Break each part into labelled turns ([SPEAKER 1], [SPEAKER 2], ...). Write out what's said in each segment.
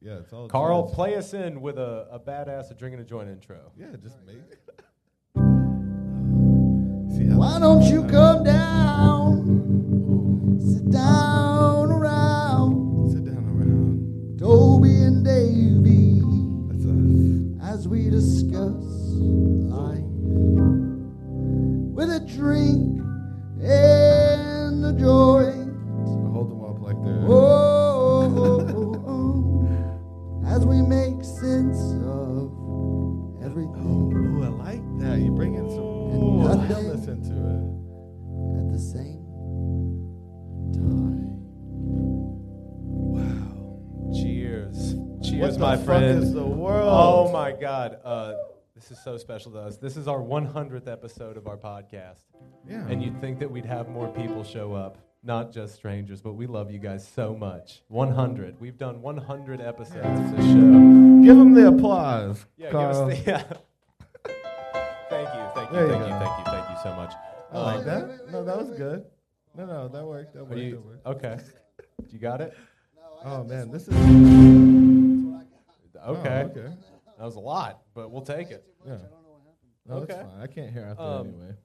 [SPEAKER 1] Yeah, it's all
[SPEAKER 2] Carl,
[SPEAKER 1] jazz.
[SPEAKER 2] play us in with a, a badass a drink and a joint intro.
[SPEAKER 1] Yeah, just make. See how
[SPEAKER 3] Why don't you come down? Sit down around
[SPEAKER 1] Sit down around.
[SPEAKER 3] Toby and Davy
[SPEAKER 1] That's us.
[SPEAKER 3] as we discuss life with a drink and a joint.
[SPEAKER 1] Hold them up like they're.
[SPEAKER 3] Oh, oh, oh, oh, as we make sense of everything
[SPEAKER 1] Oh, ooh, I like that. You bring in some. Ooh, I can listen to it.
[SPEAKER 3] at the same time.
[SPEAKER 2] Cheers. Cheers,
[SPEAKER 1] what the
[SPEAKER 2] my
[SPEAKER 1] fuck
[SPEAKER 2] friend.
[SPEAKER 1] is the world?
[SPEAKER 2] oh my God. Uh, this is so special to us. This is our 100th episode of our podcast.
[SPEAKER 1] Yeah.
[SPEAKER 2] And you'd think that we'd have more people show up, not just strangers, but we love you guys so much. 100. We've done 100 episodes of this show.
[SPEAKER 1] give them the applause.
[SPEAKER 2] Yeah,
[SPEAKER 1] Carl.
[SPEAKER 2] give us the. Yeah. thank you, thank you,
[SPEAKER 1] There you
[SPEAKER 2] thank you,
[SPEAKER 1] go.
[SPEAKER 2] thank you, thank you so much.
[SPEAKER 1] I like
[SPEAKER 2] Um,
[SPEAKER 1] that. No, that was good. No, no, that worked. That
[SPEAKER 2] are
[SPEAKER 1] worked. That
[SPEAKER 2] you-
[SPEAKER 1] worked.
[SPEAKER 2] okay. You got it?
[SPEAKER 1] Oh man, this is.
[SPEAKER 2] Okay.
[SPEAKER 1] Oh, okay.
[SPEAKER 2] That was a lot, but we'll take it.
[SPEAKER 1] Yeah. No, it's
[SPEAKER 2] Okay.
[SPEAKER 1] fine. I can't hear out there
[SPEAKER 2] Um,
[SPEAKER 1] anyway.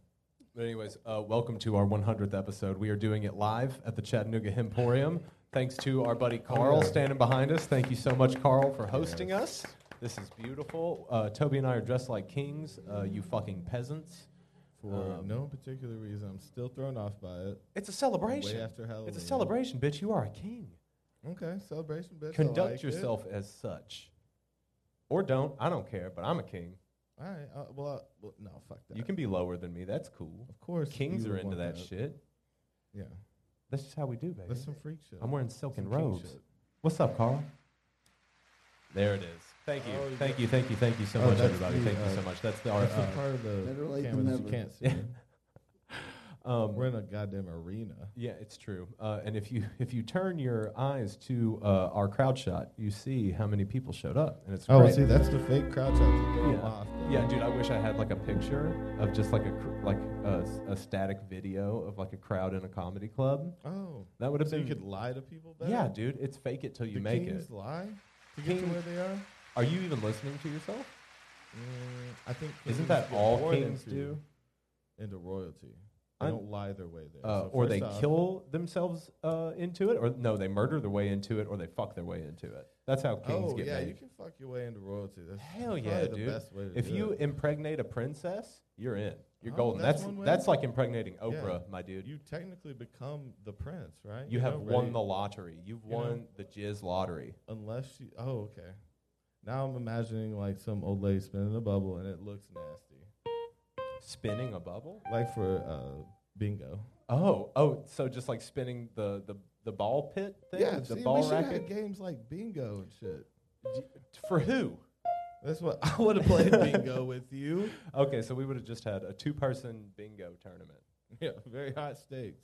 [SPEAKER 2] But anyways, uh, welcome to our 100th episode. We are doing it live at the Chattanooga Emporium. Thanks to our buddy Carl
[SPEAKER 1] Oh, yeah.
[SPEAKER 2] standing behind us. Thank you so much, Carl, for hosting us. This is beautiful. Uh, Toby and I are dressed like kings. Uh, you fucking peasants.
[SPEAKER 1] For
[SPEAKER 2] um,
[SPEAKER 1] no particular reason, I'm still thrown off by it.
[SPEAKER 2] It's a celebration.
[SPEAKER 1] Way after Halloween.
[SPEAKER 2] It's a celebration, bitch. You are a king.
[SPEAKER 1] Okay, celebration, bitch. I
[SPEAKER 2] Conduct
[SPEAKER 1] like it.
[SPEAKER 2] yourself as such, or don't. I don't care, but I'm a king.
[SPEAKER 1] All right. Uh, well, uh, well, no, fuck that.
[SPEAKER 2] You can be lower than me. That's cool.
[SPEAKER 1] Of course.
[SPEAKER 2] Kings
[SPEAKER 1] you
[SPEAKER 2] are
[SPEAKER 1] would
[SPEAKER 2] into
[SPEAKER 1] want
[SPEAKER 2] that, shit.
[SPEAKER 1] Yeah.
[SPEAKER 2] That's just how we do, baby.
[SPEAKER 1] That's some freak shit.
[SPEAKER 2] I'm wearing silken
[SPEAKER 1] Some king
[SPEAKER 2] robes.
[SPEAKER 1] shit.
[SPEAKER 2] What's up, Carl? There it is. Thank you.
[SPEAKER 1] Oh, you
[SPEAKER 2] thank you. Thank you. Thank you so
[SPEAKER 1] Oh,
[SPEAKER 2] much,
[SPEAKER 1] that's
[SPEAKER 2] everybody.
[SPEAKER 1] the,
[SPEAKER 2] Thank you
[SPEAKER 1] uh,
[SPEAKER 2] so much. That's the, our.
[SPEAKER 1] That's the
[SPEAKER 2] Uh,
[SPEAKER 1] part of
[SPEAKER 3] Better
[SPEAKER 1] the
[SPEAKER 3] late than
[SPEAKER 1] camera that you
[SPEAKER 3] never.
[SPEAKER 1] can't see.
[SPEAKER 2] yeah. um,
[SPEAKER 1] We're in a goddamn arena.
[SPEAKER 2] yeah, it's true. Uh, and if you if you turn your eyes to uh, our crowd shot, you see how many people showed up, and it's
[SPEAKER 1] Oh,
[SPEAKER 2] great.
[SPEAKER 1] see, that's the fake crowd shot to throw 'em
[SPEAKER 2] yeah.
[SPEAKER 1] off. though.
[SPEAKER 2] yeah, dude. I wish I had like a picture of just like a cr- like a, s- a static video of like a crowd in a comedy club.
[SPEAKER 1] Oh.
[SPEAKER 2] That would have
[SPEAKER 1] So
[SPEAKER 2] been
[SPEAKER 1] you could lie to people better?
[SPEAKER 2] yeah, dude. It's fake it till you
[SPEAKER 1] Do
[SPEAKER 2] make
[SPEAKER 1] kings
[SPEAKER 2] it.
[SPEAKER 1] lie to get to
[SPEAKER 2] King-
[SPEAKER 1] where they are?
[SPEAKER 2] Are you even listening to yourself?
[SPEAKER 1] Mm, I think. kings
[SPEAKER 2] Isn't that
[SPEAKER 1] get
[SPEAKER 2] all
[SPEAKER 1] born
[SPEAKER 2] kings
[SPEAKER 1] into-
[SPEAKER 2] do?
[SPEAKER 1] Into royalty. They
[SPEAKER 2] I'm-
[SPEAKER 1] don't lie their way there.
[SPEAKER 2] uh,
[SPEAKER 1] So
[SPEAKER 2] or
[SPEAKER 1] first
[SPEAKER 2] they
[SPEAKER 1] off-
[SPEAKER 2] kill themselves uh, into it, or no, they murder their way into it, or they fuck their way into it. That's how kings
[SPEAKER 1] Oh,
[SPEAKER 2] get
[SPEAKER 1] yeah, you
[SPEAKER 2] made.
[SPEAKER 1] can fuck your way into royalty. That's
[SPEAKER 2] Hell
[SPEAKER 1] probably
[SPEAKER 2] yeah,
[SPEAKER 1] the
[SPEAKER 2] dude!
[SPEAKER 1] best way to
[SPEAKER 2] if
[SPEAKER 1] do
[SPEAKER 2] you
[SPEAKER 1] it.
[SPEAKER 2] impregnate a princess, you're in. You're
[SPEAKER 1] Oh,
[SPEAKER 2] golden.
[SPEAKER 1] that's
[SPEAKER 2] That's
[SPEAKER 1] one way.
[SPEAKER 2] that's, like impregnating Oprah, my dude. You,
[SPEAKER 1] you technically become the prince, right?
[SPEAKER 2] have
[SPEAKER 1] know,
[SPEAKER 2] won
[SPEAKER 1] right?
[SPEAKER 2] the lottery. You've
[SPEAKER 1] You know?
[SPEAKER 2] won the jizz lottery.
[SPEAKER 1] unless you. Oh, okay. Now I'm imagining like some old lady spinning a bubble, and it looks nasty,
[SPEAKER 2] Spinning a bubble.
[SPEAKER 1] like for uh, bingo.
[SPEAKER 2] Oh, oh, so just like spinning the the, the ball pit thing,
[SPEAKER 1] yeah,
[SPEAKER 2] the
[SPEAKER 1] see, we
[SPEAKER 2] ball
[SPEAKER 1] should have had
[SPEAKER 2] racket.
[SPEAKER 1] games like bingo and shit.
[SPEAKER 2] For who?
[SPEAKER 1] That's what I would have played bingo with you.
[SPEAKER 2] Okay, so we would have just had a two person bingo tournament.
[SPEAKER 1] Yeah, very hot stakes.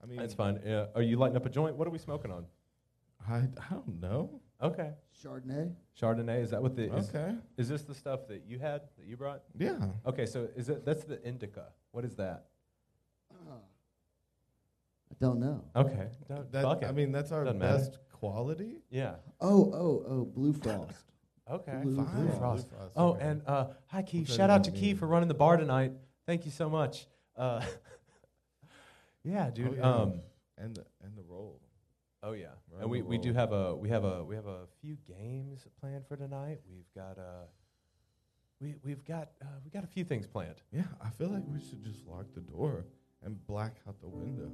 [SPEAKER 1] I mean,
[SPEAKER 2] That's fine. Yeah. Are you lighting up a joint? What are we smoking on?
[SPEAKER 1] I, I don't know.
[SPEAKER 2] Okay.
[SPEAKER 3] Chardonnay.
[SPEAKER 2] Chardonnay. Is that what the is,
[SPEAKER 1] Okay.
[SPEAKER 2] is this the stuff that you had that you brought?
[SPEAKER 1] Yeah.
[SPEAKER 2] Okay, so is it that's the indica? What is that?
[SPEAKER 3] Uh, I don't know.
[SPEAKER 2] Okay, no,
[SPEAKER 1] That,
[SPEAKER 2] fuck it.
[SPEAKER 1] I mean, that's our
[SPEAKER 2] Doesn't matter.
[SPEAKER 1] best quality.
[SPEAKER 2] yeah.
[SPEAKER 3] Oh, oh, oh, Blue Frost.
[SPEAKER 2] Okay.
[SPEAKER 3] Blue
[SPEAKER 2] Blue
[SPEAKER 3] Frost.
[SPEAKER 2] Frost.
[SPEAKER 1] Blue Frost,
[SPEAKER 2] Oh,
[SPEAKER 1] okay.
[SPEAKER 2] and uh, hi Keith.
[SPEAKER 1] Which I
[SPEAKER 2] Shout out to
[SPEAKER 1] didn't
[SPEAKER 2] Keith
[SPEAKER 1] mean.
[SPEAKER 2] for running the bar tonight. Thank you so much. Uh, yeah, dude.
[SPEAKER 1] Oh, yeah.
[SPEAKER 2] Um,
[SPEAKER 1] and the, and the roll.
[SPEAKER 2] Oh yeah,
[SPEAKER 1] We're
[SPEAKER 2] and
[SPEAKER 1] on
[SPEAKER 2] we,
[SPEAKER 1] the
[SPEAKER 2] we do
[SPEAKER 1] roll.
[SPEAKER 2] have a we have a we have a few games planned for tonight. We've got uh, we we've got uh, we got a few things planned.
[SPEAKER 1] Yeah, I feel like we should just lock the door and black out the windows.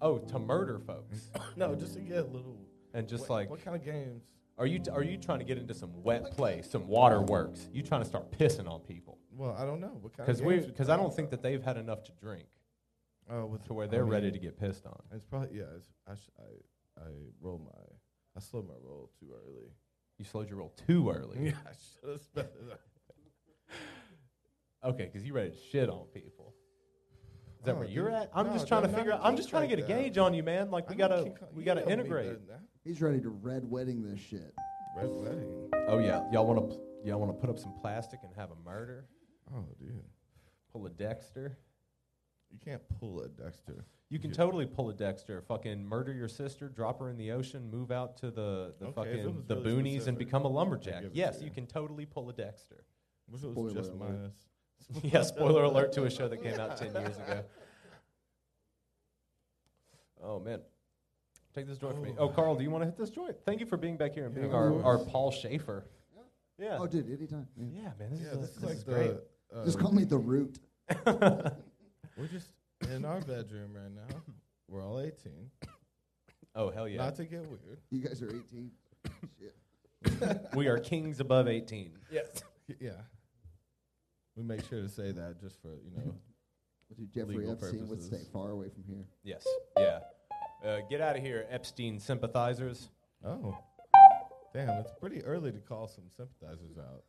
[SPEAKER 2] Oh, to murder folks
[SPEAKER 1] no, just to get a little.
[SPEAKER 2] and just
[SPEAKER 1] what,
[SPEAKER 2] like
[SPEAKER 1] what kind of games?
[SPEAKER 2] are you are you trying to get into some wet play, some waterworks? You trying to start pissing on people
[SPEAKER 1] Well, I don't know. What kind
[SPEAKER 2] because
[SPEAKER 1] of
[SPEAKER 2] we
[SPEAKER 1] games?
[SPEAKER 2] because I don't think that they've had enough to drink
[SPEAKER 1] Oh, with
[SPEAKER 2] to where they're ready to get pissed on.
[SPEAKER 1] It's probably yeah. It's, I sh- I I roll my I slowed my roll too early.
[SPEAKER 2] You slowed your roll too early.
[SPEAKER 1] Yeah, I should have spent it. out.
[SPEAKER 2] Okay, because you ready to shit on people. Is that
[SPEAKER 1] Oh,
[SPEAKER 2] where you're
[SPEAKER 1] dude.
[SPEAKER 2] at? I'm
[SPEAKER 1] No,
[SPEAKER 2] just trying to
[SPEAKER 1] dude,
[SPEAKER 2] figure
[SPEAKER 1] not
[SPEAKER 2] out.
[SPEAKER 1] a
[SPEAKER 2] I'm just
[SPEAKER 1] gauge
[SPEAKER 2] trying
[SPEAKER 1] like
[SPEAKER 2] to get a
[SPEAKER 1] that.
[SPEAKER 2] gauge on you, man. Like we
[SPEAKER 1] I know,
[SPEAKER 2] gotta
[SPEAKER 1] King Kong-
[SPEAKER 2] we
[SPEAKER 1] you
[SPEAKER 2] gotta
[SPEAKER 1] know me,
[SPEAKER 2] integrate.
[SPEAKER 1] the- that
[SPEAKER 3] He's ready to red wedding this shit.
[SPEAKER 1] Red wedding.
[SPEAKER 2] Oh yeah, y'all want to y'all want to put up some plastic and have a murder?
[SPEAKER 1] Oh, dude.
[SPEAKER 2] Pull a Dexter.
[SPEAKER 1] You can't pull a Dexter.
[SPEAKER 2] You can
[SPEAKER 1] Yeah.
[SPEAKER 2] totally pull a Dexter, fucking murder your sister, drop her in the ocean, move out to the,
[SPEAKER 1] Okay, if
[SPEAKER 2] the
[SPEAKER 1] it
[SPEAKER 2] fucking
[SPEAKER 1] was
[SPEAKER 2] the
[SPEAKER 1] really
[SPEAKER 2] boonies and
[SPEAKER 1] specific,
[SPEAKER 2] become a
[SPEAKER 1] I'd
[SPEAKER 2] lumberjack.
[SPEAKER 1] give it to
[SPEAKER 2] Yes,
[SPEAKER 1] you.
[SPEAKER 2] you can totally pull a Dexter.
[SPEAKER 1] Wish it
[SPEAKER 3] Spoiler
[SPEAKER 1] was just
[SPEAKER 3] alert.
[SPEAKER 1] minus.
[SPEAKER 2] yeah, spoiler alert to a show that came out 10 years ago. Oh, man. Take this joint from me.
[SPEAKER 1] Oh.
[SPEAKER 2] Oh, Carl, do you want to hit this joint? Thank you for being back here and
[SPEAKER 1] Yeah,
[SPEAKER 2] being
[SPEAKER 1] of
[SPEAKER 2] our, our
[SPEAKER 3] course.
[SPEAKER 2] Paul Schaefer. Yeah.
[SPEAKER 3] Oh, dude, anytime. man.
[SPEAKER 2] yeah, man. This
[SPEAKER 1] Yeah,
[SPEAKER 2] is, a-
[SPEAKER 1] this is like
[SPEAKER 2] is great.
[SPEAKER 1] the. Uh,
[SPEAKER 3] Just call me the root.
[SPEAKER 1] We're just in our bedroom right now. We're all 18.
[SPEAKER 2] oh, hell yeah.
[SPEAKER 1] Not to get weird.
[SPEAKER 3] You guys are 18. Shit.
[SPEAKER 2] we are kings above 18. Yes.
[SPEAKER 1] Y- Yeah. We make sure to say that just for, you know.
[SPEAKER 3] Dude, Jeffrey
[SPEAKER 1] Legal
[SPEAKER 3] Epstein would
[SPEAKER 1] purposes.
[SPEAKER 3] stay far away from here.
[SPEAKER 2] Yes. Yeah. Uh, get out of here, Epstein sympathizers.
[SPEAKER 1] Oh. Damn, it's pretty early to call some sympathizers out.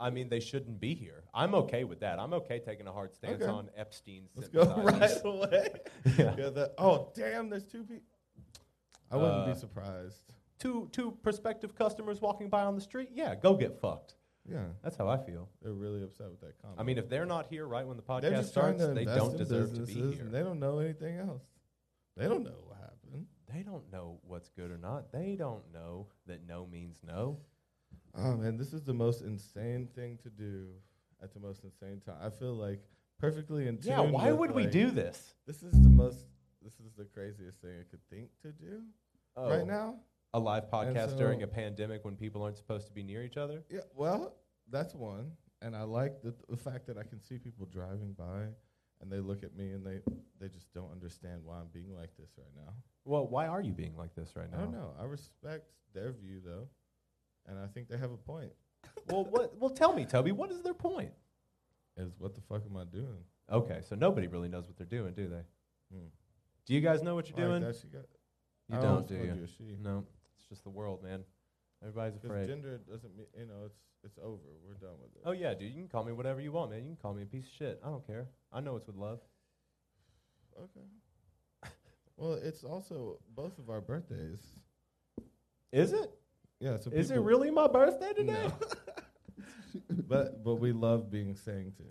[SPEAKER 2] I mean, they shouldn't be here. I'm okay with that. I'm okay taking a hard stance
[SPEAKER 1] Okay.
[SPEAKER 2] on Epstein
[SPEAKER 1] Let's go
[SPEAKER 2] sympathizers.
[SPEAKER 1] right away.
[SPEAKER 2] Yeah.
[SPEAKER 1] Yeah, that, oh, damn, there's two people. I wouldn't
[SPEAKER 2] Uh,
[SPEAKER 1] be surprised.
[SPEAKER 2] Two, two prospective customers walking by on the street, yeah, go get fucked.
[SPEAKER 1] Yeah,
[SPEAKER 2] That's how I feel.
[SPEAKER 1] they're really upset with that comment.
[SPEAKER 2] I mean, if they're not here right when the
[SPEAKER 1] they're
[SPEAKER 2] podcast
[SPEAKER 1] just trying
[SPEAKER 2] starts,
[SPEAKER 1] to
[SPEAKER 2] they
[SPEAKER 1] invest
[SPEAKER 2] don't
[SPEAKER 1] in
[SPEAKER 2] deserve to be
[SPEAKER 1] businesses, and
[SPEAKER 2] here.
[SPEAKER 1] They don't know anything else. They don't know what happened.
[SPEAKER 2] They don't know what's good or not. They don't know that no means no.
[SPEAKER 1] Oh man, this is the most insane thing to do at the most insane time. I feel like perfectly in tune.
[SPEAKER 2] yeah, why
[SPEAKER 1] with,
[SPEAKER 2] would we
[SPEAKER 1] like,
[SPEAKER 2] do this?
[SPEAKER 1] This is the most. This is the craziest thing I could think to do
[SPEAKER 2] Oh,
[SPEAKER 1] right now.
[SPEAKER 2] A live podcast
[SPEAKER 1] so-
[SPEAKER 2] during a pandemic when people aren't supposed to be near each other?
[SPEAKER 1] Yeah, well, that's one, and I like the, the fact that I can see people driving by, and they look at me and they they just don't understand why I'm being like this right now.
[SPEAKER 2] Well, why are you being like this right now?
[SPEAKER 1] I don't know. I respect their view though, and I think they have a point.
[SPEAKER 2] well, what, well, tell me, Toby, what is their point?
[SPEAKER 1] Is what the fuck am I doing?
[SPEAKER 2] Okay, so nobody really knows what they're doing, do they?
[SPEAKER 1] Hmm.
[SPEAKER 2] Do you guys know what you're
[SPEAKER 1] Like,
[SPEAKER 2] doing?
[SPEAKER 1] that she got-
[SPEAKER 2] you
[SPEAKER 1] I
[SPEAKER 2] don't,
[SPEAKER 1] almost
[SPEAKER 2] do
[SPEAKER 1] called
[SPEAKER 2] you? Mm-hmm.
[SPEAKER 1] a she.
[SPEAKER 2] No, it's just the world, man. Everybody's
[SPEAKER 1] Because
[SPEAKER 2] afraid.
[SPEAKER 1] gender doesn't mean you know it's it's over. We're done with it.
[SPEAKER 2] oh yeah, dude, you can call me whatever you want, man. You can call me a piece of shit. I don't care. I know it's with love.
[SPEAKER 1] Okay. well, it's also both of our birthdays.
[SPEAKER 2] Is it?
[SPEAKER 1] Yeah. So
[SPEAKER 2] Is it
[SPEAKER 1] people-
[SPEAKER 2] really my birthday today?
[SPEAKER 1] No. but but we love being sang to.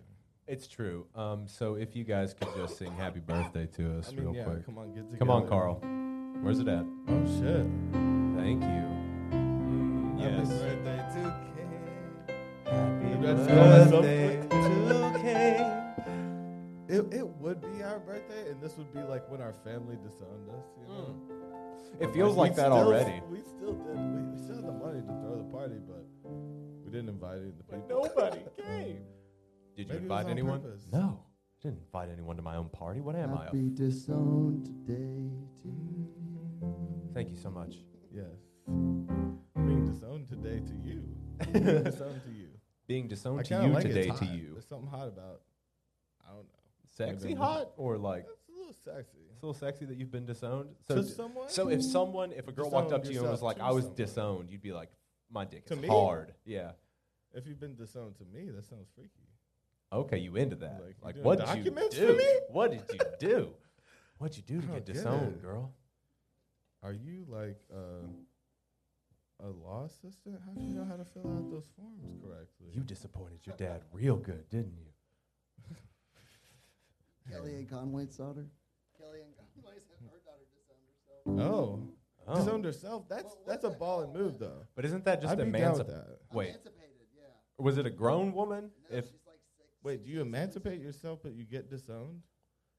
[SPEAKER 2] It's true. Um, so if you guys could just sing happy birthday to us
[SPEAKER 1] I mean,
[SPEAKER 2] real
[SPEAKER 1] yeah.
[SPEAKER 2] quick.
[SPEAKER 1] Come on, get together.
[SPEAKER 2] Come, on, Carl. Where's it at?
[SPEAKER 1] Oh shit.
[SPEAKER 2] Thank you.
[SPEAKER 1] Happy
[SPEAKER 2] Yes.
[SPEAKER 1] birthday to King.
[SPEAKER 2] Happy
[SPEAKER 1] That's going so quick.
[SPEAKER 2] to Kay.
[SPEAKER 1] It, it would be our birthday, and this would be like when our family disowned us. You know.
[SPEAKER 2] It feels
[SPEAKER 1] Mm. Like,
[SPEAKER 2] like
[SPEAKER 1] we
[SPEAKER 2] that
[SPEAKER 1] still-
[SPEAKER 2] already.
[SPEAKER 1] We still did. We, we still had the money to throw the party, but we didn't invite any of the people.
[SPEAKER 2] nobody came. Did you
[SPEAKER 1] Maybe it was
[SPEAKER 2] invite
[SPEAKER 1] on
[SPEAKER 2] anyone?
[SPEAKER 1] purpose.
[SPEAKER 2] No. I didn't invite anyone to my own party. What am I?
[SPEAKER 3] Happy disowned today to you.
[SPEAKER 2] Thank you so much.
[SPEAKER 1] Yes. Being disowned today to you. Being disowned to you.
[SPEAKER 2] Being disowned
[SPEAKER 1] I
[SPEAKER 2] to
[SPEAKER 1] kinda
[SPEAKER 2] you
[SPEAKER 1] like it.
[SPEAKER 2] today
[SPEAKER 1] It's
[SPEAKER 2] to
[SPEAKER 1] hot.
[SPEAKER 2] you.
[SPEAKER 1] There's something hot about. I don't know.
[SPEAKER 2] Sexy
[SPEAKER 1] Maybe.
[SPEAKER 2] hot or like
[SPEAKER 1] That's a little sexy.
[SPEAKER 2] it's a little sexy that you've been disowned. So,
[SPEAKER 1] So to
[SPEAKER 2] d-
[SPEAKER 1] someone.
[SPEAKER 2] so if someone, if a girl walked
[SPEAKER 1] Disowned
[SPEAKER 2] up to you and was
[SPEAKER 1] yourself
[SPEAKER 2] like,
[SPEAKER 1] to
[SPEAKER 2] "I was
[SPEAKER 1] someone.
[SPEAKER 2] disowned," you'd be like, "My dick
[SPEAKER 1] To
[SPEAKER 2] is
[SPEAKER 1] me?
[SPEAKER 2] hard." Yeah.
[SPEAKER 1] if you've been disowned to me, that sounds freaky.
[SPEAKER 2] Okay, you into that?
[SPEAKER 1] Like, you doing
[SPEAKER 2] Like, what did you
[SPEAKER 1] documents for
[SPEAKER 2] do?
[SPEAKER 1] me?
[SPEAKER 2] What did you do? What'd you do to
[SPEAKER 1] I don't
[SPEAKER 2] get
[SPEAKER 1] get
[SPEAKER 2] disowned,
[SPEAKER 1] it.
[SPEAKER 2] girl?
[SPEAKER 1] Are you like uh, a law assistant? How do you know how to fill out those forms correctly?
[SPEAKER 2] You disappointed your dad real good, didn't you?
[SPEAKER 3] Kelly and Conway's daughter. Kelly and Conway's her daughter disowned herself.
[SPEAKER 1] oh,
[SPEAKER 2] Oh.
[SPEAKER 1] disowned herself. That's
[SPEAKER 3] Well, what
[SPEAKER 1] that's a
[SPEAKER 3] the
[SPEAKER 1] ball and
[SPEAKER 3] hell?
[SPEAKER 1] move though.
[SPEAKER 2] But isn't that just
[SPEAKER 1] I'd be down with
[SPEAKER 2] emancipation?
[SPEAKER 1] that.
[SPEAKER 2] Wait,
[SPEAKER 3] Emancipated, yeah.
[SPEAKER 2] was it a grown woman?
[SPEAKER 3] No,
[SPEAKER 2] If
[SPEAKER 3] she's like six.
[SPEAKER 1] Wait, do you emancipate yourself but you get disowned?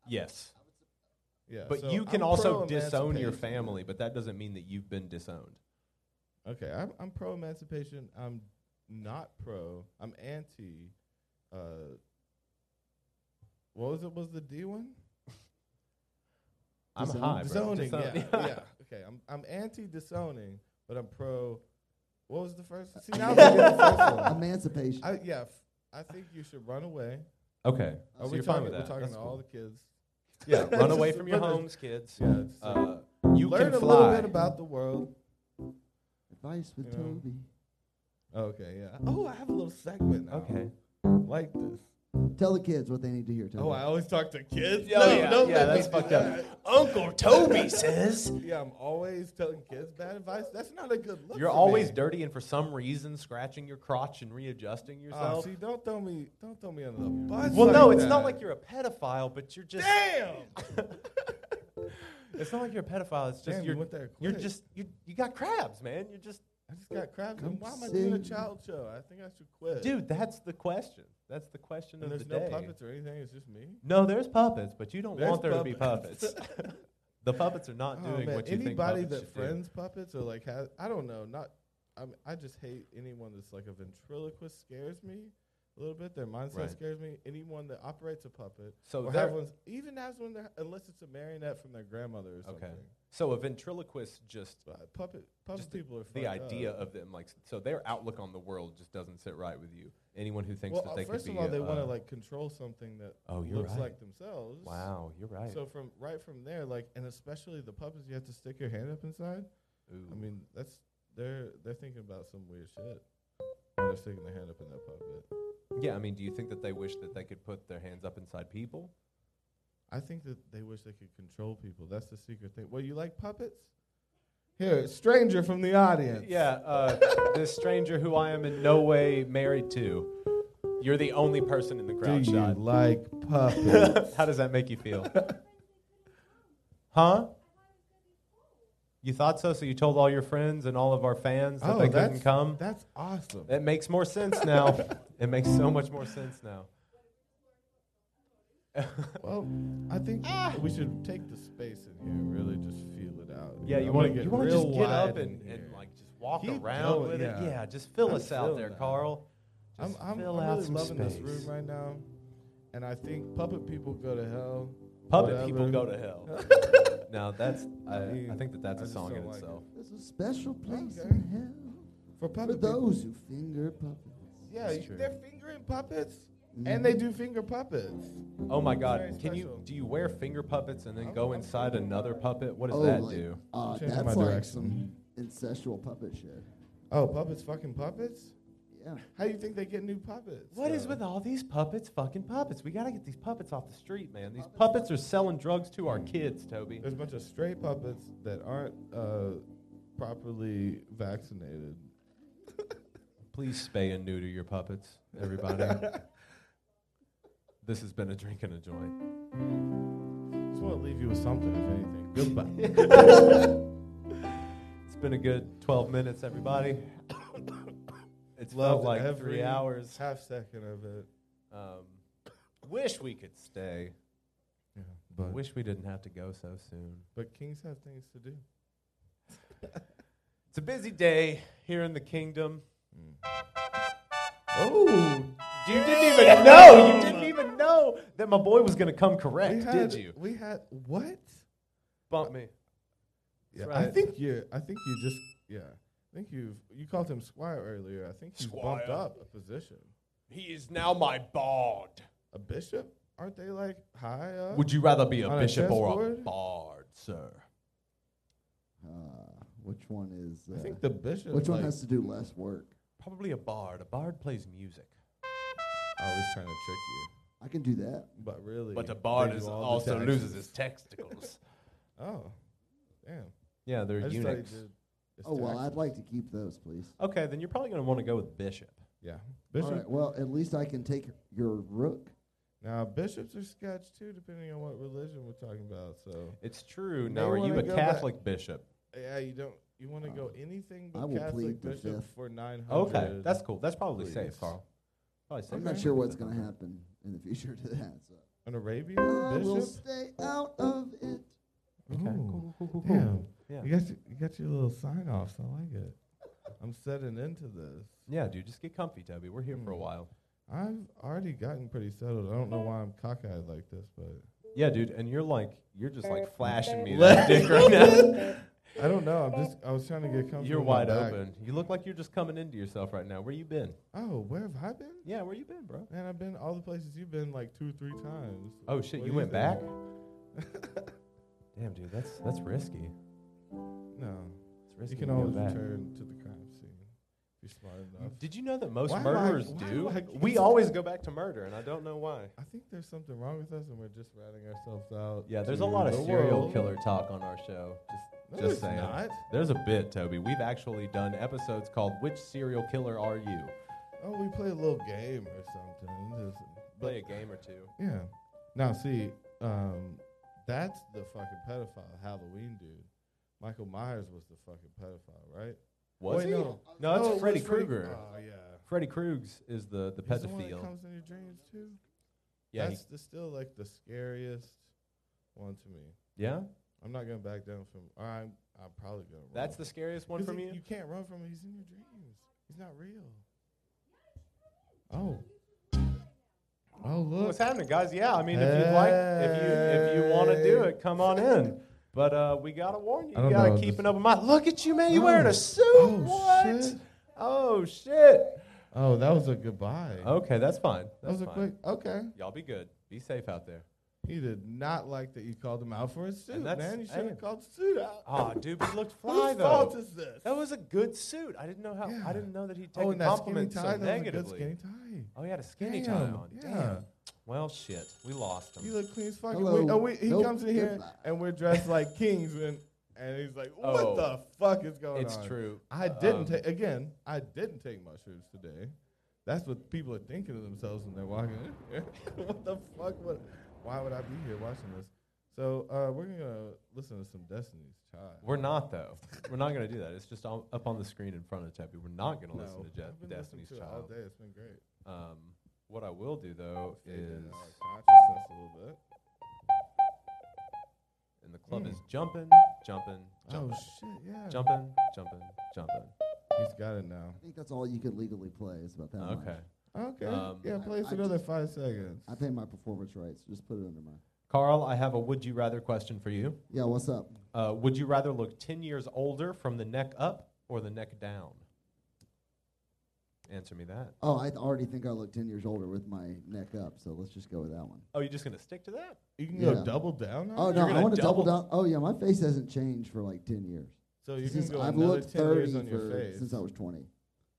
[SPEAKER 2] yes,
[SPEAKER 3] I would sup-
[SPEAKER 1] Yeah.
[SPEAKER 2] but
[SPEAKER 1] so
[SPEAKER 2] you can
[SPEAKER 1] I'm
[SPEAKER 2] also
[SPEAKER 1] pro
[SPEAKER 2] disown your
[SPEAKER 1] emancipation.
[SPEAKER 2] family, but that doesn't mean that you've been disowned.
[SPEAKER 1] Okay, I'm, I'm pro emancipation. I'm not pro. I'm anti. Uh, what was it? Was the D one?
[SPEAKER 2] I'm
[SPEAKER 3] Disowned?
[SPEAKER 2] high, bro.
[SPEAKER 1] Disowning.
[SPEAKER 2] Disowned.
[SPEAKER 1] Yeah, yeah. Okay, I'm I'm anti disowning, but I'm pro. What was the first? See now I'm
[SPEAKER 3] Emanci-
[SPEAKER 1] forgetting the first one.
[SPEAKER 3] Emancipation.
[SPEAKER 1] I, yeah, f- I think you should run away.
[SPEAKER 2] Okay,
[SPEAKER 1] Are
[SPEAKER 2] Oh, so
[SPEAKER 1] we
[SPEAKER 2] you're
[SPEAKER 1] talking,
[SPEAKER 2] fine with that.
[SPEAKER 1] We're talking
[SPEAKER 2] That's
[SPEAKER 1] to
[SPEAKER 2] cool.
[SPEAKER 1] all the kids.
[SPEAKER 2] yeah, run away
[SPEAKER 1] Just-
[SPEAKER 2] from your
[SPEAKER 1] but there's-
[SPEAKER 2] homes, kids.
[SPEAKER 1] Yeah, it's, uh,
[SPEAKER 2] Uh, you
[SPEAKER 1] learn
[SPEAKER 2] can
[SPEAKER 1] a little
[SPEAKER 2] fly.
[SPEAKER 1] bit about the world.
[SPEAKER 3] Advice with
[SPEAKER 1] You know.
[SPEAKER 3] Toby.
[SPEAKER 1] Okay, yeah. Oh, I have a little segment now.
[SPEAKER 2] Okay.
[SPEAKER 1] like this.
[SPEAKER 3] Tell the kids what they need to hear tonight.
[SPEAKER 1] Oh, I always talk to kids.
[SPEAKER 2] Yeah, oh,
[SPEAKER 1] no,
[SPEAKER 2] yeah,
[SPEAKER 1] don't
[SPEAKER 2] yeah,
[SPEAKER 1] let me
[SPEAKER 2] that's
[SPEAKER 1] do
[SPEAKER 2] fucked up.
[SPEAKER 1] that.
[SPEAKER 2] Uncle Toby says
[SPEAKER 1] Yeah, I'm always telling kids bad advice. That's not a good look.
[SPEAKER 2] you're
[SPEAKER 1] for
[SPEAKER 2] always
[SPEAKER 1] me.
[SPEAKER 2] dirty and for some reason scratching your crotch and readjusting
[SPEAKER 1] Ah,
[SPEAKER 2] yourself.
[SPEAKER 1] see, don't throw me, don't throw me under the bus.
[SPEAKER 2] well, no, it's
[SPEAKER 1] that.
[SPEAKER 2] not like you're a pedophile, but you're just
[SPEAKER 1] Damn.
[SPEAKER 2] it's not like you're a pedophile. It's just
[SPEAKER 1] Damn, you
[SPEAKER 2] you're
[SPEAKER 1] went there
[SPEAKER 2] you're
[SPEAKER 1] quick.
[SPEAKER 2] just you you got crabs, man. You're just
[SPEAKER 1] I just got crabs.
[SPEAKER 3] Come
[SPEAKER 1] And why am I doing a
[SPEAKER 3] sing.
[SPEAKER 1] child show? I think I should quit.
[SPEAKER 2] dude. That's the question. That's the question
[SPEAKER 1] and
[SPEAKER 2] of
[SPEAKER 1] there's
[SPEAKER 2] the
[SPEAKER 1] no
[SPEAKER 2] day.
[SPEAKER 1] puppets or anything. It's just me.
[SPEAKER 2] No, there's puppets, but you don't
[SPEAKER 1] There's
[SPEAKER 2] want there to be
[SPEAKER 1] puppets.
[SPEAKER 2] puppets. the puppets are not
[SPEAKER 1] Oh,
[SPEAKER 2] doing
[SPEAKER 1] man,
[SPEAKER 2] what you think
[SPEAKER 1] anybody
[SPEAKER 2] puppets
[SPEAKER 1] that
[SPEAKER 2] should
[SPEAKER 1] friends puppets or like has I don't know not I mean, I just hate anyone that's like a ventriloquist scares me a little bit their mindset
[SPEAKER 2] Right.
[SPEAKER 1] scares me anyone that operates a puppet
[SPEAKER 2] do. So
[SPEAKER 1] or
[SPEAKER 2] there-
[SPEAKER 1] have ones even has one that, unless it's a marionette from their grandmother or
[SPEAKER 2] Okay.
[SPEAKER 1] something
[SPEAKER 2] so a ventriloquist just
[SPEAKER 1] but puppet puppet
[SPEAKER 2] Just
[SPEAKER 1] people are
[SPEAKER 2] the
[SPEAKER 1] fucked
[SPEAKER 2] idea
[SPEAKER 1] up.
[SPEAKER 2] of them like so their outlook on the world just doesn't sit right with you. Anyone who thinks
[SPEAKER 1] well
[SPEAKER 2] that
[SPEAKER 1] uh,
[SPEAKER 2] they
[SPEAKER 1] first
[SPEAKER 2] could
[SPEAKER 1] of
[SPEAKER 2] be
[SPEAKER 1] all they
[SPEAKER 2] a,
[SPEAKER 1] want
[SPEAKER 2] uh,
[SPEAKER 1] to like control something that
[SPEAKER 2] Oh, you're
[SPEAKER 1] looks
[SPEAKER 2] right.
[SPEAKER 1] like themselves
[SPEAKER 2] wow, you're right.
[SPEAKER 1] so from right from there like and especially the puppets you have to stick your hand up inside
[SPEAKER 2] Ooh.
[SPEAKER 1] I mean, that's they're they're thinking about some weird shit. When they're sticking their hand up in that puppet.
[SPEAKER 2] yeah, I mean, do you think that they wish that they could put their hands up inside people?
[SPEAKER 1] I think that they wish they could control people. That's the secret thing. Well, you like puppets? Here, stranger from the audience.
[SPEAKER 2] Yeah, uh, this stranger who I am in no way married to. You're the only person in the
[SPEAKER 1] Do
[SPEAKER 2] crowd
[SPEAKER 1] you
[SPEAKER 2] shot.
[SPEAKER 1] like puppets?
[SPEAKER 2] How does that make you feel? huh? You thought so, so you told all your friends and all of our fans that
[SPEAKER 1] Oh,
[SPEAKER 2] they
[SPEAKER 1] that's-
[SPEAKER 2] couldn't come?
[SPEAKER 1] That's awesome.
[SPEAKER 2] It makes more sense now. it makes so much more sense now.
[SPEAKER 1] Well, I think we should take the space in here and really just feel it out.
[SPEAKER 2] yeah, you
[SPEAKER 1] I'm
[SPEAKER 2] want
[SPEAKER 1] gonna
[SPEAKER 2] to
[SPEAKER 1] get
[SPEAKER 2] you want to
[SPEAKER 1] real
[SPEAKER 2] just get up
[SPEAKER 1] wide in
[SPEAKER 2] and,
[SPEAKER 1] here.
[SPEAKER 2] and like just walk
[SPEAKER 1] Keep
[SPEAKER 2] around
[SPEAKER 1] going,
[SPEAKER 2] with it.
[SPEAKER 1] yeah.
[SPEAKER 2] Yeah, just fill
[SPEAKER 1] I'm
[SPEAKER 2] us out
[SPEAKER 1] feeling
[SPEAKER 2] there,
[SPEAKER 1] that.
[SPEAKER 2] Carl.
[SPEAKER 1] I'm,
[SPEAKER 2] Just
[SPEAKER 1] I'm,
[SPEAKER 2] fill
[SPEAKER 1] I'm
[SPEAKER 2] out
[SPEAKER 1] really
[SPEAKER 2] some
[SPEAKER 1] loving this
[SPEAKER 2] space.
[SPEAKER 1] room right now, and I think puppet people go to hell.
[SPEAKER 2] Puppet
[SPEAKER 1] whatever.
[SPEAKER 2] people go to hell. now that's I,
[SPEAKER 1] I mean,
[SPEAKER 2] I think that that's
[SPEAKER 1] I
[SPEAKER 2] a
[SPEAKER 1] just
[SPEAKER 2] song
[SPEAKER 1] don't
[SPEAKER 2] in
[SPEAKER 1] like
[SPEAKER 2] itself.
[SPEAKER 3] There's a special place
[SPEAKER 1] Okay.
[SPEAKER 3] in hell
[SPEAKER 1] For
[SPEAKER 3] for
[SPEAKER 1] puppet people,
[SPEAKER 3] those who finger puppets.
[SPEAKER 1] yeah,
[SPEAKER 2] That's
[SPEAKER 1] you-
[SPEAKER 2] true.
[SPEAKER 1] they're fingering puppets, and they do finger puppets.
[SPEAKER 2] Oh my
[SPEAKER 1] very
[SPEAKER 2] God! Can you
[SPEAKER 1] special.
[SPEAKER 2] do you wear finger puppets and then go
[SPEAKER 1] I'm-
[SPEAKER 2] inside another puppet? What does
[SPEAKER 3] Oh,
[SPEAKER 2] that
[SPEAKER 3] like,
[SPEAKER 2] do?
[SPEAKER 3] Uh,
[SPEAKER 1] Changing my
[SPEAKER 3] that's like
[SPEAKER 1] direction.
[SPEAKER 3] some incestual puppet shit.
[SPEAKER 1] Oh, puppets, fucking puppets.
[SPEAKER 3] Yeah.
[SPEAKER 1] How do you think they get new puppets? Uh,
[SPEAKER 2] What is
[SPEAKER 1] though?
[SPEAKER 2] with all these puppets? Fucking puppets! We gotta get these puppets off the street, man. These puppets are selling drugs to our kids, Toby.
[SPEAKER 1] There's a bunch of stray puppets that aren't uh, properly vaccinated.
[SPEAKER 2] Please spay and neuter your puppets, everybody. this has been a drink and a joint.
[SPEAKER 1] Just want to leave you with something, if anything. Goodbye.
[SPEAKER 2] It's been a good 12 minutes, everybody. It's felt
[SPEAKER 1] Loved
[SPEAKER 2] like
[SPEAKER 1] every
[SPEAKER 2] three hours.
[SPEAKER 1] half second of it.
[SPEAKER 2] Um, wish we could stay.
[SPEAKER 1] Yeah, but
[SPEAKER 2] Wish we didn't have to go so soon.
[SPEAKER 1] but kings have things to do.
[SPEAKER 2] It's a busy day here in the kingdom. Mm.
[SPEAKER 1] Oh,
[SPEAKER 2] You didn't even know. You didn't even know that my boy was going to come
[SPEAKER 1] we
[SPEAKER 2] correct,
[SPEAKER 1] had,
[SPEAKER 2] did you?
[SPEAKER 1] We had what?
[SPEAKER 2] Bump me.
[SPEAKER 1] Yeah,
[SPEAKER 2] That's
[SPEAKER 1] I
[SPEAKER 2] right.
[SPEAKER 1] think you. I think you just. Yeah, I think you've. You called him squire earlier. I think you bumped
[SPEAKER 2] Squire.
[SPEAKER 1] up a position.
[SPEAKER 2] He is now my bard.
[SPEAKER 1] A bishop? Aren't they like high up?
[SPEAKER 2] Would you rather be a
[SPEAKER 1] On a
[SPEAKER 2] bishop or a
[SPEAKER 1] chessboard?
[SPEAKER 2] bard, sir?
[SPEAKER 3] Uh, which one is? Uh,
[SPEAKER 1] I think the bishop.
[SPEAKER 3] which one
[SPEAKER 1] like-
[SPEAKER 3] has to do less work?
[SPEAKER 2] Probably a bard. A bard plays music.
[SPEAKER 1] always trying to trick you,
[SPEAKER 3] I can do that.
[SPEAKER 1] but really.
[SPEAKER 2] But the
[SPEAKER 1] they
[SPEAKER 2] bard
[SPEAKER 1] do
[SPEAKER 2] is
[SPEAKER 1] all the
[SPEAKER 2] also
[SPEAKER 1] taxes.
[SPEAKER 2] loses his testicles.
[SPEAKER 1] Oh, damn!
[SPEAKER 2] yeah,
[SPEAKER 1] I
[SPEAKER 2] they're
[SPEAKER 1] just thought he
[SPEAKER 2] eunuchs.
[SPEAKER 1] did. his
[SPEAKER 3] Oh well, I'd
[SPEAKER 1] taxes.
[SPEAKER 3] like to keep those, please.
[SPEAKER 2] Okay, then you're probably going to want to go with bishop.
[SPEAKER 1] Yeah,
[SPEAKER 3] All
[SPEAKER 1] bishop.
[SPEAKER 3] right. Well, at least I can take your rook.
[SPEAKER 1] Now bishops are sketched too, depending on what religion we're talking about. So
[SPEAKER 2] It's true.
[SPEAKER 1] May
[SPEAKER 2] Now, are you
[SPEAKER 1] wanna
[SPEAKER 2] a
[SPEAKER 1] go back.
[SPEAKER 2] Catholic bishop?
[SPEAKER 1] yeah, you don't. You want to go anything but
[SPEAKER 3] Um, I will
[SPEAKER 1] Catholic
[SPEAKER 3] plead the
[SPEAKER 1] bishop
[SPEAKER 3] fifth.
[SPEAKER 1] for nine hundred.
[SPEAKER 2] Okay, that's cool. That's probably safe,
[SPEAKER 1] Please.
[SPEAKER 2] Carl. Probably safe.
[SPEAKER 3] I'm not sure what's going to happen in the future to that. So.
[SPEAKER 1] an Arabian
[SPEAKER 3] I will
[SPEAKER 1] bishop.
[SPEAKER 3] stay out of it.
[SPEAKER 1] Ooh.
[SPEAKER 2] Okay. Cool, cool, cool, cool.
[SPEAKER 1] Damn.
[SPEAKER 2] Yeah.
[SPEAKER 1] You got your, you got your little sign offs. I like it. I'm setting into this.
[SPEAKER 2] Yeah, dude, just get comfy, Toby. We're here for a
[SPEAKER 1] Mm.
[SPEAKER 2] while.
[SPEAKER 1] I've already gotten pretty settled. I don't know why I'm cockeyed like this, but
[SPEAKER 2] Yeah, dude, and you're like, you're just like flashing me that dick right now.
[SPEAKER 1] I don't know. I'm just I was trying to get comfortable.
[SPEAKER 2] You're
[SPEAKER 1] in my
[SPEAKER 2] wide
[SPEAKER 1] back.
[SPEAKER 2] open. You look like you're just coming into yourself right now. Where you been?
[SPEAKER 1] Oh, where have I been?
[SPEAKER 2] Yeah, where you been, bro?
[SPEAKER 1] Man, I've been all the places you've been like two, three times.
[SPEAKER 2] Oh shit,
[SPEAKER 1] What
[SPEAKER 2] you
[SPEAKER 1] do
[SPEAKER 2] went
[SPEAKER 1] think?
[SPEAKER 2] back? Damn, dude, that's that's risky.
[SPEAKER 1] No.
[SPEAKER 2] It's risky.
[SPEAKER 1] You can
[SPEAKER 2] to go
[SPEAKER 1] always
[SPEAKER 2] back.
[SPEAKER 1] return to the crime scene. If You're smart enough.
[SPEAKER 2] Did you know that most
[SPEAKER 1] Why do I-
[SPEAKER 2] murderers
[SPEAKER 1] why do
[SPEAKER 2] do?
[SPEAKER 1] I
[SPEAKER 2] we
[SPEAKER 1] keep-
[SPEAKER 2] always go back to murder, and I don't know why.
[SPEAKER 1] I think there's something wrong with us, and we're just ratting ourselves out.
[SPEAKER 2] Yeah, there's a
[SPEAKER 1] to
[SPEAKER 2] lot of
[SPEAKER 1] the
[SPEAKER 2] serial
[SPEAKER 1] world.
[SPEAKER 2] killer talk on our show. Just,
[SPEAKER 1] No,
[SPEAKER 2] just
[SPEAKER 1] there's
[SPEAKER 2] saying.
[SPEAKER 1] not.
[SPEAKER 2] There's a bit, Toby. We've actually done episodes called "Which Serial Killer Are You?"
[SPEAKER 1] Oh, we play a little game or something. Just- but-
[SPEAKER 2] Play a game or two.
[SPEAKER 1] Yeah. Now see, um, that's the fucking pedophile Halloween dude. Michael Myers was the fucking pedophile, right?
[SPEAKER 2] Was
[SPEAKER 1] Wait,
[SPEAKER 2] he?
[SPEAKER 1] No,
[SPEAKER 2] No, that's
[SPEAKER 1] it was
[SPEAKER 2] Freddy Krueger.
[SPEAKER 1] Oh yeah.
[SPEAKER 2] Freddy Kruegs is the the
[SPEAKER 1] He's the one that
[SPEAKER 2] pedophile.
[SPEAKER 1] comes in your dreams too.
[SPEAKER 2] yeah, he-
[SPEAKER 1] That's the, still like the scariest one to me.
[SPEAKER 2] yeah.
[SPEAKER 1] I'm not gonna back down from. Or I'm. I'm probably gonna. Run.
[SPEAKER 2] That's the scariest one
[SPEAKER 1] 'Cause
[SPEAKER 2] from
[SPEAKER 1] he-
[SPEAKER 2] you.
[SPEAKER 1] You can't run from him. He's in your dreams. He's not real. Oh. Oh look.
[SPEAKER 2] What's happening, guys? Yeah, I mean, if you like, if you if you want to do
[SPEAKER 1] Hey.
[SPEAKER 2] it, come on in. But uh, we gotta warn you.
[SPEAKER 1] I
[SPEAKER 2] You
[SPEAKER 1] don't
[SPEAKER 2] gotta
[SPEAKER 1] know,
[SPEAKER 2] keep
[SPEAKER 1] just-
[SPEAKER 2] an open mind. Look at you, man. You
[SPEAKER 1] Oh.
[SPEAKER 2] wearing a suit?
[SPEAKER 1] Oh,
[SPEAKER 2] what?
[SPEAKER 1] shit.
[SPEAKER 2] Oh shit.
[SPEAKER 1] Oh, that was a goodbye.
[SPEAKER 2] Okay, that's fine.
[SPEAKER 1] that
[SPEAKER 2] Oh, That's
[SPEAKER 1] was a
[SPEAKER 2] fine.
[SPEAKER 1] quick. Okay.
[SPEAKER 2] Y'all be good. Be safe out there.
[SPEAKER 1] He did not like that you called him out for his suit,
[SPEAKER 2] And that's-
[SPEAKER 1] man. You should
[SPEAKER 2] hey.
[SPEAKER 1] have called the suit out.
[SPEAKER 2] Ah, dude, but it looked fly
[SPEAKER 1] Whose fault
[SPEAKER 2] though.
[SPEAKER 1] is this?
[SPEAKER 2] That was a good suit. I didn't know how. I
[SPEAKER 1] Yeah.
[SPEAKER 2] didn't know that he'd
[SPEAKER 1] oh,
[SPEAKER 2] taken
[SPEAKER 1] and that skinny
[SPEAKER 2] compliments
[SPEAKER 1] tie.
[SPEAKER 2] so
[SPEAKER 1] that was a
[SPEAKER 2] negatively.
[SPEAKER 1] good skinny
[SPEAKER 2] oh, he had a
[SPEAKER 1] tie.
[SPEAKER 2] skinny tie
[SPEAKER 1] Damn,
[SPEAKER 2] on.
[SPEAKER 1] Yeah.
[SPEAKER 2] Damn. Well, shit. We lost him.
[SPEAKER 1] You look clean as fuck.
[SPEAKER 3] Hello.
[SPEAKER 1] We, oh, we, he
[SPEAKER 3] Nope.
[SPEAKER 1] comes in here
[SPEAKER 3] Goodbye.
[SPEAKER 1] and we're dressed like kings, and and he's like, "What
[SPEAKER 2] Oh.
[SPEAKER 1] the fuck is going
[SPEAKER 2] it's
[SPEAKER 1] on?"
[SPEAKER 2] true.
[SPEAKER 1] I didn't
[SPEAKER 2] Um,
[SPEAKER 1] take again. I didn't take mushrooms today. That's what people are thinking of themselves when they're walking in here. what the fuck? What? Why would I be here watching this? So uh, we're gonna listen to some Destiny's Child.
[SPEAKER 2] We're not though. We're not gonna do that. It's just on, up on the screen in front of Teppy. We're not gonna listen to
[SPEAKER 1] I've
[SPEAKER 2] Je-
[SPEAKER 1] been listening
[SPEAKER 2] Destiny's
[SPEAKER 1] to it all
[SPEAKER 2] Child.
[SPEAKER 1] day. It's been great.
[SPEAKER 2] Um, what I will do though
[SPEAKER 1] Fade
[SPEAKER 2] is,
[SPEAKER 1] in our consciousness a little bit.
[SPEAKER 2] and the club
[SPEAKER 1] Mm.
[SPEAKER 2] is jumping, jumping, jumping,
[SPEAKER 1] Oh shit! Yeah.
[SPEAKER 2] jumping, jumping, jumping.
[SPEAKER 1] He's got it now.
[SPEAKER 3] I think that's all you can legally play is about that much.
[SPEAKER 2] Okay.
[SPEAKER 1] Okay.
[SPEAKER 2] Um,
[SPEAKER 1] yeah.
[SPEAKER 3] I-
[SPEAKER 1] Play us
[SPEAKER 3] I
[SPEAKER 1] another
[SPEAKER 3] just-
[SPEAKER 1] five seconds.
[SPEAKER 3] I pay my performance rights. Just put it under my.
[SPEAKER 2] Carl, I have a would you rather question for you.
[SPEAKER 3] Yeah, what's up?
[SPEAKER 2] Uh, would you rather look 10 years older from the neck up or the neck down? Answer me that.
[SPEAKER 3] Oh, I th- already think I look 10 years older with my neck up, so let's just go with that one.
[SPEAKER 2] Oh, you're just going to stick to that?
[SPEAKER 1] You can
[SPEAKER 3] Yeah.
[SPEAKER 1] go double down. on
[SPEAKER 3] Oh,
[SPEAKER 1] it?
[SPEAKER 3] no,
[SPEAKER 2] gonna
[SPEAKER 3] I want to double
[SPEAKER 2] double-
[SPEAKER 3] down. Oh, yeah, my face hasn't changed for like 10 years.
[SPEAKER 1] So you can
[SPEAKER 3] Since
[SPEAKER 1] go
[SPEAKER 3] I've
[SPEAKER 1] another
[SPEAKER 3] looked
[SPEAKER 1] ten
[SPEAKER 3] 30
[SPEAKER 1] years on your
[SPEAKER 3] for-
[SPEAKER 1] face
[SPEAKER 3] since I was 20.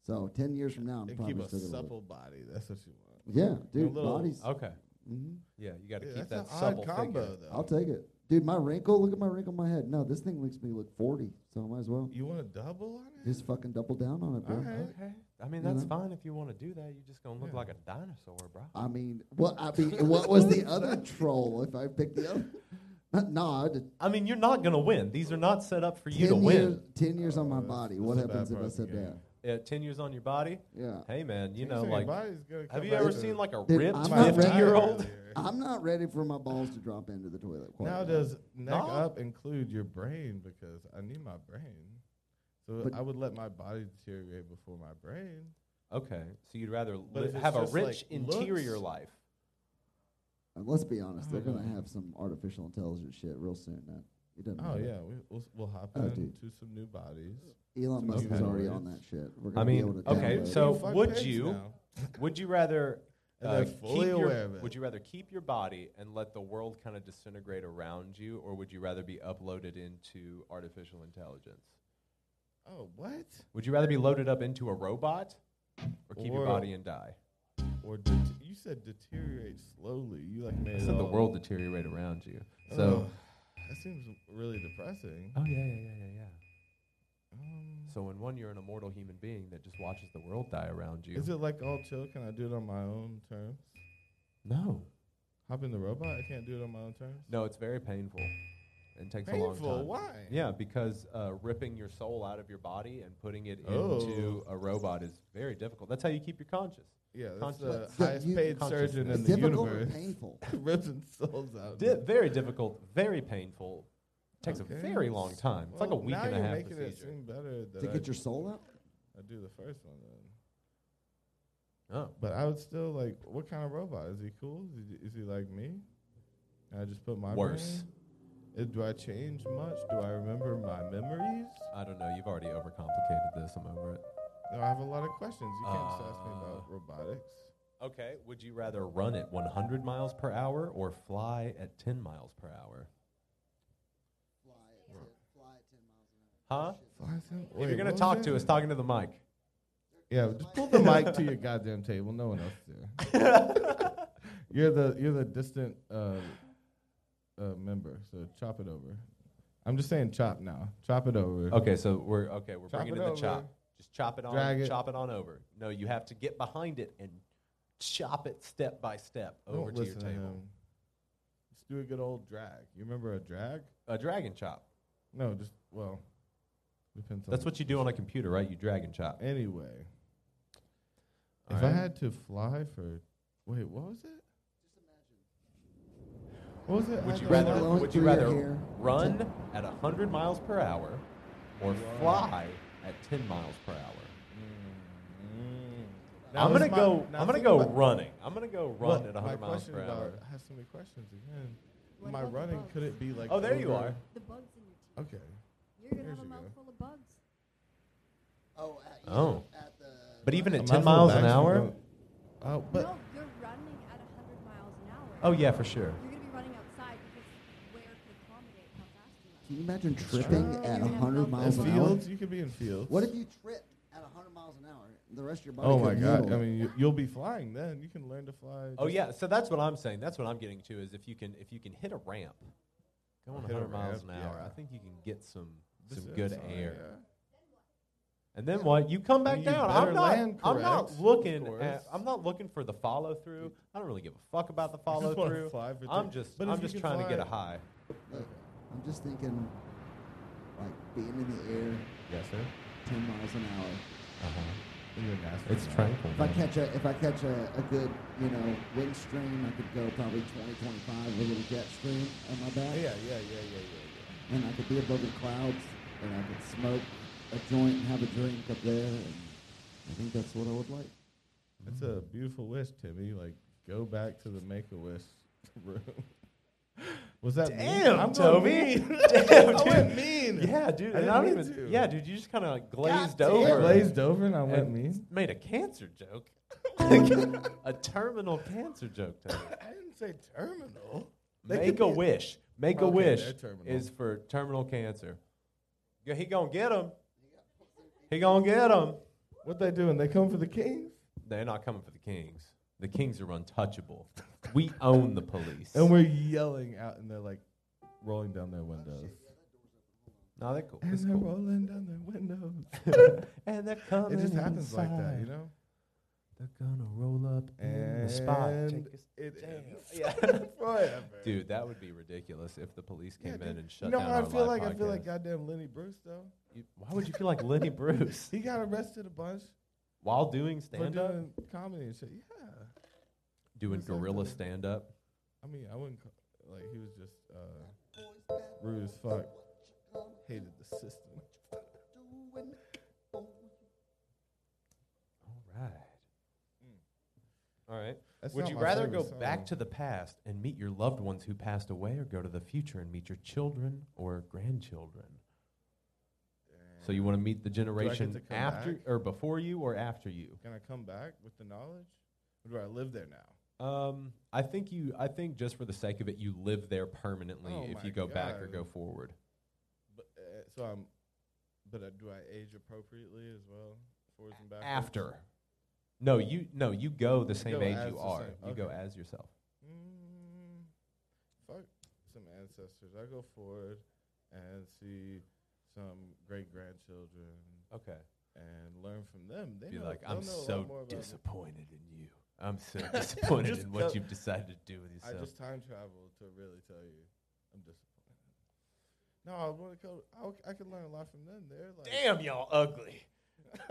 [SPEAKER 3] So 10 years from now, I'm
[SPEAKER 1] and
[SPEAKER 3] probably
[SPEAKER 1] keep a
[SPEAKER 3] still gonna
[SPEAKER 1] supple body. That's what you want.
[SPEAKER 3] Look. Yeah, dude,
[SPEAKER 1] little-
[SPEAKER 3] bodies.
[SPEAKER 2] Okay.
[SPEAKER 3] hmm
[SPEAKER 2] Yeah, you got to
[SPEAKER 1] Yeah,
[SPEAKER 2] keep that
[SPEAKER 1] that's an
[SPEAKER 2] supple
[SPEAKER 1] odd combo,
[SPEAKER 2] figure.
[SPEAKER 1] though.
[SPEAKER 3] I'll take it. Dude, my wrinkle, look at my wrinkle on my head. No, this thing makes me look 40, so I might as well
[SPEAKER 1] You want to double on it?
[SPEAKER 3] just fucking double down on it, bro.
[SPEAKER 1] Alright.
[SPEAKER 2] Okay. I mean,
[SPEAKER 3] You
[SPEAKER 2] that's
[SPEAKER 3] know?
[SPEAKER 2] fine if you want to do that. You're just going to look
[SPEAKER 1] Yeah.
[SPEAKER 2] like a dinosaur, bro.
[SPEAKER 3] I mean, what I mean, what was the other troll if I picked the other? Not, nah, I did
[SPEAKER 2] I mean, you're not going to win. These are not set up for you
[SPEAKER 3] 10
[SPEAKER 2] to
[SPEAKER 3] years,
[SPEAKER 2] win.
[SPEAKER 3] 10 years on
[SPEAKER 1] Oh,
[SPEAKER 3] my
[SPEAKER 1] that's-
[SPEAKER 3] body.
[SPEAKER 1] that's
[SPEAKER 3] What
[SPEAKER 1] a bad
[SPEAKER 3] happens if I
[SPEAKER 1] part of the
[SPEAKER 3] said that?
[SPEAKER 1] game.
[SPEAKER 2] Uh, 10 years on your body?
[SPEAKER 3] Yeah.
[SPEAKER 2] Hey, man, you
[SPEAKER 1] Things in
[SPEAKER 2] know,
[SPEAKER 1] your
[SPEAKER 2] like,
[SPEAKER 1] body's gonna
[SPEAKER 2] have
[SPEAKER 1] come
[SPEAKER 2] you
[SPEAKER 1] back
[SPEAKER 2] ever
[SPEAKER 1] to-
[SPEAKER 2] seen, like, a
[SPEAKER 3] Dude,
[SPEAKER 2] ripped
[SPEAKER 3] I'm not
[SPEAKER 2] 50 year old?
[SPEAKER 1] ready.
[SPEAKER 3] I'm not ready for my balls to drop into the toilet. quite
[SPEAKER 1] Now
[SPEAKER 3] yet.
[SPEAKER 1] does neck
[SPEAKER 2] No.
[SPEAKER 1] up include your brain? Because I need my brain. So
[SPEAKER 3] But-
[SPEAKER 1] I would let my body deteriorate before my brain.
[SPEAKER 2] Okay. So you'd rather li-
[SPEAKER 1] if it's
[SPEAKER 2] have a
[SPEAKER 1] just,
[SPEAKER 2] rich
[SPEAKER 1] like,
[SPEAKER 2] interior
[SPEAKER 1] looks-
[SPEAKER 2] life.
[SPEAKER 3] And Uh, let's be honest, they're gonna
[SPEAKER 1] Oh.
[SPEAKER 3] have some artificial intelligence shit real soon. Now. It doesn't.
[SPEAKER 1] Oh
[SPEAKER 3] matter.
[SPEAKER 1] yeah, we, we'll, s- we'll hop
[SPEAKER 3] Oh,
[SPEAKER 1] into
[SPEAKER 3] dude.
[SPEAKER 1] some new bodies.
[SPEAKER 3] Elon
[SPEAKER 1] Some
[SPEAKER 3] Musk is
[SPEAKER 1] okay.
[SPEAKER 3] already on that shit. We're gonna
[SPEAKER 2] I
[SPEAKER 3] be able
[SPEAKER 2] mean,
[SPEAKER 3] to
[SPEAKER 2] okay,
[SPEAKER 3] download
[SPEAKER 2] so
[SPEAKER 1] You fuck
[SPEAKER 2] would
[SPEAKER 1] pigs
[SPEAKER 2] you
[SPEAKER 1] now.
[SPEAKER 2] would you rather
[SPEAKER 1] And
[SPEAKER 2] uh,
[SPEAKER 1] they're fully
[SPEAKER 2] keep your-
[SPEAKER 1] aware of it.
[SPEAKER 2] Would you rather keep your body and let the world kind of disintegrate around you, or would you rather be uploaded into artificial intelligence?
[SPEAKER 1] Oh what?
[SPEAKER 2] Would you rather be loaded up into a robot, or keep your
[SPEAKER 1] Or-
[SPEAKER 2] body and die?
[SPEAKER 1] Or det- you said deteriorate slowly. You like made
[SPEAKER 2] I
[SPEAKER 1] it
[SPEAKER 2] said the
[SPEAKER 1] all-
[SPEAKER 2] world deteriorate around you. So,
[SPEAKER 1] Ugh, that seems really depressing.
[SPEAKER 2] oh yeah, yeah, yeah, yeah, yeah.
[SPEAKER 1] Um,
[SPEAKER 2] So in one, you're an immortal human being that just watches the world die around you.
[SPEAKER 1] is it like all chill? Can I do it on my own terms?
[SPEAKER 2] No,
[SPEAKER 1] Hop in the robot. I can't do it on my own terms.
[SPEAKER 2] no, it's very painful, and takes a long time.
[SPEAKER 1] Painful. Why?
[SPEAKER 2] Yeah, because uh, ripping your soul out of your body and putting it
[SPEAKER 1] Oh.
[SPEAKER 2] into a robot is very difficult. That's how you keep your conscious.
[SPEAKER 1] Yeah, that's the
[SPEAKER 2] Conscious-
[SPEAKER 3] Yeah,
[SPEAKER 1] highest
[SPEAKER 3] you-
[SPEAKER 1] paid surgeon
[SPEAKER 2] consciousness.
[SPEAKER 1] in
[SPEAKER 3] It's
[SPEAKER 1] the
[SPEAKER 3] difficult or
[SPEAKER 1] universe.
[SPEAKER 3] painful.
[SPEAKER 1] Ripping souls out.
[SPEAKER 2] Di- very difficult, very painful. Takes a
[SPEAKER 1] Okay.
[SPEAKER 2] very long time. It's like a
[SPEAKER 1] Well,
[SPEAKER 2] week
[SPEAKER 1] now
[SPEAKER 2] and a
[SPEAKER 1] you're
[SPEAKER 2] half
[SPEAKER 1] making it
[SPEAKER 2] procedure.
[SPEAKER 1] seem better that
[SPEAKER 3] to
[SPEAKER 1] I,
[SPEAKER 3] get your soul out.
[SPEAKER 1] I do the first one then.
[SPEAKER 2] Oh,
[SPEAKER 1] But I would still like. What kind of robot is he? Cool? Is he, is he like me? And I just put my
[SPEAKER 2] worse.
[SPEAKER 1] brain- Uh, Do I change much? Do I remember my memories?
[SPEAKER 2] I don't know. You've already overcomplicated this. I'm over it.
[SPEAKER 1] No, I have a lot of questions. You can't just ask me
[SPEAKER 2] Uh,
[SPEAKER 1] about robotics.
[SPEAKER 2] Okay. Would you rather run at 100 miles per hour or fly at 10 miles per hour?
[SPEAKER 3] Fly at
[SPEAKER 1] Right.
[SPEAKER 3] ten miles an
[SPEAKER 2] Huh?
[SPEAKER 1] Fly some-
[SPEAKER 2] if
[SPEAKER 1] wait,
[SPEAKER 2] you're gonna
[SPEAKER 1] what was
[SPEAKER 2] talk to
[SPEAKER 1] that?
[SPEAKER 2] us, talking to the mic.
[SPEAKER 3] They're
[SPEAKER 1] Yeah, just pull the mic to your goddamn table. No one else is there. you're the you're the distant uh, uh, member, so chop it over. I'm just saying chop now. Chop it over.
[SPEAKER 2] Okay, so we're okay. We're
[SPEAKER 1] Chop
[SPEAKER 2] bringing
[SPEAKER 1] it
[SPEAKER 2] in the
[SPEAKER 1] over.
[SPEAKER 2] chop. Just chop it on.
[SPEAKER 1] Drag it.
[SPEAKER 2] Chop it on over. No, you have to get behind it and chop it step by step
[SPEAKER 1] Don't
[SPEAKER 2] over to your
[SPEAKER 1] listen to
[SPEAKER 2] table.
[SPEAKER 1] him. Let's do a good old drag. You remember a drag?
[SPEAKER 2] A dragon chop.
[SPEAKER 1] No, just well, depends on.
[SPEAKER 2] That's what you do on a computer, right? You dragon chop.
[SPEAKER 1] Anyway,
[SPEAKER 2] All
[SPEAKER 1] if I
[SPEAKER 2] right.
[SPEAKER 1] had to fly for, wait, what was it? What was it? I
[SPEAKER 2] Would
[SPEAKER 1] had
[SPEAKER 2] you
[SPEAKER 1] to
[SPEAKER 2] rather?
[SPEAKER 1] fly-
[SPEAKER 3] Alone
[SPEAKER 2] Would you
[SPEAKER 3] through your
[SPEAKER 2] rather
[SPEAKER 3] hair.
[SPEAKER 2] run at hundred miles per hour, or
[SPEAKER 1] Wow.
[SPEAKER 2] fly at ten miles per hour?
[SPEAKER 1] Now
[SPEAKER 2] I'm
[SPEAKER 1] this
[SPEAKER 2] gonna
[SPEAKER 1] my-
[SPEAKER 2] go.
[SPEAKER 1] now
[SPEAKER 2] I'm gonna
[SPEAKER 1] think
[SPEAKER 2] go
[SPEAKER 1] about-
[SPEAKER 2] running. I'm gonna go run
[SPEAKER 1] But
[SPEAKER 2] at hundred
[SPEAKER 1] my
[SPEAKER 2] miles
[SPEAKER 1] question
[SPEAKER 2] per
[SPEAKER 1] about-
[SPEAKER 2] hour.
[SPEAKER 1] I have so many questions again.
[SPEAKER 4] What
[SPEAKER 1] my
[SPEAKER 4] about the
[SPEAKER 1] running
[SPEAKER 4] bugs?
[SPEAKER 1] could it be like?
[SPEAKER 2] Oh, there you
[SPEAKER 1] over-
[SPEAKER 2] are.
[SPEAKER 4] The bugs in your teeth.
[SPEAKER 1] Okay.
[SPEAKER 4] You're gonna
[SPEAKER 1] Here's
[SPEAKER 4] have a
[SPEAKER 1] your go.
[SPEAKER 4] mouthful of bugs.
[SPEAKER 3] Oh, at, yeah,
[SPEAKER 2] Oh.
[SPEAKER 3] at the
[SPEAKER 2] But even
[SPEAKER 1] A
[SPEAKER 2] at ten
[SPEAKER 1] mouthful of
[SPEAKER 2] miles
[SPEAKER 1] bags
[SPEAKER 2] an
[SPEAKER 1] would
[SPEAKER 2] hour.
[SPEAKER 1] go- Oh, but
[SPEAKER 4] no, you're running at 100 miles an hour.
[SPEAKER 2] Oh yeah, for sure.
[SPEAKER 4] You're gonna be running outside because where could accommodate how fast you run?
[SPEAKER 3] Can you imagine tripping
[SPEAKER 1] Sure.
[SPEAKER 3] at
[SPEAKER 4] You're gonna have
[SPEAKER 3] 100
[SPEAKER 4] mouthful
[SPEAKER 3] miles
[SPEAKER 4] of
[SPEAKER 3] an hour?
[SPEAKER 1] fields, you could be in fields.
[SPEAKER 3] What if you tripped at 100 miles an hour? The rest of your body
[SPEAKER 1] Oh my
[SPEAKER 3] couldn't
[SPEAKER 1] god!
[SPEAKER 3] handle
[SPEAKER 1] I
[SPEAKER 3] it.
[SPEAKER 1] mean, you, you'll be flying then. You can learn to fly.
[SPEAKER 2] Oh
[SPEAKER 1] just-
[SPEAKER 2] yeah, so that's what I'm saying. That's what I'm getting to is if you can if you can hit a ramp, going
[SPEAKER 1] Hit a
[SPEAKER 2] 100 miles an
[SPEAKER 1] ramp,
[SPEAKER 2] hour,
[SPEAKER 1] yeah.
[SPEAKER 2] I think you can get some
[SPEAKER 1] this
[SPEAKER 2] some
[SPEAKER 1] is
[SPEAKER 2] good
[SPEAKER 1] fine,
[SPEAKER 2] air.
[SPEAKER 1] yeah.
[SPEAKER 2] And then what? You come back
[SPEAKER 1] You
[SPEAKER 2] down.
[SPEAKER 1] better
[SPEAKER 2] I'm not.
[SPEAKER 1] land
[SPEAKER 2] I'm not
[SPEAKER 1] correct,
[SPEAKER 2] looking.
[SPEAKER 1] of
[SPEAKER 2] At,
[SPEAKER 1] course.
[SPEAKER 2] I'm not looking for the follow through. I don't really give a fuck about the
[SPEAKER 1] I
[SPEAKER 2] follow
[SPEAKER 1] just wanna
[SPEAKER 2] through.
[SPEAKER 1] fly for
[SPEAKER 2] I'm
[SPEAKER 1] things.
[SPEAKER 2] just.
[SPEAKER 1] But if
[SPEAKER 2] I'm
[SPEAKER 1] you
[SPEAKER 2] just
[SPEAKER 1] can
[SPEAKER 2] trying to get a
[SPEAKER 1] fly-
[SPEAKER 2] high.
[SPEAKER 3] Look, I'm just thinking, like, being in the air
[SPEAKER 2] Yes, sir.
[SPEAKER 3] 10 miles an hour.
[SPEAKER 2] Uh-huh.
[SPEAKER 1] You're an astronaut.
[SPEAKER 2] It's tranquil.
[SPEAKER 3] If I
[SPEAKER 2] man.
[SPEAKER 3] catch a, if I catch a, a good, you know, wind stream, I could go probably 20, 25 with a little jet stream on my
[SPEAKER 1] Yeah,
[SPEAKER 3] back.
[SPEAKER 1] yeah, yeah, yeah, yeah,
[SPEAKER 3] And I could be above the clouds, and I could smoke a joint and have a drink up there. And I think that's what I would like.
[SPEAKER 1] yeah. It's a beautiful wish, Timmy. Like, go back to the Make a Wish room. Was that mean?
[SPEAKER 2] Damn,
[SPEAKER 1] I'm going
[SPEAKER 2] Toby.
[SPEAKER 1] mean.
[SPEAKER 2] Damn,
[SPEAKER 1] I went
[SPEAKER 2] dude.
[SPEAKER 1] mean.
[SPEAKER 2] Yeah, dude.
[SPEAKER 1] I
[SPEAKER 2] and
[SPEAKER 1] didn't
[SPEAKER 2] I don't
[SPEAKER 1] mean
[SPEAKER 2] even.
[SPEAKER 1] to.
[SPEAKER 2] Yeah, dude. You just kind of like glazed
[SPEAKER 3] damn.
[SPEAKER 2] over.
[SPEAKER 1] Glazed over and I went
[SPEAKER 2] and
[SPEAKER 1] mean.
[SPEAKER 2] Made a cancer joke. a terminal cancer joke. Tony.
[SPEAKER 1] I didn't say terminal. They could
[SPEAKER 2] Make a
[SPEAKER 1] be-
[SPEAKER 2] wish. Make a
[SPEAKER 1] Okay,
[SPEAKER 2] wish
[SPEAKER 1] they're terminal.
[SPEAKER 2] is for terminal cancer. Yeah, he gonna get him. He gonna get him.
[SPEAKER 1] What they doing? They come for the Kings,
[SPEAKER 2] They're not coming for the Kings. The Kings are untouchable. We own the police.
[SPEAKER 1] and we're yelling out, and they're like rolling down their windows.
[SPEAKER 2] no, they're cool.
[SPEAKER 1] Oh, And
[SPEAKER 2] It's
[SPEAKER 1] they're
[SPEAKER 2] cool.
[SPEAKER 1] rolling down their windows.
[SPEAKER 2] and they're coming.
[SPEAKER 1] It just happens like that, you
[SPEAKER 2] inside.
[SPEAKER 1] know.
[SPEAKER 2] They're gonna roll up in
[SPEAKER 1] And
[SPEAKER 2] the spot. Take us-
[SPEAKER 1] it
[SPEAKER 2] Damn.
[SPEAKER 1] ends
[SPEAKER 2] Yeah.
[SPEAKER 1] forever.
[SPEAKER 2] Dude, that would be ridiculous if the police
[SPEAKER 1] Yeah,
[SPEAKER 2] came in
[SPEAKER 1] dude.
[SPEAKER 2] and shut
[SPEAKER 1] You know
[SPEAKER 2] down
[SPEAKER 1] how I
[SPEAKER 2] our
[SPEAKER 1] feel
[SPEAKER 2] live
[SPEAKER 1] like? I feel
[SPEAKER 2] podcast.
[SPEAKER 1] like goddamn Lenny Bruce though.
[SPEAKER 2] You- Why would you feel like Lenny Bruce
[SPEAKER 1] He got arrested a bunch
[SPEAKER 2] while doing
[SPEAKER 1] for
[SPEAKER 2] stand up?
[SPEAKER 1] doing comedy and shit. Yeah.
[SPEAKER 2] Doing
[SPEAKER 1] Exactly.
[SPEAKER 2] gorilla stand up?
[SPEAKER 1] I mean, I wouldn't ca- like he was just uh, rude as fuck. Hated the system.
[SPEAKER 2] All right. All right.
[SPEAKER 1] Hmm. That's
[SPEAKER 2] Would
[SPEAKER 1] not
[SPEAKER 2] you
[SPEAKER 1] my
[SPEAKER 2] rather go
[SPEAKER 1] favorite song.
[SPEAKER 2] back to the past and meet your loved ones who passed away or go to the future and meet your children or grandchildren? So you want to meet the generation
[SPEAKER 1] to come
[SPEAKER 2] after
[SPEAKER 1] back?
[SPEAKER 2] or before you or after you?
[SPEAKER 1] Can I come back with the knowledge? Or do I live there now?
[SPEAKER 2] Um, I think you I think just for the sake of it you live there permanently
[SPEAKER 1] Oh
[SPEAKER 2] if
[SPEAKER 1] my
[SPEAKER 2] you go back or
[SPEAKER 1] God.
[SPEAKER 2] go forward.
[SPEAKER 1] But uh, so I'm. But uh, do I age appropriately as well? Forwards and backwards.
[SPEAKER 2] After. No, you no, you go the same
[SPEAKER 1] go
[SPEAKER 2] age
[SPEAKER 1] as
[SPEAKER 2] you
[SPEAKER 1] the
[SPEAKER 2] are.
[SPEAKER 1] same-
[SPEAKER 2] You go
[SPEAKER 1] okay.
[SPEAKER 2] as yourself.
[SPEAKER 1] Mm, fuck some ancestors. I go forward and see some great grandchildren
[SPEAKER 2] Okay.
[SPEAKER 1] and learn from them. They
[SPEAKER 2] be
[SPEAKER 1] know,
[SPEAKER 2] like,
[SPEAKER 1] they'll
[SPEAKER 2] I'm
[SPEAKER 1] know a lot more
[SPEAKER 2] so
[SPEAKER 1] about me."
[SPEAKER 2] disappointed in you. I'm so disappointed
[SPEAKER 1] Just
[SPEAKER 2] in
[SPEAKER 1] go-
[SPEAKER 2] what you've decided to do with
[SPEAKER 1] I
[SPEAKER 2] yourself.
[SPEAKER 1] just time traveled to really tell you I'm disappointed. No, I want to go. I, w- I can learn a lot from them. They're like,
[SPEAKER 2] Damn, y'all ugly.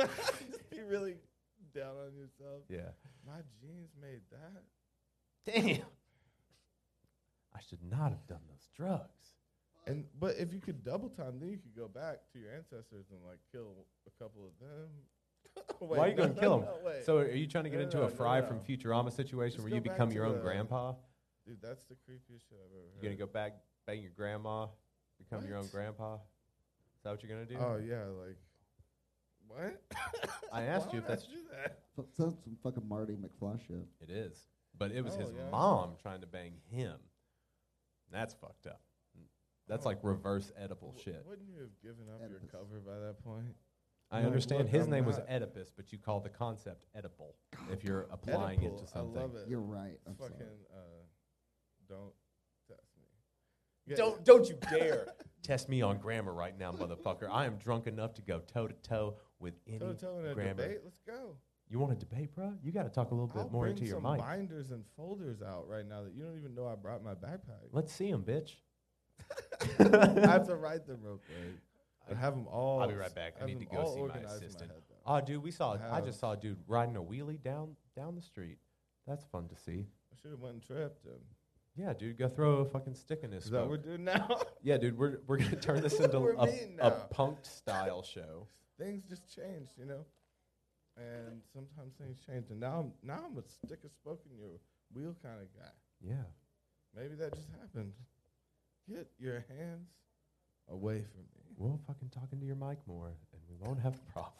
[SPEAKER 1] just be really down on yourself.
[SPEAKER 2] Yeah.
[SPEAKER 1] My genes made that.
[SPEAKER 2] Damn. I should not have done those drugs.
[SPEAKER 1] And but if you could double time, then you could go back to your ancestors and like kill a couple of them. Wait,
[SPEAKER 2] Why are you
[SPEAKER 1] no,
[SPEAKER 2] going to kill him?
[SPEAKER 1] no, wait.
[SPEAKER 2] so, are you trying to get
[SPEAKER 1] No, no,
[SPEAKER 2] into
[SPEAKER 1] no,
[SPEAKER 2] a
[SPEAKER 1] no,
[SPEAKER 2] Fry
[SPEAKER 1] no.
[SPEAKER 2] from Futurama situation
[SPEAKER 1] Just
[SPEAKER 2] where you
[SPEAKER 1] go back
[SPEAKER 2] become
[SPEAKER 1] to
[SPEAKER 2] your own
[SPEAKER 1] the-
[SPEAKER 2] grandpa?
[SPEAKER 1] Dude, that's the creepiest shit I've ever heard.
[SPEAKER 2] You're going to go back, bang your grandma, become your own
[SPEAKER 1] What?
[SPEAKER 2] grandpa? Is that what you're going to do?
[SPEAKER 1] Oh yeah, like what?
[SPEAKER 2] I asked
[SPEAKER 1] Why
[SPEAKER 2] you
[SPEAKER 1] would
[SPEAKER 2] if
[SPEAKER 1] I
[SPEAKER 2] that's.
[SPEAKER 1] do that.
[SPEAKER 3] F- Sounds some fucking Marty McFly shit.
[SPEAKER 2] It is. But it was
[SPEAKER 1] Oh,
[SPEAKER 2] his
[SPEAKER 1] yeah.
[SPEAKER 2] mom trying to bang him. That's fucked up. That's
[SPEAKER 1] Oh.
[SPEAKER 2] like reverse edible shit.
[SPEAKER 1] Wouldn't you have given up your
[SPEAKER 3] Oedipus.
[SPEAKER 1] cover by that point?
[SPEAKER 2] I
[SPEAKER 1] No,
[SPEAKER 2] understand
[SPEAKER 1] look,
[SPEAKER 2] his
[SPEAKER 1] I'm
[SPEAKER 2] name was
[SPEAKER 1] not-
[SPEAKER 2] Oedipus, but you call the concept edible if you're applying it to
[SPEAKER 1] Oedipal,
[SPEAKER 2] something.
[SPEAKER 1] I love it.
[SPEAKER 3] You're right. I'm sorry.
[SPEAKER 1] Fucking uh, don't test me. Yeah,
[SPEAKER 2] Don't don't you dare test me on grammar right now, motherfucker. I am drunk enough to go toe to toe with any
[SPEAKER 1] Toe to toe in a
[SPEAKER 2] grammar.
[SPEAKER 1] debate. Let's go.
[SPEAKER 2] You want to debate, bro? You got to talk a little bit
[SPEAKER 1] I'll
[SPEAKER 2] more
[SPEAKER 1] bring
[SPEAKER 2] into your
[SPEAKER 1] some
[SPEAKER 2] mic.
[SPEAKER 1] binders and folders out right now that you don't even know I brought my backpack.
[SPEAKER 2] Let's see him, bitch.
[SPEAKER 1] I have to write them real quick. But have them all.
[SPEAKER 2] I'll be right back. I
[SPEAKER 1] have
[SPEAKER 2] need to
[SPEAKER 1] them
[SPEAKER 2] go
[SPEAKER 1] all
[SPEAKER 2] see my
[SPEAKER 1] organized in
[SPEAKER 2] assistant.
[SPEAKER 1] head, though.
[SPEAKER 2] Oh, dude, we saw. I
[SPEAKER 1] Have-
[SPEAKER 2] just saw a dude riding a wheelie down down the street. That's fun to see.
[SPEAKER 1] I should have went and trapped him.
[SPEAKER 2] Yeah, dude, go throw a fucking stick in his
[SPEAKER 1] Is that what
[SPEAKER 2] smoke.
[SPEAKER 1] we're doing now?
[SPEAKER 2] Yeah, dude, we're we're gonna turn this into
[SPEAKER 1] We're
[SPEAKER 2] a,
[SPEAKER 1] mean
[SPEAKER 2] a
[SPEAKER 1] now.
[SPEAKER 2] punked style show.
[SPEAKER 1] things just changed, you know. And sometimes things change. And now I'm now I'm a stick a spoke in your wheel kind of guy.
[SPEAKER 2] Yeah,
[SPEAKER 1] Maybe that just happened. Get your hands away from me.
[SPEAKER 2] we'll fucking talk into your mic more, and we won't have a problem.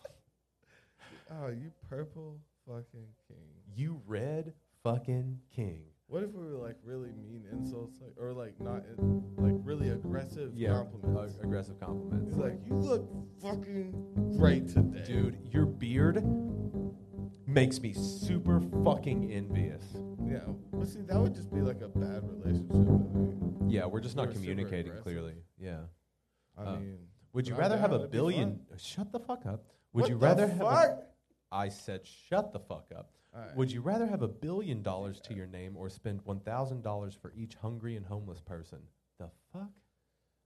[SPEAKER 1] Oh, you purple fucking king.
[SPEAKER 2] You red fucking king.
[SPEAKER 1] What if we were like really mean insults, like or like not in, like really aggressive compliments?
[SPEAKER 2] ag- aggressive compliments.
[SPEAKER 1] It's like you look fucking great today,
[SPEAKER 2] dude, your beard makes me super fucking envious.
[SPEAKER 1] Yeah, but see, that would just be like a bad relationship. I think.
[SPEAKER 2] Yeah, we're just
[SPEAKER 1] You
[SPEAKER 2] not
[SPEAKER 1] were super
[SPEAKER 2] communicating
[SPEAKER 1] aggressive.
[SPEAKER 2] clearly. Yeah.
[SPEAKER 1] I
[SPEAKER 2] Uh,
[SPEAKER 1] mean,
[SPEAKER 2] Would you
[SPEAKER 1] but I'm
[SPEAKER 2] rather have
[SPEAKER 1] down,
[SPEAKER 2] a
[SPEAKER 1] it'd be
[SPEAKER 2] billion?
[SPEAKER 1] fun.
[SPEAKER 2] Shut the fuck up. Would
[SPEAKER 1] What
[SPEAKER 2] you
[SPEAKER 1] the
[SPEAKER 2] rather have? A,
[SPEAKER 1] fuck?
[SPEAKER 2] I said, shut the fuck up.
[SPEAKER 1] Alright.
[SPEAKER 2] Would you rather have a billion dollars to your name or spend one thousand dollars for each hungry and homeless person? The fuck?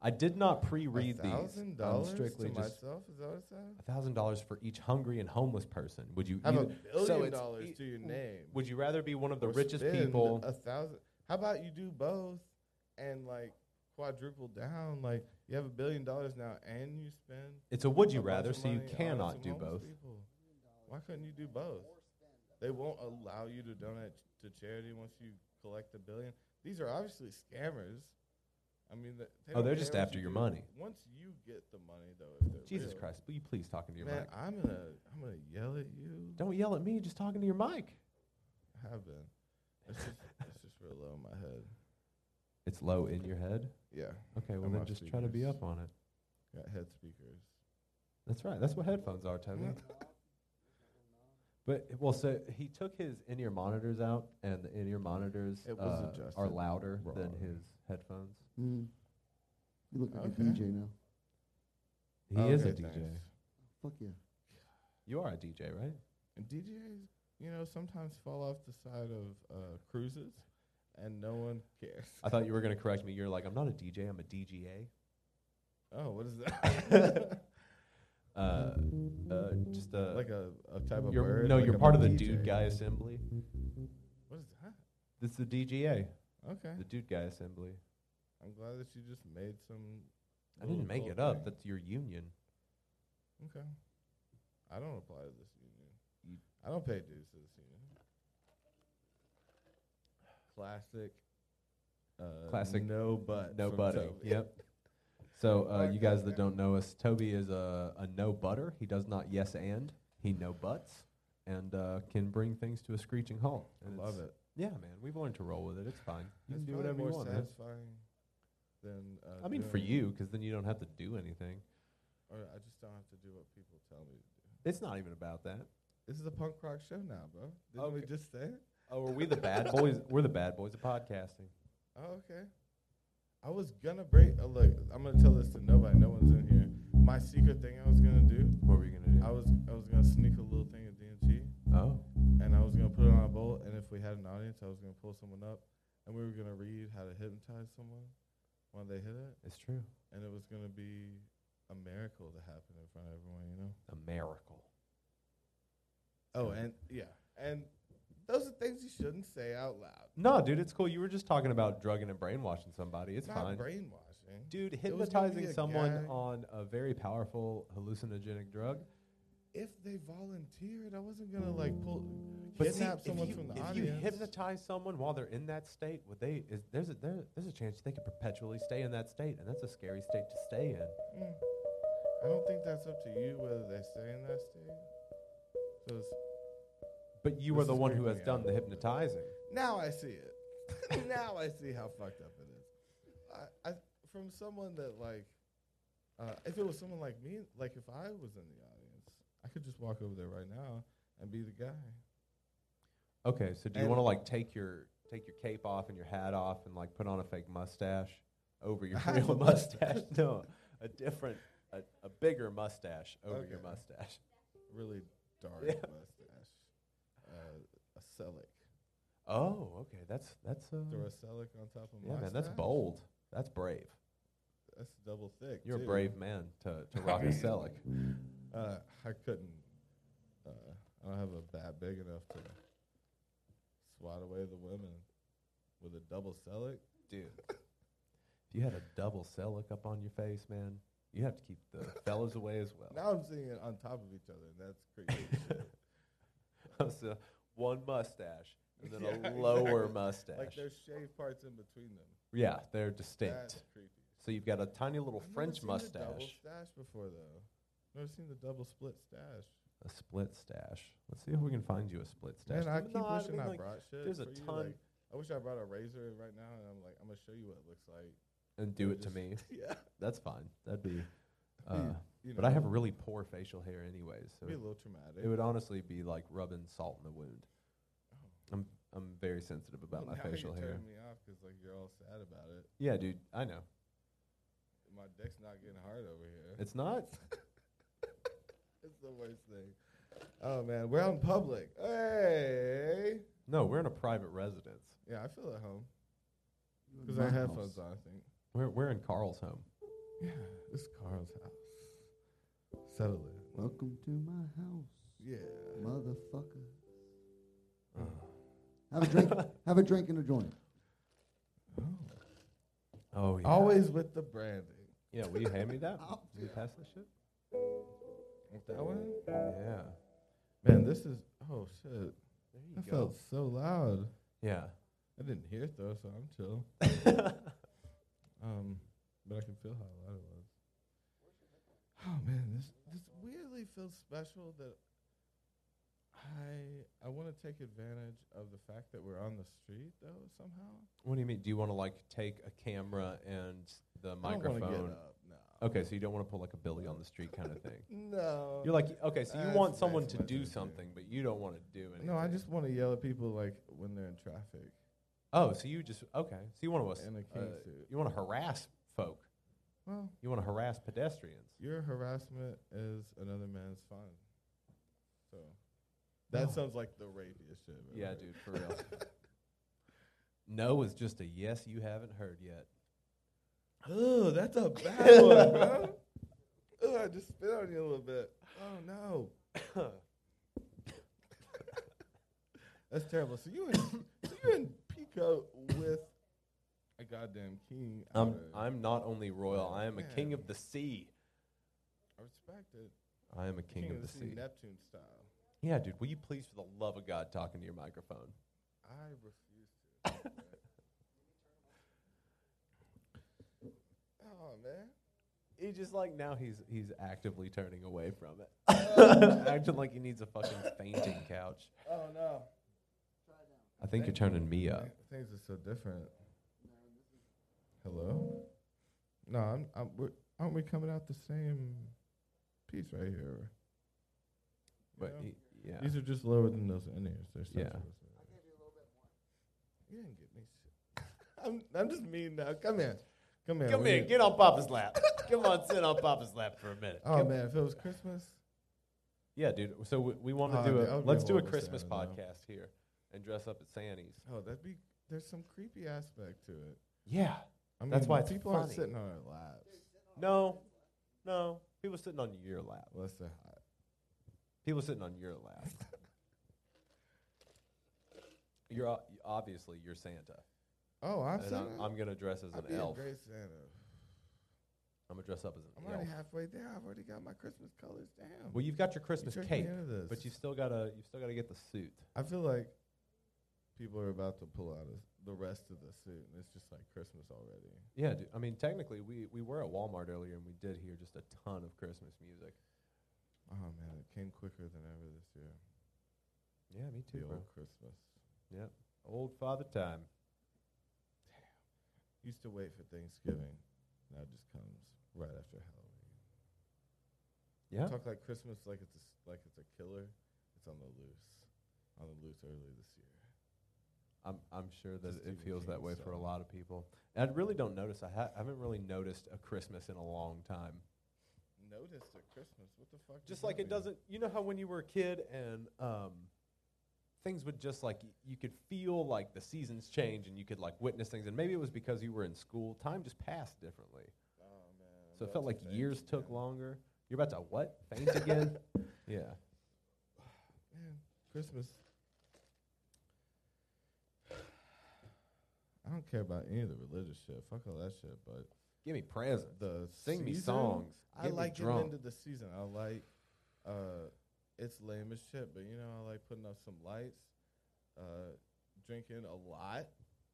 [SPEAKER 2] I did not pre-read these.
[SPEAKER 1] thousand
[SPEAKER 2] I'm
[SPEAKER 1] dollars
[SPEAKER 2] strictly
[SPEAKER 1] to
[SPEAKER 2] just
[SPEAKER 1] myself. Is that what it says?
[SPEAKER 2] thousand dollars for each hungry and homeless person. Would you
[SPEAKER 1] Have a
[SPEAKER 2] either- so
[SPEAKER 1] billion
[SPEAKER 2] it's
[SPEAKER 1] dollars
[SPEAKER 2] e-
[SPEAKER 1] to your name.
[SPEAKER 2] Would you rather be one of the
[SPEAKER 1] or
[SPEAKER 2] richest
[SPEAKER 1] spend
[SPEAKER 2] people?
[SPEAKER 1] A thousand. How about you do both and like quadruple down? Like you have a billion dollars now, and you spend.
[SPEAKER 2] It's a would you
[SPEAKER 1] a bunch
[SPEAKER 2] rather,
[SPEAKER 1] of
[SPEAKER 2] so you
[SPEAKER 1] money on some
[SPEAKER 2] cannot do
[SPEAKER 1] homeless
[SPEAKER 2] both.
[SPEAKER 1] people. Why couldn't you do both? They won't allow you to donate to charity once you collect a billion. These are obviously scammers. I mean, th- they
[SPEAKER 2] Oh,
[SPEAKER 1] don't
[SPEAKER 2] they're
[SPEAKER 1] care
[SPEAKER 2] just
[SPEAKER 1] what
[SPEAKER 2] after
[SPEAKER 1] you
[SPEAKER 2] your
[SPEAKER 1] do.
[SPEAKER 2] money.
[SPEAKER 1] Once you get the money, though, if they're
[SPEAKER 2] Jesus
[SPEAKER 1] real.
[SPEAKER 2] Christ, will you please talk into your
[SPEAKER 1] man,
[SPEAKER 2] mic?
[SPEAKER 1] I'm gonna I'm gonna yell at you.
[SPEAKER 2] Don't yell at me, just talking to your mic.
[SPEAKER 1] I have been. It's just, it's just real low in my head.
[SPEAKER 2] It's low in your head.
[SPEAKER 1] Yeah.
[SPEAKER 2] Okay, well
[SPEAKER 1] And
[SPEAKER 2] then
[SPEAKER 1] my
[SPEAKER 2] just try to be
[SPEAKER 1] speakers.
[SPEAKER 2] up on it.
[SPEAKER 1] Got head speakers.
[SPEAKER 2] That's right. That's what headphones are, Toby. but well, so he took his in-ear monitors out, and the in-ear monitors
[SPEAKER 1] It was
[SPEAKER 2] uh, are
[SPEAKER 1] adjusted
[SPEAKER 2] louder than
[SPEAKER 1] wrong.
[SPEAKER 2] his headphones.
[SPEAKER 3] Mm. You look like
[SPEAKER 1] Okay.
[SPEAKER 3] a DJ now.
[SPEAKER 2] He is a
[SPEAKER 1] Okay,
[SPEAKER 2] DJ.
[SPEAKER 1] thanks.
[SPEAKER 3] Fuck yeah.
[SPEAKER 2] You are a DJ, right?
[SPEAKER 1] And DJs, you know, sometimes fall off the side of uh, cruises, and no one cares.
[SPEAKER 2] I thought you were gonna correct me. You're like, I'm not a DJ. I'm a DGA.
[SPEAKER 1] Oh, what is that?
[SPEAKER 2] Uh, uh, just a
[SPEAKER 1] like a, a type of
[SPEAKER 2] You're-
[SPEAKER 1] bird?
[SPEAKER 2] No,
[SPEAKER 1] Like
[SPEAKER 2] you're
[SPEAKER 1] a
[SPEAKER 2] part of the
[SPEAKER 1] DJ?
[SPEAKER 2] dude guy assembly.
[SPEAKER 1] What is that?
[SPEAKER 2] This is the DGA,
[SPEAKER 1] Okay.
[SPEAKER 2] the dude guy assembly.
[SPEAKER 1] I'm glad that you just made some.
[SPEAKER 2] I didn't
[SPEAKER 1] little
[SPEAKER 2] make
[SPEAKER 1] cool
[SPEAKER 2] it up.
[SPEAKER 1] thing.
[SPEAKER 2] That's your union.
[SPEAKER 1] okay. I don't apply to this union.
[SPEAKER 2] You-
[SPEAKER 1] I don't pay dues to this union. Classic. Uh,
[SPEAKER 2] Classic
[SPEAKER 1] No but.
[SPEAKER 2] No
[SPEAKER 1] from
[SPEAKER 2] butting.
[SPEAKER 1] Toby.
[SPEAKER 2] Yep. So uh,
[SPEAKER 1] Fuck
[SPEAKER 2] you guys
[SPEAKER 1] that
[SPEAKER 2] that don't know us, Toby is a, a no butter. He does not yes and. He no buts and uh, can bring things to a screeching halt.
[SPEAKER 1] I
[SPEAKER 2] And
[SPEAKER 1] love
[SPEAKER 2] it's-
[SPEAKER 1] it.
[SPEAKER 2] Yeah, man. We've learned to roll with it. It's fine. You
[SPEAKER 1] It's
[SPEAKER 2] can do
[SPEAKER 1] probably
[SPEAKER 2] whatever you
[SPEAKER 1] more
[SPEAKER 2] want. Man.
[SPEAKER 1] satisfying than. Uh,
[SPEAKER 2] I mean, for
[SPEAKER 1] doing-
[SPEAKER 2] you, because then you don't have to do anything.
[SPEAKER 1] Or I just don't have to do what people tell me to do.
[SPEAKER 2] It's not even about that.
[SPEAKER 1] This is a punk rock show now, bro. Didn't we
[SPEAKER 2] Okay.
[SPEAKER 1] just say it?
[SPEAKER 2] Oh, are we the bad boys? We're the bad boys of podcasting.
[SPEAKER 1] Oh, okay. I was gonna break. Uh, look, I'm gonna tell this to nobody. No one's in here. My secret thing I was gonna do.
[SPEAKER 2] What were you gonna do?
[SPEAKER 1] I was I was gonna sneak a little thing of DMT,
[SPEAKER 2] oh.
[SPEAKER 1] and I was gonna put it on a bowl. And if we had an audience, I was gonna pull someone up, and we were gonna read how to hypnotize someone when they hit it,
[SPEAKER 2] It's true.
[SPEAKER 1] and it was gonna be a miracle to happen in front of everyone, you know.
[SPEAKER 2] A miracle.
[SPEAKER 1] Oh,
[SPEAKER 2] Yeah.
[SPEAKER 1] and yeah, and those are things you shouldn't say out loud.
[SPEAKER 2] No, dude, it's cool. You were just talking about drugging and brainwashing somebody. It's
[SPEAKER 1] Not
[SPEAKER 2] fine.
[SPEAKER 1] brainwashing.
[SPEAKER 2] dude,
[SPEAKER 1] gonna be
[SPEAKER 2] hypnotizing
[SPEAKER 1] a
[SPEAKER 2] someone
[SPEAKER 1] gag.
[SPEAKER 2] on a very powerful hallucinogenic drug.
[SPEAKER 1] if they volunteered, I wasn't gonna like pull
[SPEAKER 2] But see,
[SPEAKER 1] kidnap
[SPEAKER 2] if,
[SPEAKER 1] someone
[SPEAKER 2] you,
[SPEAKER 1] from the
[SPEAKER 2] if you
[SPEAKER 1] audience.
[SPEAKER 2] hypnotize someone while they're in that state, would they is there's a there, there's a chance they could perpetually stay in that state, and that's a scary state to stay in.
[SPEAKER 1] Mm. I don't think that's up to you whether they stay in that state. So it's,
[SPEAKER 2] But you
[SPEAKER 1] This
[SPEAKER 2] are the
[SPEAKER 1] is
[SPEAKER 2] one who
[SPEAKER 1] creeping
[SPEAKER 2] has
[SPEAKER 1] me
[SPEAKER 2] done
[SPEAKER 1] out a
[SPEAKER 2] the
[SPEAKER 1] little bit.
[SPEAKER 2] hypnotizing.
[SPEAKER 1] now I see it. now I see how fucked up it is. I, I from someone that like, uh, if it was someone like me, like if I was in the audience, I could just walk over there right now and be the guy.
[SPEAKER 2] Okay, so do you
[SPEAKER 1] And-
[SPEAKER 2] want to like take your take your cape off and your hat off and like put on a fake mustache over your
[SPEAKER 1] I have
[SPEAKER 2] real
[SPEAKER 1] a
[SPEAKER 2] mustache? no, a different, a, a bigger mustache over your
[SPEAKER 1] Okay.
[SPEAKER 2] mustache.
[SPEAKER 1] Really dark
[SPEAKER 2] Yeah.
[SPEAKER 1] mustache. Uh, a Celic.
[SPEAKER 2] Oh, okay, that's that's uh,
[SPEAKER 1] Throw a Celic on top of
[SPEAKER 2] yeah, man, that's
[SPEAKER 1] mustache?
[SPEAKER 2] bold. That's brave.
[SPEAKER 1] That's double thick.
[SPEAKER 2] You're
[SPEAKER 1] too.
[SPEAKER 2] a brave man to to rock a Celic.
[SPEAKER 1] Uh, I couldn't. Uh, I don't have a bat big enough to swat away the women with a double Celic.
[SPEAKER 2] dude. If you had a double celic up on your face, man, you have to keep the fellas away as well.
[SPEAKER 1] Now I'm seeing it on top of each other, and that's crazy. as shit.
[SPEAKER 2] so one mustache and then
[SPEAKER 1] Yeah,
[SPEAKER 2] a lower
[SPEAKER 1] exactly.
[SPEAKER 2] mustache.
[SPEAKER 1] like there's shaved parts in between them.
[SPEAKER 2] yeah, they're distinct.
[SPEAKER 1] That's creepy.
[SPEAKER 2] so you've got a tiny little
[SPEAKER 1] I've never
[SPEAKER 2] French
[SPEAKER 1] seen the double
[SPEAKER 2] mustache,
[SPEAKER 1] stash before though. Never seen the double split stash.
[SPEAKER 2] a split stash. Let's see if we can find you a split stash.
[SPEAKER 1] Man, I
[SPEAKER 2] No,
[SPEAKER 1] keep wishing I,
[SPEAKER 2] mean, like,
[SPEAKER 1] brought shit.
[SPEAKER 2] there's a
[SPEAKER 1] for you,
[SPEAKER 2] ton-
[SPEAKER 1] like, I wish I brought a razor right now, and I'm like, I'm gonna show you what it looks like.
[SPEAKER 2] and do
[SPEAKER 1] Or
[SPEAKER 2] it to
[SPEAKER 1] just-
[SPEAKER 2] me.
[SPEAKER 1] yeah.
[SPEAKER 2] That's fine. That'd be. Uh,
[SPEAKER 1] You
[SPEAKER 2] but I
[SPEAKER 1] know,
[SPEAKER 2] have really poor facial hair, anyways. So
[SPEAKER 1] It'd be a little traumatic.
[SPEAKER 2] It would honestly be like rubbing salt in the wound. I'm I'm very sensitive about
[SPEAKER 1] Oh. Well,
[SPEAKER 2] my
[SPEAKER 1] now
[SPEAKER 2] facial
[SPEAKER 1] you're
[SPEAKER 2] hair.
[SPEAKER 1] turning me off 'cause, like you're all sad about it.
[SPEAKER 2] Yeah, dude, I know.
[SPEAKER 1] My dick's not getting hard over here.
[SPEAKER 2] It's not.
[SPEAKER 1] It's the worst thing. Oh man, we're out in public. Hey.
[SPEAKER 2] No, we're in a private residence.
[SPEAKER 1] Yeah, I feel at home
[SPEAKER 3] You in
[SPEAKER 1] because I
[SPEAKER 3] my
[SPEAKER 1] have
[SPEAKER 3] house.
[SPEAKER 1] headphones on. I think.
[SPEAKER 2] We're we're in Carl's home.
[SPEAKER 1] Yeah, this is Carl's house. Settle it.
[SPEAKER 3] Welcome to my house,
[SPEAKER 1] Yeah.
[SPEAKER 3] motherfucker. Uh-huh. Have a drink. have a drink and a joint.
[SPEAKER 2] Oh yeah.
[SPEAKER 1] Always with the branding.
[SPEAKER 2] Yeah, will you hand me that?
[SPEAKER 3] Oh,
[SPEAKER 2] Will you pass that shit?
[SPEAKER 1] With that one?
[SPEAKER 2] Yeah.
[SPEAKER 1] Man, this is oh shit.
[SPEAKER 2] There you
[SPEAKER 1] That
[SPEAKER 2] go.
[SPEAKER 1] felt so loud.
[SPEAKER 2] Yeah.
[SPEAKER 1] I didn't hear it though, so I'm chill. um, but I can feel how loud it was. Oh man, this this weirdly feels special that I I want to take advantage of the fact that we're on the street though somehow.
[SPEAKER 2] What do you mean? Do you want to like take a camera and the
[SPEAKER 1] I don't wanna
[SPEAKER 2] microphone?
[SPEAKER 1] get up. No.
[SPEAKER 2] Okay, so you don't want to pull like a Billy on the street kind of thing.
[SPEAKER 1] No.
[SPEAKER 2] You're like okay, so you
[SPEAKER 1] That's
[SPEAKER 2] want someone
[SPEAKER 1] next
[SPEAKER 2] to
[SPEAKER 1] month
[SPEAKER 2] do
[SPEAKER 1] we'll do.
[SPEAKER 2] something, but you don't want to do anything.
[SPEAKER 1] No, I just want to yell at people like when they're in traffic
[SPEAKER 2] Oh, so you just okay. So you want
[SPEAKER 1] in a
[SPEAKER 2] to uh,
[SPEAKER 1] king suit.
[SPEAKER 2] you want to harass folk.
[SPEAKER 1] Well,
[SPEAKER 2] You want to harass pedestrians.
[SPEAKER 1] your harassment is another man's fun. So that
[SPEAKER 2] No.
[SPEAKER 1] sounds like the rapiest shit. I've
[SPEAKER 2] Yeah,
[SPEAKER 1] ever
[SPEAKER 2] dude, for real. no is just a yes you haven't heard yet.
[SPEAKER 1] Oh, that's a bad one, bro. Ugh, I just spit on you a little bit. Oh no, that's terrible. So you in so you in Pico with a goddamn king?
[SPEAKER 2] I'm,
[SPEAKER 1] outer.
[SPEAKER 2] I'm not only royal, I am a king of
[SPEAKER 1] Man.
[SPEAKER 2] the sea.
[SPEAKER 1] I respect it.
[SPEAKER 2] I am a king, of, the sea.
[SPEAKER 1] Neptune style.
[SPEAKER 2] Yeah, dude, will you please, for the love of God, talking to your microphone?
[SPEAKER 1] I refuse to. oh man.
[SPEAKER 2] He just like now he's he's actively turning away from it, acting like he needs a fucking fainting couch.
[SPEAKER 1] Oh no.
[SPEAKER 2] I think you're turning me up.
[SPEAKER 1] Thi- Things are so different. Hello? No, I'm, I'm, we're, aren't we coming out the same piece right here? You
[SPEAKER 2] But
[SPEAKER 1] know?
[SPEAKER 2] he, yeah,
[SPEAKER 1] These are just lower than those in ears. They're
[SPEAKER 2] Yeah.
[SPEAKER 1] sensual. You didn't get me shit. I'm, I'm just mean now. Come here. Come here.
[SPEAKER 2] come
[SPEAKER 1] we
[SPEAKER 2] here,
[SPEAKER 1] need-
[SPEAKER 2] get on Papa's lap. come on, sit on Papa's lap for a minute.
[SPEAKER 1] Oh,
[SPEAKER 2] Come-
[SPEAKER 1] man. If it was Christmas,
[SPEAKER 2] Yeah, dude. So we, we want to
[SPEAKER 1] Oh,
[SPEAKER 2] do
[SPEAKER 1] I'd
[SPEAKER 2] a
[SPEAKER 1] be- I would be
[SPEAKER 2] let's do a
[SPEAKER 1] horrible
[SPEAKER 2] Christmas
[SPEAKER 1] Santa, no.
[SPEAKER 2] podcast here and dress up as Santies.
[SPEAKER 1] oh, that'd be, there's some creepy aspect to it.
[SPEAKER 2] Yeah.
[SPEAKER 1] I
[SPEAKER 2] That's
[SPEAKER 1] mean,
[SPEAKER 2] why it's
[SPEAKER 1] people aren't
[SPEAKER 2] funny.
[SPEAKER 1] sitting on our laps
[SPEAKER 2] No. No. People sitting on your lap.
[SPEAKER 1] unless they're hot.
[SPEAKER 2] People sitting on your lap. you're o- obviously you're Santa.
[SPEAKER 1] Oh, I'm
[SPEAKER 2] And
[SPEAKER 1] Santa.
[SPEAKER 2] I'm, I'm gonna dress as
[SPEAKER 1] I'd
[SPEAKER 2] an
[SPEAKER 1] be
[SPEAKER 2] elf.
[SPEAKER 1] a great Santa.
[SPEAKER 2] I'm gonna dress up as
[SPEAKER 1] I'm
[SPEAKER 2] an elf.
[SPEAKER 1] already halfway there. I've already got my Christmas colors down.
[SPEAKER 2] Well, you've got your
[SPEAKER 1] You
[SPEAKER 2] Christmas
[SPEAKER 1] tricked me
[SPEAKER 2] cake,
[SPEAKER 1] into this.
[SPEAKER 2] but you still gotta you still gotta get the suit.
[SPEAKER 1] I feel like people are about to pull out of the rest of the suit, and it's just like Christmas already.
[SPEAKER 2] Yeah, dude. I mean, technically, we, we were at Walmart earlier and we did hear just a ton of Christmas music.
[SPEAKER 1] Oh man, it came quicker than ever this year.
[SPEAKER 2] Yeah, me
[SPEAKER 1] The
[SPEAKER 2] too, bro.
[SPEAKER 1] old Christmas.
[SPEAKER 2] Yep. Old father time.
[SPEAKER 1] Used to wait for Thanksgiving. Now it just comes right after Halloween.
[SPEAKER 2] Yeah.
[SPEAKER 1] Talk like Christmas, like it's a, s- like it's a killer. It's on the loose, on the loose earlier this year.
[SPEAKER 2] I'm, I'm sure that
[SPEAKER 1] Just
[SPEAKER 2] it
[SPEAKER 1] do
[SPEAKER 2] feels that
[SPEAKER 1] routine
[SPEAKER 2] way for a
[SPEAKER 1] stuff.
[SPEAKER 2] lot of people. And I really don't notice. I, ha- I haven't really noticed a Christmas in a long time.
[SPEAKER 1] Noticed at Christmas, what the fuck? does
[SPEAKER 2] Just like
[SPEAKER 1] that
[SPEAKER 2] it
[SPEAKER 1] mean?
[SPEAKER 2] doesn't. You know how when you were a kid and um, things would just like y- you could feel like the seasons change and you could like witness things. And maybe it was because you were in school. Time just passed differently.
[SPEAKER 1] Oh man.
[SPEAKER 2] So
[SPEAKER 1] about
[SPEAKER 2] it felt
[SPEAKER 1] to
[SPEAKER 2] like
[SPEAKER 1] faint
[SPEAKER 2] years took
[SPEAKER 1] again.
[SPEAKER 2] longer. You're about to what? Faint again? yeah.
[SPEAKER 1] Man, Christmas. I don't care about any of the religious shit. Fuck all that shit. But
[SPEAKER 2] Give me presents.
[SPEAKER 1] the
[SPEAKER 2] Sing me
[SPEAKER 1] season,
[SPEAKER 2] songs.
[SPEAKER 1] I
[SPEAKER 2] Get me
[SPEAKER 1] like
[SPEAKER 2] drunk.
[SPEAKER 1] getting into the season. I like uh, it's lame as shit, but you know I like putting up some lights, uh, drinking a lot.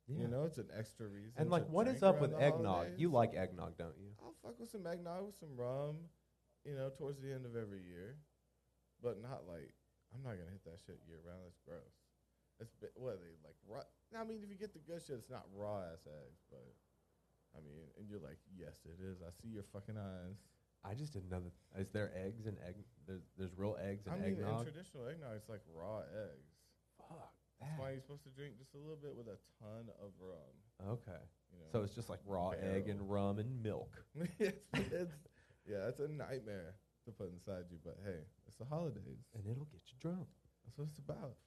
[SPEAKER 2] Yeah.
[SPEAKER 1] You know it's an extra reason.
[SPEAKER 2] And like,
[SPEAKER 1] to
[SPEAKER 2] what is
[SPEAKER 1] drink
[SPEAKER 2] up
[SPEAKER 1] around
[SPEAKER 2] with
[SPEAKER 1] the
[SPEAKER 2] eggnog? You
[SPEAKER 1] holidays.
[SPEAKER 2] like eggnog, don't you?
[SPEAKER 1] I'll fuck with some eggnog with some rum, you know, towards the end of every year, but not like I'm not gonna hit that shit year round. That's gross. It's bi- what are they like raw. I mean, if you get the good shit, it's not raw ass eggs, but I mean, and you're like, yes, it is. I see your fucking eyes.
[SPEAKER 2] I just didn't know that. Is there eggs and egg? There's, there's real eggs and
[SPEAKER 1] I mean, in
[SPEAKER 2] eggnog.
[SPEAKER 1] traditional eggnog, it's like raw eggs.
[SPEAKER 2] Fuck
[SPEAKER 1] That's why
[SPEAKER 2] that.
[SPEAKER 1] you're supposed to drink just a little bit with a ton of rum.
[SPEAKER 2] Okay.
[SPEAKER 1] You know,
[SPEAKER 2] So it's just like raw egg and rum and milk.
[SPEAKER 1] it's, it's yeah, it's a nightmare to put inside you. But hey, it's the holidays.
[SPEAKER 2] And it'll get you drunk.
[SPEAKER 1] That's what it's about.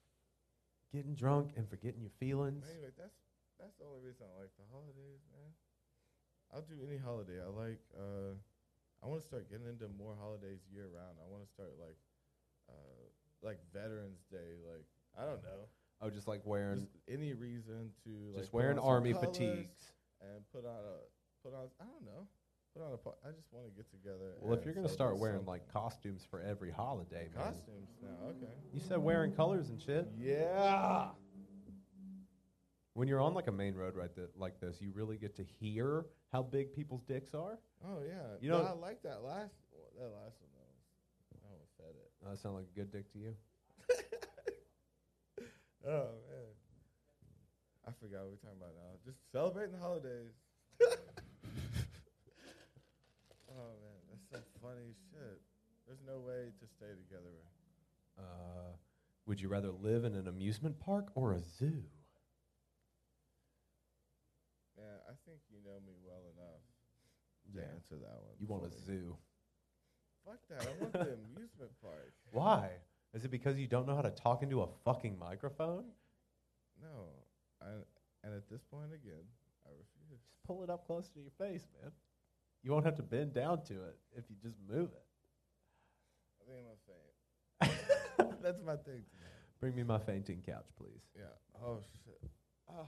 [SPEAKER 2] Getting drunk and forgetting your feelings.
[SPEAKER 1] Anyway, that's that's the only reason I like the holidays, man. I'll do any holiday. I like. Uh, I want to start getting into more holidays year round. I want to start like, uh, like Veterans Day. Like I don't know,
[SPEAKER 2] Oh, just like wearing,
[SPEAKER 1] just any reason to like
[SPEAKER 2] just
[SPEAKER 1] put
[SPEAKER 2] wearing
[SPEAKER 1] on some
[SPEAKER 2] army
[SPEAKER 1] colors
[SPEAKER 2] fatigues.
[SPEAKER 1] and put on a put on. I don't know, put on a. par- I just want to get together.
[SPEAKER 2] Well, if
[SPEAKER 1] and
[SPEAKER 2] you're gonna
[SPEAKER 1] celebrate
[SPEAKER 2] start wearing
[SPEAKER 1] something.
[SPEAKER 2] like costumes for every holiday, man.
[SPEAKER 1] costumes now, okay.
[SPEAKER 2] You said wearing colors and shit.
[SPEAKER 1] Yeah.
[SPEAKER 2] When you're on like a main road right th- like this, you really get to hear how big people's dicks are.
[SPEAKER 1] Oh yeah. You
[SPEAKER 2] You
[SPEAKER 1] know,
[SPEAKER 2] know-
[SPEAKER 1] I like that last that last one though. That one fed it.
[SPEAKER 2] Uh, sound like a good dick to you?
[SPEAKER 1] Oh man, I forgot what we're talking about now. Just celebrating the holidays. oh man, that's some funny shit. There's no way to stay together.
[SPEAKER 2] Uh, would you rather live in an amusement park or a zoo?
[SPEAKER 1] Man, I think you know me well enough to
[SPEAKER 2] Yeah.
[SPEAKER 1] answer that one.
[SPEAKER 2] You want a
[SPEAKER 1] for me.
[SPEAKER 2] zoo.
[SPEAKER 1] Fuck that. I want the amusement park.
[SPEAKER 2] Why? Is it because you don't know how to talk into a fucking microphone?
[SPEAKER 1] No, I, and at this point again, I refuse.
[SPEAKER 2] Just pull it up closer to your face, man. You won't have to bend down to it if you just move
[SPEAKER 1] I think I'm gonna faint.
[SPEAKER 2] it.
[SPEAKER 1] That's my thing. tonight.
[SPEAKER 2] Bring me my fainting couch, please.
[SPEAKER 1] Yeah. Oh shit. Ah.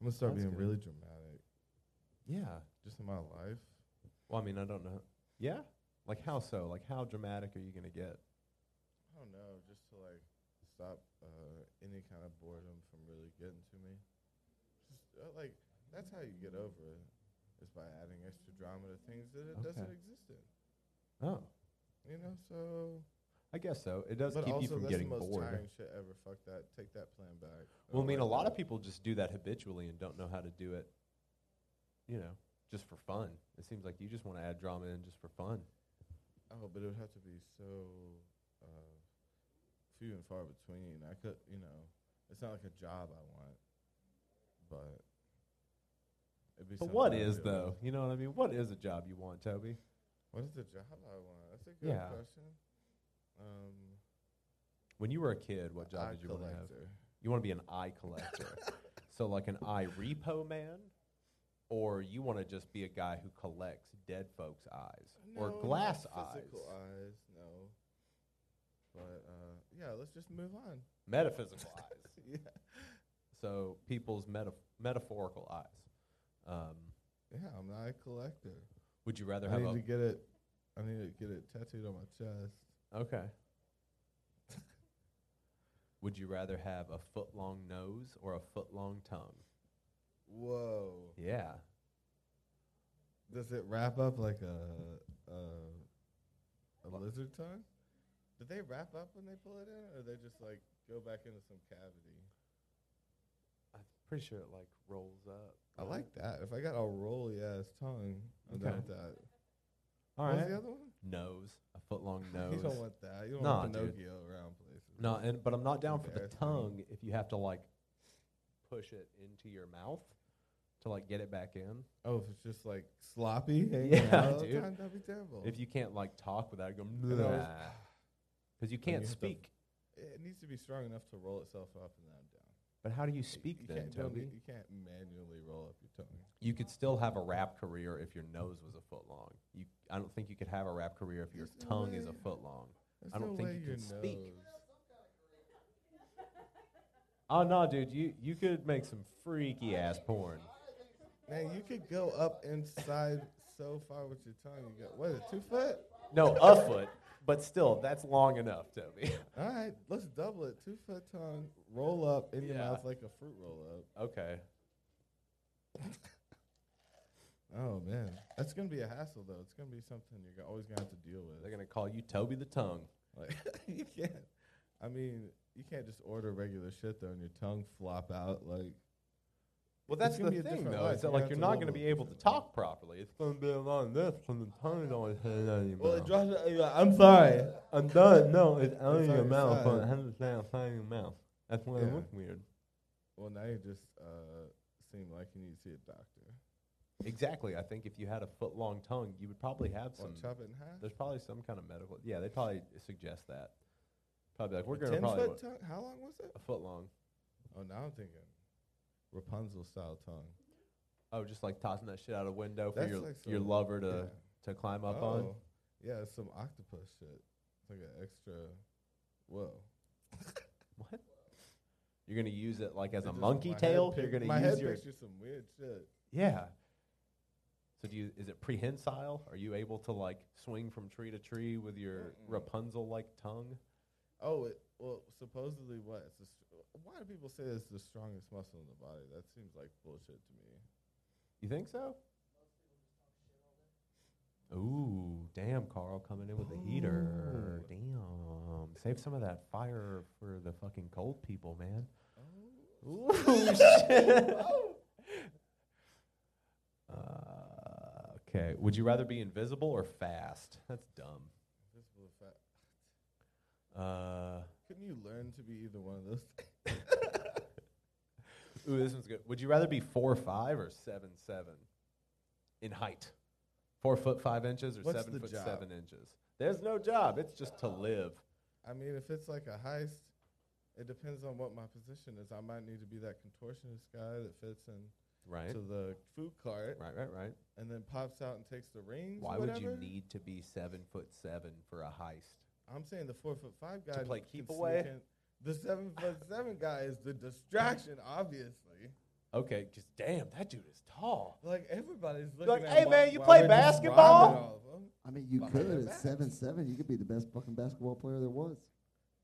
[SPEAKER 1] I'm gonna start
[SPEAKER 2] That's
[SPEAKER 1] being
[SPEAKER 2] good.
[SPEAKER 1] really dramatic.
[SPEAKER 2] Yeah.
[SPEAKER 1] just in my life.
[SPEAKER 2] Well, I mean, I don't know. Yeah? Like how so? Like how dramatic are you gonna get?
[SPEAKER 1] I don't know, just to like stop uh, any kind of boredom from really getting to me. Just uh, like that's how you get over it is by adding extra drama to things that it doesn't
[SPEAKER 2] Okay.
[SPEAKER 1] exist in.
[SPEAKER 2] Oh,
[SPEAKER 1] You know, so
[SPEAKER 2] I guess so. It does
[SPEAKER 1] but
[SPEAKER 2] keep
[SPEAKER 1] also
[SPEAKER 2] you from
[SPEAKER 1] that's
[SPEAKER 2] getting
[SPEAKER 1] the most
[SPEAKER 2] bored.
[SPEAKER 1] tiring shit ever. Fuck that. Take that plan back. Oh,
[SPEAKER 2] Well, I
[SPEAKER 1] don't
[SPEAKER 2] mean, a
[SPEAKER 1] like
[SPEAKER 2] lot
[SPEAKER 1] that.
[SPEAKER 2] of people just do that habitually and don't know how to do it, you know, just for fun. It seems like you just want to add drama in just for fun.
[SPEAKER 1] Oh, but it would have to be so uh, few and far between. I could, you know, it's not like a job I want, but. it'd be
[SPEAKER 2] But
[SPEAKER 1] something
[SPEAKER 2] what
[SPEAKER 1] I'd
[SPEAKER 2] is,
[SPEAKER 1] be like,
[SPEAKER 2] though? You know what I mean? What is a job you want, Toby?
[SPEAKER 1] What is the job I want? That's a good
[SPEAKER 2] Yeah.
[SPEAKER 1] question. Um,
[SPEAKER 2] When you were a kid, what job
[SPEAKER 1] eye
[SPEAKER 2] did you want to have?
[SPEAKER 1] collector.
[SPEAKER 2] You want to be an eye collector. so, like an eye repo man, or you want to just be a guy who collects dead folks' eyes or
[SPEAKER 1] No, not
[SPEAKER 2] glass eyes.
[SPEAKER 1] physical eyes. No. But uh, yeah, let's just move on.
[SPEAKER 2] metaphysical eyes.
[SPEAKER 1] yeah.
[SPEAKER 2] So, people's meta- metaphorical eyes. Um,
[SPEAKER 1] Yeah, I'm not a collector.
[SPEAKER 2] would you rather
[SPEAKER 1] I
[SPEAKER 2] have
[SPEAKER 1] need
[SPEAKER 2] a
[SPEAKER 1] to get it. I need to get it tattooed on my chest.
[SPEAKER 2] Okay. Would you rather have a foot long nose or a foot long tongue?
[SPEAKER 1] Whoa.
[SPEAKER 2] Yeah.
[SPEAKER 1] Does it wrap up like a a, a
[SPEAKER 2] Lo-
[SPEAKER 1] lizard tongue? Do they wrap up when they pull it in, or they just like go back into some cavity?
[SPEAKER 2] I'm pretty sure it like rolls up.
[SPEAKER 1] I like that. If I got a rolly ass tongue, I'm down
[SPEAKER 2] Okay.
[SPEAKER 1] with that.
[SPEAKER 2] All
[SPEAKER 1] What's
[SPEAKER 2] right.
[SPEAKER 1] the other one?
[SPEAKER 2] Nose. A foot long
[SPEAKER 1] You don't
[SPEAKER 2] nose.
[SPEAKER 1] want that. You don't
[SPEAKER 2] Nah,
[SPEAKER 1] want
[SPEAKER 2] dude.
[SPEAKER 1] Pinocchio around places.
[SPEAKER 2] No, and but I'm not down for the
[SPEAKER 1] Embarrassing.
[SPEAKER 2] tongue if you have to like push it into your mouth to like get it back in.
[SPEAKER 1] Oh, if it's just like sloppy hanging
[SPEAKER 2] Yeah,
[SPEAKER 1] out all the
[SPEAKER 2] dude.
[SPEAKER 1] time, that'd be terrible.
[SPEAKER 2] If you can't like talk without it going
[SPEAKER 1] And I was-
[SPEAKER 2] because you
[SPEAKER 1] you
[SPEAKER 2] can't
[SPEAKER 1] have to-
[SPEAKER 2] speak.
[SPEAKER 1] it needs to be strong enough to roll itself up and then down.
[SPEAKER 2] But how do you speak
[SPEAKER 1] you
[SPEAKER 2] then,
[SPEAKER 1] can't, don't-
[SPEAKER 2] Toby?
[SPEAKER 1] You can't manually roll up your tongue.
[SPEAKER 2] You could still have a rap career if your nose was a foot long. You, I don't think you could have a rap career if your
[SPEAKER 1] There's no
[SPEAKER 2] tongue is
[SPEAKER 1] way.
[SPEAKER 2] a foot long.
[SPEAKER 1] There's
[SPEAKER 2] I don't
[SPEAKER 1] no
[SPEAKER 2] think
[SPEAKER 1] way
[SPEAKER 2] you can
[SPEAKER 1] your
[SPEAKER 2] speak.
[SPEAKER 1] nose-
[SPEAKER 2] Oh no, dude, you you could make some freaky ass porn.
[SPEAKER 1] Man, you could go up inside so far with your tongue. You got what is it, two foot?
[SPEAKER 2] No, a foot, but still, that's long enough, Toby.
[SPEAKER 1] All right, let's double it. Two foot tongue, roll up in your
[SPEAKER 2] Yeah.
[SPEAKER 1] mouth like a fruit roll up.
[SPEAKER 2] okay.
[SPEAKER 1] Oh man, that's gonna be a hassle though. It's gonna be something you're go- always gonna have to deal
[SPEAKER 2] They're
[SPEAKER 1] with.
[SPEAKER 2] gonna call you Toby the Tongue.
[SPEAKER 1] Like you can't. I mean, you can't just order regular shit though, and your tongue flop out. Like
[SPEAKER 2] Well,
[SPEAKER 1] It's
[SPEAKER 2] that's
[SPEAKER 1] gonna
[SPEAKER 2] the
[SPEAKER 1] be a
[SPEAKER 2] thing,
[SPEAKER 1] different
[SPEAKER 2] though.
[SPEAKER 1] life.
[SPEAKER 2] Is that
[SPEAKER 1] You
[SPEAKER 2] like
[SPEAKER 1] have
[SPEAKER 2] you're
[SPEAKER 1] to
[SPEAKER 2] not
[SPEAKER 1] live
[SPEAKER 2] gonna
[SPEAKER 1] with
[SPEAKER 2] be
[SPEAKER 1] it.
[SPEAKER 2] able to talk properly. It's gonna be on this, and the tongue don't hit anymore.
[SPEAKER 1] drops. I'm sorry.
[SPEAKER 2] I'm done. No, it's
[SPEAKER 1] out of your mouth, but it
[SPEAKER 2] has to stay outside your mouth. That's why
[SPEAKER 1] it looks
[SPEAKER 2] weird.
[SPEAKER 1] Well, now you just uh, seem like you need to see a doctor.
[SPEAKER 2] Exactly. I think if you had a foot long tongue, you would probably have
[SPEAKER 1] Well,
[SPEAKER 2] some.
[SPEAKER 1] chop it in half.
[SPEAKER 2] There's probably some kind of medical. Yeah, they probably suggest that. Probably like we're
[SPEAKER 1] A
[SPEAKER 2] gonna
[SPEAKER 1] ten
[SPEAKER 2] probably
[SPEAKER 1] foot
[SPEAKER 2] wa-
[SPEAKER 1] tongue. How long was it?
[SPEAKER 2] a foot long.
[SPEAKER 1] Oh, now I'm thinking Rapunzel style tongue.
[SPEAKER 2] Oh, just like tossing that shit out a window for
[SPEAKER 1] That's
[SPEAKER 2] your
[SPEAKER 1] like
[SPEAKER 2] your
[SPEAKER 1] some-
[SPEAKER 2] lover to
[SPEAKER 1] yeah.
[SPEAKER 2] to climb up
[SPEAKER 1] oh.
[SPEAKER 2] on.
[SPEAKER 1] Yeah, it's some octopus shit. It's like an extra. Whoa.
[SPEAKER 2] What? You're gonna use it like as
[SPEAKER 1] It
[SPEAKER 2] a
[SPEAKER 1] just-
[SPEAKER 2] monkey
[SPEAKER 1] my head
[SPEAKER 2] tail.
[SPEAKER 1] pic-
[SPEAKER 2] You're gonna
[SPEAKER 1] my
[SPEAKER 2] use
[SPEAKER 1] head
[SPEAKER 2] your
[SPEAKER 1] pictures some weird shit.
[SPEAKER 2] yeah. So do you? Is it prehensile? Are you able to like swing from tree to tree with your
[SPEAKER 1] Mm-mm.
[SPEAKER 2] Rapunzel like tongue?
[SPEAKER 1] Oh, it, well, supposedly what? It's the str- why do people say it's the strongest muscle in the body? That seems like bullshit to me.
[SPEAKER 2] You think so? Ooh, damn, Carl coming in with the heater.
[SPEAKER 1] Ooh.
[SPEAKER 2] Damn. Save some of that fire for the fucking cold people, man.
[SPEAKER 1] Oh,
[SPEAKER 2] Ooh, shit. Uh, okay. Would you rather be invisible or fast? That's dumb.
[SPEAKER 1] invisible fat.
[SPEAKER 2] Uh,
[SPEAKER 1] Couldn't you learn to be either one of those? things?
[SPEAKER 2] ooh, this one's good. Would you rather be four five or seven seven in height? Four foot five inches or
[SPEAKER 1] What's
[SPEAKER 2] seven
[SPEAKER 1] the
[SPEAKER 2] foot
[SPEAKER 1] job?
[SPEAKER 2] seven inches? There's no job. It's just to live.
[SPEAKER 1] I mean, if it's like a heist, it depends on what my position is. I might need to be that contortionist guy that fits in
[SPEAKER 2] Right.
[SPEAKER 1] to the food cart
[SPEAKER 2] Right, right, right.
[SPEAKER 1] and then pops out and takes the rings.
[SPEAKER 2] Why would you
[SPEAKER 1] whatever.
[SPEAKER 2] need to be seven foot seven for a heist?
[SPEAKER 1] I'm saying the four foot five guy
[SPEAKER 2] play
[SPEAKER 1] can
[SPEAKER 2] keep
[SPEAKER 1] sneak
[SPEAKER 2] away?
[SPEAKER 1] in. The seven foot seven guy is the distraction, obviously.
[SPEAKER 2] Okay, because damn, that dude is tall.
[SPEAKER 1] Like everybody's looking
[SPEAKER 2] Like,
[SPEAKER 1] at
[SPEAKER 2] "Hey,
[SPEAKER 1] why-
[SPEAKER 2] man, you
[SPEAKER 1] why
[SPEAKER 2] play
[SPEAKER 1] we're just
[SPEAKER 2] basketball?"
[SPEAKER 1] robbing all of 'em.
[SPEAKER 3] I mean, you
[SPEAKER 1] Behind their
[SPEAKER 3] could at
[SPEAKER 1] backs.
[SPEAKER 3] seven seven. You could be the best fucking basketball player there was.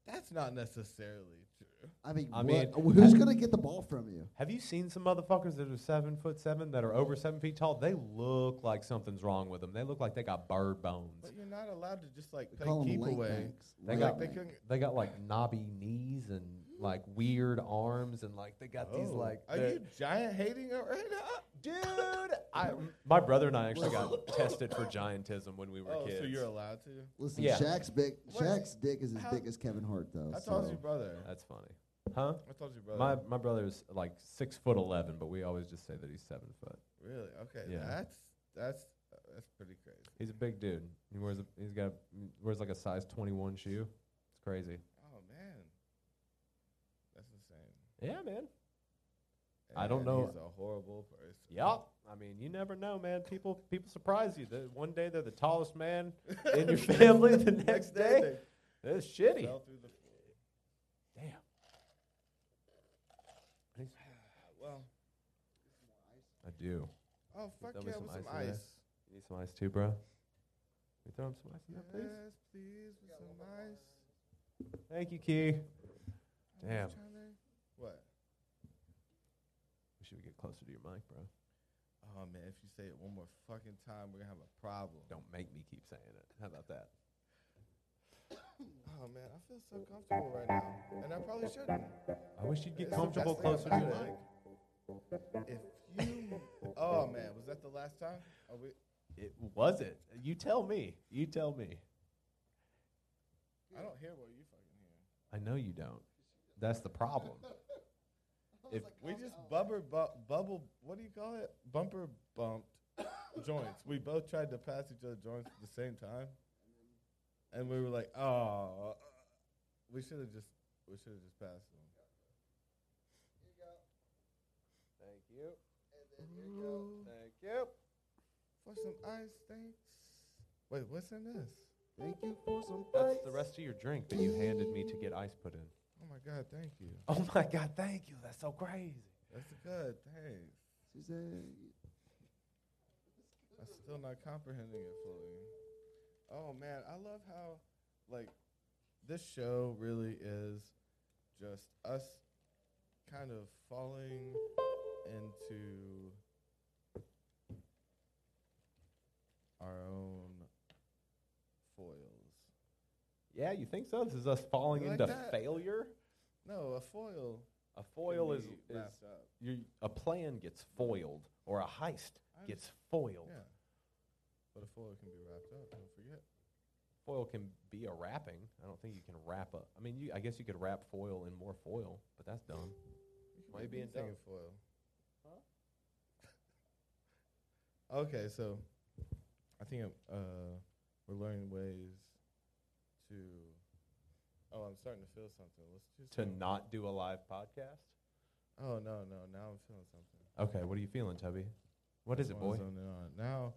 [SPEAKER 1] That's not necessarily true.
[SPEAKER 3] I mean,
[SPEAKER 2] I
[SPEAKER 3] what-
[SPEAKER 2] mean-
[SPEAKER 3] wh- who's gonna get the ball from you?
[SPEAKER 2] Have you seen some motherfuckers that are seven foot seven that are over seven feet tall? They look like something's wrong with them. They look like they got bird bones.
[SPEAKER 1] But you're not allowed to just like
[SPEAKER 3] We
[SPEAKER 1] play
[SPEAKER 3] call them
[SPEAKER 1] keep
[SPEAKER 3] leg
[SPEAKER 1] away.
[SPEAKER 3] banks.
[SPEAKER 2] They
[SPEAKER 1] Like,
[SPEAKER 2] got-
[SPEAKER 1] they
[SPEAKER 3] bank.
[SPEAKER 1] couldn't-
[SPEAKER 2] They got like knobby knees and like weird arms and like they got these
[SPEAKER 1] Oh,
[SPEAKER 2] like.
[SPEAKER 1] Are
[SPEAKER 2] they're-
[SPEAKER 1] you giant hating it right now?
[SPEAKER 2] dude? I, my brother and I actually got tested for giantism when we were
[SPEAKER 1] Oh,
[SPEAKER 2] kids.
[SPEAKER 1] so you're allowed to?
[SPEAKER 3] Listen,
[SPEAKER 2] Yeah.
[SPEAKER 3] Shaq's big.
[SPEAKER 1] What?
[SPEAKER 3] Shaq's dick is as
[SPEAKER 1] How-
[SPEAKER 3] big as Kevin Hart, though.
[SPEAKER 1] I
[SPEAKER 3] so.
[SPEAKER 1] told your brother.
[SPEAKER 2] That's funny, huh?
[SPEAKER 1] I told your brother.
[SPEAKER 2] My my brother's like six foot eleven, but we always just say that he's seven foot.
[SPEAKER 1] really? Okay.
[SPEAKER 2] Yeah.
[SPEAKER 1] That's that's that's pretty crazy.
[SPEAKER 2] He's a big dude. He wears a, he's got wears like a size twenty one shoe. It's crazy.
[SPEAKER 1] Oh man, that's insane.
[SPEAKER 2] Yeah, man. I don't
[SPEAKER 1] And
[SPEAKER 2] know-
[SPEAKER 1] He's a horrible person.
[SPEAKER 2] Yup. I mean, you never know, man. People people surprise you. The, one day they're the tallest man in your family. The next day, that's
[SPEAKER 1] they
[SPEAKER 2] shitty.
[SPEAKER 1] fell through the floor.
[SPEAKER 2] Damn.
[SPEAKER 1] Well,
[SPEAKER 2] I do.
[SPEAKER 1] oh fuck
[SPEAKER 2] throw me
[SPEAKER 1] yeah,
[SPEAKER 2] some
[SPEAKER 1] with
[SPEAKER 2] ice
[SPEAKER 1] some
[SPEAKER 2] in
[SPEAKER 1] ice.
[SPEAKER 2] there? You need some ice too, bro. Can you throw him some ice in
[SPEAKER 1] Yes,
[SPEAKER 2] there, please?
[SPEAKER 1] please, with some ice.
[SPEAKER 2] Thank you, Key.
[SPEAKER 1] I'm just
[SPEAKER 2] Damn.
[SPEAKER 1] trying to- What?
[SPEAKER 2] We should get closer to your mic, bro.
[SPEAKER 1] Oh man, if you say it one more fucking time, we're gonna have a problem.
[SPEAKER 2] Don't make me keep saying it. How about that?
[SPEAKER 1] Oh man, I feel so comfortable right now, and I probably shouldn't.
[SPEAKER 2] I wish you'd get
[SPEAKER 1] It's the best
[SPEAKER 2] comfortable
[SPEAKER 1] thing
[SPEAKER 2] closer to
[SPEAKER 1] about
[SPEAKER 2] the
[SPEAKER 1] it. If you, oh man, was that the last time? Are we?
[SPEAKER 2] It was it. You tell me. You tell me.
[SPEAKER 1] I don't hear what you fucking hear.
[SPEAKER 2] I know you don't. That's the problem. If
[SPEAKER 1] We just bubber bu- bubble. What do you call it? Bumper bumped joints. We both tried to pass each other joints at the same time, and we were like, "Oh, we should have just we should have just passed them."
[SPEAKER 2] Thank you. Thank you.
[SPEAKER 1] For some ice, thanks. Wait, what's in this?
[SPEAKER 3] Thank you for some
[SPEAKER 2] That's
[SPEAKER 3] bites.
[SPEAKER 2] the rest of your drink that you handed me to get ice put in.
[SPEAKER 1] Oh my god, thank you.
[SPEAKER 2] Oh my god, thank you. That's so crazy.
[SPEAKER 1] That's good. Thanks.
[SPEAKER 3] She said,
[SPEAKER 1] I'm still not comprehending it fully. Oh man, I love how like this show really is just us kind of falling into our own foils.
[SPEAKER 2] Yeah, you think so? This is us falling
[SPEAKER 1] You like
[SPEAKER 2] into
[SPEAKER 1] that?
[SPEAKER 2] failure?
[SPEAKER 1] No, a foil.
[SPEAKER 2] A
[SPEAKER 1] can
[SPEAKER 2] foil is,
[SPEAKER 1] be
[SPEAKER 2] is
[SPEAKER 1] wrapped up.
[SPEAKER 2] you a plan gets foiled or a heist
[SPEAKER 1] I
[SPEAKER 2] gets foiled.
[SPEAKER 1] Yeah. But a foil can be wrapped up, don't forget.
[SPEAKER 2] Foil can be a wrapping. I don't think you can wrap a. I mean, you, I guess you could wrap foil in more foil, but that's dumb.
[SPEAKER 1] You can
[SPEAKER 2] Why
[SPEAKER 1] make
[SPEAKER 2] you being
[SPEAKER 1] anything
[SPEAKER 2] dumb?
[SPEAKER 1] in foil? okay, so I think I'm, uh, we're learning ways to. Oh, I'm starting to feel something. Let's just
[SPEAKER 2] To
[SPEAKER 1] go-
[SPEAKER 2] not do a live podcast.
[SPEAKER 1] Oh no, no! Now I'm feeling something.
[SPEAKER 2] Okay, what are you feeling, Tubby? What is
[SPEAKER 1] I
[SPEAKER 2] it,
[SPEAKER 1] wanna
[SPEAKER 2] boy?
[SPEAKER 1] zone in on it. Now,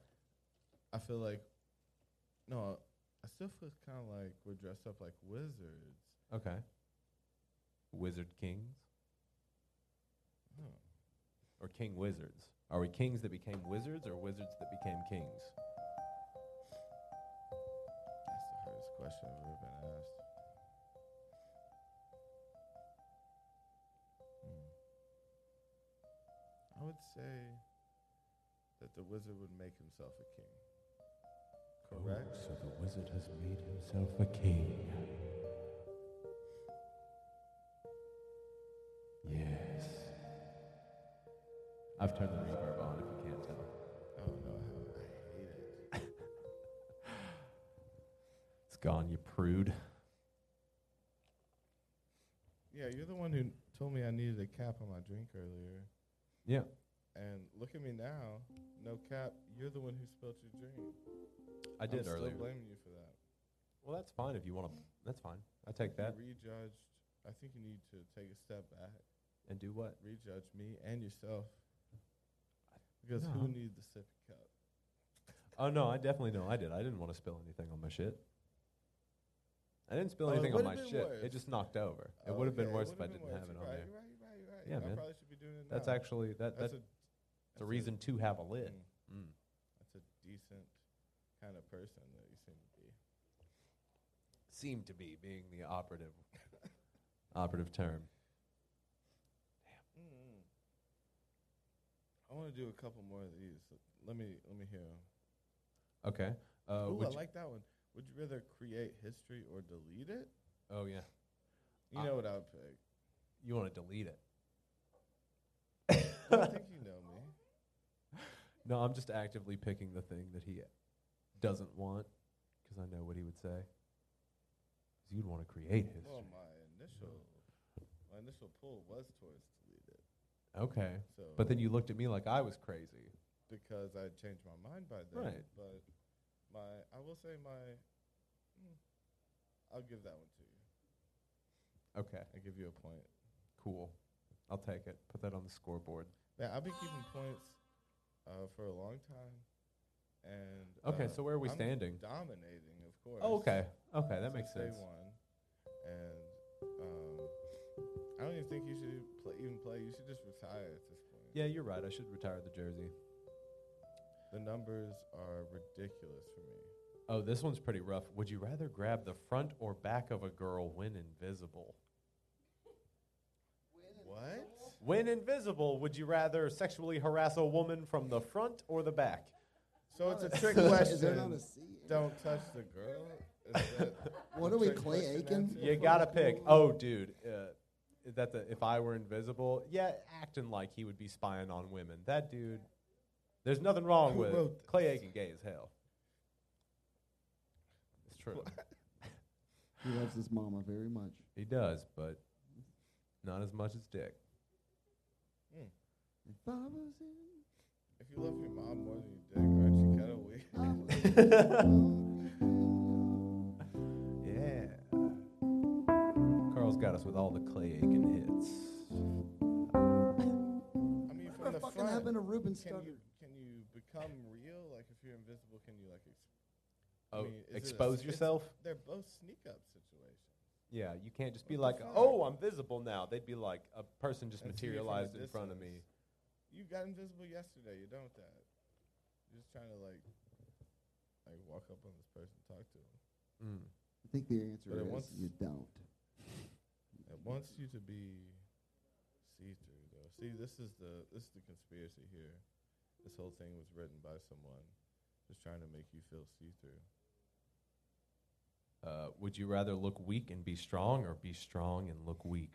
[SPEAKER 1] I feel like. No, I still feel kind of like we're dressed up like wizards.
[SPEAKER 2] Okay. Wizard kings
[SPEAKER 1] Oh,
[SPEAKER 2] or king wizards? Are we kings that became wizards or wizards that became kings?
[SPEAKER 1] that's the hardest question I've ever been asked. Hmm. I would say that the wizard would make himself a king. Correct?
[SPEAKER 2] Oh, So the wizard has made himself a king. Yes. I've turned the reverb on if you can't tell.
[SPEAKER 1] Oh no, I hate it.
[SPEAKER 2] It's gone, you prude.
[SPEAKER 1] Yeah, you're the one who told me I needed a cap on my drink earlier.
[SPEAKER 2] Yeah.
[SPEAKER 1] And look at me now, no cap. You're the one who spilled your drink.
[SPEAKER 2] I did
[SPEAKER 1] I'm
[SPEAKER 2] earlier.
[SPEAKER 1] Still blaming you for that.
[SPEAKER 2] Well, that's fine if you want to. That's fine. I take that.
[SPEAKER 1] You rejudged. I think you need to take a step back,
[SPEAKER 2] And do what?
[SPEAKER 1] rejudge me and yourself. Because
[SPEAKER 2] No.
[SPEAKER 1] who needs the sippy cup?
[SPEAKER 2] Oh, no, I definitely know I did. I didn't want to spill anything on my shit. I didn't spill
[SPEAKER 1] Oh, it
[SPEAKER 2] anything on
[SPEAKER 1] would've
[SPEAKER 2] my
[SPEAKER 1] been
[SPEAKER 2] shit. It
[SPEAKER 1] worse.
[SPEAKER 2] just knocked over. it would have been
[SPEAKER 1] Okay,
[SPEAKER 2] worse if I
[SPEAKER 1] Oh, would've been
[SPEAKER 2] didn't
[SPEAKER 1] worse.
[SPEAKER 2] have it
[SPEAKER 1] You're
[SPEAKER 2] on
[SPEAKER 1] right,
[SPEAKER 2] there.
[SPEAKER 1] You're right. You're right. You're right.
[SPEAKER 2] Yeah,
[SPEAKER 1] I
[SPEAKER 2] man.
[SPEAKER 1] probably should be doing it
[SPEAKER 2] That's
[SPEAKER 1] now.
[SPEAKER 2] actually that, that
[SPEAKER 1] That's
[SPEAKER 2] that's,
[SPEAKER 1] a-
[SPEAKER 2] a reason to have a lid.
[SPEAKER 1] mm,
[SPEAKER 2] Mm.
[SPEAKER 1] that's a decent kind of person that you seem to be.
[SPEAKER 2] Seemed to be being the operative operative term.
[SPEAKER 1] mm I want to do a couple more of these. Let me let me hear 'em.
[SPEAKER 2] Okay. Uh,
[SPEAKER 1] Ooh,
[SPEAKER 2] would
[SPEAKER 1] I
[SPEAKER 2] you-
[SPEAKER 1] like that one. Would you rather create history or delete it?
[SPEAKER 2] oh yeah.
[SPEAKER 1] You
[SPEAKER 2] I-
[SPEAKER 1] know what I would pick.
[SPEAKER 2] You want to delete it?
[SPEAKER 1] I think you know me.
[SPEAKER 2] No, I'm just actively picking the thing that he doesn't want because I know what he would say. 'Cause You'd want to create history.
[SPEAKER 1] Well, my initial my initial pull was towards delete it.
[SPEAKER 2] okay.
[SPEAKER 1] So,
[SPEAKER 2] But then you looked at me like I was crazy.
[SPEAKER 1] because I changed my mind by then.
[SPEAKER 2] Right.
[SPEAKER 1] But my I will say my mm, I'll give that one to you.
[SPEAKER 2] Okay.
[SPEAKER 1] I give you a point.
[SPEAKER 2] Cool. I'll take it. Put that on the scoreboard.
[SPEAKER 1] Man, I've been keeping points uh, for a long time, and
[SPEAKER 2] Okay,
[SPEAKER 1] uh,
[SPEAKER 2] so where are we
[SPEAKER 1] I'm
[SPEAKER 2] standing?
[SPEAKER 1] Dominating, of course.
[SPEAKER 2] Oh, okay. Okay, that
[SPEAKER 1] So
[SPEAKER 2] makes
[SPEAKER 1] stay
[SPEAKER 2] sense.
[SPEAKER 1] One, and um, I don't even think you should play, even play. You should just retire at this point.
[SPEAKER 2] Yeah, you're right. I should retire the jersey.
[SPEAKER 1] The numbers are ridiculous for me.
[SPEAKER 2] Oh, this one's pretty rough. Would you rather grab the front or back of a girl when invisible?
[SPEAKER 1] What?
[SPEAKER 2] When invisible, would you rather sexually harass a woman from the front or the back?
[SPEAKER 1] So it's a trick
[SPEAKER 3] Is there not a
[SPEAKER 1] question.
[SPEAKER 3] C?
[SPEAKER 1] Don't touch the girl. Is that
[SPEAKER 3] What
[SPEAKER 1] a
[SPEAKER 3] are we,
[SPEAKER 1] trick
[SPEAKER 3] Clay
[SPEAKER 1] question
[SPEAKER 3] Aiken?
[SPEAKER 1] answer?
[SPEAKER 2] You gotta pick. Oh, dude, uh, is that the if I were invisible, yeah, acting like he would be spying on women. That dude, There's nothing wrong
[SPEAKER 1] Who
[SPEAKER 2] with it.
[SPEAKER 1] wrote
[SPEAKER 2] Clay Aiken gay as hell. It's true.
[SPEAKER 3] He loves his mama very much.
[SPEAKER 2] He does, but not as much as Dick.
[SPEAKER 3] If I was in,
[SPEAKER 1] Hmm. If you love your mom more than your dick, aren't you kind of weird?
[SPEAKER 3] I would-
[SPEAKER 2] Yeah. Carl's got us with all the Clay Aiken hits.
[SPEAKER 1] I mean,
[SPEAKER 3] What
[SPEAKER 1] from the
[SPEAKER 3] the fuck
[SPEAKER 1] front,
[SPEAKER 3] happened to Ruben
[SPEAKER 1] can you
[SPEAKER 3] Studdard?
[SPEAKER 1] can you become real? Like if you're invisible, can you like? Ex- I
[SPEAKER 2] Oh,
[SPEAKER 1] mean, is it a
[SPEAKER 2] expose
[SPEAKER 1] s- it's-
[SPEAKER 2] yourself?
[SPEAKER 1] they're both sneak up situations.
[SPEAKER 2] Yeah, you can't just be
[SPEAKER 1] What
[SPEAKER 2] like,
[SPEAKER 1] the fuck?
[SPEAKER 2] oh, I'm visible now. They'd be like, a person just
[SPEAKER 1] That's me from a
[SPEAKER 2] materialized in front of me.
[SPEAKER 1] distance. You got invisible yesterday. You're done with that. You're just trying to like, like walk up on this person, talk to them.
[SPEAKER 2] Mm.
[SPEAKER 3] I think the
[SPEAKER 1] But it
[SPEAKER 3] answer is
[SPEAKER 1] wants-
[SPEAKER 3] you don't.
[SPEAKER 1] It wants you to be see through though. See, this is the this is the conspiracy here. This whole thing was written by someone just trying to make you feel see through.
[SPEAKER 2] Uh, would you rather look weak and be strong or be strong and look weak?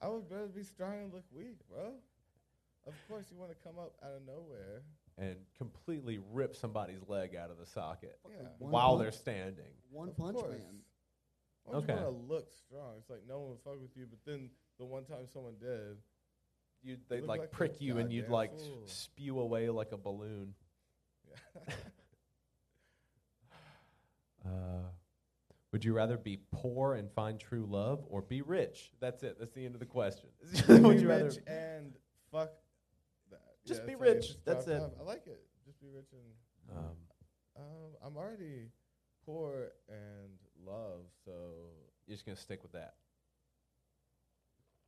[SPEAKER 1] I would rather be strong and look weak, bro. Of course, you want to come up out of nowhere.
[SPEAKER 2] And completely rip somebody's leg out of the socket
[SPEAKER 1] Yeah.
[SPEAKER 3] One
[SPEAKER 2] while
[SPEAKER 3] punch-
[SPEAKER 2] they're standing.
[SPEAKER 3] One
[SPEAKER 1] Of
[SPEAKER 3] Punch
[SPEAKER 1] course.
[SPEAKER 3] Man.
[SPEAKER 1] I just
[SPEAKER 2] Okay.
[SPEAKER 1] want to look strong. It's like no one would fuck with you, but then the one time someone did,
[SPEAKER 2] You'd, they'd
[SPEAKER 1] look
[SPEAKER 2] like,
[SPEAKER 1] like a
[SPEAKER 2] prick you and you'd
[SPEAKER 1] goddamn
[SPEAKER 2] like
[SPEAKER 1] fool.
[SPEAKER 2] spew away like a balloon.
[SPEAKER 1] yeah.
[SPEAKER 2] Uh, would you rather be poor and find true love or be rich? That's it. That's the end of the question. would
[SPEAKER 1] be
[SPEAKER 2] you rather?
[SPEAKER 1] rich and fuck that.
[SPEAKER 2] Just be
[SPEAKER 1] it's like,
[SPEAKER 2] rich.
[SPEAKER 1] just
[SPEAKER 2] That's
[SPEAKER 1] drop
[SPEAKER 2] it.
[SPEAKER 1] off. I like it. Just be rich and
[SPEAKER 2] Um,
[SPEAKER 1] um, I'm already poor and love, so
[SPEAKER 2] you're just gonna stick with that.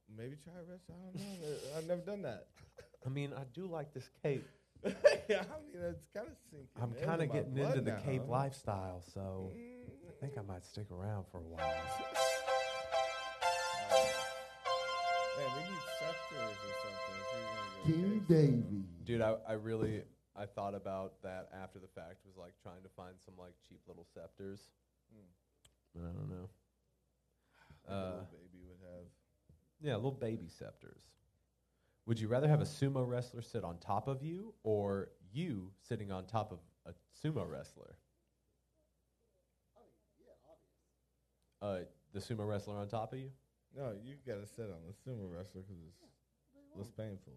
[SPEAKER 1] maybe try rich. I don't know. I've never done that.
[SPEAKER 2] I mean, I do like this cape.
[SPEAKER 1] yeah, I mean it's kind of sinking.
[SPEAKER 2] I'm
[SPEAKER 1] into
[SPEAKER 2] kind of
[SPEAKER 1] my
[SPEAKER 2] getting
[SPEAKER 1] blood
[SPEAKER 2] into the
[SPEAKER 1] now.
[SPEAKER 2] cape lifestyle, so
[SPEAKER 1] Mm.
[SPEAKER 2] I think I might stick around for a while.
[SPEAKER 1] Man, we need scepters or something. if you're gonna go
[SPEAKER 3] King
[SPEAKER 1] gangsta.
[SPEAKER 3] Davy.
[SPEAKER 2] Dude, I, I really I thought about that after the fact. Was like trying to find some like cheap little scepters.
[SPEAKER 1] Hmm.
[SPEAKER 2] I don't know.
[SPEAKER 1] Like a
[SPEAKER 2] Uh,
[SPEAKER 1] little baby would have.
[SPEAKER 2] Yeah, little baby scepters. Would you rather have a sumo wrestler sit on top of you or you sitting on top of a sumo wrestler? Uh, the sumo wrestler on top of you?
[SPEAKER 1] No, you gotta sit on the sumo wrestler because it's less painful.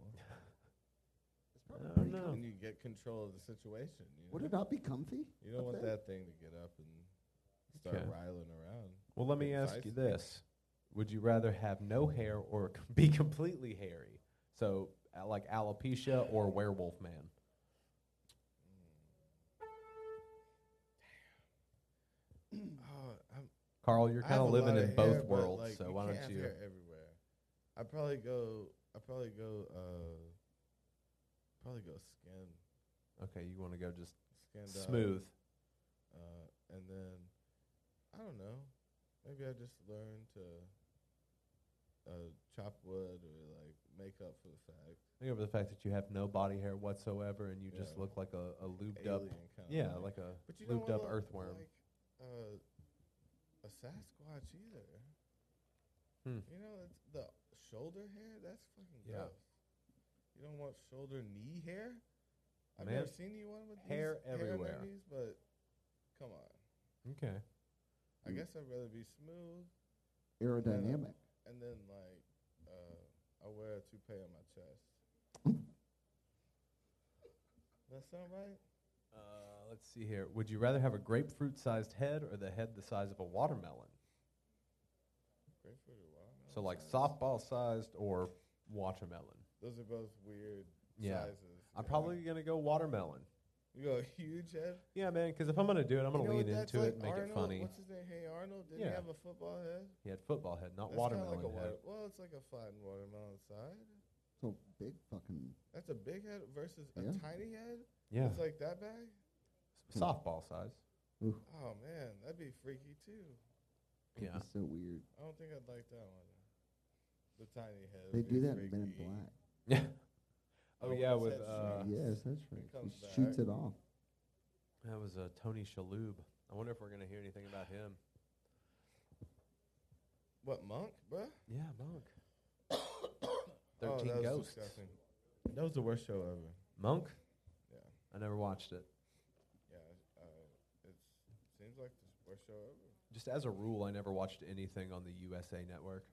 [SPEAKER 2] I don't know.
[SPEAKER 1] And you get control of the situation. You,
[SPEAKER 3] Would
[SPEAKER 1] know?
[SPEAKER 3] it not be comfy?
[SPEAKER 1] you don't
[SPEAKER 3] up
[SPEAKER 1] want
[SPEAKER 3] there?
[SPEAKER 1] that thing to get up and start
[SPEAKER 2] Okay.
[SPEAKER 1] riling around.
[SPEAKER 2] Well, let me ask you
[SPEAKER 1] Precisely.
[SPEAKER 2] this. Would you rather have no hair or c- be completely hairy? So, uh, like alopecia or werewolf man?
[SPEAKER 1] Oh, I'm
[SPEAKER 2] Carl, you're
[SPEAKER 1] I
[SPEAKER 2] kind
[SPEAKER 1] have
[SPEAKER 2] of
[SPEAKER 1] a
[SPEAKER 2] living
[SPEAKER 1] lot
[SPEAKER 2] in
[SPEAKER 1] of
[SPEAKER 2] both
[SPEAKER 1] hair, but,
[SPEAKER 2] worlds,
[SPEAKER 1] like,
[SPEAKER 2] so why
[SPEAKER 1] can't
[SPEAKER 2] don't
[SPEAKER 1] have
[SPEAKER 2] you?
[SPEAKER 1] hair everywhere. I probably go. I probably go. Uh, probably go skin,
[SPEAKER 2] Okay, you want to go just
[SPEAKER 1] skin dye,
[SPEAKER 2] smooth.
[SPEAKER 1] Uh, and then, I don't know. Maybe I just learn to uh, chop wood or like make up for the fact.
[SPEAKER 2] Think over the fact that you have no body hair whatsoever and you just
[SPEAKER 1] Yeah.
[SPEAKER 2] look like a, a lubed up,
[SPEAKER 1] Alien kind
[SPEAKER 2] yeah, like a
[SPEAKER 1] but you don't
[SPEAKER 2] lubed
[SPEAKER 1] wanna
[SPEAKER 2] up
[SPEAKER 1] look
[SPEAKER 2] earthworm.
[SPEAKER 1] Like, uh, a Sasquatch either.
[SPEAKER 2] Hmm.
[SPEAKER 1] You know, it's the shoulder hair, that's fucking
[SPEAKER 2] Yeah.
[SPEAKER 1] gross. You don't want shoulder knee hair? I've
[SPEAKER 2] Man,
[SPEAKER 1] never seen you one with these
[SPEAKER 2] hair
[SPEAKER 1] on their
[SPEAKER 2] everywhere.
[SPEAKER 1] knees, but come on.
[SPEAKER 2] okay,
[SPEAKER 1] I
[SPEAKER 2] Hmm.
[SPEAKER 1] guess I'd rather be smooth
[SPEAKER 3] Aerodynamic.
[SPEAKER 1] and then like uh, I wear a toupee on my chest. that sound right?
[SPEAKER 2] uh, let's see here. Would you rather have a grapefruit-sized head or the head the size of a watermelon?
[SPEAKER 1] Grapefruit or watermelon?
[SPEAKER 2] So like
[SPEAKER 1] size.
[SPEAKER 2] softball-sized or watermelon.
[SPEAKER 1] Those are both weird
[SPEAKER 2] Yeah.
[SPEAKER 1] sizes.
[SPEAKER 2] I'm
[SPEAKER 1] yeah.
[SPEAKER 2] probably gonna go watermelon.
[SPEAKER 1] You got a huge head.
[SPEAKER 2] Yeah, man. Because if I'm gonna do it, I'm
[SPEAKER 1] You
[SPEAKER 2] gonna
[SPEAKER 1] know
[SPEAKER 2] lean
[SPEAKER 1] what that's
[SPEAKER 2] into
[SPEAKER 1] like?
[SPEAKER 2] it, and make
[SPEAKER 1] Arnold,
[SPEAKER 2] it funny.
[SPEAKER 1] What's his name? Hey Arnold. Did
[SPEAKER 2] Yeah.
[SPEAKER 1] he have a football head?
[SPEAKER 2] He had football head,
[SPEAKER 1] That's
[SPEAKER 2] not
[SPEAKER 1] kinda
[SPEAKER 2] watermelon
[SPEAKER 1] Like a
[SPEAKER 2] head.
[SPEAKER 1] water, well, it's like a flattened watermelon side.
[SPEAKER 3] So big fucking.
[SPEAKER 1] That's a big head versus a
[SPEAKER 3] Yeah.
[SPEAKER 1] tiny head.
[SPEAKER 2] Yeah,
[SPEAKER 1] It's like that bag.
[SPEAKER 2] softball size.
[SPEAKER 3] Ooh,
[SPEAKER 1] Oh man, that'd be freaky too.
[SPEAKER 2] Yeah.
[SPEAKER 3] It's so weird.
[SPEAKER 1] I don't think I'd like that one. The tiny head.
[SPEAKER 3] They
[SPEAKER 1] would be
[SPEAKER 3] do that in
[SPEAKER 1] freaky.
[SPEAKER 3] Men in Black.
[SPEAKER 2] Yeah.
[SPEAKER 1] Oh,
[SPEAKER 2] Oh yeah,
[SPEAKER 1] what's
[SPEAKER 2] with
[SPEAKER 1] that
[SPEAKER 2] uh,
[SPEAKER 1] shit?
[SPEAKER 3] yes, that's right.
[SPEAKER 1] comes
[SPEAKER 3] He shoots
[SPEAKER 1] back.
[SPEAKER 3] it off.
[SPEAKER 2] That was uh, Tony Shalhoub. I wonder if we're going to hear anything about him.
[SPEAKER 1] What monk, bruh?
[SPEAKER 2] Yeah, Monk.
[SPEAKER 1] Oh,
[SPEAKER 2] 13
[SPEAKER 1] that was
[SPEAKER 2] Ghosts.
[SPEAKER 1] Oh, disgusting. That was the worst show ever.
[SPEAKER 2] Monk?
[SPEAKER 1] Yeah.
[SPEAKER 2] I never watched it.
[SPEAKER 1] Yeah. Uh, it seems like the worst show ever.
[SPEAKER 2] Just as a rule, I never watched anything on the USA Network.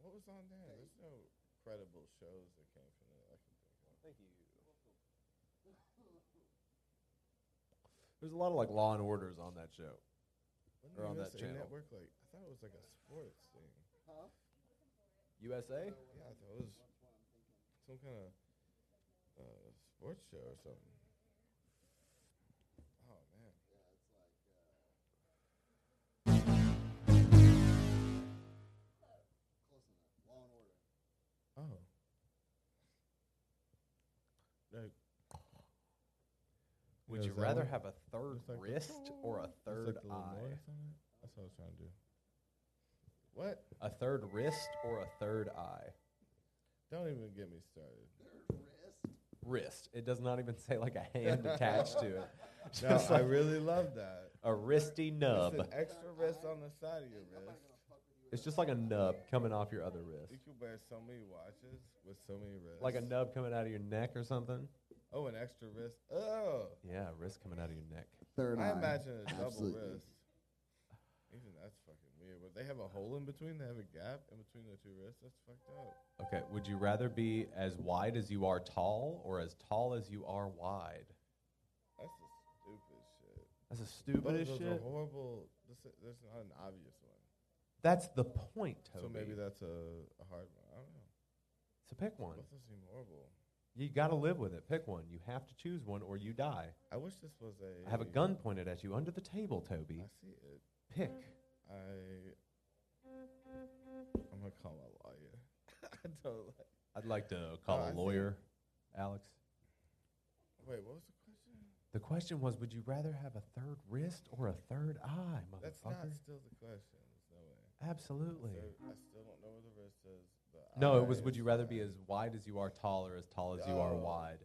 [SPEAKER 1] What was on there? There's no credible shows that came from it. I can think of.
[SPEAKER 2] Thank you. There's a lot of like Law and Orders on that show.
[SPEAKER 1] Wasn't
[SPEAKER 2] Or on that
[SPEAKER 1] USA
[SPEAKER 2] channel.
[SPEAKER 1] Network, like I thought it was like a sports thing. Yeah,
[SPEAKER 2] USA?
[SPEAKER 1] I thought it was some kind of uh, sports show or something. Oh man. Oh. Like,
[SPEAKER 2] Would
[SPEAKER 1] Yeah,
[SPEAKER 2] you
[SPEAKER 1] is that
[SPEAKER 2] rather
[SPEAKER 1] one?
[SPEAKER 2] have a third
[SPEAKER 1] It's like the-
[SPEAKER 2] wrist or a
[SPEAKER 1] it's like
[SPEAKER 2] third
[SPEAKER 1] the little
[SPEAKER 2] eye?
[SPEAKER 1] noise on it. That's what I was trying to do. What?
[SPEAKER 2] A third wrist or a third eye?
[SPEAKER 1] Don't even get me started.
[SPEAKER 2] Wrist. It does not even say like a hand attached to it. Just
[SPEAKER 1] No, I
[SPEAKER 2] like
[SPEAKER 1] really love that.
[SPEAKER 2] a wristy
[SPEAKER 1] It's an
[SPEAKER 2] nub.
[SPEAKER 1] extra wrist on the side of your wrist.
[SPEAKER 2] It's just like a nub coming off your other wrist.
[SPEAKER 1] You could wear so many watches with so many wrists.
[SPEAKER 2] Like a nub coming out of your neck or something.
[SPEAKER 1] Oh, an extra wrist. Oh,
[SPEAKER 2] Yeah, a wrist coming out of your neck.
[SPEAKER 3] Third
[SPEAKER 1] I
[SPEAKER 3] eye.
[SPEAKER 1] imagine a double
[SPEAKER 3] Absolutely.
[SPEAKER 1] wrist. Even that's fucking weird. But they have a hole in between. They have a gap in between the two wrists. That's fucked up.
[SPEAKER 2] Okay, would you rather be as wide as you are tall or as tall as you are wide?
[SPEAKER 1] That's just stupid shit. Both
[SPEAKER 2] That's the
[SPEAKER 1] of
[SPEAKER 2] stupidest
[SPEAKER 1] those
[SPEAKER 2] shit.
[SPEAKER 1] are horrible. This, i- there's not an obvious one.
[SPEAKER 2] That's the point, Toby.
[SPEAKER 1] So maybe that's a, a hard one. I don't know.
[SPEAKER 2] So pick one.
[SPEAKER 1] Both of them seem horrible.
[SPEAKER 2] You got to live with it. Pick one. You have to choose one or you die.
[SPEAKER 1] I wish this was a.
[SPEAKER 2] I have a gun pointed at you under the table, Toby.
[SPEAKER 1] I see it.
[SPEAKER 2] Pick.
[SPEAKER 1] I. I'm gonna call my lawyer. I don't like.
[SPEAKER 2] I'd like to
[SPEAKER 1] Oh,
[SPEAKER 2] call
[SPEAKER 1] I
[SPEAKER 2] a
[SPEAKER 1] see.
[SPEAKER 2] lawyer, Alex.
[SPEAKER 1] Wait, what was the question?
[SPEAKER 2] The question was, would you rather have a third wrist or a third eye,
[SPEAKER 1] That's not
[SPEAKER 2] motherfucker?
[SPEAKER 1] still the question. There's no way.
[SPEAKER 2] Absolutely.
[SPEAKER 1] So I still don't know where the wrist is. The
[SPEAKER 2] No,
[SPEAKER 1] eye
[SPEAKER 2] it was. Would
[SPEAKER 1] is
[SPEAKER 2] you rather be
[SPEAKER 1] fine.
[SPEAKER 2] as wide as you are tall, or as tall as you are
[SPEAKER 1] Oh.
[SPEAKER 2] wide?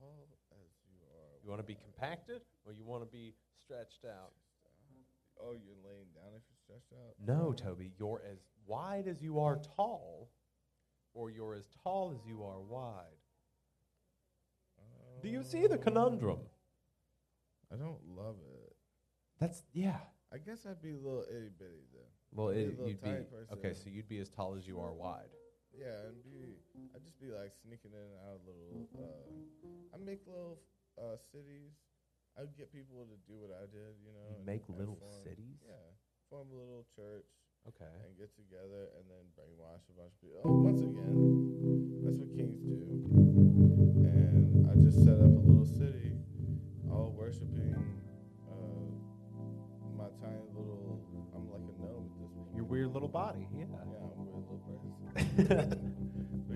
[SPEAKER 1] tall as you are?
[SPEAKER 2] You want to be
[SPEAKER 1] wide.
[SPEAKER 2] compacted, or you want to be stretched out?
[SPEAKER 1] Oh, you're laying down if you're stretched out.
[SPEAKER 2] No, Toby, you're as wide as you are tall, or you're as tall as you are wide. Do you see the
[SPEAKER 1] Oh.
[SPEAKER 2] conundrum?
[SPEAKER 1] I don't love it.
[SPEAKER 2] That's yeah.
[SPEAKER 1] I guess I'd be a little itty bitty then.
[SPEAKER 2] Well,
[SPEAKER 1] Be a
[SPEAKER 2] it,
[SPEAKER 1] little
[SPEAKER 2] you'd be
[SPEAKER 1] tiny
[SPEAKER 2] okay.
[SPEAKER 1] person.
[SPEAKER 2] So you'd be as tall as you are wide.
[SPEAKER 1] Yeah, and be I'd just be like sneaking in and out of little. Uh, I make little uh, cities. I'd get people to do what I did, you know.
[SPEAKER 2] You
[SPEAKER 1] and-
[SPEAKER 2] make
[SPEAKER 1] and
[SPEAKER 2] little
[SPEAKER 1] form-
[SPEAKER 2] cities?
[SPEAKER 1] Yeah, form a little church
[SPEAKER 2] Okay.
[SPEAKER 1] and get together and then brainwash a bunch of people. Oh, once again, that's what kings do. And I just set up a little city, all worshiping uh, my tiny little. I'm like a gnome at this point.
[SPEAKER 2] Your weird little body.
[SPEAKER 1] Yeah, I'm a weird little person.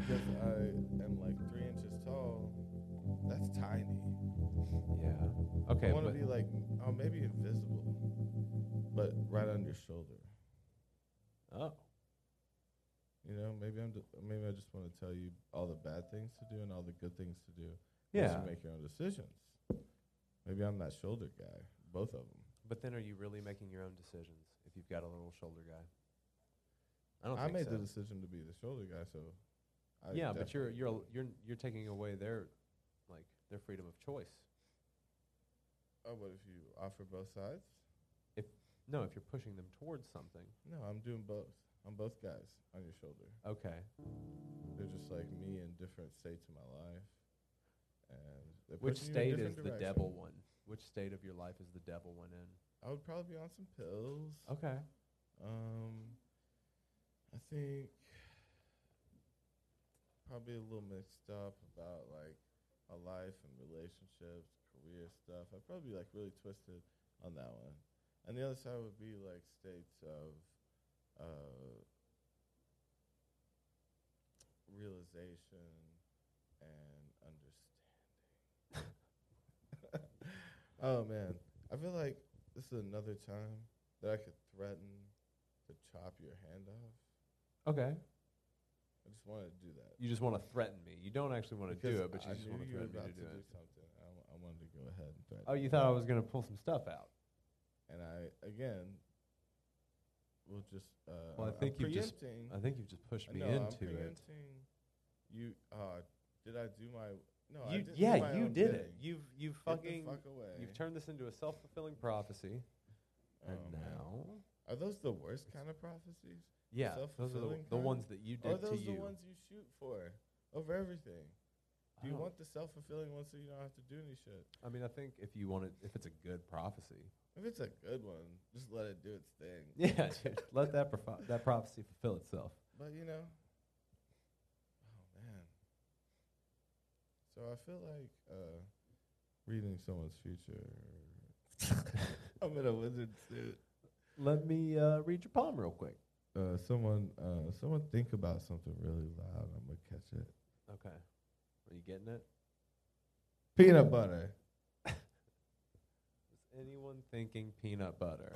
[SPEAKER 2] Yeah.
[SPEAKER 1] Because I am like three inches tall. That's tiny.
[SPEAKER 2] yeah. Okay.
[SPEAKER 1] I want to
[SPEAKER 2] but-
[SPEAKER 1] be like, oh, maybe invisible, but right on your shoulder.
[SPEAKER 2] oh.
[SPEAKER 1] You know, maybe I'm. Just, maybe I just want to tell you all the bad things to do and all the good things to do.
[SPEAKER 2] Yeah.
[SPEAKER 1] Once you make your own decisions. Maybe I'm that shoulder guy. Both of them.
[SPEAKER 2] But then, are you really making your own decisions if you've got a little shoulder guy? I don't.
[SPEAKER 1] I,
[SPEAKER 2] think
[SPEAKER 1] made
[SPEAKER 2] so.
[SPEAKER 1] the decision to be the shoulder guy, so. I
[SPEAKER 2] yeah, but you're
[SPEAKER 1] definitely-
[SPEAKER 2] you're al- you're you're taking away their like their freedom of choice.
[SPEAKER 1] Oh, what if you offer both sides?
[SPEAKER 2] No, if you're pushing them towards something.
[SPEAKER 1] No, I'm doing both. I'm both guys on your shoulder.
[SPEAKER 2] Okay.
[SPEAKER 1] They're just like me in different states of my life. And they're
[SPEAKER 2] Which
[SPEAKER 1] pushing you in
[SPEAKER 2] state is
[SPEAKER 1] different
[SPEAKER 2] the
[SPEAKER 1] directions.
[SPEAKER 2] devil one? Which state of your life is the devil one in?
[SPEAKER 1] I would probably be on some pills.
[SPEAKER 2] Okay.
[SPEAKER 1] Um, I think probably a little mixed up about like my life and relationships, career stuff. I'd probably be like really twisted on that one. And the other side would be like states of uh, realization and understanding. oh man, I feel like this is another time that I could threaten to chop your hand off. I
[SPEAKER 2] Okay.
[SPEAKER 1] just wanted to do that.
[SPEAKER 2] You just want to threaten me. You don't actually want to
[SPEAKER 1] Because
[SPEAKER 2] do it, but you
[SPEAKER 1] I
[SPEAKER 2] just
[SPEAKER 1] knew
[SPEAKER 2] want to
[SPEAKER 1] you were
[SPEAKER 2] threaten me
[SPEAKER 1] about
[SPEAKER 2] to do it.
[SPEAKER 1] something. I, w- I wanted to go ahead and threaten.
[SPEAKER 2] Oh, you thought I was going to pull some stuff out.
[SPEAKER 1] And I again, will just. Uh,
[SPEAKER 2] Well, I
[SPEAKER 1] I'm- I'm
[SPEAKER 2] think you've just-
[SPEAKER 1] preempting-
[SPEAKER 2] I think you've just pushed
[SPEAKER 1] I
[SPEAKER 2] me
[SPEAKER 1] know, I'm
[SPEAKER 2] into it.
[SPEAKER 1] preempting You uh, did I do my? No, I
[SPEAKER 2] you,
[SPEAKER 1] didn't do
[SPEAKER 2] yeah,
[SPEAKER 1] my
[SPEAKER 2] you
[SPEAKER 1] own
[SPEAKER 2] did
[SPEAKER 1] bidding.
[SPEAKER 2] it. You've you've
[SPEAKER 1] Get the
[SPEAKER 2] fucking
[SPEAKER 1] fuck away.
[SPEAKER 2] you've turned this into a self fulfilling prophecy.
[SPEAKER 1] Oh,
[SPEAKER 2] and
[SPEAKER 1] man.
[SPEAKER 2] now,
[SPEAKER 1] Are those the worst kind of prophecies?
[SPEAKER 2] yeah, those are the,
[SPEAKER 1] self-fulfilling
[SPEAKER 2] the
[SPEAKER 1] kind?
[SPEAKER 2] ones that you
[SPEAKER 1] Or are
[SPEAKER 2] did to
[SPEAKER 1] those the
[SPEAKER 2] you.
[SPEAKER 1] ones you shoot for over everything? Do you
[SPEAKER 2] Oh,
[SPEAKER 1] want the self fulfilling ones so you don't have to do any shit?
[SPEAKER 2] I mean, I think if you want it, if it's a good prophecy,
[SPEAKER 1] If it's a good one, just let it do its thing.
[SPEAKER 2] yeah, dude, let that profi- that prophecy fulfill itself.
[SPEAKER 1] But you know, oh man. So I feel like uh, reading someone's future. I'm in a wizard suit.
[SPEAKER 2] Let me uh, read your palm real quick.
[SPEAKER 1] Uh, someone, uh, someone think about something really loud. I'm gonna catch it.
[SPEAKER 2] Okay, are you getting it?
[SPEAKER 1] Peanut butter.
[SPEAKER 2] Is anyone thinking peanut butter?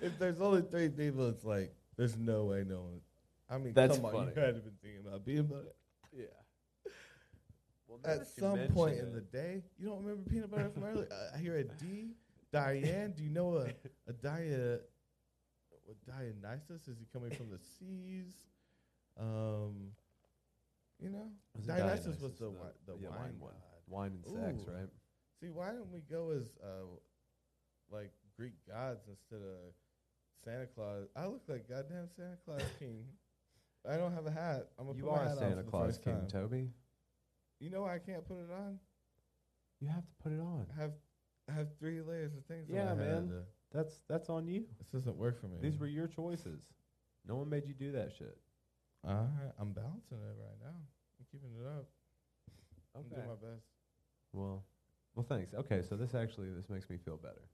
[SPEAKER 1] If there's only three people, it's like there's no way no one. I mean,
[SPEAKER 2] That's
[SPEAKER 1] come on,
[SPEAKER 2] funny.
[SPEAKER 1] you had to been thinking about peanut butter.
[SPEAKER 2] yeah. Well, now
[SPEAKER 1] At
[SPEAKER 2] that you
[SPEAKER 1] some
[SPEAKER 2] mention
[SPEAKER 1] point in the
[SPEAKER 2] it-
[SPEAKER 1] day, you don't remember peanut butter from earlier. Uh, I hear a D. Diane, do you know a a dia? What Dionysus is he coming from the seas? Um, you know,
[SPEAKER 2] Was it
[SPEAKER 1] Dionysus, was
[SPEAKER 2] Dionysus,
[SPEAKER 1] the wi- the,
[SPEAKER 2] yeah,
[SPEAKER 1] wine,
[SPEAKER 2] wine
[SPEAKER 1] god.
[SPEAKER 2] one. wine and sex,
[SPEAKER 1] Ooh.
[SPEAKER 2] right?
[SPEAKER 1] See, why don't we go as uh, like Greek gods instead of Santa Claus? I look like goddamn Santa Claus King. I don't have a hat. I'm gonna
[SPEAKER 2] You
[SPEAKER 1] put my
[SPEAKER 2] are
[SPEAKER 1] hat on for
[SPEAKER 2] Santa
[SPEAKER 1] the
[SPEAKER 2] Claus
[SPEAKER 1] first
[SPEAKER 2] King
[SPEAKER 1] time.
[SPEAKER 2] Toby.
[SPEAKER 1] You know why I can't put it on?
[SPEAKER 2] You have to put it on.
[SPEAKER 1] I have I have three layers of things.
[SPEAKER 2] Yeah,
[SPEAKER 1] on my head.
[SPEAKER 2] man.
[SPEAKER 1] Uh,
[SPEAKER 2] That's that's on you.
[SPEAKER 1] This doesn't work for me.
[SPEAKER 2] These were your choices. No one made you do that shit.
[SPEAKER 1] All right, I'm balancing it right now. I'm keeping it up. I'm doing my best.
[SPEAKER 2] Well, well, thanks. Okay, so this actually this makes me feel better.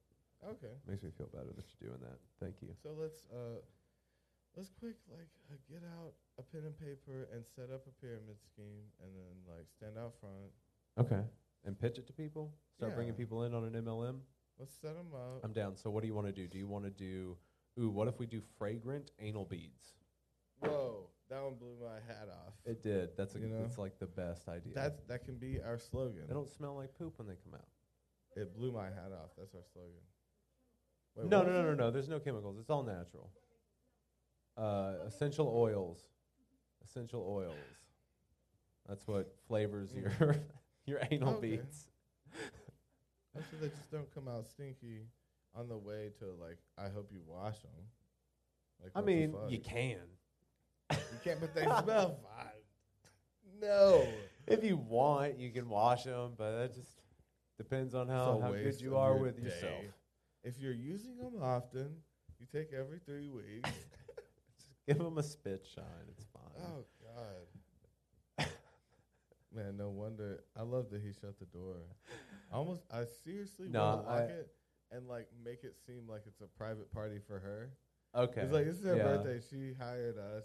[SPEAKER 1] Okay,
[SPEAKER 2] Makes me feel better that you're doing that. Thank you.
[SPEAKER 1] so let's uh, let's quick like uh, get out a pen and paper and set up a pyramid scheme, and then like stand out front.
[SPEAKER 2] Okay, and pitch it to people. Start bringing
[SPEAKER 1] Yeah.
[SPEAKER 2] people in on an MLM.
[SPEAKER 1] Let's set them up.
[SPEAKER 2] I'm down. So what do you want to do? Do you want to do? Ooh, what if we do fragrant anal beads?
[SPEAKER 1] Whoa, that one blew my hat off.
[SPEAKER 2] It did. That's a.
[SPEAKER 1] You know?
[SPEAKER 2] It's like the best idea.
[SPEAKER 1] That's that can be our slogan.
[SPEAKER 2] they don't smell like poop when they come out.
[SPEAKER 1] It blew my hat off. That's our slogan. Wait,
[SPEAKER 2] no,
[SPEAKER 1] what
[SPEAKER 2] no,
[SPEAKER 1] was
[SPEAKER 2] no, no,
[SPEAKER 1] it?
[SPEAKER 2] no. There's no chemicals. It's all natural. Uh, essential oils. Essential oils. That's what flavors
[SPEAKER 1] Mm.
[SPEAKER 2] your your anal
[SPEAKER 1] Okay.
[SPEAKER 2] beads.
[SPEAKER 1] That's so they just don't come out stinky on the way to like. I hope you wash them. Like
[SPEAKER 2] I
[SPEAKER 1] what the
[SPEAKER 2] mean,
[SPEAKER 1] fuck?
[SPEAKER 2] you can.
[SPEAKER 1] You can't, but they smell fine. No.
[SPEAKER 2] If you want, you can wash them, but that just depends on how,
[SPEAKER 1] a
[SPEAKER 2] how good
[SPEAKER 1] waste
[SPEAKER 2] you
[SPEAKER 1] of
[SPEAKER 2] are
[SPEAKER 1] your
[SPEAKER 2] with
[SPEAKER 1] day.
[SPEAKER 2] yourself.
[SPEAKER 1] If you're using them often, you take every three weeks.
[SPEAKER 2] Just give them a spit shine. It's fine.
[SPEAKER 1] oh God. Man, no wonder. I love that he shut the door. I Almost, I seriously want
[SPEAKER 2] Nah,
[SPEAKER 1] to lock
[SPEAKER 2] I-
[SPEAKER 1] it and like make it seem like it's a private party for her.
[SPEAKER 2] Okay.
[SPEAKER 1] Oh, It's like this is her
[SPEAKER 2] Yeah.
[SPEAKER 1] birthday. She hired us,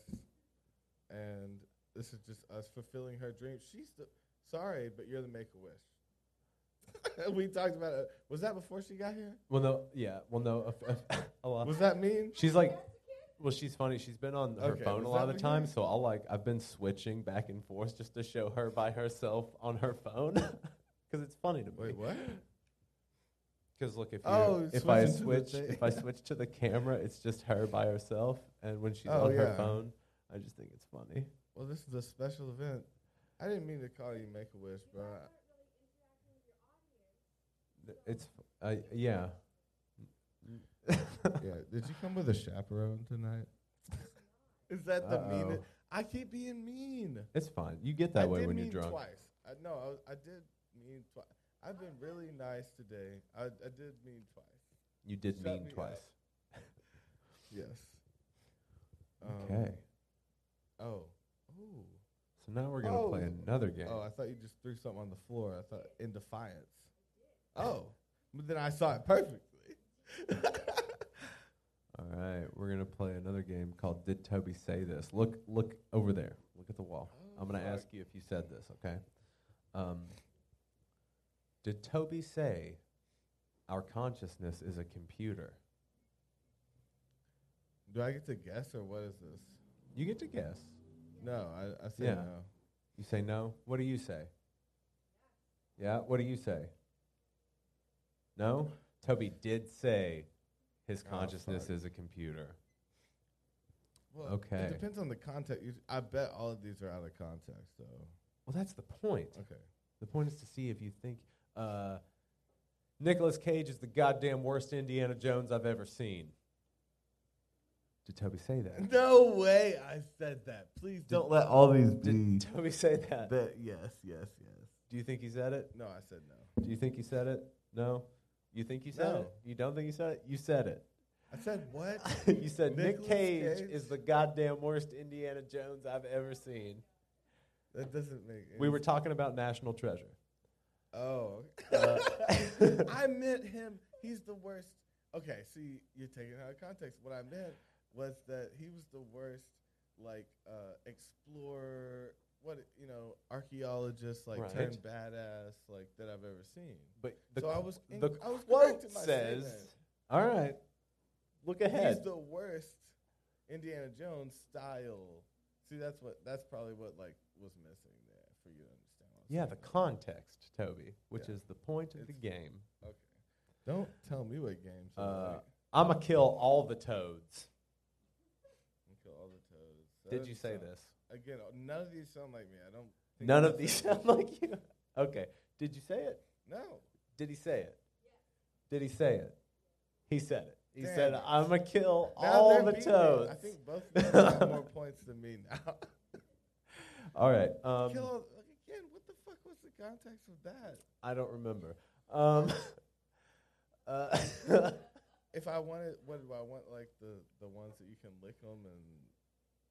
[SPEAKER 1] and this is just us fulfilling her dream. She's the sorry, but you're the Make a Wish. we talked about it. Was that before she got here?
[SPEAKER 2] Well, no. Yeah. Well, no. A, a, a lot.
[SPEAKER 1] Was that mean?
[SPEAKER 2] She's like, well, she's funny. She's been on her
[SPEAKER 1] Okay,
[SPEAKER 2] phone a
[SPEAKER 1] was
[SPEAKER 2] lot
[SPEAKER 1] that
[SPEAKER 2] of the time,
[SPEAKER 1] beginning?
[SPEAKER 2] so I'll like, I've been switching back and forth just to show her by herself on her phone, because it's funny to me.
[SPEAKER 1] Wait, what?
[SPEAKER 2] Because look, if you,
[SPEAKER 1] Oh,
[SPEAKER 2] if
[SPEAKER 1] switching
[SPEAKER 2] I
[SPEAKER 1] to the
[SPEAKER 2] switch,
[SPEAKER 1] thing.
[SPEAKER 2] if I switch to the camera, it's just her by herself, and when she's
[SPEAKER 1] Oh,
[SPEAKER 2] on her
[SPEAKER 1] yeah.
[SPEAKER 2] phone, I just think it's funny.
[SPEAKER 1] Well, this is a special event. I didn't mean to call you Make a Wish, but I-
[SPEAKER 2] Th- It's, uh, yeah.
[SPEAKER 1] yeah. Did you come with a chaperone tonight? is that the meanest?
[SPEAKER 2] Uh-oh.
[SPEAKER 1] I keep being mean.
[SPEAKER 2] It's fine. You get that
[SPEAKER 1] I
[SPEAKER 2] way
[SPEAKER 1] did
[SPEAKER 2] when you're
[SPEAKER 1] mean
[SPEAKER 2] drunk.
[SPEAKER 1] Twice. I, no, I, was- I did mean twice. I've been really nice today. I, I did mean twice.
[SPEAKER 2] You did
[SPEAKER 1] Shut
[SPEAKER 2] mean
[SPEAKER 1] me up.
[SPEAKER 2] twice.
[SPEAKER 1] Yes.
[SPEAKER 2] okay.
[SPEAKER 1] Um, Oh. Ooh.
[SPEAKER 2] So now we're gonna play
[SPEAKER 1] Oh.
[SPEAKER 2] another game.
[SPEAKER 1] Oh, I thought you just threw something on the floor. I thought in defiance. Oh, but then I saw it perfectly.
[SPEAKER 2] All right, we're gonna play another game called "Did Toby Say This?" Look, look over there. Look at the wall.
[SPEAKER 1] Oh,
[SPEAKER 2] I'm gonna
[SPEAKER 1] fuck.
[SPEAKER 2] ask you if you said this, okay? Um, did Toby say our consciousness is a computer?
[SPEAKER 1] Do I get to guess or what is this?
[SPEAKER 2] You get to guess.
[SPEAKER 1] No, I, I said
[SPEAKER 2] Yeah.
[SPEAKER 1] no.
[SPEAKER 2] You say no. What do you say? Yeah. What do you say? No. Toby did say his
[SPEAKER 1] Oh,
[SPEAKER 2] consciousness
[SPEAKER 1] fuck.
[SPEAKER 2] is a computer.
[SPEAKER 1] Well,
[SPEAKER 2] Okay.
[SPEAKER 1] It depends on the context. You- I bet all of these are out of context, though.
[SPEAKER 2] Well, that's the point.
[SPEAKER 1] Okay.
[SPEAKER 2] The point is to see if you think uh, Nicolas Cage is the goddamn worst Indiana Jones I've ever seen. Did Toby say that?
[SPEAKER 1] No way I said that. Please don't let all these be.
[SPEAKER 2] Did Toby say that?
[SPEAKER 1] That yes, yes, yes.
[SPEAKER 2] Do you think he said it?
[SPEAKER 1] No, I said no.
[SPEAKER 2] Do you think he said it? No. You think you said
[SPEAKER 1] No.
[SPEAKER 2] it? You don't think you said it? You said it.
[SPEAKER 1] I said what?
[SPEAKER 2] you said Nick
[SPEAKER 1] Nicolas
[SPEAKER 2] Cage,
[SPEAKER 1] Cage?
[SPEAKER 2] is the goddamn worst Indiana Jones I've ever seen.
[SPEAKER 1] That doesn't make.
[SPEAKER 2] We
[SPEAKER 1] any
[SPEAKER 2] were
[SPEAKER 1] sense.
[SPEAKER 2] talking about National Treasure.
[SPEAKER 1] Oh.
[SPEAKER 2] Uh,
[SPEAKER 1] I meant him. He's the worst. Okay, see, you're taking it out of context. What I meant was that he was the worst, like uh, explorer, what it- you know, archaeologist, like
[SPEAKER 2] Right.
[SPEAKER 1] turned badass, like that I've ever seen.
[SPEAKER 2] but the,
[SPEAKER 1] so I
[SPEAKER 2] qu-
[SPEAKER 1] was, in,
[SPEAKER 2] the
[SPEAKER 1] I was correct
[SPEAKER 2] quote
[SPEAKER 1] in my
[SPEAKER 2] says,
[SPEAKER 1] statement.
[SPEAKER 2] all right, look ahead.
[SPEAKER 1] He's the worst Indiana Jones style. See, that's what that's probably what like was missing there for you to understand. what I'm
[SPEAKER 2] Yeah,
[SPEAKER 1] saying.
[SPEAKER 2] the context, Toby, which
[SPEAKER 1] Yeah.
[SPEAKER 2] is the point of the
[SPEAKER 1] It's-
[SPEAKER 2] game.
[SPEAKER 1] Okay. Don't tell me what games. I
[SPEAKER 2] Uh,
[SPEAKER 1] like.
[SPEAKER 2] I'ma kill all the toads.
[SPEAKER 1] And kill all the toads. That
[SPEAKER 2] Did
[SPEAKER 1] doesn't
[SPEAKER 2] you say
[SPEAKER 1] sound-
[SPEAKER 2] this?
[SPEAKER 1] Again, uh, none of these sound like me. I don't. think
[SPEAKER 2] None
[SPEAKER 1] I
[SPEAKER 2] of
[SPEAKER 1] said
[SPEAKER 2] these
[SPEAKER 1] this.
[SPEAKER 2] sound like you. Okay. Did you say it?
[SPEAKER 1] No.
[SPEAKER 2] Did he say it? Did he say it? He said it. He
[SPEAKER 1] Damn
[SPEAKER 2] said,
[SPEAKER 1] it.
[SPEAKER 2] "I'ma kill
[SPEAKER 1] Now
[SPEAKER 2] all
[SPEAKER 1] they're
[SPEAKER 2] the
[SPEAKER 1] beating me.
[SPEAKER 2] toads."
[SPEAKER 1] I think both of them have more points than me now.
[SPEAKER 2] all right. Um,
[SPEAKER 1] kill all, like, again. What the fuck was the context of that?
[SPEAKER 2] I don't remember. Um, uh,
[SPEAKER 1] If I wanted, what do I want? Like the the ones that you can lick them and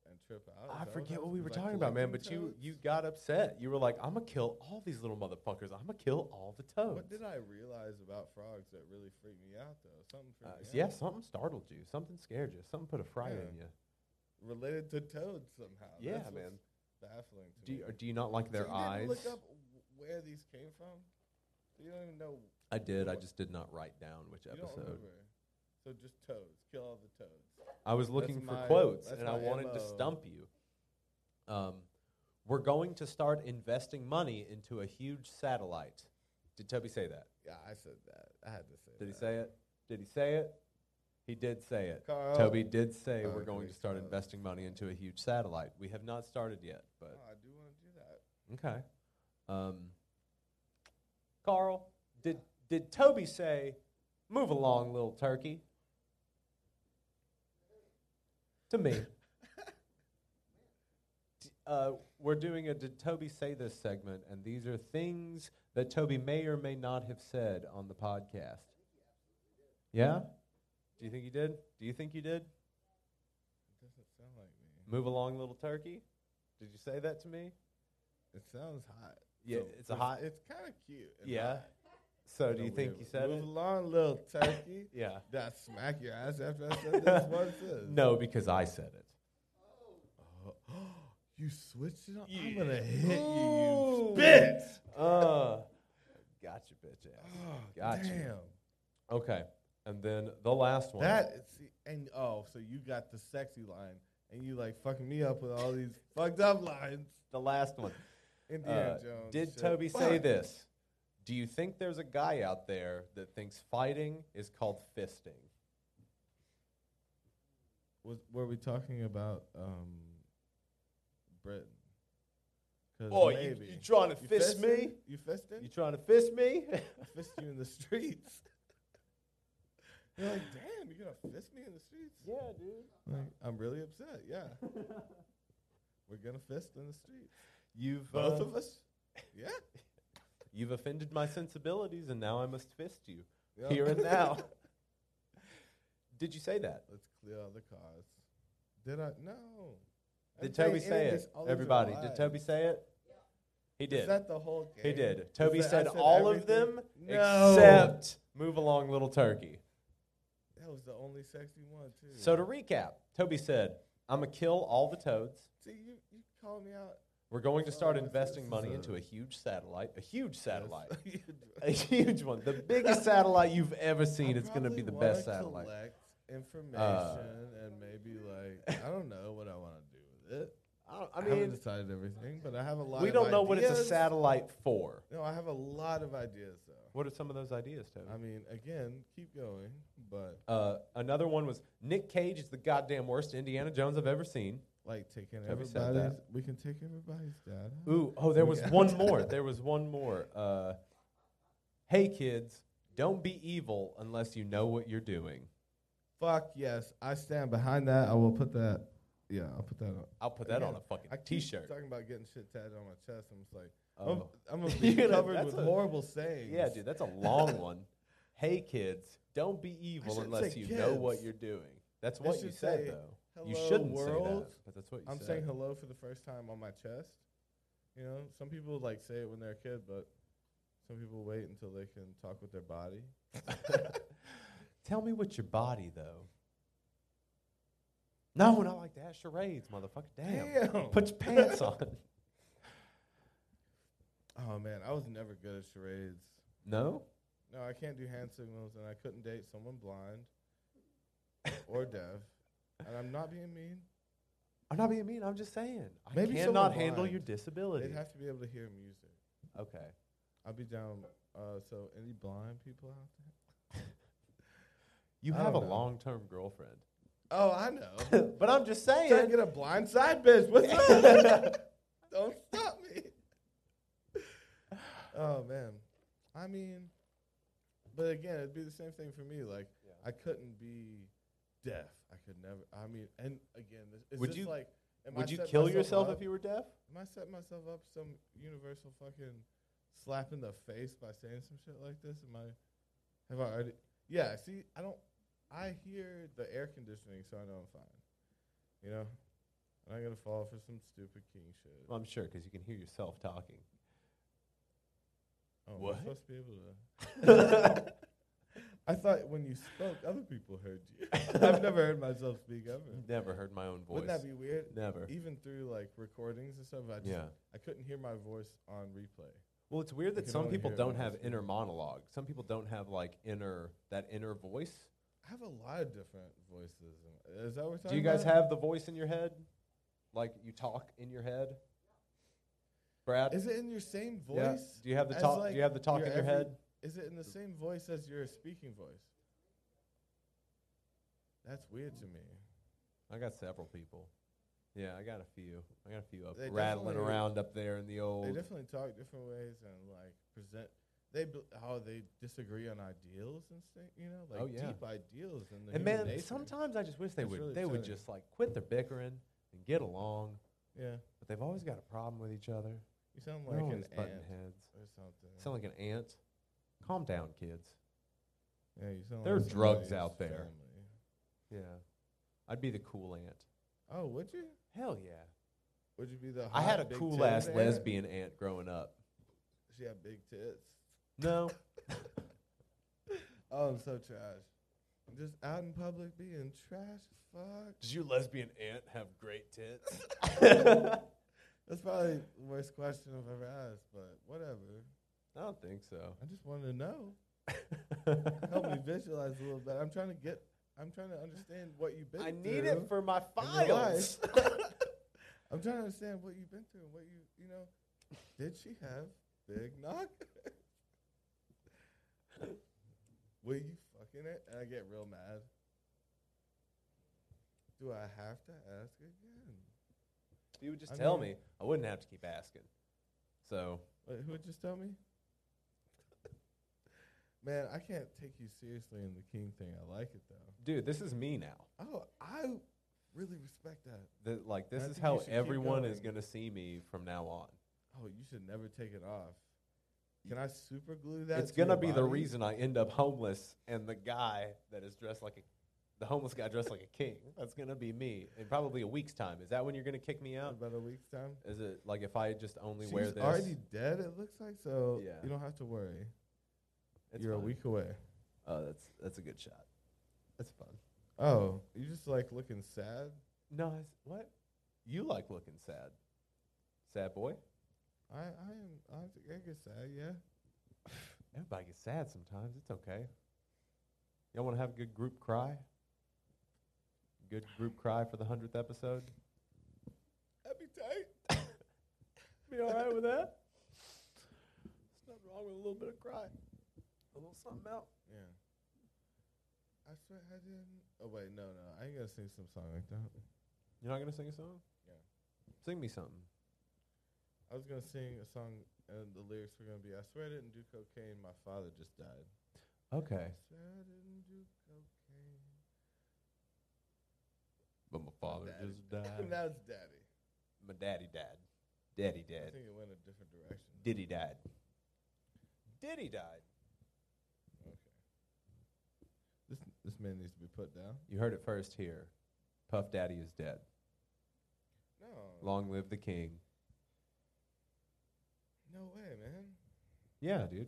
[SPEAKER 1] and trip out. Is
[SPEAKER 2] I
[SPEAKER 1] that
[SPEAKER 2] forget
[SPEAKER 1] that was?
[SPEAKER 2] what we
[SPEAKER 1] Was
[SPEAKER 2] were
[SPEAKER 1] I
[SPEAKER 2] talking about, man.
[SPEAKER 1] collecting
[SPEAKER 2] But you
[SPEAKER 1] toads?
[SPEAKER 2] you got upset. You were like, "I'ma kill all these little motherfuckers. I'ma kill all the toads."
[SPEAKER 1] What did I realize about frogs that really freaked me out though? Something
[SPEAKER 2] Uh,
[SPEAKER 1] freaked
[SPEAKER 2] s-
[SPEAKER 1] me
[SPEAKER 2] yeah,
[SPEAKER 1] out.
[SPEAKER 2] something startled you. Something scared you. Something put a fry
[SPEAKER 1] Yeah.
[SPEAKER 2] in you.
[SPEAKER 1] Related to toads somehow.
[SPEAKER 2] Yeah,
[SPEAKER 1] That's what's
[SPEAKER 2] man.
[SPEAKER 1] Baffling. To
[SPEAKER 2] Do
[SPEAKER 1] me.
[SPEAKER 2] you, or do you not like their
[SPEAKER 1] so you Didn't
[SPEAKER 2] eyes?
[SPEAKER 1] look up w- where these came from. So you don't even know.
[SPEAKER 2] I did. I
[SPEAKER 1] what-
[SPEAKER 2] just did not write down which
[SPEAKER 1] You don't
[SPEAKER 2] episode.
[SPEAKER 1] remember. So just toads. Kill all the toads.
[SPEAKER 2] I was looking for
[SPEAKER 1] my-
[SPEAKER 2] quotes,
[SPEAKER 1] that's
[SPEAKER 2] and I
[SPEAKER 1] my
[SPEAKER 2] wanted to
[SPEAKER 1] MO.
[SPEAKER 2] stump you. Um, we're going to start investing money into a huge satellite. Did Toby say that?
[SPEAKER 1] Yeah, I said that. I had to say.
[SPEAKER 2] Did he
[SPEAKER 1] that.
[SPEAKER 2] say it? Did he say it? He did say it.
[SPEAKER 1] Carl.
[SPEAKER 2] Toby did say
[SPEAKER 1] Oh,
[SPEAKER 2] we're
[SPEAKER 1] okay,
[SPEAKER 2] going to start
[SPEAKER 1] Carl.
[SPEAKER 2] investing money into a huge satellite. We have not started yet,
[SPEAKER 1] Oh,
[SPEAKER 2] but
[SPEAKER 1] I do want to do that.
[SPEAKER 2] Okay. Um, Carl, did did Toby say, "Move along, little turkey"? To me. D- Uh, we're doing a Did Toby Say This segment, and these are things that Toby may or may not have said on the podcast. Yeah? Do you think you did? Do you think you did?
[SPEAKER 1] It doesn't sound like me.
[SPEAKER 2] Move along, little turkey? Did you say that to me?
[SPEAKER 1] It sounds hot.
[SPEAKER 2] Yeah,
[SPEAKER 1] So
[SPEAKER 2] it's a hot.
[SPEAKER 1] It's kind of cute. and
[SPEAKER 2] Yeah.
[SPEAKER 1] hot
[SPEAKER 2] So,
[SPEAKER 1] in
[SPEAKER 2] do
[SPEAKER 1] a
[SPEAKER 2] you think
[SPEAKER 1] weird
[SPEAKER 2] you
[SPEAKER 1] way.
[SPEAKER 2] said
[SPEAKER 1] Move
[SPEAKER 2] it?
[SPEAKER 1] along, little turkey.
[SPEAKER 2] Yeah.
[SPEAKER 1] Did I smack your ass after I said this? What is this?
[SPEAKER 2] No, because I said it.
[SPEAKER 1] You switched it on? I'm
[SPEAKER 2] Yeah.
[SPEAKER 1] going to hit you, you
[SPEAKER 2] Ooh.
[SPEAKER 1] spit.
[SPEAKER 2] Uh, gotcha, bitch ass.
[SPEAKER 1] Oh,
[SPEAKER 2] Gotcha.
[SPEAKER 1] damn.
[SPEAKER 2] Okay, and then the last one.
[SPEAKER 1] That is- see, and oh, so you got the sexy line, and you like fucking me up with all these fucked up lines.
[SPEAKER 2] the last one.
[SPEAKER 1] Indiana
[SPEAKER 2] Uh,
[SPEAKER 1] Jones.
[SPEAKER 2] Did
[SPEAKER 1] shit.
[SPEAKER 2] Toby say
[SPEAKER 1] Fuck.
[SPEAKER 2] this? Do you think there's a guy out there that thinks fighting is called fisting?
[SPEAKER 1] Was, were we talking about um, Britain? 'Cause
[SPEAKER 2] Oh, you,
[SPEAKER 1] maybe.
[SPEAKER 2] you trying to
[SPEAKER 1] You
[SPEAKER 2] fist me?
[SPEAKER 1] fisting? You fisting?
[SPEAKER 2] You trying to fist me?
[SPEAKER 1] I fist you in the streets. You're like, damn, you're gonna fist me in the streets?
[SPEAKER 2] yeah, dude.
[SPEAKER 1] Like, I'm really upset. Yeah, we're gonna fist in the streets.
[SPEAKER 2] You've
[SPEAKER 1] Both
[SPEAKER 2] uh,
[SPEAKER 1] of us. Yeah.
[SPEAKER 2] You've offended my sensibilities, and now I must fist you
[SPEAKER 1] Yeah.
[SPEAKER 2] here and now. Did you say that?
[SPEAKER 1] Let's clear all the cars. Did I? No. I'm
[SPEAKER 2] Did Toby
[SPEAKER 1] saying
[SPEAKER 2] say
[SPEAKER 1] it is
[SPEAKER 2] it?
[SPEAKER 1] all these are
[SPEAKER 2] Everybody, did
[SPEAKER 1] lies.
[SPEAKER 2] Toby say it? He
[SPEAKER 1] Is
[SPEAKER 2] did.
[SPEAKER 1] that the whole game?
[SPEAKER 2] He did.
[SPEAKER 1] Is
[SPEAKER 2] Toby
[SPEAKER 1] that I
[SPEAKER 2] said all of
[SPEAKER 1] everything?
[SPEAKER 2] them
[SPEAKER 1] No.
[SPEAKER 2] except Move Along Little Turkey.
[SPEAKER 1] That was the only sexy one too.
[SPEAKER 2] So to recap, Toby said, I'm going to kill all the toads.
[SPEAKER 1] see you, you called me out.
[SPEAKER 2] We're going to
[SPEAKER 1] So
[SPEAKER 2] start
[SPEAKER 1] Oh, this
[SPEAKER 2] investing
[SPEAKER 1] is
[SPEAKER 2] money
[SPEAKER 1] a-
[SPEAKER 2] into a huge satellite, a huge satellite,
[SPEAKER 1] Yes.
[SPEAKER 2] a huge one, the biggest satellite you've ever seen.
[SPEAKER 1] I
[SPEAKER 2] It's going to be
[SPEAKER 1] probably
[SPEAKER 2] the
[SPEAKER 1] wanna
[SPEAKER 2] best satellite. Uh,
[SPEAKER 1] Collect information and maybe like I don't know what I want to do with it.
[SPEAKER 2] I, don't- I
[SPEAKER 1] I haven't
[SPEAKER 2] mean,
[SPEAKER 1] decided everything, but I have a lot.
[SPEAKER 2] we
[SPEAKER 1] of
[SPEAKER 2] don't know what it's a
[SPEAKER 1] ideas.
[SPEAKER 2] satellite for.
[SPEAKER 1] No, I have a lot of ideas though.
[SPEAKER 2] What are some of those ideas, Toby?
[SPEAKER 1] I mean, again, keep going, but
[SPEAKER 2] Uh, a Another one was Nick Cage is the goddamn worst Indiana Jones I've ever seen.
[SPEAKER 1] Like taking
[SPEAKER 2] Have you said that?
[SPEAKER 1] everybody's. We can take everybody's data.
[SPEAKER 2] Ooh, oh, there was
[SPEAKER 1] Yeah.
[SPEAKER 2] one more. There was one more. Uh, hey, kids, don't be evil unless you know what you're doing.
[SPEAKER 1] Fuck yes, I stand behind that. I will put that. Yeah, I'll put that on.
[SPEAKER 2] I'll put that on
[SPEAKER 1] Again,
[SPEAKER 2] a fucking
[SPEAKER 1] I keep
[SPEAKER 2] t-shirt.
[SPEAKER 1] Talking about getting shit tatted on my chest. I'm just like, I'm,
[SPEAKER 2] Oh.
[SPEAKER 1] I'm gonna be
[SPEAKER 2] You're gonna-
[SPEAKER 1] covered
[SPEAKER 2] that's
[SPEAKER 1] with
[SPEAKER 2] a-
[SPEAKER 1] horrible sayings.
[SPEAKER 2] Yeah, dude, that's a long one. Hey, kids, don't be evil
[SPEAKER 1] should
[SPEAKER 2] unless
[SPEAKER 1] say
[SPEAKER 2] you know what
[SPEAKER 1] kids.
[SPEAKER 2] you're doing. That's
[SPEAKER 1] I
[SPEAKER 2] what you
[SPEAKER 1] should
[SPEAKER 2] said,
[SPEAKER 1] say,
[SPEAKER 2] though.
[SPEAKER 1] Hello,
[SPEAKER 2] you shouldn't
[SPEAKER 1] world.
[SPEAKER 2] say that, but that's what you
[SPEAKER 1] I'm
[SPEAKER 2] said.
[SPEAKER 1] saying hello for the first time on my chest. You know, some people like say it when they're a kid, but some people wait until they can talk with their body.
[SPEAKER 2] Tell me what your body, though. No, not like that. Charades, motherfucker. Damn.
[SPEAKER 1] Damn.
[SPEAKER 2] Put your pants on.
[SPEAKER 1] Oh man, I was never good at charades.
[SPEAKER 2] No?
[SPEAKER 1] No, I can't do hand signals, and I couldn't date someone blind or deaf. And I'm not being mean.
[SPEAKER 2] I'm not being mean. I'm just saying. I
[SPEAKER 1] Maybe
[SPEAKER 2] cannot
[SPEAKER 1] someone
[SPEAKER 2] handle
[SPEAKER 1] blind.
[SPEAKER 2] your disability.
[SPEAKER 1] They'd have to be able to hear music.
[SPEAKER 2] Okay.
[SPEAKER 1] I'd be down. Uh, so any blind people out there?
[SPEAKER 2] You
[SPEAKER 1] I
[SPEAKER 2] have a
[SPEAKER 1] don't know.
[SPEAKER 2] long term girlfriend.
[SPEAKER 1] Oh, I know.
[SPEAKER 2] but I'm just
[SPEAKER 1] Trying to
[SPEAKER 2] saying.
[SPEAKER 1] get a blind side bitch. What's up? Don't stop me. Oh man, I mean, but again, it'd be the same thing for me. Like
[SPEAKER 2] Yeah.
[SPEAKER 1] I couldn't be deaf. I could never. I mean, and again, this, is
[SPEAKER 2] Would
[SPEAKER 1] this
[SPEAKER 2] you-
[SPEAKER 1] like? am I
[SPEAKER 2] Would you
[SPEAKER 1] setting
[SPEAKER 2] kill
[SPEAKER 1] myself
[SPEAKER 2] yourself
[SPEAKER 1] up?
[SPEAKER 2] if you were deaf?
[SPEAKER 1] Am I setting myself up some universal fucking slap in the face by saying some shit like this? Am I? Have I already? Yeah. See, I don't. I hear the air conditioning, so I know I'm fine. You know, I'm not gonna fall for some stupid king shit.
[SPEAKER 2] Well, I'm sure, because you can hear yourself talking.
[SPEAKER 1] Oh, am I
[SPEAKER 2] what?
[SPEAKER 1] supposed to be able to. I thought when you spoke, other people heard you. I've never heard myself speak ever.
[SPEAKER 2] Never heard my own voice.
[SPEAKER 1] Wouldn't that be e-, weird?
[SPEAKER 2] Never.
[SPEAKER 1] Even through like recordings and stuff, I just,
[SPEAKER 2] Yeah.
[SPEAKER 1] I couldn't hear my voice on replay.
[SPEAKER 2] Well, it's weird
[SPEAKER 1] You
[SPEAKER 2] that
[SPEAKER 1] can
[SPEAKER 2] some
[SPEAKER 1] only
[SPEAKER 2] people
[SPEAKER 1] hear it
[SPEAKER 2] don't
[SPEAKER 1] when
[SPEAKER 2] have
[SPEAKER 1] it's
[SPEAKER 2] inner monologue. Some people don't have like inner that inner voice.
[SPEAKER 1] I have a lot of different voices. Am- Is that what we're talking
[SPEAKER 2] Do you guys
[SPEAKER 1] about?
[SPEAKER 2] have the voice in your head? Like you talk in your head? Brad?
[SPEAKER 1] Is it in your same voice?
[SPEAKER 2] Yeah. Do you have the
[SPEAKER 1] as,
[SPEAKER 2] talk
[SPEAKER 1] like,
[SPEAKER 2] do you have the talk in your
[SPEAKER 1] every-
[SPEAKER 2] head?
[SPEAKER 1] Is it in the same voice as your speaking voice? That's weird to me.
[SPEAKER 2] I got several people. Yeah, I got a few. I got a few up
[SPEAKER 1] They
[SPEAKER 2] rattling
[SPEAKER 1] definitely-
[SPEAKER 2] around up there in the
[SPEAKER 1] They
[SPEAKER 2] old
[SPEAKER 1] definitely talk different ways and like present. They bel how they disagree on ideals and stuff. You know, like
[SPEAKER 2] Oh, yeah.
[SPEAKER 1] deep ideals and the
[SPEAKER 2] And
[SPEAKER 1] human
[SPEAKER 2] man,
[SPEAKER 1] nature.
[SPEAKER 2] sometimes I just wish they
[SPEAKER 1] That's
[SPEAKER 2] would
[SPEAKER 1] really
[SPEAKER 2] they would
[SPEAKER 1] upsetting.
[SPEAKER 2] just like quit their bickering and get along,
[SPEAKER 1] yeah,
[SPEAKER 2] but they've always got a problem with each other.
[SPEAKER 1] you sound
[SPEAKER 2] They're
[SPEAKER 1] like an
[SPEAKER 2] always
[SPEAKER 1] ant
[SPEAKER 2] butting heads.
[SPEAKER 1] or something.
[SPEAKER 2] Sound like an ant. Calm down, kids.
[SPEAKER 1] yeah, you sound
[SPEAKER 2] there are
[SPEAKER 1] like
[SPEAKER 2] drugs
[SPEAKER 1] somebody's
[SPEAKER 2] out there.
[SPEAKER 1] family.
[SPEAKER 2] Yeah. I'd be the cool aunt.
[SPEAKER 1] Oh, would you?
[SPEAKER 2] Hell yeah.
[SPEAKER 1] Would you be the?
[SPEAKER 2] I had
[SPEAKER 1] hot
[SPEAKER 2] a
[SPEAKER 1] big
[SPEAKER 2] cool
[SPEAKER 1] teddy
[SPEAKER 2] ass
[SPEAKER 1] bear?
[SPEAKER 2] lesbian aunt growing up.
[SPEAKER 1] She had big tits.
[SPEAKER 2] No.
[SPEAKER 1] Oh, I'm so trash. I'm just out in public being trash. Fuck.
[SPEAKER 2] Does your lesbian aunt have great tits?
[SPEAKER 1] That's probably the worst question I've ever asked, but whatever.
[SPEAKER 2] I don't think so.
[SPEAKER 1] I just wanted to know. Help me visualize a little bit. I'm trying to get. I'm trying to understand what you've been.
[SPEAKER 2] I
[SPEAKER 1] through.
[SPEAKER 2] need it for my
[SPEAKER 1] in your
[SPEAKER 2] files.
[SPEAKER 1] life. I'm trying to understand what you've been through and what you you know. Did she have big knock? Will you fucking it? And I get real mad. Do I have to ask again?
[SPEAKER 2] you would just
[SPEAKER 1] I
[SPEAKER 2] tell
[SPEAKER 1] mean-
[SPEAKER 2] me. I wouldn't have to keep asking. So
[SPEAKER 1] Wait, who would just tell me? Man, I can't take you seriously in the king thing. I like it though.
[SPEAKER 2] dude, this is me now.
[SPEAKER 1] Oh, I really respect that.
[SPEAKER 2] Th- like this
[SPEAKER 1] I
[SPEAKER 2] is
[SPEAKER 1] think you
[SPEAKER 2] how
[SPEAKER 1] should keep
[SPEAKER 2] everyone is
[SPEAKER 1] going.
[SPEAKER 2] gonna see me from now on.
[SPEAKER 1] Oh, you should never take it off. Can I super glue that?
[SPEAKER 2] it's
[SPEAKER 1] to your
[SPEAKER 2] gonna be the
[SPEAKER 1] body?
[SPEAKER 2] reason I end up homeless and the guy that is dressed like a the homeless guy dressed like a king. That's gonna be me in probably a week's time. Is that when you're gonna kick me out?
[SPEAKER 1] About a week's time.
[SPEAKER 2] Is it like if I just only
[SPEAKER 1] She's
[SPEAKER 2] wear this?
[SPEAKER 1] already dead. It looks like so.
[SPEAKER 2] Yeah.
[SPEAKER 1] You don't have to worry.
[SPEAKER 2] It's
[SPEAKER 1] You're
[SPEAKER 2] fine.
[SPEAKER 1] a week away.
[SPEAKER 2] Oh, that's that's a good shot. That's fun.
[SPEAKER 1] Oh, you just like looking sad.
[SPEAKER 2] No, it's, what? You like looking sad? Sad boy.
[SPEAKER 1] I I am. I, think I get sad. Yeah.
[SPEAKER 2] Everybody gets sad sometimes. It's okay. Y'all want to have a good group cry? Good group cry for the hundredth episode.
[SPEAKER 1] That'd be tight.
[SPEAKER 2] Be all right with that. There's nothing wrong with a little bit of cry. A little something out.
[SPEAKER 1] Yeah. I swear I didn't. Oh wait, no, no, I ain't gonna sing some song like that.
[SPEAKER 2] You're not gonna sing a song?
[SPEAKER 1] Yeah.
[SPEAKER 2] Sing me something.
[SPEAKER 1] I was gonna sing a song, and the lyrics were gonna be, "I swear I didn't do cocaine. My father just died."
[SPEAKER 2] Okay.
[SPEAKER 1] I swear I didn't do cocaine.
[SPEAKER 2] But my father
[SPEAKER 1] daddy.
[SPEAKER 2] just died.
[SPEAKER 1] now it's daddy.
[SPEAKER 2] My daddy died. Daddy
[SPEAKER 1] I
[SPEAKER 2] died.
[SPEAKER 1] think it went a different direction.
[SPEAKER 2] Diddy died. Diddy died.
[SPEAKER 1] Okay. This this man needs to be put down.
[SPEAKER 2] You heard it first here. Puff Daddy is dead.
[SPEAKER 1] No.
[SPEAKER 2] Long live the king.
[SPEAKER 1] No way, man.
[SPEAKER 2] Yeah, dude.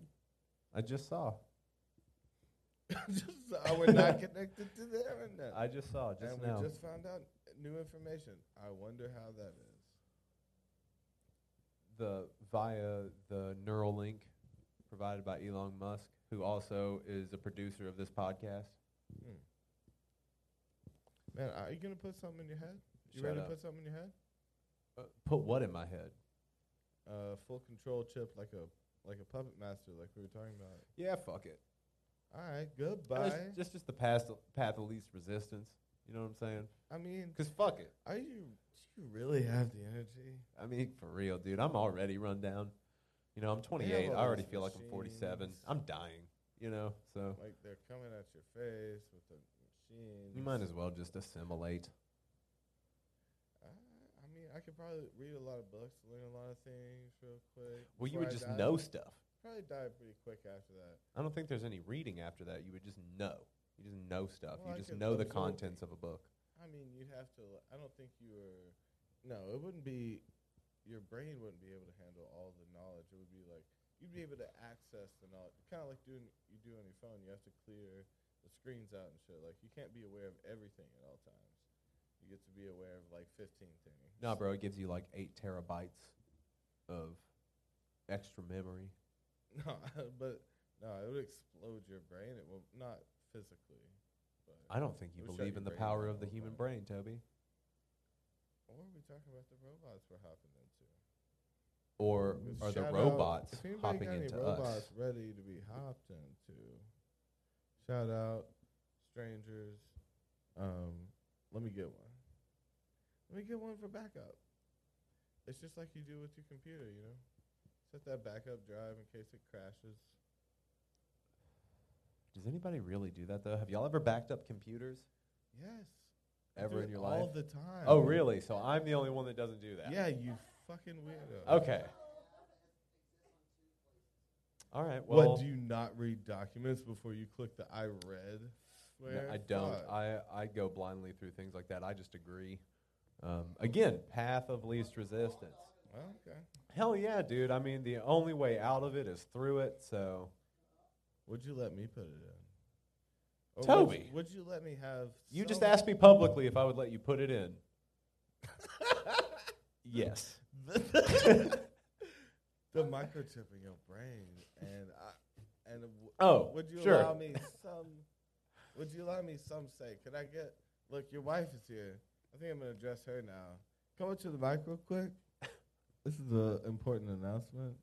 [SPEAKER 2] I just saw.
[SPEAKER 1] just, I were not connected to the internet.
[SPEAKER 2] I just saw just
[SPEAKER 1] and
[SPEAKER 2] now.
[SPEAKER 1] we just found out new information. I wonder how that is.
[SPEAKER 2] the via the neural link provided by Elon Musk, who also is a producer of this podcast.
[SPEAKER 1] Hmm. Man, are you gonna put something in your head? You
[SPEAKER 2] Shut
[SPEAKER 1] ready
[SPEAKER 2] up.
[SPEAKER 1] to put something in your head?
[SPEAKER 2] Uh, put what in my head?
[SPEAKER 1] Uh, full control chip, like a like a puppet master, like we were talking about.
[SPEAKER 2] Yeah, fuck it.
[SPEAKER 1] All right,
[SPEAKER 2] Just-
[SPEAKER 1] goodbye.
[SPEAKER 2] Just just the path path of least resistance. You know what I'm saying?
[SPEAKER 1] I mean,
[SPEAKER 2] Cause fuck it.
[SPEAKER 1] are you do you really have the energy?
[SPEAKER 2] I mean, for real, dude. I'm already run down. You know, I'm 28. I
[SPEAKER 1] all
[SPEAKER 2] already
[SPEAKER 1] these
[SPEAKER 2] feel like I'm 47.
[SPEAKER 1] machines.
[SPEAKER 2] I'm dying. You know, so
[SPEAKER 1] Like they're coming at your face with the machine.
[SPEAKER 2] you might as well just assimilate.
[SPEAKER 1] I, I mean, I could probably read a lot of books, learn a lot of things real quick.
[SPEAKER 2] Well, you
[SPEAKER 1] before
[SPEAKER 2] would
[SPEAKER 1] I
[SPEAKER 2] just
[SPEAKER 1] die.
[SPEAKER 2] know stuff.
[SPEAKER 1] Probably die pretty quick after that.
[SPEAKER 2] I don't think there's any reading after that. You would just know. You just know stuff.
[SPEAKER 1] Well, I
[SPEAKER 2] you just
[SPEAKER 1] could
[SPEAKER 2] know the
[SPEAKER 1] absorb-
[SPEAKER 2] contents of a book.
[SPEAKER 1] I mean, you'd have to. I don't think you were. No, it wouldn't be. Your brain wouldn't be able to handle all the knowledge. It would be like you'd be able to access the knowledge, kind of like doing you do on your phone. You have to clear the screens out and shit. Like you can't be aware of everything at all times. You get to be aware of like fifteen things.
[SPEAKER 2] No, bro, it gives you like eight terabytes of extra memory.
[SPEAKER 1] No, but no, it would explode your brain. It will not physically, but
[SPEAKER 2] I don't think you
[SPEAKER 1] It would shut
[SPEAKER 2] believe
[SPEAKER 1] your
[SPEAKER 2] in the
[SPEAKER 1] brain
[SPEAKER 2] power
[SPEAKER 1] down
[SPEAKER 2] of the
[SPEAKER 1] all the
[SPEAKER 2] human
[SPEAKER 1] time.
[SPEAKER 2] brain, Toby,
[SPEAKER 1] what were we talking about? The robots we're hopping into.
[SPEAKER 2] or are the
[SPEAKER 1] Shout out-
[SPEAKER 2] robots
[SPEAKER 1] if anybody
[SPEAKER 2] hopping
[SPEAKER 1] got any
[SPEAKER 2] into
[SPEAKER 1] robots
[SPEAKER 2] us?
[SPEAKER 1] ready to be hopped into shout out strangers um let me get one let me get one for backup it's just like you do with your computer you know set that backup drive in case it crashes
[SPEAKER 2] Does anybody really do that though? Have y'all ever backed up computers
[SPEAKER 1] yes I do
[SPEAKER 2] ever in
[SPEAKER 1] it
[SPEAKER 2] your
[SPEAKER 1] all
[SPEAKER 2] life?
[SPEAKER 1] the time
[SPEAKER 2] Oh, really? So I'm the only one that doesn't do that.
[SPEAKER 1] yeah you fucking weirdo
[SPEAKER 2] Okay. All right. Well,
[SPEAKER 1] what do you not read documents before you click the i read
[SPEAKER 2] No,
[SPEAKER 1] swear?
[SPEAKER 2] I don't.
[SPEAKER 1] Fuck.
[SPEAKER 2] I, I go blindly through things like that. I just agree. Um, again, path of least resistance.
[SPEAKER 1] well, okay
[SPEAKER 2] Hell yeah, dude. I mean, the only way out of it is through it. So
[SPEAKER 1] Would you let me put it in? Or Would
[SPEAKER 2] Toby.
[SPEAKER 1] you, would you let me have?
[SPEAKER 2] you just
[SPEAKER 1] so-
[SPEAKER 2] asked me publicly if I would let you put it in. yes.
[SPEAKER 1] the microchip in your brain, and I, and w-
[SPEAKER 2] Oh,
[SPEAKER 1] would you
[SPEAKER 2] sure.
[SPEAKER 1] allow me some? Would you allow me some say? Could I get? Look, your wife is here. I think I'm gonna address her now. Come up to the mic real quick. This is an important announcement.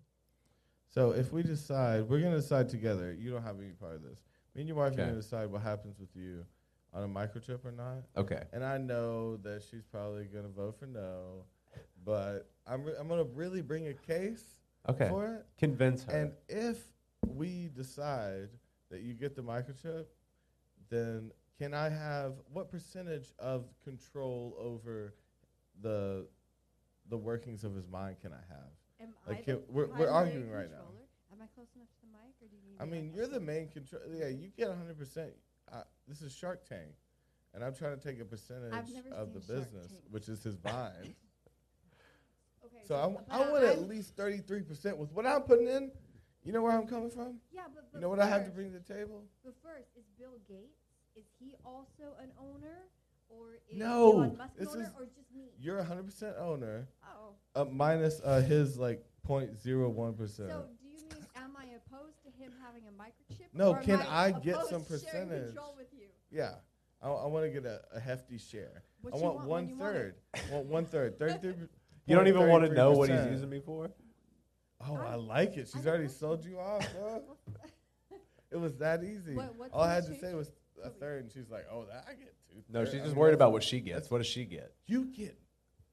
[SPEAKER 1] So if we decide, we're gonna decide together. You don't have any part of this. Me and your wife
[SPEAKER 2] Okay.
[SPEAKER 1] are gonna decide what happens with you on a microchip or not.
[SPEAKER 2] Okay.
[SPEAKER 1] And I know that she's probably gonna vote for no, but I'm re- I'm gonna really bring a case
[SPEAKER 2] Okay.
[SPEAKER 1] for it.
[SPEAKER 2] Convince her.
[SPEAKER 1] And if we decide that you get the microchip, then can I have what percentage of control over the the workings of his mind can I have?
[SPEAKER 4] Am
[SPEAKER 1] Like,
[SPEAKER 4] I
[SPEAKER 1] can-
[SPEAKER 4] the
[SPEAKER 1] we're- we're
[SPEAKER 4] primary
[SPEAKER 1] arguing right now.
[SPEAKER 4] controller? Am I close enough to the mic, or do you need?
[SPEAKER 1] I
[SPEAKER 4] me, like,
[SPEAKER 1] mean,
[SPEAKER 4] up
[SPEAKER 1] you're the
[SPEAKER 4] close?
[SPEAKER 1] main control. Yeah, you get 100%. Uh, this is Shark Tank, and I'm trying to take a percentage
[SPEAKER 4] never
[SPEAKER 1] of the
[SPEAKER 4] seen Shark
[SPEAKER 1] business,
[SPEAKER 4] Tank.
[SPEAKER 1] which is his mind.
[SPEAKER 4] Okay.
[SPEAKER 1] So I'm,
[SPEAKER 4] but
[SPEAKER 1] I want at
[SPEAKER 4] I'm-
[SPEAKER 1] least 33% with what I'm putting in. You know where I'm coming from?
[SPEAKER 4] Yeah, but, but
[SPEAKER 1] You know what I have to
[SPEAKER 4] first-
[SPEAKER 1] bring to the table?
[SPEAKER 4] But first, is Bill Gates? Is he also an owner, or is
[SPEAKER 1] No,
[SPEAKER 4] Elon Musk an
[SPEAKER 1] this
[SPEAKER 4] owner,
[SPEAKER 1] is-
[SPEAKER 4] or just me?
[SPEAKER 1] You're 100% owner,
[SPEAKER 4] Oh,
[SPEAKER 1] uh, minus uh, his like 0.01%.
[SPEAKER 4] so do you mean am I opposed to him having a microchip?
[SPEAKER 1] No,
[SPEAKER 4] or am
[SPEAKER 1] can I get
[SPEAKER 4] opposed
[SPEAKER 1] some
[SPEAKER 4] to sharing
[SPEAKER 1] percentage?
[SPEAKER 4] Control with you.
[SPEAKER 1] yeah, I, I want to get a, a hefty share.
[SPEAKER 4] What
[SPEAKER 1] I
[SPEAKER 4] you
[SPEAKER 1] want,
[SPEAKER 4] want when
[SPEAKER 1] one
[SPEAKER 4] you want it.
[SPEAKER 1] third. I want one third. 33.
[SPEAKER 2] you don't even want to know what he's
[SPEAKER 1] 33%.
[SPEAKER 2] using me for?
[SPEAKER 1] Oh, I
[SPEAKER 4] I'm-
[SPEAKER 1] like it.
[SPEAKER 4] I
[SPEAKER 1] She's
[SPEAKER 4] don't
[SPEAKER 1] already
[SPEAKER 4] like
[SPEAKER 1] sold you off, huh? It was that easy.
[SPEAKER 4] What- what's
[SPEAKER 1] All I
[SPEAKER 4] the
[SPEAKER 1] had to
[SPEAKER 4] change?
[SPEAKER 1] say was a third, and she's like, "Oh, that I get two.
[SPEAKER 2] No,
[SPEAKER 1] thirds."
[SPEAKER 2] she's
[SPEAKER 1] I
[SPEAKER 2] just
[SPEAKER 1] mean,
[SPEAKER 2] worried
[SPEAKER 1] that's-
[SPEAKER 2] about what she gets. What does she get?
[SPEAKER 1] You get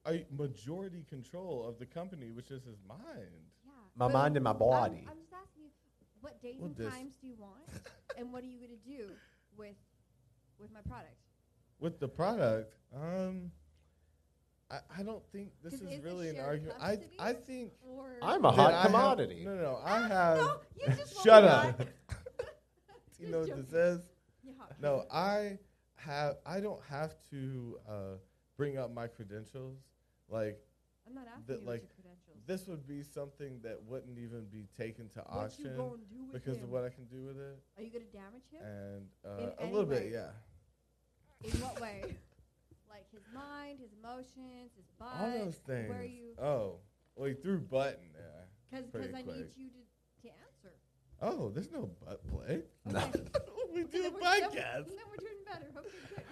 [SPEAKER 1] a majority control of the company, which is his mind.
[SPEAKER 4] Yeah.
[SPEAKER 2] My
[SPEAKER 4] but
[SPEAKER 2] mind and my
[SPEAKER 4] I'm-
[SPEAKER 2] body.
[SPEAKER 4] I'm, just asking you, what days
[SPEAKER 1] Well,
[SPEAKER 4] and
[SPEAKER 1] this-
[SPEAKER 4] times do you want, and what are you gonna do with with my product?
[SPEAKER 1] With the product, um, I, I don't think this
[SPEAKER 4] 'Cause
[SPEAKER 1] is
[SPEAKER 4] is it
[SPEAKER 1] really an
[SPEAKER 4] shared
[SPEAKER 1] argument. I
[SPEAKER 4] custody?
[SPEAKER 1] I think
[SPEAKER 4] Or
[SPEAKER 2] I'm a
[SPEAKER 1] that I
[SPEAKER 2] hot
[SPEAKER 1] have-
[SPEAKER 2] commodity.
[SPEAKER 1] no, no, no. I
[SPEAKER 4] Ah,
[SPEAKER 1] have.
[SPEAKER 4] No, you just won't
[SPEAKER 1] Shut
[SPEAKER 4] be
[SPEAKER 1] up.
[SPEAKER 4] hot.
[SPEAKER 1] you know what
[SPEAKER 4] Just
[SPEAKER 1] this is?
[SPEAKER 4] You're hot.
[SPEAKER 1] No, I have. I don't have to uh, bring up my credentials. Like
[SPEAKER 4] I'm not asking
[SPEAKER 1] that,
[SPEAKER 4] you
[SPEAKER 1] like,
[SPEAKER 4] what your credentials.
[SPEAKER 1] this would be something that wouldn't even be taken to
[SPEAKER 4] what you
[SPEAKER 1] auction
[SPEAKER 4] gonna do with
[SPEAKER 1] because
[SPEAKER 4] him?
[SPEAKER 1] of what I can do with it
[SPEAKER 4] Are you gonna damage him?
[SPEAKER 1] and uh, a
[SPEAKER 4] any
[SPEAKER 1] little bit,
[SPEAKER 4] way.
[SPEAKER 1] yeah.
[SPEAKER 4] In what way? like his mind, his emotions, his body.
[SPEAKER 1] All those things.
[SPEAKER 4] Where you?
[SPEAKER 1] Oh, well, he threw button there.
[SPEAKER 4] Because
[SPEAKER 1] pretty
[SPEAKER 4] I need
[SPEAKER 1] quick.
[SPEAKER 4] you to, to answer.
[SPEAKER 1] Oh, there's no butt play.
[SPEAKER 2] No.
[SPEAKER 1] we
[SPEAKER 4] Okay,
[SPEAKER 1] do a
[SPEAKER 4] then we're- then-
[SPEAKER 1] podcast.
[SPEAKER 4] Then we're doing better. Okay, good.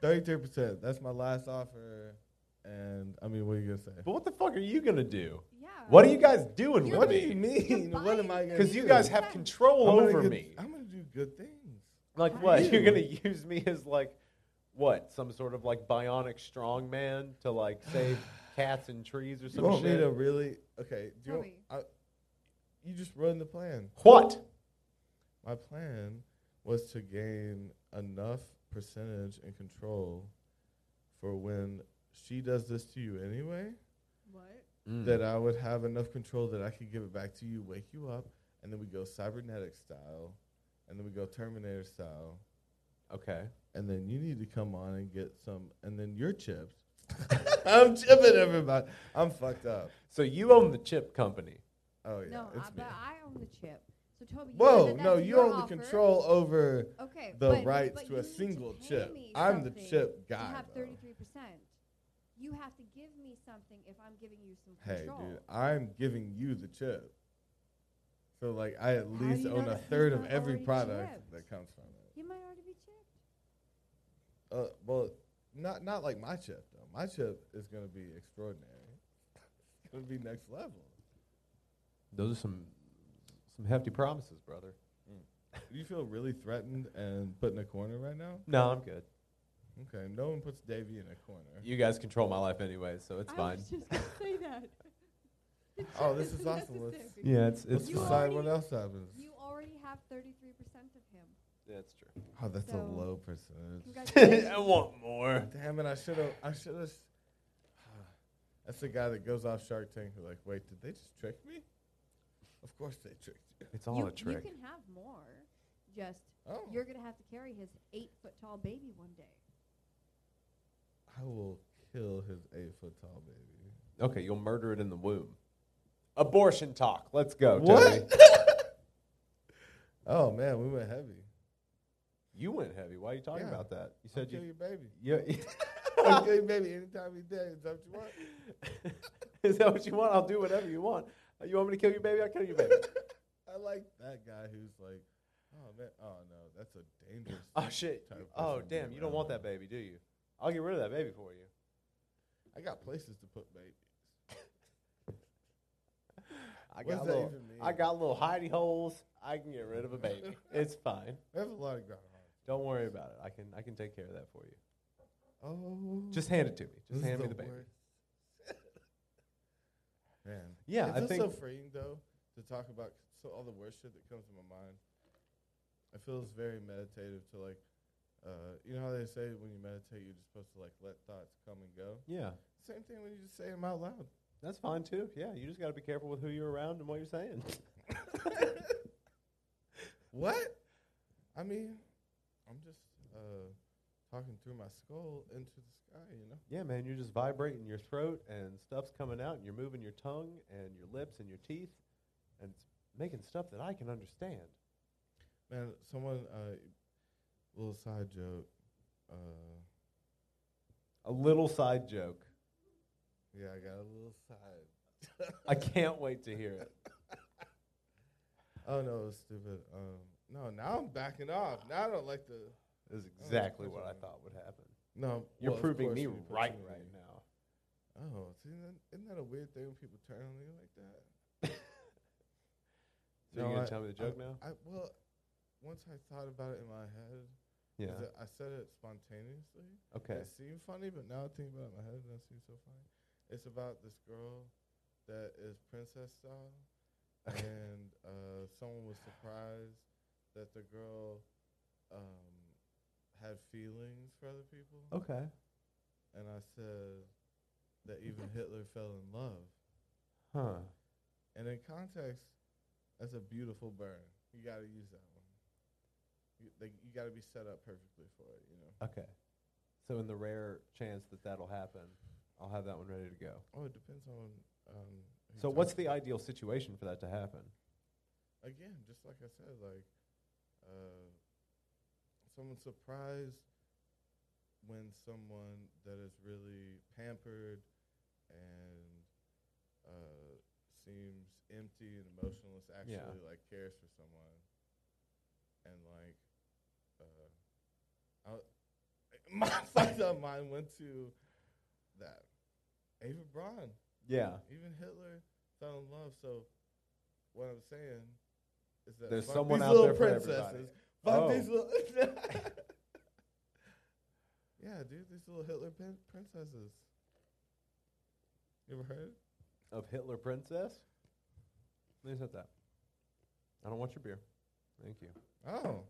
[SPEAKER 1] Thirty-three percent. That's my last offer. And I mean, what are you gonna say?
[SPEAKER 2] But what the fuck are you gonna do?
[SPEAKER 4] Yeah.
[SPEAKER 2] What are you guys doing
[SPEAKER 4] You're
[SPEAKER 1] what
[SPEAKER 2] with
[SPEAKER 1] do you
[SPEAKER 2] me?
[SPEAKER 1] mean?
[SPEAKER 4] You're
[SPEAKER 1] What am I
[SPEAKER 4] buying
[SPEAKER 1] gonna?
[SPEAKER 2] Because you
[SPEAKER 1] do?
[SPEAKER 2] guys have
[SPEAKER 1] I'm
[SPEAKER 2] control
[SPEAKER 1] gonna
[SPEAKER 2] over
[SPEAKER 1] get-
[SPEAKER 2] me.
[SPEAKER 1] I'm gonna do good things.
[SPEAKER 2] Like
[SPEAKER 4] I'm
[SPEAKER 2] what? You're
[SPEAKER 1] you.
[SPEAKER 2] gonna use me as like what? Some sort of like bionic strongman to like save cats and trees or
[SPEAKER 1] You
[SPEAKER 2] some
[SPEAKER 1] want me
[SPEAKER 2] shit?
[SPEAKER 1] to really? Okay. Do you,
[SPEAKER 4] Tell
[SPEAKER 1] want,
[SPEAKER 4] me.
[SPEAKER 1] I, you just run the plan.
[SPEAKER 2] What?
[SPEAKER 1] My plan was to gain enough percentage and control for when she does this to you anyway,
[SPEAKER 4] What?
[SPEAKER 2] Mm.
[SPEAKER 1] that I would have enough control that I could give it back to you, wake you up, and then we go cybernetic style, and then we go Terminator style,
[SPEAKER 2] okay.
[SPEAKER 1] and then you need to come on and get some, and then you're chipped. I'm chipping everybody. I'm fucked up.
[SPEAKER 2] So you own the chip company.
[SPEAKER 1] Oh yeah,
[SPEAKER 4] no, I,
[SPEAKER 1] it's me.
[SPEAKER 4] but I own the chip. So Toby, you
[SPEAKER 1] Whoa,
[SPEAKER 4] said that
[SPEAKER 1] no,
[SPEAKER 4] that's
[SPEAKER 1] you
[SPEAKER 4] your
[SPEAKER 1] own the
[SPEAKER 4] offer.
[SPEAKER 1] control over
[SPEAKER 4] Okay.
[SPEAKER 1] the
[SPEAKER 4] but-
[SPEAKER 1] rights
[SPEAKER 4] but
[SPEAKER 1] to
[SPEAKER 4] you
[SPEAKER 1] a
[SPEAKER 4] need
[SPEAKER 1] single
[SPEAKER 4] pay
[SPEAKER 1] chip.
[SPEAKER 4] me
[SPEAKER 1] I'm the
[SPEAKER 4] something
[SPEAKER 1] chip
[SPEAKER 4] to
[SPEAKER 1] guy.
[SPEAKER 4] have
[SPEAKER 1] though.
[SPEAKER 4] thirty-three percent. You have to give me something if I'm giving you some
[SPEAKER 1] Hey,
[SPEAKER 4] control.
[SPEAKER 1] dude, I'm giving you the chip. So like, I at
[SPEAKER 4] How do
[SPEAKER 1] least
[SPEAKER 4] you know
[SPEAKER 1] own a
[SPEAKER 4] that he's
[SPEAKER 1] third of
[SPEAKER 4] not
[SPEAKER 1] every
[SPEAKER 4] already
[SPEAKER 1] product
[SPEAKER 4] chipped?
[SPEAKER 1] that comes from it.
[SPEAKER 4] He might already be chipped.
[SPEAKER 1] Uh, well, not not like my chip though. My chip is gonna be extraordinary. it's gonna be next level.
[SPEAKER 2] Those are some some hefty promises, brother.
[SPEAKER 1] Do you feel really threatened and put in a corner right now?
[SPEAKER 2] No, I'm good.
[SPEAKER 1] Okay, no one puts Davy in a corner.
[SPEAKER 2] You guys control my life anyway, so it's
[SPEAKER 4] I
[SPEAKER 2] fine.
[SPEAKER 4] was just gonna say that. The
[SPEAKER 1] Oh,
[SPEAKER 4] chip
[SPEAKER 1] this is
[SPEAKER 4] isn't
[SPEAKER 1] awesome. Let's-
[SPEAKER 4] necessary.
[SPEAKER 2] Yeah, it's
[SPEAKER 1] Let's
[SPEAKER 2] it's
[SPEAKER 4] You
[SPEAKER 2] fine.
[SPEAKER 4] are-
[SPEAKER 1] decide what
[SPEAKER 4] already-
[SPEAKER 1] else happens.
[SPEAKER 4] You already have thirty-three percent of him.
[SPEAKER 2] That's true.
[SPEAKER 1] Oh, that's
[SPEAKER 4] So-
[SPEAKER 1] a low percentage.
[SPEAKER 2] I
[SPEAKER 4] Congratulations.
[SPEAKER 2] want more.
[SPEAKER 1] Damn it! I should have. I should have. That's the guy that goes off Shark Tank. Who's like, wait, did they just trick me? Of course they tricked you.
[SPEAKER 2] It's all
[SPEAKER 4] you,
[SPEAKER 2] a trick.
[SPEAKER 4] You can have more. Just
[SPEAKER 1] Oh,
[SPEAKER 4] you're gonna have to carry his eight-foot-tall baby one day.
[SPEAKER 1] I will kill his eight foot tall baby.
[SPEAKER 2] Okay, you'll murder it in the womb. Abortion talk. Let's go.
[SPEAKER 1] What?
[SPEAKER 2] Toby.
[SPEAKER 1] Oh man, we went heavy.
[SPEAKER 2] You went heavy. Why are you talking
[SPEAKER 1] Yeah.
[SPEAKER 2] about that? You
[SPEAKER 1] I'll
[SPEAKER 2] said
[SPEAKER 1] kill
[SPEAKER 2] you.
[SPEAKER 1] your baby.
[SPEAKER 2] Yeah.
[SPEAKER 1] I'll kill your baby anytime he dead. Is that what you want?
[SPEAKER 2] Is that what you want? I'll do whatever you want. Uh, You want me to kill your baby? I'll kill your baby.
[SPEAKER 1] I like that guy who's like, oh man, oh no, that's a dangerous.
[SPEAKER 2] oh shit.
[SPEAKER 1] type of
[SPEAKER 2] Oh
[SPEAKER 1] person to be
[SPEAKER 2] damn. You don't want
[SPEAKER 1] around.
[SPEAKER 2] that baby, do you? I'll get rid of that baby for you.
[SPEAKER 1] I got places to put babies.
[SPEAKER 2] I
[SPEAKER 1] What
[SPEAKER 2] got
[SPEAKER 1] does that
[SPEAKER 2] little.
[SPEAKER 1] even mean?
[SPEAKER 2] I got little hidey holes. I can get rid of a baby. it's fine.
[SPEAKER 1] We have a lot of ground.
[SPEAKER 2] Don't worry about it. I can. I can take care of that for you.
[SPEAKER 1] Oh,
[SPEAKER 2] Just hand it to me. Just
[SPEAKER 1] This is
[SPEAKER 2] hand me the baby.
[SPEAKER 1] worst. Man.
[SPEAKER 2] Yeah,
[SPEAKER 1] Is
[SPEAKER 2] I
[SPEAKER 1] this
[SPEAKER 2] think.
[SPEAKER 1] so freeing though to talk about so all the worst shit that comes to my mind. It feels very meditative to like, uh, you know how they say when you meditate you're just supposed to like let thoughts come and go.
[SPEAKER 2] yeah,
[SPEAKER 1] Same thing when you just say them out loud.
[SPEAKER 2] that's fine too. Yeah, you just got to be careful with who you're around and what you're saying.
[SPEAKER 1] What? I mean, I'm just uh, talking through my skull into the sky. You know.
[SPEAKER 2] Yeah, man, you're just vibrating your throat and stuff's coming out and you're moving your tongue and your lips and your teeth and it's making stuff that I can understand.
[SPEAKER 1] Man, someone, uh, little side joke. Uh,
[SPEAKER 2] A little side joke.
[SPEAKER 1] yeah, I got a little side.
[SPEAKER 2] I can't wait to hear it.
[SPEAKER 1] Oh no, it was stupid. Um, no, now I'm backing off. Now I don't like the.
[SPEAKER 2] This is
[SPEAKER 1] Oh,
[SPEAKER 2] exactly
[SPEAKER 1] that's
[SPEAKER 2] what I
[SPEAKER 1] right.
[SPEAKER 2] thought would happen.
[SPEAKER 1] No, well,
[SPEAKER 2] You're
[SPEAKER 1] of
[SPEAKER 2] proving
[SPEAKER 1] course
[SPEAKER 2] me
[SPEAKER 1] you put
[SPEAKER 2] right
[SPEAKER 1] something
[SPEAKER 2] right
[SPEAKER 1] in.
[SPEAKER 2] now.
[SPEAKER 1] Oh, see, that, isn't that a weird thing when people turn on you like that?
[SPEAKER 2] So
[SPEAKER 1] No,
[SPEAKER 2] you're
[SPEAKER 1] I-
[SPEAKER 2] going to tell me the
[SPEAKER 1] I-
[SPEAKER 2] joke now?
[SPEAKER 1] I well, once I thought about it in my head,
[SPEAKER 2] Yeah.
[SPEAKER 1] 'Cause I said it spontaneously.
[SPEAKER 2] Okay.
[SPEAKER 1] It seemed funny, but now I think about it in my head, it doesn't seem so funny. It's about this girl that is princess style, and uh, someone was surprised that the girl um, had feelings for other people.
[SPEAKER 2] Okay.
[SPEAKER 1] And I said that even Hitler fell in love.
[SPEAKER 2] Huh.
[SPEAKER 1] And in context, that's a beautiful burn. You got to use that one. You, like, you got to be set up perfectly for it, you know.
[SPEAKER 2] Okay. So in the rare chance that that'll happen, I'll have that one ready to go.
[SPEAKER 1] Oh, it depends on. Um, who
[SPEAKER 2] So
[SPEAKER 1] you're
[SPEAKER 2] what's
[SPEAKER 1] talking
[SPEAKER 2] the
[SPEAKER 1] to.
[SPEAKER 2] ideal situation for that to happen?
[SPEAKER 1] again, just like I said, like uh, someone surprised when someone that is really pampered and uh, seems empty and emotionless actually
[SPEAKER 2] Yeah.
[SPEAKER 1] like cares for someone, and like uh, I, my thoughts on mine went to that Ava Braun.
[SPEAKER 2] Yeah.
[SPEAKER 1] Even Hitler fell in love. So what I'm saying is that
[SPEAKER 2] There's
[SPEAKER 1] fuck
[SPEAKER 2] someone
[SPEAKER 1] these
[SPEAKER 2] out
[SPEAKER 1] little
[SPEAKER 2] there for everybody.
[SPEAKER 1] princesses. Fuck
[SPEAKER 2] Oh.
[SPEAKER 1] these little. yeah, dude, these little Hitler pin- princesses. You ever heard?
[SPEAKER 2] Of Hitler Princess? Leave it at that. I don't want your beer. Thank you.
[SPEAKER 1] Oh.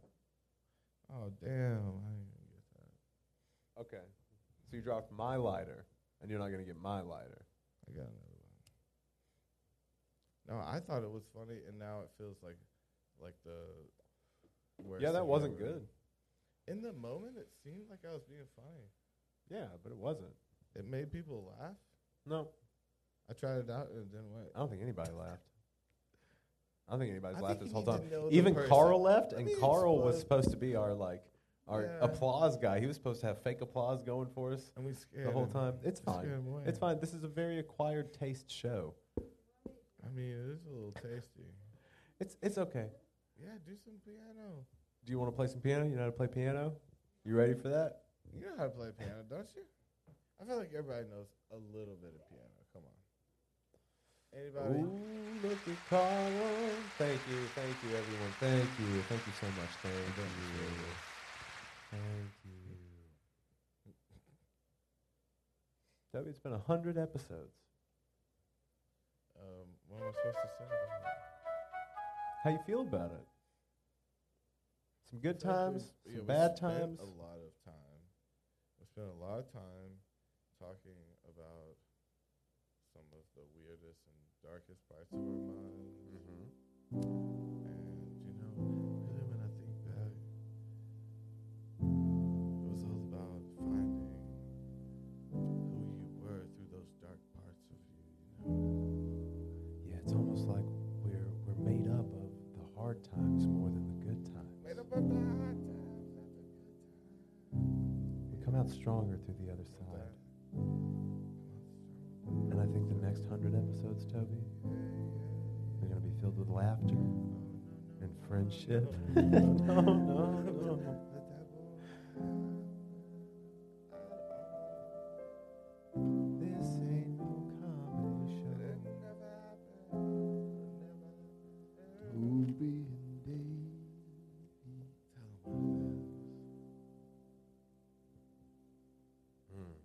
[SPEAKER 1] Oh damn! I didn't even get that.
[SPEAKER 2] Okay. So you dropped my lighter, and you're not going to get my lighter.
[SPEAKER 1] I got another one. No, I thought it was funny, and now it feels like, like the. worst
[SPEAKER 2] yeah,
[SPEAKER 1] thing
[SPEAKER 2] that wasn't
[SPEAKER 1] ever.
[SPEAKER 2] good.
[SPEAKER 1] In the moment, it seemed like I was being funny.
[SPEAKER 2] Yeah, but it wasn't.
[SPEAKER 1] It made people laugh.
[SPEAKER 2] No,
[SPEAKER 1] I tried it out and it didn't work.
[SPEAKER 2] I don't think anybody laughed. I don't think anybody's
[SPEAKER 1] I
[SPEAKER 2] laughed
[SPEAKER 1] think
[SPEAKER 2] this
[SPEAKER 1] you
[SPEAKER 2] whole
[SPEAKER 1] need to
[SPEAKER 2] time.
[SPEAKER 1] know the
[SPEAKER 2] Even
[SPEAKER 1] person.
[SPEAKER 2] Carl left,
[SPEAKER 1] I
[SPEAKER 2] and
[SPEAKER 1] mean, it's
[SPEAKER 2] Carl was
[SPEAKER 1] fun.
[SPEAKER 2] supposed to be our like our
[SPEAKER 1] Yeah.
[SPEAKER 2] applause guy. He was supposed to have fake applause going for us
[SPEAKER 1] And we scared
[SPEAKER 2] the whole
[SPEAKER 1] him.
[SPEAKER 2] time. It's
[SPEAKER 1] We
[SPEAKER 2] fine.
[SPEAKER 1] scared him away.
[SPEAKER 2] It's fine. This is a very acquired taste show.
[SPEAKER 1] I mean, it is a little tasty.
[SPEAKER 2] It's it's okay.
[SPEAKER 1] Yeah, do some piano.
[SPEAKER 2] Do you want to play some piano? You know how to play piano? You ready for that?
[SPEAKER 1] You know how to play piano, don't you? I feel like everybody knows a little bit of piano. Come on. Anybody?
[SPEAKER 2] Ooh, look at Carl. Thank you, thank you, everyone. Thank you, thank you so much. Thank you, thank you. Toby, it's been a hundred episodes.
[SPEAKER 1] Um, what am I supposed to say? about that?
[SPEAKER 2] How you feel about it? Some good
[SPEAKER 1] I feel like we-
[SPEAKER 2] times,
[SPEAKER 1] yeah,
[SPEAKER 2] some
[SPEAKER 1] we
[SPEAKER 2] bad
[SPEAKER 1] spent
[SPEAKER 2] times.
[SPEAKER 1] A lot of time. We spent a lot of time talking about some of the weirdest and darkest parts of our minds.
[SPEAKER 2] Mm-hmm.
[SPEAKER 1] And you know, really when I think back, it was all about finding who you were through those dark parts of you, you know.
[SPEAKER 2] Yeah, it's almost like we're we're made up of the hard times more than the good times.
[SPEAKER 1] Made up of the hard times, not the good times.
[SPEAKER 2] We come out stronger through the other
[SPEAKER 1] But
[SPEAKER 2] side.
[SPEAKER 1] come on,
[SPEAKER 2] And I think the next hundred episodes, Toby,
[SPEAKER 1] strong. Yeah,
[SPEAKER 2] they're gonna be filled with laughter
[SPEAKER 1] yeah. Oh, no, no,
[SPEAKER 2] and
[SPEAKER 1] no,
[SPEAKER 2] friendship.
[SPEAKER 1] no, no, no.
[SPEAKER 2] no, no, no.
[SPEAKER 1] Let that boy
[SPEAKER 2] This ain't no comedy
[SPEAKER 1] out. It
[SPEAKER 2] show.
[SPEAKER 1] never happened. Never happened.
[SPEAKER 3] Ruby and Dave.
[SPEAKER 1] Tell 'em what it is.
[SPEAKER 2] Hmm.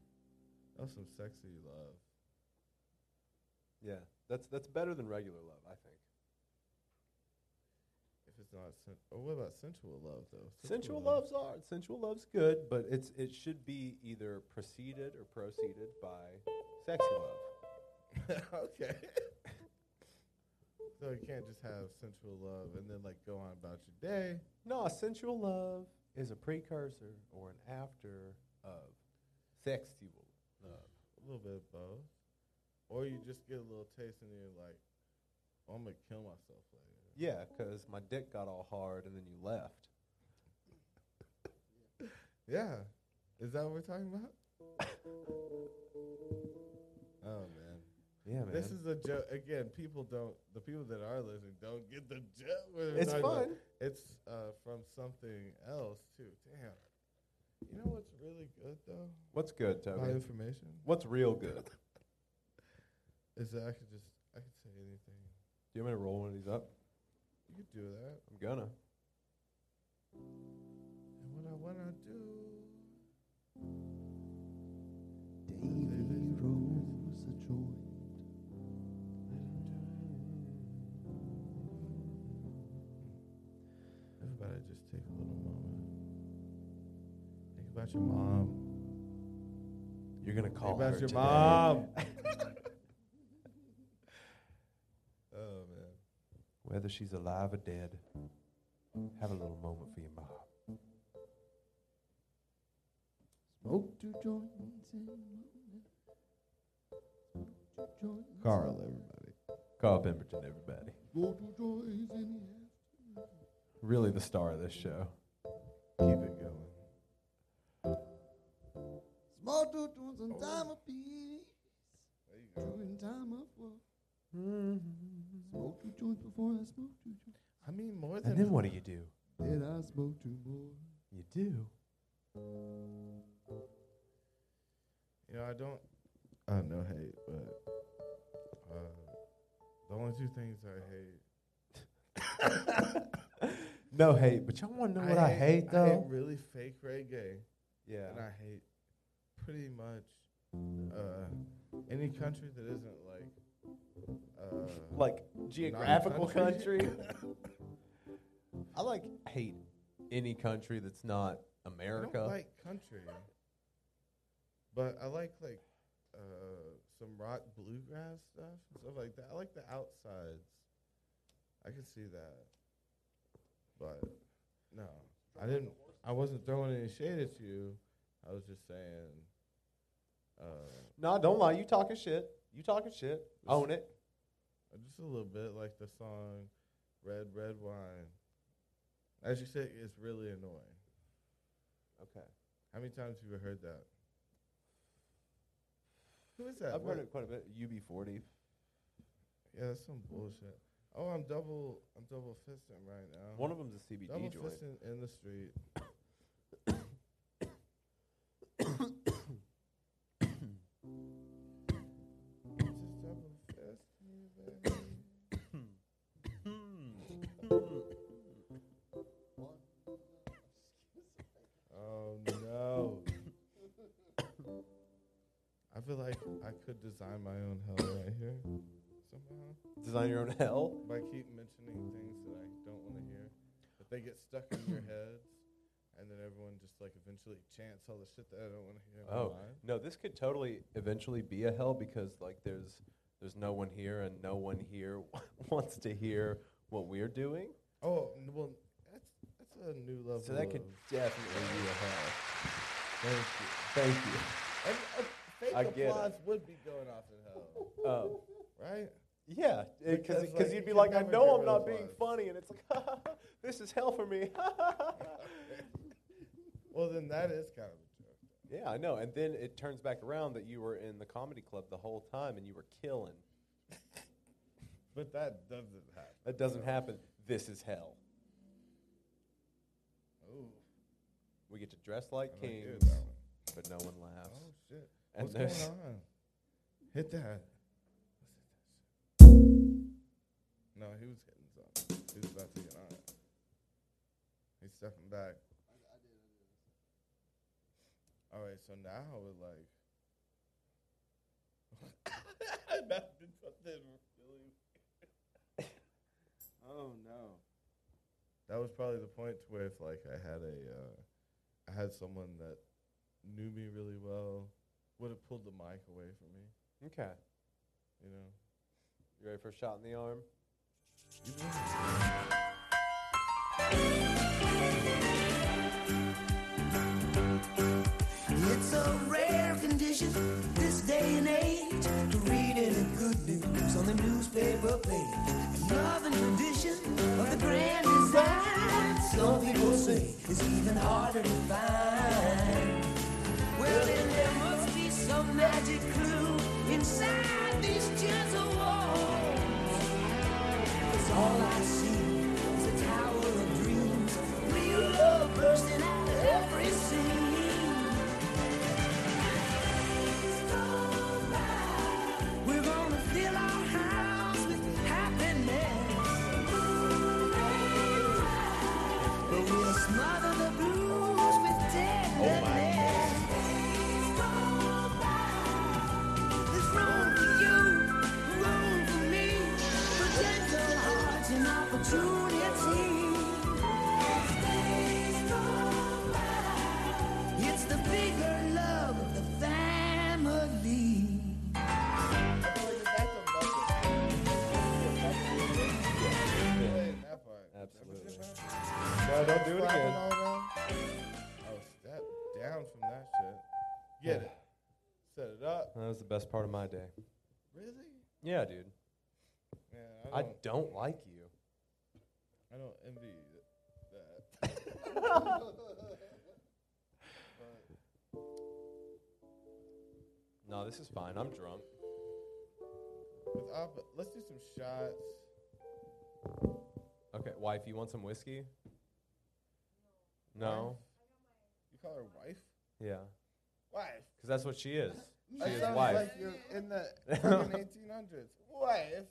[SPEAKER 1] That was some sexy love.
[SPEAKER 2] Yeah, that's that's better than regular love, I think.
[SPEAKER 1] If it's not sen- oh, what about sensual love though?
[SPEAKER 2] Sensual love's art. Sensual love's good, but it's it should be either preceded or proceeded by sexy love.
[SPEAKER 1] okay. so you can't just have sensual love and then like go on about your day.
[SPEAKER 2] No, sensual love is a precursor or an after of sexual love.
[SPEAKER 1] A little bit of both. Or you just get a little taste and you're like, oh, I'm gonna kill myself later.
[SPEAKER 2] Yeah, because my dick got all hard and then you left.
[SPEAKER 1] Yeah. Is that what we're talking about? oh man.
[SPEAKER 2] Yeah, man.
[SPEAKER 1] This is a joke again. People don't. The people that are listening don't get the joke. we're
[SPEAKER 2] it's
[SPEAKER 1] talking about.
[SPEAKER 2] fun.
[SPEAKER 1] It's uh, from something else too. Damn. You know what's really good though?
[SPEAKER 2] What's good,
[SPEAKER 1] My
[SPEAKER 2] Toby?
[SPEAKER 1] information
[SPEAKER 2] What's real good? Do
[SPEAKER 1] is that I could just I could say anything.
[SPEAKER 2] you want me to roll one of these up?
[SPEAKER 1] You could do that.
[SPEAKER 2] I'm gonna.
[SPEAKER 1] And what I what I do.
[SPEAKER 3] Davy rolls a joint.
[SPEAKER 1] Everybody just take a little moment. Think about your mom.
[SPEAKER 2] You're gonna
[SPEAKER 1] Think
[SPEAKER 2] call
[SPEAKER 1] about
[SPEAKER 2] her
[SPEAKER 1] your
[SPEAKER 2] today.
[SPEAKER 1] mom. oh man.
[SPEAKER 2] whether she's alive or dead. Have a little moment for your mom.
[SPEAKER 3] Smoke two joints in Smoke two joints.
[SPEAKER 1] Carl, everybody.
[SPEAKER 2] Carl Pemberton, everybody.
[SPEAKER 3] Smoke two joints in
[SPEAKER 2] Really the star of this show.
[SPEAKER 1] Keep it going.
[SPEAKER 3] Smoke two joints in time of peace. Two in time of war.
[SPEAKER 1] Mm-hmm.
[SPEAKER 3] Smoke two joints before I smoke two joints.
[SPEAKER 1] I mean more than
[SPEAKER 2] And then what do you do?
[SPEAKER 3] Then I smoke two more.
[SPEAKER 2] You do.
[SPEAKER 1] You know, I don't. I no hate, but uh, the only two things I hate.
[SPEAKER 2] No hate, but y'all want to know what I, hate, though?
[SPEAKER 1] I hate really fake reggae,
[SPEAKER 2] yeah.
[SPEAKER 1] and I hate pretty much uh, any country that isn't like. Uh,
[SPEAKER 2] like geographical
[SPEAKER 1] country.
[SPEAKER 2] country. I like hate any country that's not
[SPEAKER 1] I
[SPEAKER 2] America.
[SPEAKER 1] don't like country, but I like like uh, some rock bluegrass stuff and stuff like that. I like the outsides. I can see that, but no, I didn't. I wasn't throwing any shade at you. I was just saying. Uh,
[SPEAKER 2] no, don't lie. You talking shit. You talking shit. Own it.
[SPEAKER 1] Uh, Just a little bit, like the song "Red Red Wine." As you said, it's really annoying.
[SPEAKER 2] Okay.
[SPEAKER 1] How many times have you heard that? Who is that?
[SPEAKER 2] I've
[SPEAKER 1] What-
[SPEAKER 2] heard it quite a bit. UB40.
[SPEAKER 1] Yeah, that's some bullshit. Oh, I'm double, I'm double fisting right now.
[SPEAKER 2] One of them's a CBD
[SPEAKER 1] Oh. double
[SPEAKER 2] joint.
[SPEAKER 1] fisting in the street. Just double fisting, baby.
[SPEAKER 2] Hmm.
[SPEAKER 1] Oh no. I feel like I could design my own hell right here somehow
[SPEAKER 2] Design your own hell.
[SPEAKER 1] by keep mentioning things that I don't want to hear, but they get stuck in your heads, and then everyone just like eventually chants all the shit that I don't want to hear. in my
[SPEAKER 2] Oh
[SPEAKER 1] mind.
[SPEAKER 2] no, this could totally eventually be a hell because like there's there's no one here and no one here wants to hear what we're doing.
[SPEAKER 1] oh n- well, that's that's a new level.
[SPEAKER 2] So that could
[SPEAKER 1] of-
[SPEAKER 2] definitely be a hell.
[SPEAKER 1] Thank you.
[SPEAKER 2] Thank you.
[SPEAKER 1] And, uh, fake
[SPEAKER 2] I get it.
[SPEAKER 1] applause would be going off in hell,
[SPEAKER 2] Um,
[SPEAKER 1] right?
[SPEAKER 2] Yeah, because
[SPEAKER 1] Because,
[SPEAKER 2] because
[SPEAKER 1] like,
[SPEAKER 2] you'd
[SPEAKER 1] you
[SPEAKER 2] be like,
[SPEAKER 1] can
[SPEAKER 2] I
[SPEAKER 1] never
[SPEAKER 2] know
[SPEAKER 1] get
[SPEAKER 2] I'm
[SPEAKER 1] rid
[SPEAKER 2] not
[SPEAKER 1] of
[SPEAKER 2] being
[SPEAKER 1] us."
[SPEAKER 2] funny, and it's like, this is hell for me.
[SPEAKER 1] Well, then that is kind of a joke.
[SPEAKER 2] yeah, I know. And then it turns back around that you were in the comedy club the whole time and you were killing.
[SPEAKER 1] But that doesn't happen.
[SPEAKER 2] That doesn't happen. This is hell.
[SPEAKER 1] Oh,
[SPEAKER 2] We get to dress
[SPEAKER 1] I
[SPEAKER 2] like
[SPEAKER 1] don't hear
[SPEAKER 2] kings,
[SPEAKER 1] that one.
[SPEAKER 2] but no one laughs.
[SPEAKER 1] Oh shit!
[SPEAKER 2] And
[SPEAKER 1] What's going
[SPEAKER 2] there's-
[SPEAKER 1] on? Hit that. No, he was hitting something. He was about to get on it. He's stepping back. All right, Oh, so now we're like. I did something really. oh no. That was probably the point to where if like I had a, uh, I had someone that knew me really well, would have pulled the mic away from me.
[SPEAKER 2] Okay.
[SPEAKER 1] You know.
[SPEAKER 2] You ready for a shot in the arm?
[SPEAKER 1] You know?
[SPEAKER 5] It's a rare condition this day and age to read any good news on the newspaper page. Love and tradition of the grand design. Some people say it's even harder to find. Well, then there must be some magic clue inside these gentle walls. 'Cause all I see is a tower of dreams, real love bursting out of every scene. We're gonna fill our house with happiness. But we'll smother the blues with
[SPEAKER 2] no, don't do it
[SPEAKER 1] Slapping
[SPEAKER 2] again.
[SPEAKER 1] all around. Oh, step down from that shit. Get it. Set it up.
[SPEAKER 2] That was the best part of my day.
[SPEAKER 1] Really?
[SPEAKER 2] Yeah, dude.
[SPEAKER 1] Man, I
[SPEAKER 2] I
[SPEAKER 1] don't,
[SPEAKER 2] don't like you.
[SPEAKER 1] I don't envy that.
[SPEAKER 2] No, this is fine. I'm drunk.
[SPEAKER 1] With op- let's do some shots.
[SPEAKER 2] Okay, wife, you want some whiskey? No.
[SPEAKER 1] You call her wife?
[SPEAKER 2] Yeah,
[SPEAKER 1] Wife.
[SPEAKER 2] because that's what she is.
[SPEAKER 1] That
[SPEAKER 2] She is
[SPEAKER 1] sounds
[SPEAKER 2] wife.
[SPEAKER 1] like you're in the fucking 1800s. Wife.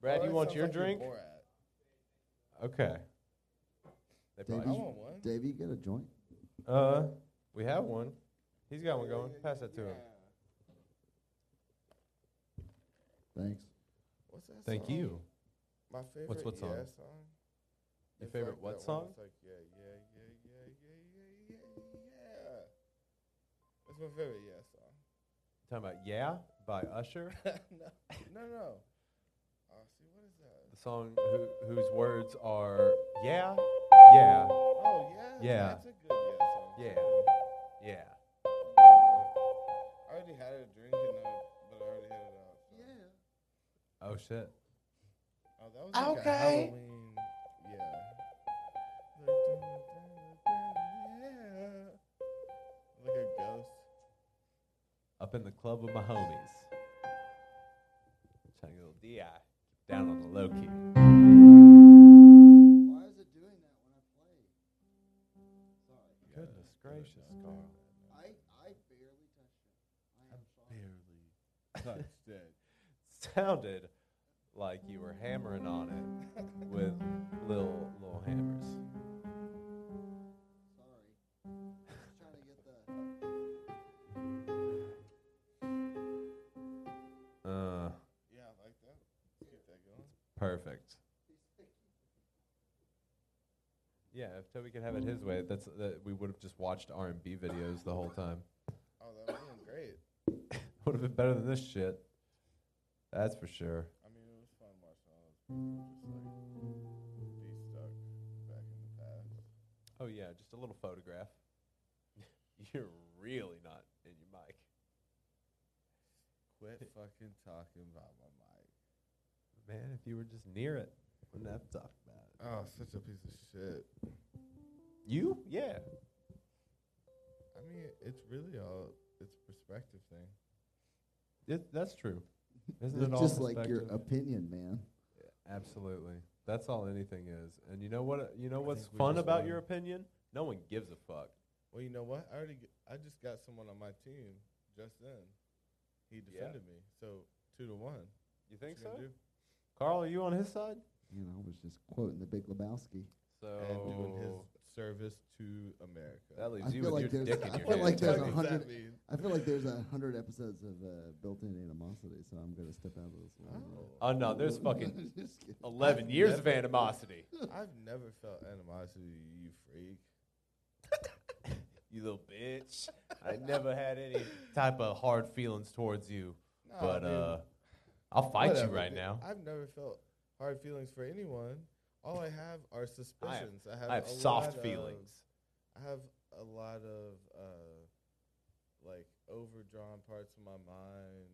[SPEAKER 2] Brad,
[SPEAKER 1] Oh,
[SPEAKER 2] you
[SPEAKER 1] that
[SPEAKER 2] want
[SPEAKER 1] sounds
[SPEAKER 2] your
[SPEAKER 1] like you're
[SPEAKER 2] drink?
[SPEAKER 1] Borat.
[SPEAKER 2] Okay.
[SPEAKER 1] I
[SPEAKER 2] They probably.
[SPEAKER 1] want one.
[SPEAKER 3] Davey, you get a joint.
[SPEAKER 2] Uh, we have one. He's got one going. Pass that to him.
[SPEAKER 3] Thanks.
[SPEAKER 1] What's that
[SPEAKER 2] Thank
[SPEAKER 1] song?
[SPEAKER 2] you.
[SPEAKER 1] My favorite
[SPEAKER 2] what song?
[SPEAKER 1] Yeah song.
[SPEAKER 2] Your
[SPEAKER 1] It's
[SPEAKER 2] favorite
[SPEAKER 1] like
[SPEAKER 2] what
[SPEAKER 1] that one,
[SPEAKER 2] song?
[SPEAKER 1] It's like yeah, yeah, yeah, yeah, yeah, yeah, yeah, yeah. That's my favorite yeah song.
[SPEAKER 2] Talking about Yeah by Usher.
[SPEAKER 1] no, no, no. Oh, see, what is that?
[SPEAKER 2] The song who, whose words are Yeah, Yeah,
[SPEAKER 1] Oh yeah,
[SPEAKER 2] Yeah.
[SPEAKER 1] That's a good yeah song.
[SPEAKER 2] Yeah.
[SPEAKER 1] too.
[SPEAKER 2] Yeah.
[SPEAKER 1] I already had a drink and uh, but I already had it out. so.
[SPEAKER 2] Oh shit.
[SPEAKER 1] Oh, that was like a
[SPEAKER 5] Okay.
[SPEAKER 1] Halloween. Yeah. Like a ghost.
[SPEAKER 2] Up in the club with my homies. Trying to get a little DI. Down on the low key.
[SPEAKER 3] Why is it doing that when I play? Sorry.
[SPEAKER 2] Goodness gracious, Carl.
[SPEAKER 3] I, I barely touched it. I am sorry.
[SPEAKER 1] Barely touched it.
[SPEAKER 2] Sounded like you were hammering on it with little little hammers.
[SPEAKER 3] Sorry. Just trying to get the.
[SPEAKER 2] Uh,
[SPEAKER 1] Yeah, I like that. Let's keep that going.
[SPEAKER 2] perfect. Yeah, if Toby could have it his way, that's that we would have just watched R and B videos the whole time.
[SPEAKER 1] Oh, that would have been great.
[SPEAKER 2] would have been better than this shit. That's for sure.
[SPEAKER 1] I mean, it was fun watching all those people just like be stuck back in the past.
[SPEAKER 2] Oh yeah, just a little photograph. You're really not in your mic.
[SPEAKER 1] Quit fucking talking about my mic.
[SPEAKER 2] Man, if you were just near it, wouldn't have to talk about it.
[SPEAKER 1] Oh, such a piece of shit.
[SPEAKER 2] You? Yeah.
[SPEAKER 1] I mean, it's really all it's perspective thing.
[SPEAKER 2] It, that's true. Isn't it
[SPEAKER 3] It's
[SPEAKER 2] all
[SPEAKER 3] just like your
[SPEAKER 2] perspective?
[SPEAKER 3] opinion, man.
[SPEAKER 2] Absolutely. That's all anything is. And you know what you know
[SPEAKER 1] I
[SPEAKER 2] what's
[SPEAKER 1] think we
[SPEAKER 2] fun
[SPEAKER 1] just
[SPEAKER 2] about
[SPEAKER 1] won.
[SPEAKER 2] your opinion? No one gives a fuck.
[SPEAKER 1] Well, you know what? I already g I just got someone on my team just then. He defended me, so two to one.
[SPEAKER 2] You
[SPEAKER 1] What
[SPEAKER 2] think
[SPEAKER 1] you
[SPEAKER 2] so?
[SPEAKER 1] gonna do?
[SPEAKER 2] Carl, are you on his side?
[SPEAKER 3] You know, I was just quoting the Big Lebowski.
[SPEAKER 2] So
[SPEAKER 1] And doing his service to America.
[SPEAKER 2] that leaves
[SPEAKER 3] I
[SPEAKER 2] you
[SPEAKER 3] feel
[SPEAKER 2] with
[SPEAKER 3] like
[SPEAKER 2] your
[SPEAKER 3] there's-
[SPEAKER 2] dick in
[SPEAKER 3] Oh. I
[SPEAKER 2] your
[SPEAKER 3] feel
[SPEAKER 2] hand,
[SPEAKER 3] like there's
[SPEAKER 2] Toby.
[SPEAKER 3] a hundred-
[SPEAKER 1] mean?
[SPEAKER 3] I feel like there's a hundred episodes of uh, built-in animosity, so I'm gonna step out of this one.
[SPEAKER 1] Oh.
[SPEAKER 2] Oh no, there's fucking
[SPEAKER 3] Just kidding.
[SPEAKER 2] eleven years of animosity.
[SPEAKER 1] I've never felt animosity, you freak.
[SPEAKER 2] You little bitch. I never had any type of hard feelings towards you.
[SPEAKER 1] No,
[SPEAKER 2] but
[SPEAKER 1] dude.
[SPEAKER 2] uh I'll fight
[SPEAKER 1] Oh, Whatever,
[SPEAKER 2] you right
[SPEAKER 1] dude.
[SPEAKER 2] now.
[SPEAKER 1] I've never felt hard feelings for anyone. All I have are suspicions. I have,
[SPEAKER 2] I have
[SPEAKER 1] a lot
[SPEAKER 2] soft
[SPEAKER 1] of-
[SPEAKER 2] feelings.
[SPEAKER 1] I have a lot of uh, like overdrawn parts of my mind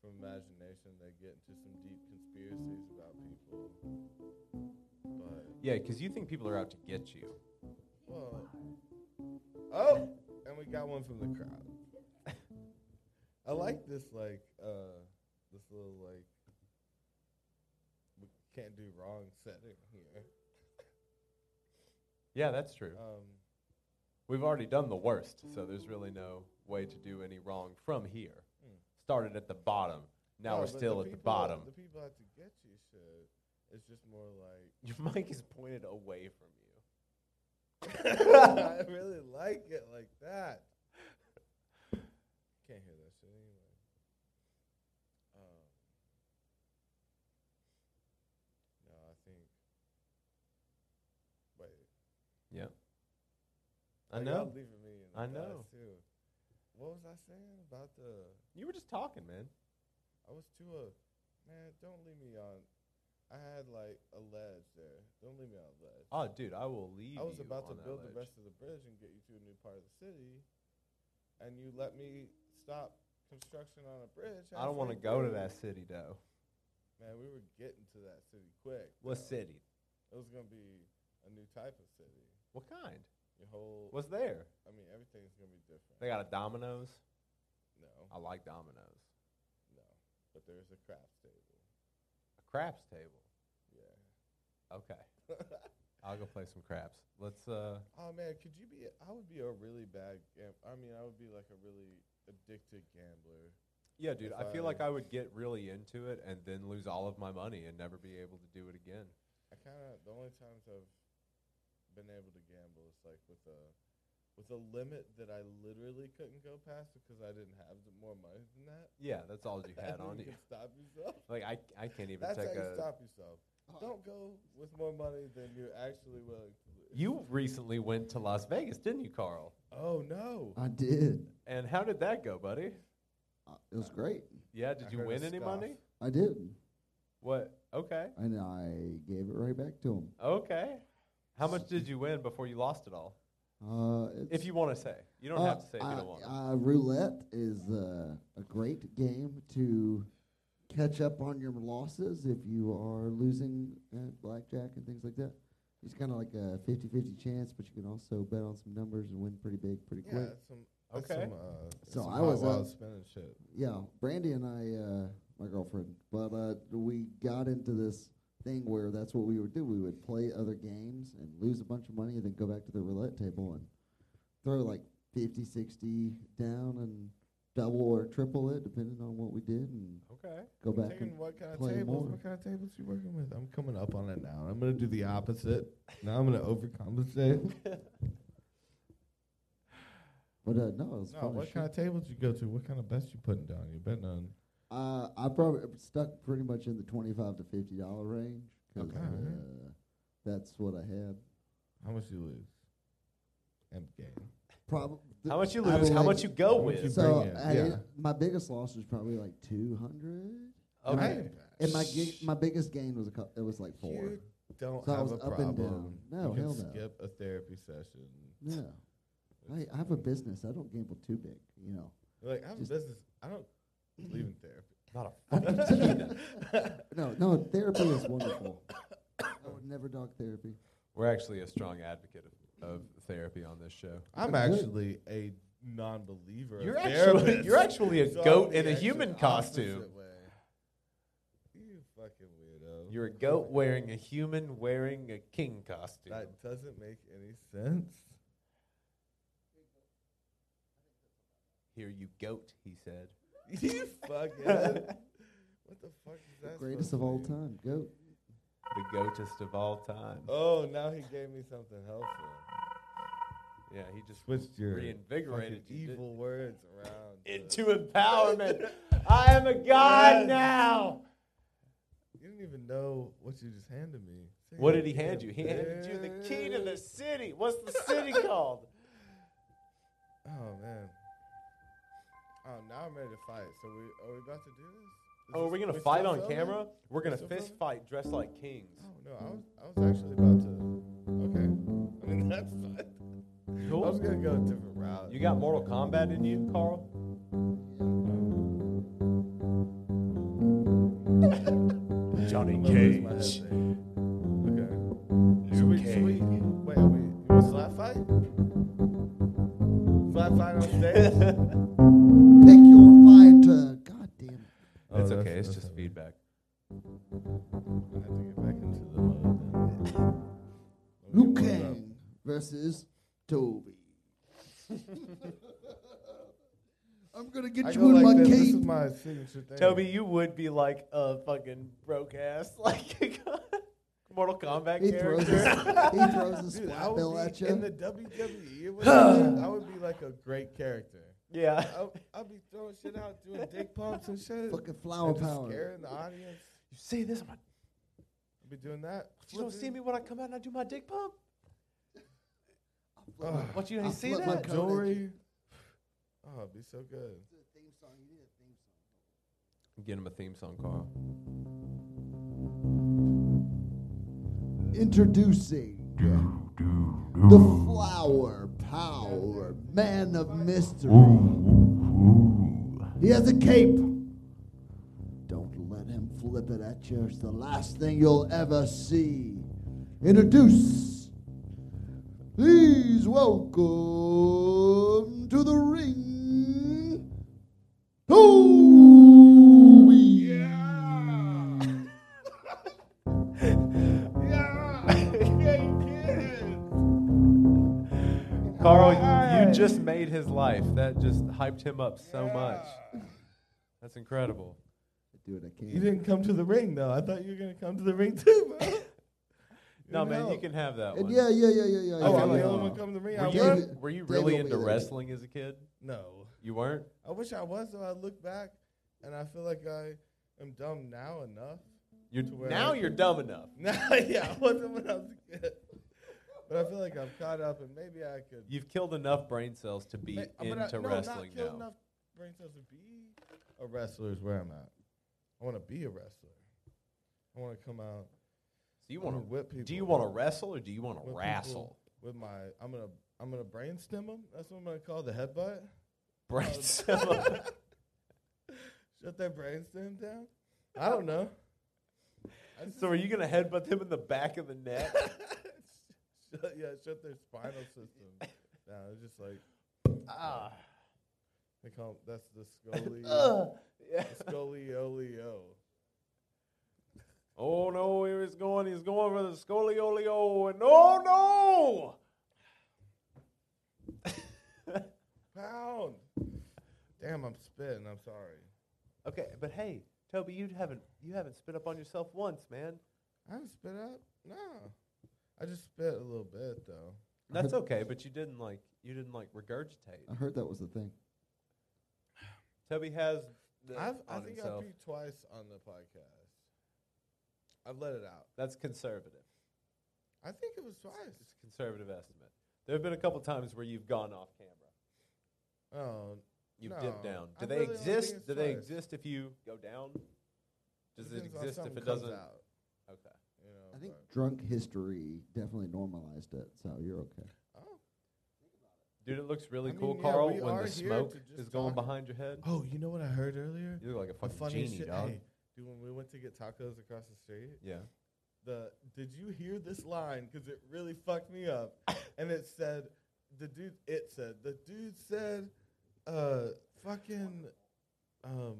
[SPEAKER 1] from
[SPEAKER 2] Mm.
[SPEAKER 1] imagination that get into some deep conspiracies about people. But
[SPEAKER 2] Yeah, because you think people are out to get you.
[SPEAKER 1] well, oh, and we got one from the crowd. I like this like uh, this little like we can't do wrong setting here.
[SPEAKER 2] Yeah, that's true.
[SPEAKER 1] Um,
[SPEAKER 2] We've already done the worst, so there's really no way to do any wrong from here.
[SPEAKER 1] Hmm.
[SPEAKER 2] Started at the bottom. Now
[SPEAKER 1] no,
[SPEAKER 2] we're
[SPEAKER 1] but
[SPEAKER 2] still at Oh, the
[SPEAKER 1] people-
[SPEAKER 2] bottom.
[SPEAKER 1] The people have to get you shit. It's just more like
[SPEAKER 2] Your mic is pointed away from you.
[SPEAKER 1] I really like it like that. Can't hear that shit anyway. Um, no, I think. Wait.
[SPEAKER 2] Yeah.
[SPEAKER 1] Oh,
[SPEAKER 2] I
[SPEAKER 1] y'all
[SPEAKER 2] know.
[SPEAKER 1] Leaving me in the
[SPEAKER 2] I
[SPEAKER 1] dust,
[SPEAKER 2] know.
[SPEAKER 1] Too. What was I saying about the?
[SPEAKER 2] You were just talking, man.
[SPEAKER 1] I was too uh Man, don't leave me on. I had like a ledge there. Don't leave me on a ledge.
[SPEAKER 2] Oh, dude, I will leave.
[SPEAKER 1] I was
[SPEAKER 2] you
[SPEAKER 1] about to
[SPEAKER 2] on that
[SPEAKER 1] build
[SPEAKER 2] ledge.
[SPEAKER 1] the rest of the bridge and get you to a new part of the city, and you let me stop construction on a bridge.
[SPEAKER 2] I don't want to
[SPEAKER 1] halfway
[SPEAKER 2] go to
[SPEAKER 1] through.
[SPEAKER 2] that city though.
[SPEAKER 1] Man, we were getting to that city quick.
[SPEAKER 2] What
[SPEAKER 1] though.
[SPEAKER 2] city?
[SPEAKER 1] It was gonna be a new type of city.
[SPEAKER 2] What kind?
[SPEAKER 1] Your whole.
[SPEAKER 2] What's there?
[SPEAKER 1] I mean, everything's gonna be different.
[SPEAKER 2] They got a Domino's.
[SPEAKER 1] no,
[SPEAKER 2] I like Domino's.
[SPEAKER 1] no, but there's a craft stable.
[SPEAKER 2] A craps table.
[SPEAKER 1] Yeah.
[SPEAKER 2] Okay. I'll go play some craps. Let's uh
[SPEAKER 1] Oh man, could you be? I would be a really bad. Gam- I mean, I would be like a really addicted gambler.
[SPEAKER 2] Yeah, dude,
[SPEAKER 1] If
[SPEAKER 2] I feel
[SPEAKER 1] I-
[SPEAKER 2] like I would get really into it and then lose all of my money and never be able to do it again.
[SPEAKER 1] I kind of the only times I've been able to gamble is like with a with a limit that I literally couldn't go past because I didn't have the more money than that.
[SPEAKER 2] Yeah, that's all you
[SPEAKER 1] And
[SPEAKER 2] had on
[SPEAKER 1] you
[SPEAKER 2] you.
[SPEAKER 1] can stop yourself.
[SPEAKER 2] Like I I can't even
[SPEAKER 1] That's how
[SPEAKER 2] take
[SPEAKER 1] you
[SPEAKER 2] a
[SPEAKER 1] stop yourself.
[SPEAKER 3] Uh-huh.
[SPEAKER 1] Don't go with more money than you're actually willing to lose.
[SPEAKER 2] You recently went to Las Vegas, didn't you, Carl?
[SPEAKER 1] Oh no!
[SPEAKER 2] Uh,
[SPEAKER 3] I did.
[SPEAKER 2] And how did that go, buddy?
[SPEAKER 3] Uh, It was great.
[SPEAKER 2] Yeah, did
[SPEAKER 1] I
[SPEAKER 2] you
[SPEAKER 1] heard a
[SPEAKER 2] win any
[SPEAKER 1] scoff.
[SPEAKER 2] money?
[SPEAKER 3] I did.
[SPEAKER 2] What? Okay.
[SPEAKER 3] And I gave it right back to him.
[SPEAKER 2] Okay. How much did you win before you lost it all?
[SPEAKER 3] Uh, it's-
[SPEAKER 2] If you want to say. You don't
[SPEAKER 3] Uh,
[SPEAKER 2] have to say if you
[SPEAKER 3] uh,
[SPEAKER 2] don't want. to.
[SPEAKER 3] uh, roulette is uh, a great game to catch up on your losses if you are losing at blackjack and things like that. It's kind of like a 50 50 chance, but you can also bet on some numbers and win pretty big pretty
[SPEAKER 1] Yeah,
[SPEAKER 3] quick.
[SPEAKER 1] that's some. That's
[SPEAKER 2] Okay.
[SPEAKER 1] Some, uh, that's
[SPEAKER 3] So
[SPEAKER 1] some
[SPEAKER 3] I
[SPEAKER 1] hot
[SPEAKER 3] was, uh,
[SPEAKER 1] wild spinning shit.
[SPEAKER 3] Yeah, Brandy and I, uh, my girlfriend, but uh, we got into this thing where that's what we would do. We would play other games and lose a bunch of money and then go back to the roulette table and throw like 50, 60 down and double or triple it, depending on what we did, and
[SPEAKER 2] Okay.
[SPEAKER 3] go back.
[SPEAKER 1] Taking
[SPEAKER 3] And
[SPEAKER 1] what kind of
[SPEAKER 3] play
[SPEAKER 1] tables?
[SPEAKER 3] more.
[SPEAKER 1] What kind of tables you working with? I'm coming up on it now. I'm gonna do the opposite. Now I'm gonna overcompensate.
[SPEAKER 3] but uh, no, it was
[SPEAKER 1] no,
[SPEAKER 3] fun. as
[SPEAKER 1] what
[SPEAKER 3] shit.
[SPEAKER 1] kind of tables you go to? What kind of bets you putting down? You betting on?
[SPEAKER 3] Uh, I probably stuck pretty much in the twenty-five to fifty dollar range because
[SPEAKER 1] Okay, uh-huh.
[SPEAKER 3] uh,
[SPEAKER 1] alright.
[SPEAKER 3] that's what I had.
[SPEAKER 1] How much you lose? And game.
[SPEAKER 3] Probably
[SPEAKER 2] How much you lose, how much you go
[SPEAKER 1] How much you
[SPEAKER 2] with.
[SPEAKER 3] So
[SPEAKER 1] bring in,
[SPEAKER 3] I,
[SPEAKER 1] yeah.
[SPEAKER 3] my biggest loss was probably like two hundred.
[SPEAKER 2] Okay.
[SPEAKER 3] And my gig, my biggest gain was a cou- it was like four.
[SPEAKER 1] You don't
[SPEAKER 3] So I
[SPEAKER 1] have
[SPEAKER 3] was
[SPEAKER 1] a
[SPEAKER 3] up
[SPEAKER 1] problem.
[SPEAKER 3] and down.
[SPEAKER 1] you
[SPEAKER 3] No,
[SPEAKER 1] can
[SPEAKER 3] hell no.
[SPEAKER 1] skip a therapy session.
[SPEAKER 3] No, I, I have a business. I don't gamble too big. You know,
[SPEAKER 1] Like I'm a
[SPEAKER 3] Just-
[SPEAKER 1] business. I don't believe in therapy.
[SPEAKER 2] Not a fucking teen.
[SPEAKER 3] no, no. Therapy is wonderful. I would never dog therapy.
[SPEAKER 2] We're actually a strong advocate of, of therapy on this show.
[SPEAKER 1] I'm
[SPEAKER 3] Good.
[SPEAKER 1] actually a non-believer. of
[SPEAKER 2] You're actually
[SPEAKER 1] therapists.
[SPEAKER 2] you're actually a
[SPEAKER 1] So I'm
[SPEAKER 2] goat
[SPEAKER 1] the
[SPEAKER 2] in a
[SPEAKER 1] actual
[SPEAKER 2] human
[SPEAKER 1] opposite
[SPEAKER 2] costume.
[SPEAKER 1] way. You fucking weirdo.
[SPEAKER 2] You're a goat wearing a human wearing a king costume.
[SPEAKER 1] That doesn't make any sense.
[SPEAKER 2] Here you goat, he said.
[SPEAKER 1] You fucking. what the fuck is that? supposed
[SPEAKER 3] Greatest
[SPEAKER 1] to
[SPEAKER 3] of all
[SPEAKER 1] mean?
[SPEAKER 3] time. Goat.
[SPEAKER 2] The goatest of all time.
[SPEAKER 1] Oh, now he gave me something helpful.
[SPEAKER 2] Yeah, he just
[SPEAKER 1] Switched your
[SPEAKER 2] reinvigorated
[SPEAKER 1] fucking
[SPEAKER 2] you, didn't
[SPEAKER 1] evil words around.
[SPEAKER 2] he?
[SPEAKER 1] to-
[SPEAKER 2] into empowerment. I am a god
[SPEAKER 1] Yes.
[SPEAKER 2] now.
[SPEAKER 1] You didn't even know what you just handed me. Say
[SPEAKER 2] What
[SPEAKER 1] it
[SPEAKER 2] did he hand you?
[SPEAKER 1] again,
[SPEAKER 2] He handed you the key to the
[SPEAKER 1] bitch.
[SPEAKER 2] city. What's the city called?
[SPEAKER 1] Oh man. Oh, now I'm ready to fight. So we are we about to do this? Is
[SPEAKER 2] Oh, are
[SPEAKER 1] this-
[SPEAKER 2] we gonna
[SPEAKER 1] still
[SPEAKER 2] fight on
[SPEAKER 1] filming?
[SPEAKER 2] camera? We're gonna
[SPEAKER 1] still filming?
[SPEAKER 2] fist fight dressed like kings.
[SPEAKER 1] Oh no, I was I was actually about to. Okay. I mean that's. Not, I was gonna go a different route.
[SPEAKER 2] You got Mortal Kombat in you, Carl? Johnny
[SPEAKER 1] I'm gonna lose my head there. Okay. Should we, should we, wait, are we, you want slap fight? Slap fight on stage?
[SPEAKER 3] Pick your fight. Uh, God damn it.
[SPEAKER 1] Oh,
[SPEAKER 2] it's
[SPEAKER 1] that's-
[SPEAKER 2] okay. It's
[SPEAKER 1] that's
[SPEAKER 2] just
[SPEAKER 1] okay.
[SPEAKER 2] feedback.
[SPEAKER 1] I have to get back into the mode then. Let me
[SPEAKER 3] Liu
[SPEAKER 1] get warmed up.
[SPEAKER 3] Kang versus Toby. I'm gonna get
[SPEAKER 1] I go
[SPEAKER 3] you in
[SPEAKER 1] like
[SPEAKER 3] my
[SPEAKER 1] this. This
[SPEAKER 3] cape.
[SPEAKER 1] is my signature thing.
[SPEAKER 2] Toby, you would be like a fucking broke ass, like Mortal Kombat
[SPEAKER 3] he throws a,
[SPEAKER 2] character.
[SPEAKER 3] he throws a
[SPEAKER 1] Dude, I
[SPEAKER 3] splat bill
[SPEAKER 1] would
[SPEAKER 3] at
[SPEAKER 1] be
[SPEAKER 3] you.
[SPEAKER 1] in the WWE. it would be like- I would be like a great character.
[SPEAKER 2] yeah.
[SPEAKER 1] I, I'd be throwing shit out, doing dick pumps and shit.
[SPEAKER 3] Fucking flower
[SPEAKER 1] and just
[SPEAKER 3] power.
[SPEAKER 1] scaring the audience.
[SPEAKER 2] You see this? I'm like,
[SPEAKER 1] I'd be doing that.
[SPEAKER 2] you don't see me when I come out and I do my dick pump.
[SPEAKER 3] Flip my-
[SPEAKER 2] What you ain't
[SPEAKER 3] I
[SPEAKER 2] see
[SPEAKER 3] flip my
[SPEAKER 2] that?
[SPEAKER 3] coat at you.
[SPEAKER 1] Jewelry. Oh, it'd be so good.
[SPEAKER 2] Get him a theme song, Carl.
[SPEAKER 3] Introducing the flower power man of mystery. He has a cape. Don't let him flip it at you. It's the last thing you'll ever see. Introduce. Please welcome to the ring. Toby.
[SPEAKER 2] Carl, you- you just made his life. That just hyped him up so much. That's incredible.
[SPEAKER 3] Do what I can.
[SPEAKER 1] You didn't come to the ring though. I thought you were gonna come to the ring too, bro.
[SPEAKER 2] No, man, you
[SPEAKER 1] help.
[SPEAKER 2] can have that
[SPEAKER 3] And
[SPEAKER 2] one.
[SPEAKER 3] yeah, yeah, yeah, yeah, yeah.
[SPEAKER 1] Oh,
[SPEAKER 3] yeah,
[SPEAKER 1] I'm the
[SPEAKER 3] yeah.
[SPEAKER 1] only one coming to the ring. I
[SPEAKER 2] Were
[SPEAKER 1] was-
[SPEAKER 2] you,
[SPEAKER 3] David-
[SPEAKER 2] were you
[SPEAKER 3] David
[SPEAKER 2] really
[SPEAKER 3] will be
[SPEAKER 2] into
[SPEAKER 3] there.
[SPEAKER 2] wrestling as a kid?
[SPEAKER 1] No,
[SPEAKER 2] You weren't?
[SPEAKER 1] I wish I was. Though I look back, and I feel like I am dumb now enough.
[SPEAKER 2] You're,
[SPEAKER 1] To where-
[SPEAKER 2] now you're dumb enough.
[SPEAKER 1] No, yeah, I wasn't when I was a kid. But I feel like I'm caught up, and maybe I could.
[SPEAKER 2] You've killed enough brain cells to be
[SPEAKER 1] ma- but I-
[SPEAKER 2] into
[SPEAKER 1] no,
[SPEAKER 2] wrestling
[SPEAKER 1] not
[SPEAKER 2] now.
[SPEAKER 1] kill Enough brain cells to be a wrestler is where I'm at. I want to be a wrestler. I want to come out.
[SPEAKER 2] So you
[SPEAKER 1] I wanna
[SPEAKER 2] want to
[SPEAKER 1] whip people.
[SPEAKER 2] Do you want to wrestle or do you want
[SPEAKER 1] with people
[SPEAKER 2] to wrestle?
[SPEAKER 1] with my? I'm gonna I'm gonna brainstem them. That's what I'm gonna call the headbutt.
[SPEAKER 2] Brain cell.
[SPEAKER 1] Shut that brainstem down. I don't know. I just-
[SPEAKER 2] so are you going to headbutt them in the back of the neck?
[SPEAKER 1] shut, yeah, shut their spinal system down. It's just like
[SPEAKER 2] ah.
[SPEAKER 1] they call that's the scoli.
[SPEAKER 2] Ugh. Yeah.
[SPEAKER 1] the scolioleo.
[SPEAKER 2] Oh no, he was going. He's going for the scolioleo, and oh no!
[SPEAKER 1] Pound. Damn, I'm spitting. I'm sorry.
[SPEAKER 2] okay, but hey, Toby, you haven't you haven't spit up on yourself once, man.
[SPEAKER 1] I didn't spit up. No, I just spit a little bit though.
[SPEAKER 2] That's okay, but you didn't like you didn't like regurgitate.
[SPEAKER 3] I heard that was the thing.
[SPEAKER 2] Toby has. The
[SPEAKER 1] I've, I
[SPEAKER 2] on
[SPEAKER 1] think I
[SPEAKER 2] himself.
[SPEAKER 1] peed twice on the podcast. I've let it out.
[SPEAKER 2] That's conservative.
[SPEAKER 1] I think it was twice.
[SPEAKER 2] It's a conservative estimate. There have been a couple times where you've gone off camera.
[SPEAKER 1] Oh,
[SPEAKER 2] You've dipped
[SPEAKER 1] No,
[SPEAKER 2] down.
[SPEAKER 1] I
[SPEAKER 2] Do they
[SPEAKER 1] really don't think
[SPEAKER 2] exist?
[SPEAKER 1] it's
[SPEAKER 2] Do they
[SPEAKER 1] twice.
[SPEAKER 2] exist if you go down? Does it
[SPEAKER 1] depends on
[SPEAKER 2] exist if
[SPEAKER 1] something
[SPEAKER 2] it
[SPEAKER 1] comes
[SPEAKER 2] doesn't?
[SPEAKER 1] Out,
[SPEAKER 2] Okay.
[SPEAKER 1] you know,
[SPEAKER 3] I think
[SPEAKER 1] but-
[SPEAKER 3] drunk history definitely normalized it, so you're okay.
[SPEAKER 1] oh.
[SPEAKER 2] Dude, it looks really
[SPEAKER 1] I mean,
[SPEAKER 2] cool,
[SPEAKER 1] yeah,
[SPEAKER 2] Carl,
[SPEAKER 1] we
[SPEAKER 2] when
[SPEAKER 1] are
[SPEAKER 2] the
[SPEAKER 1] here
[SPEAKER 2] smoke
[SPEAKER 1] to just
[SPEAKER 2] is going
[SPEAKER 1] talk.
[SPEAKER 2] behind your head.
[SPEAKER 1] Oh, you know what I heard earlier?
[SPEAKER 2] You look like a
[SPEAKER 1] The
[SPEAKER 2] fucking
[SPEAKER 1] funniest
[SPEAKER 2] genie,
[SPEAKER 1] shit.
[SPEAKER 2] dog.
[SPEAKER 1] Hey, dude, when we went to get tacos across the street,
[SPEAKER 2] Yeah.
[SPEAKER 1] the did you hear this line? Because it really fucked me up. and it said, the dude. It said the dude said, uh, fucking, um,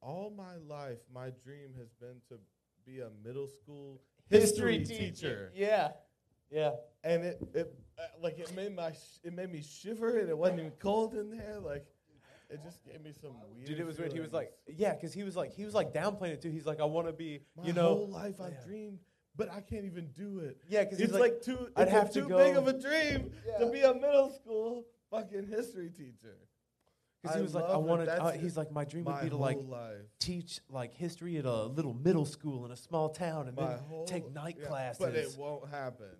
[SPEAKER 1] all my life, my dream has been to be a middle school history, teacher.
[SPEAKER 2] Yeah. Yeah.
[SPEAKER 1] and it, it uh, like it made my sh- it made me shiver and it wasn't even cold in there like it just gave me some weird
[SPEAKER 2] Dude, it was weird. He was like,
[SPEAKER 1] feelings.
[SPEAKER 2] yeah, because he was like, he was like downplaying it too. He's like, I want to be,
[SPEAKER 1] my
[SPEAKER 2] you know,
[SPEAKER 1] whole life I've
[SPEAKER 2] yeah.
[SPEAKER 1] dreamed but I can't even do it
[SPEAKER 2] Yeah, because
[SPEAKER 1] it's like, too it's
[SPEAKER 2] I'd
[SPEAKER 1] a
[SPEAKER 2] have to
[SPEAKER 1] too big
[SPEAKER 2] go-
[SPEAKER 1] of a dream to
[SPEAKER 2] Yeah.
[SPEAKER 1] be a middle school fucking history teacher
[SPEAKER 2] because he
[SPEAKER 1] I
[SPEAKER 2] was like,
[SPEAKER 1] love
[SPEAKER 2] I
[SPEAKER 1] that
[SPEAKER 2] wanted.
[SPEAKER 1] that's
[SPEAKER 2] Uh,
[SPEAKER 1] it.
[SPEAKER 2] he's like, my dream
[SPEAKER 1] my
[SPEAKER 2] would be to
[SPEAKER 1] whole
[SPEAKER 2] like
[SPEAKER 1] life
[SPEAKER 2] teach like history at a little middle school in a small town, and
[SPEAKER 1] my
[SPEAKER 2] then
[SPEAKER 1] whole
[SPEAKER 2] take night
[SPEAKER 1] yeah,
[SPEAKER 2] classes.
[SPEAKER 1] but it won't happen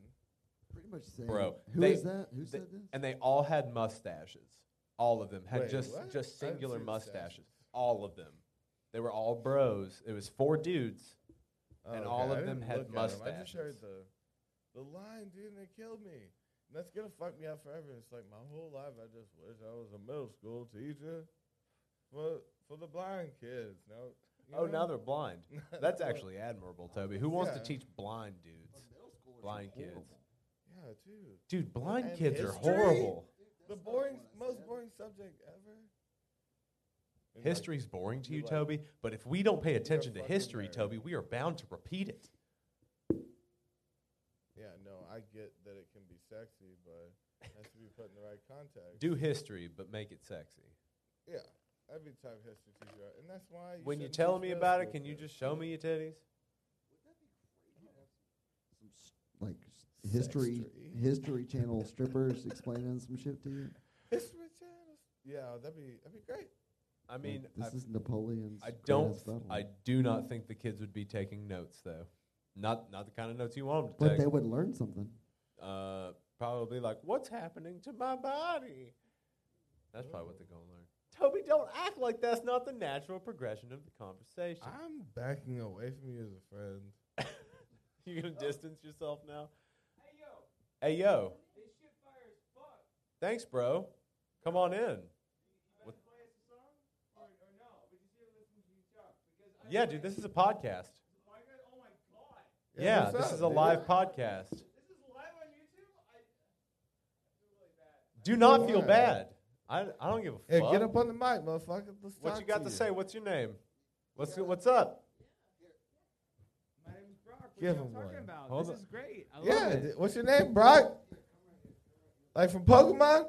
[SPEAKER 3] Pretty much saying,
[SPEAKER 2] Bro,
[SPEAKER 3] who
[SPEAKER 2] they-
[SPEAKER 3] is that? Who
[SPEAKER 2] They-
[SPEAKER 3] said this?
[SPEAKER 2] And they all had mustaches. All of them had
[SPEAKER 1] Wait,
[SPEAKER 2] just
[SPEAKER 1] what? I didn't
[SPEAKER 2] just
[SPEAKER 1] see
[SPEAKER 2] singular
[SPEAKER 1] the
[SPEAKER 2] mustaches.
[SPEAKER 1] mustaches.
[SPEAKER 2] All of them. They were all bros. It was four dudes.
[SPEAKER 1] Oh,
[SPEAKER 2] And all
[SPEAKER 1] I
[SPEAKER 2] of them
[SPEAKER 1] didn't
[SPEAKER 2] had
[SPEAKER 1] look at 'em. I just heard
[SPEAKER 2] mustaches.
[SPEAKER 1] the, the line, dude, and it killed me. And that's gonna fuck me up forever. It's like my whole life I just wish I was a middle school teacher for for the blind kids. Now, you
[SPEAKER 2] Oh,
[SPEAKER 1] know?
[SPEAKER 2] now they're blind. That's actually admirable, Toby. Who wants
[SPEAKER 1] Yeah.
[SPEAKER 2] to teach blind dudes? Blind kids.
[SPEAKER 1] yeah, dude.
[SPEAKER 2] Dude, blind
[SPEAKER 1] And
[SPEAKER 2] kids are
[SPEAKER 1] history?
[SPEAKER 2] horrible.
[SPEAKER 1] The boring, most boring subject ever. And, like,
[SPEAKER 2] History's boring to
[SPEAKER 1] you're
[SPEAKER 2] you,
[SPEAKER 1] like,
[SPEAKER 2] Toby, but if we don't pay attention to
[SPEAKER 1] fucking
[SPEAKER 2] history,
[SPEAKER 1] nerd.
[SPEAKER 2] Toby, we are bound to repeat it.
[SPEAKER 1] yeah, no, I get that it can be sexy, but it has to be put in the right context.
[SPEAKER 2] Do history, but make it sexy.
[SPEAKER 1] Yeah, every type of history teacher, and that's why.
[SPEAKER 2] When you
[SPEAKER 1] shouldn't
[SPEAKER 2] tell
[SPEAKER 1] teach
[SPEAKER 2] me
[SPEAKER 1] middle
[SPEAKER 2] about it,
[SPEAKER 1] school
[SPEAKER 2] can you
[SPEAKER 1] kids.
[SPEAKER 2] just show me your titties?
[SPEAKER 3] Some s- like s- history,
[SPEAKER 1] Sextry.
[SPEAKER 3] history channel strippers explaining some shit to you.
[SPEAKER 1] History Channel. Yeah, that'd be that'd be great.
[SPEAKER 2] I
[SPEAKER 3] Like,
[SPEAKER 2] mean,
[SPEAKER 3] this
[SPEAKER 2] I've-
[SPEAKER 3] is Napoleon's.
[SPEAKER 2] I don't.
[SPEAKER 3] greatest battle.
[SPEAKER 2] I do not think the kids would be taking notes though. Not not the kind of notes you want them
[SPEAKER 3] but
[SPEAKER 2] to
[SPEAKER 3] they
[SPEAKER 2] take.
[SPEAKER 3] would learn something.
[SPEAKER 2] Uh, probably like, what's happening to my body? That's probably what they're gonna learn. Toby, don't act like that's not the natural progression of the conversation.
[SPEAKER 1] I'm backing away from you as a friend.
[SPEAKER 2] You gonna distance yourself now? Hey yo. Hey yo. Thanks, bro. Come on in. Yeah, dude, this is a podcast. Yeah,
[SPEAKER 1] what's
[SPEAKER 2] this
[SPEAKER 1] up,
[SPEAKER 2] is a
[SPEAKER 1] dude?
[SPEAKER 2] live podcast. Do not feel
[SPEAKER 1] Why?
[SPEAKER 2] bad. I, I don't give a
[SPEAKER 1] Hey,
[SPEAKER 2] fuck.
[SPEAKER 1] get up on the mic, motherfucker. Let's
[SPEAKER 2] what
[SPEAKER 1] talk
[SPEAKER 2] you got to,
[SPEAKER 1] you.
[SPEAKER 2] say? What's your name? What's what's up?
[SPEAKER 6] My name's Brock. What
[SPEAKER 1] Give
[SPEAKER 6] y'all
[SPEAKER 1] him
[SPEAKER 6] talking
[SPEAKER 1] one.
[SPEAKER 6] about?
[SPEAKER 2] Hold
[SPEAKER 6] this
[SPEAKER 2] on.
[SPEAKER 6] is great. I
[SPEAKER 1] Yeah,
[SPEAKER 6] love it.
[SPEAKER 1] th- what's your name, Brock? Like from Pokemon?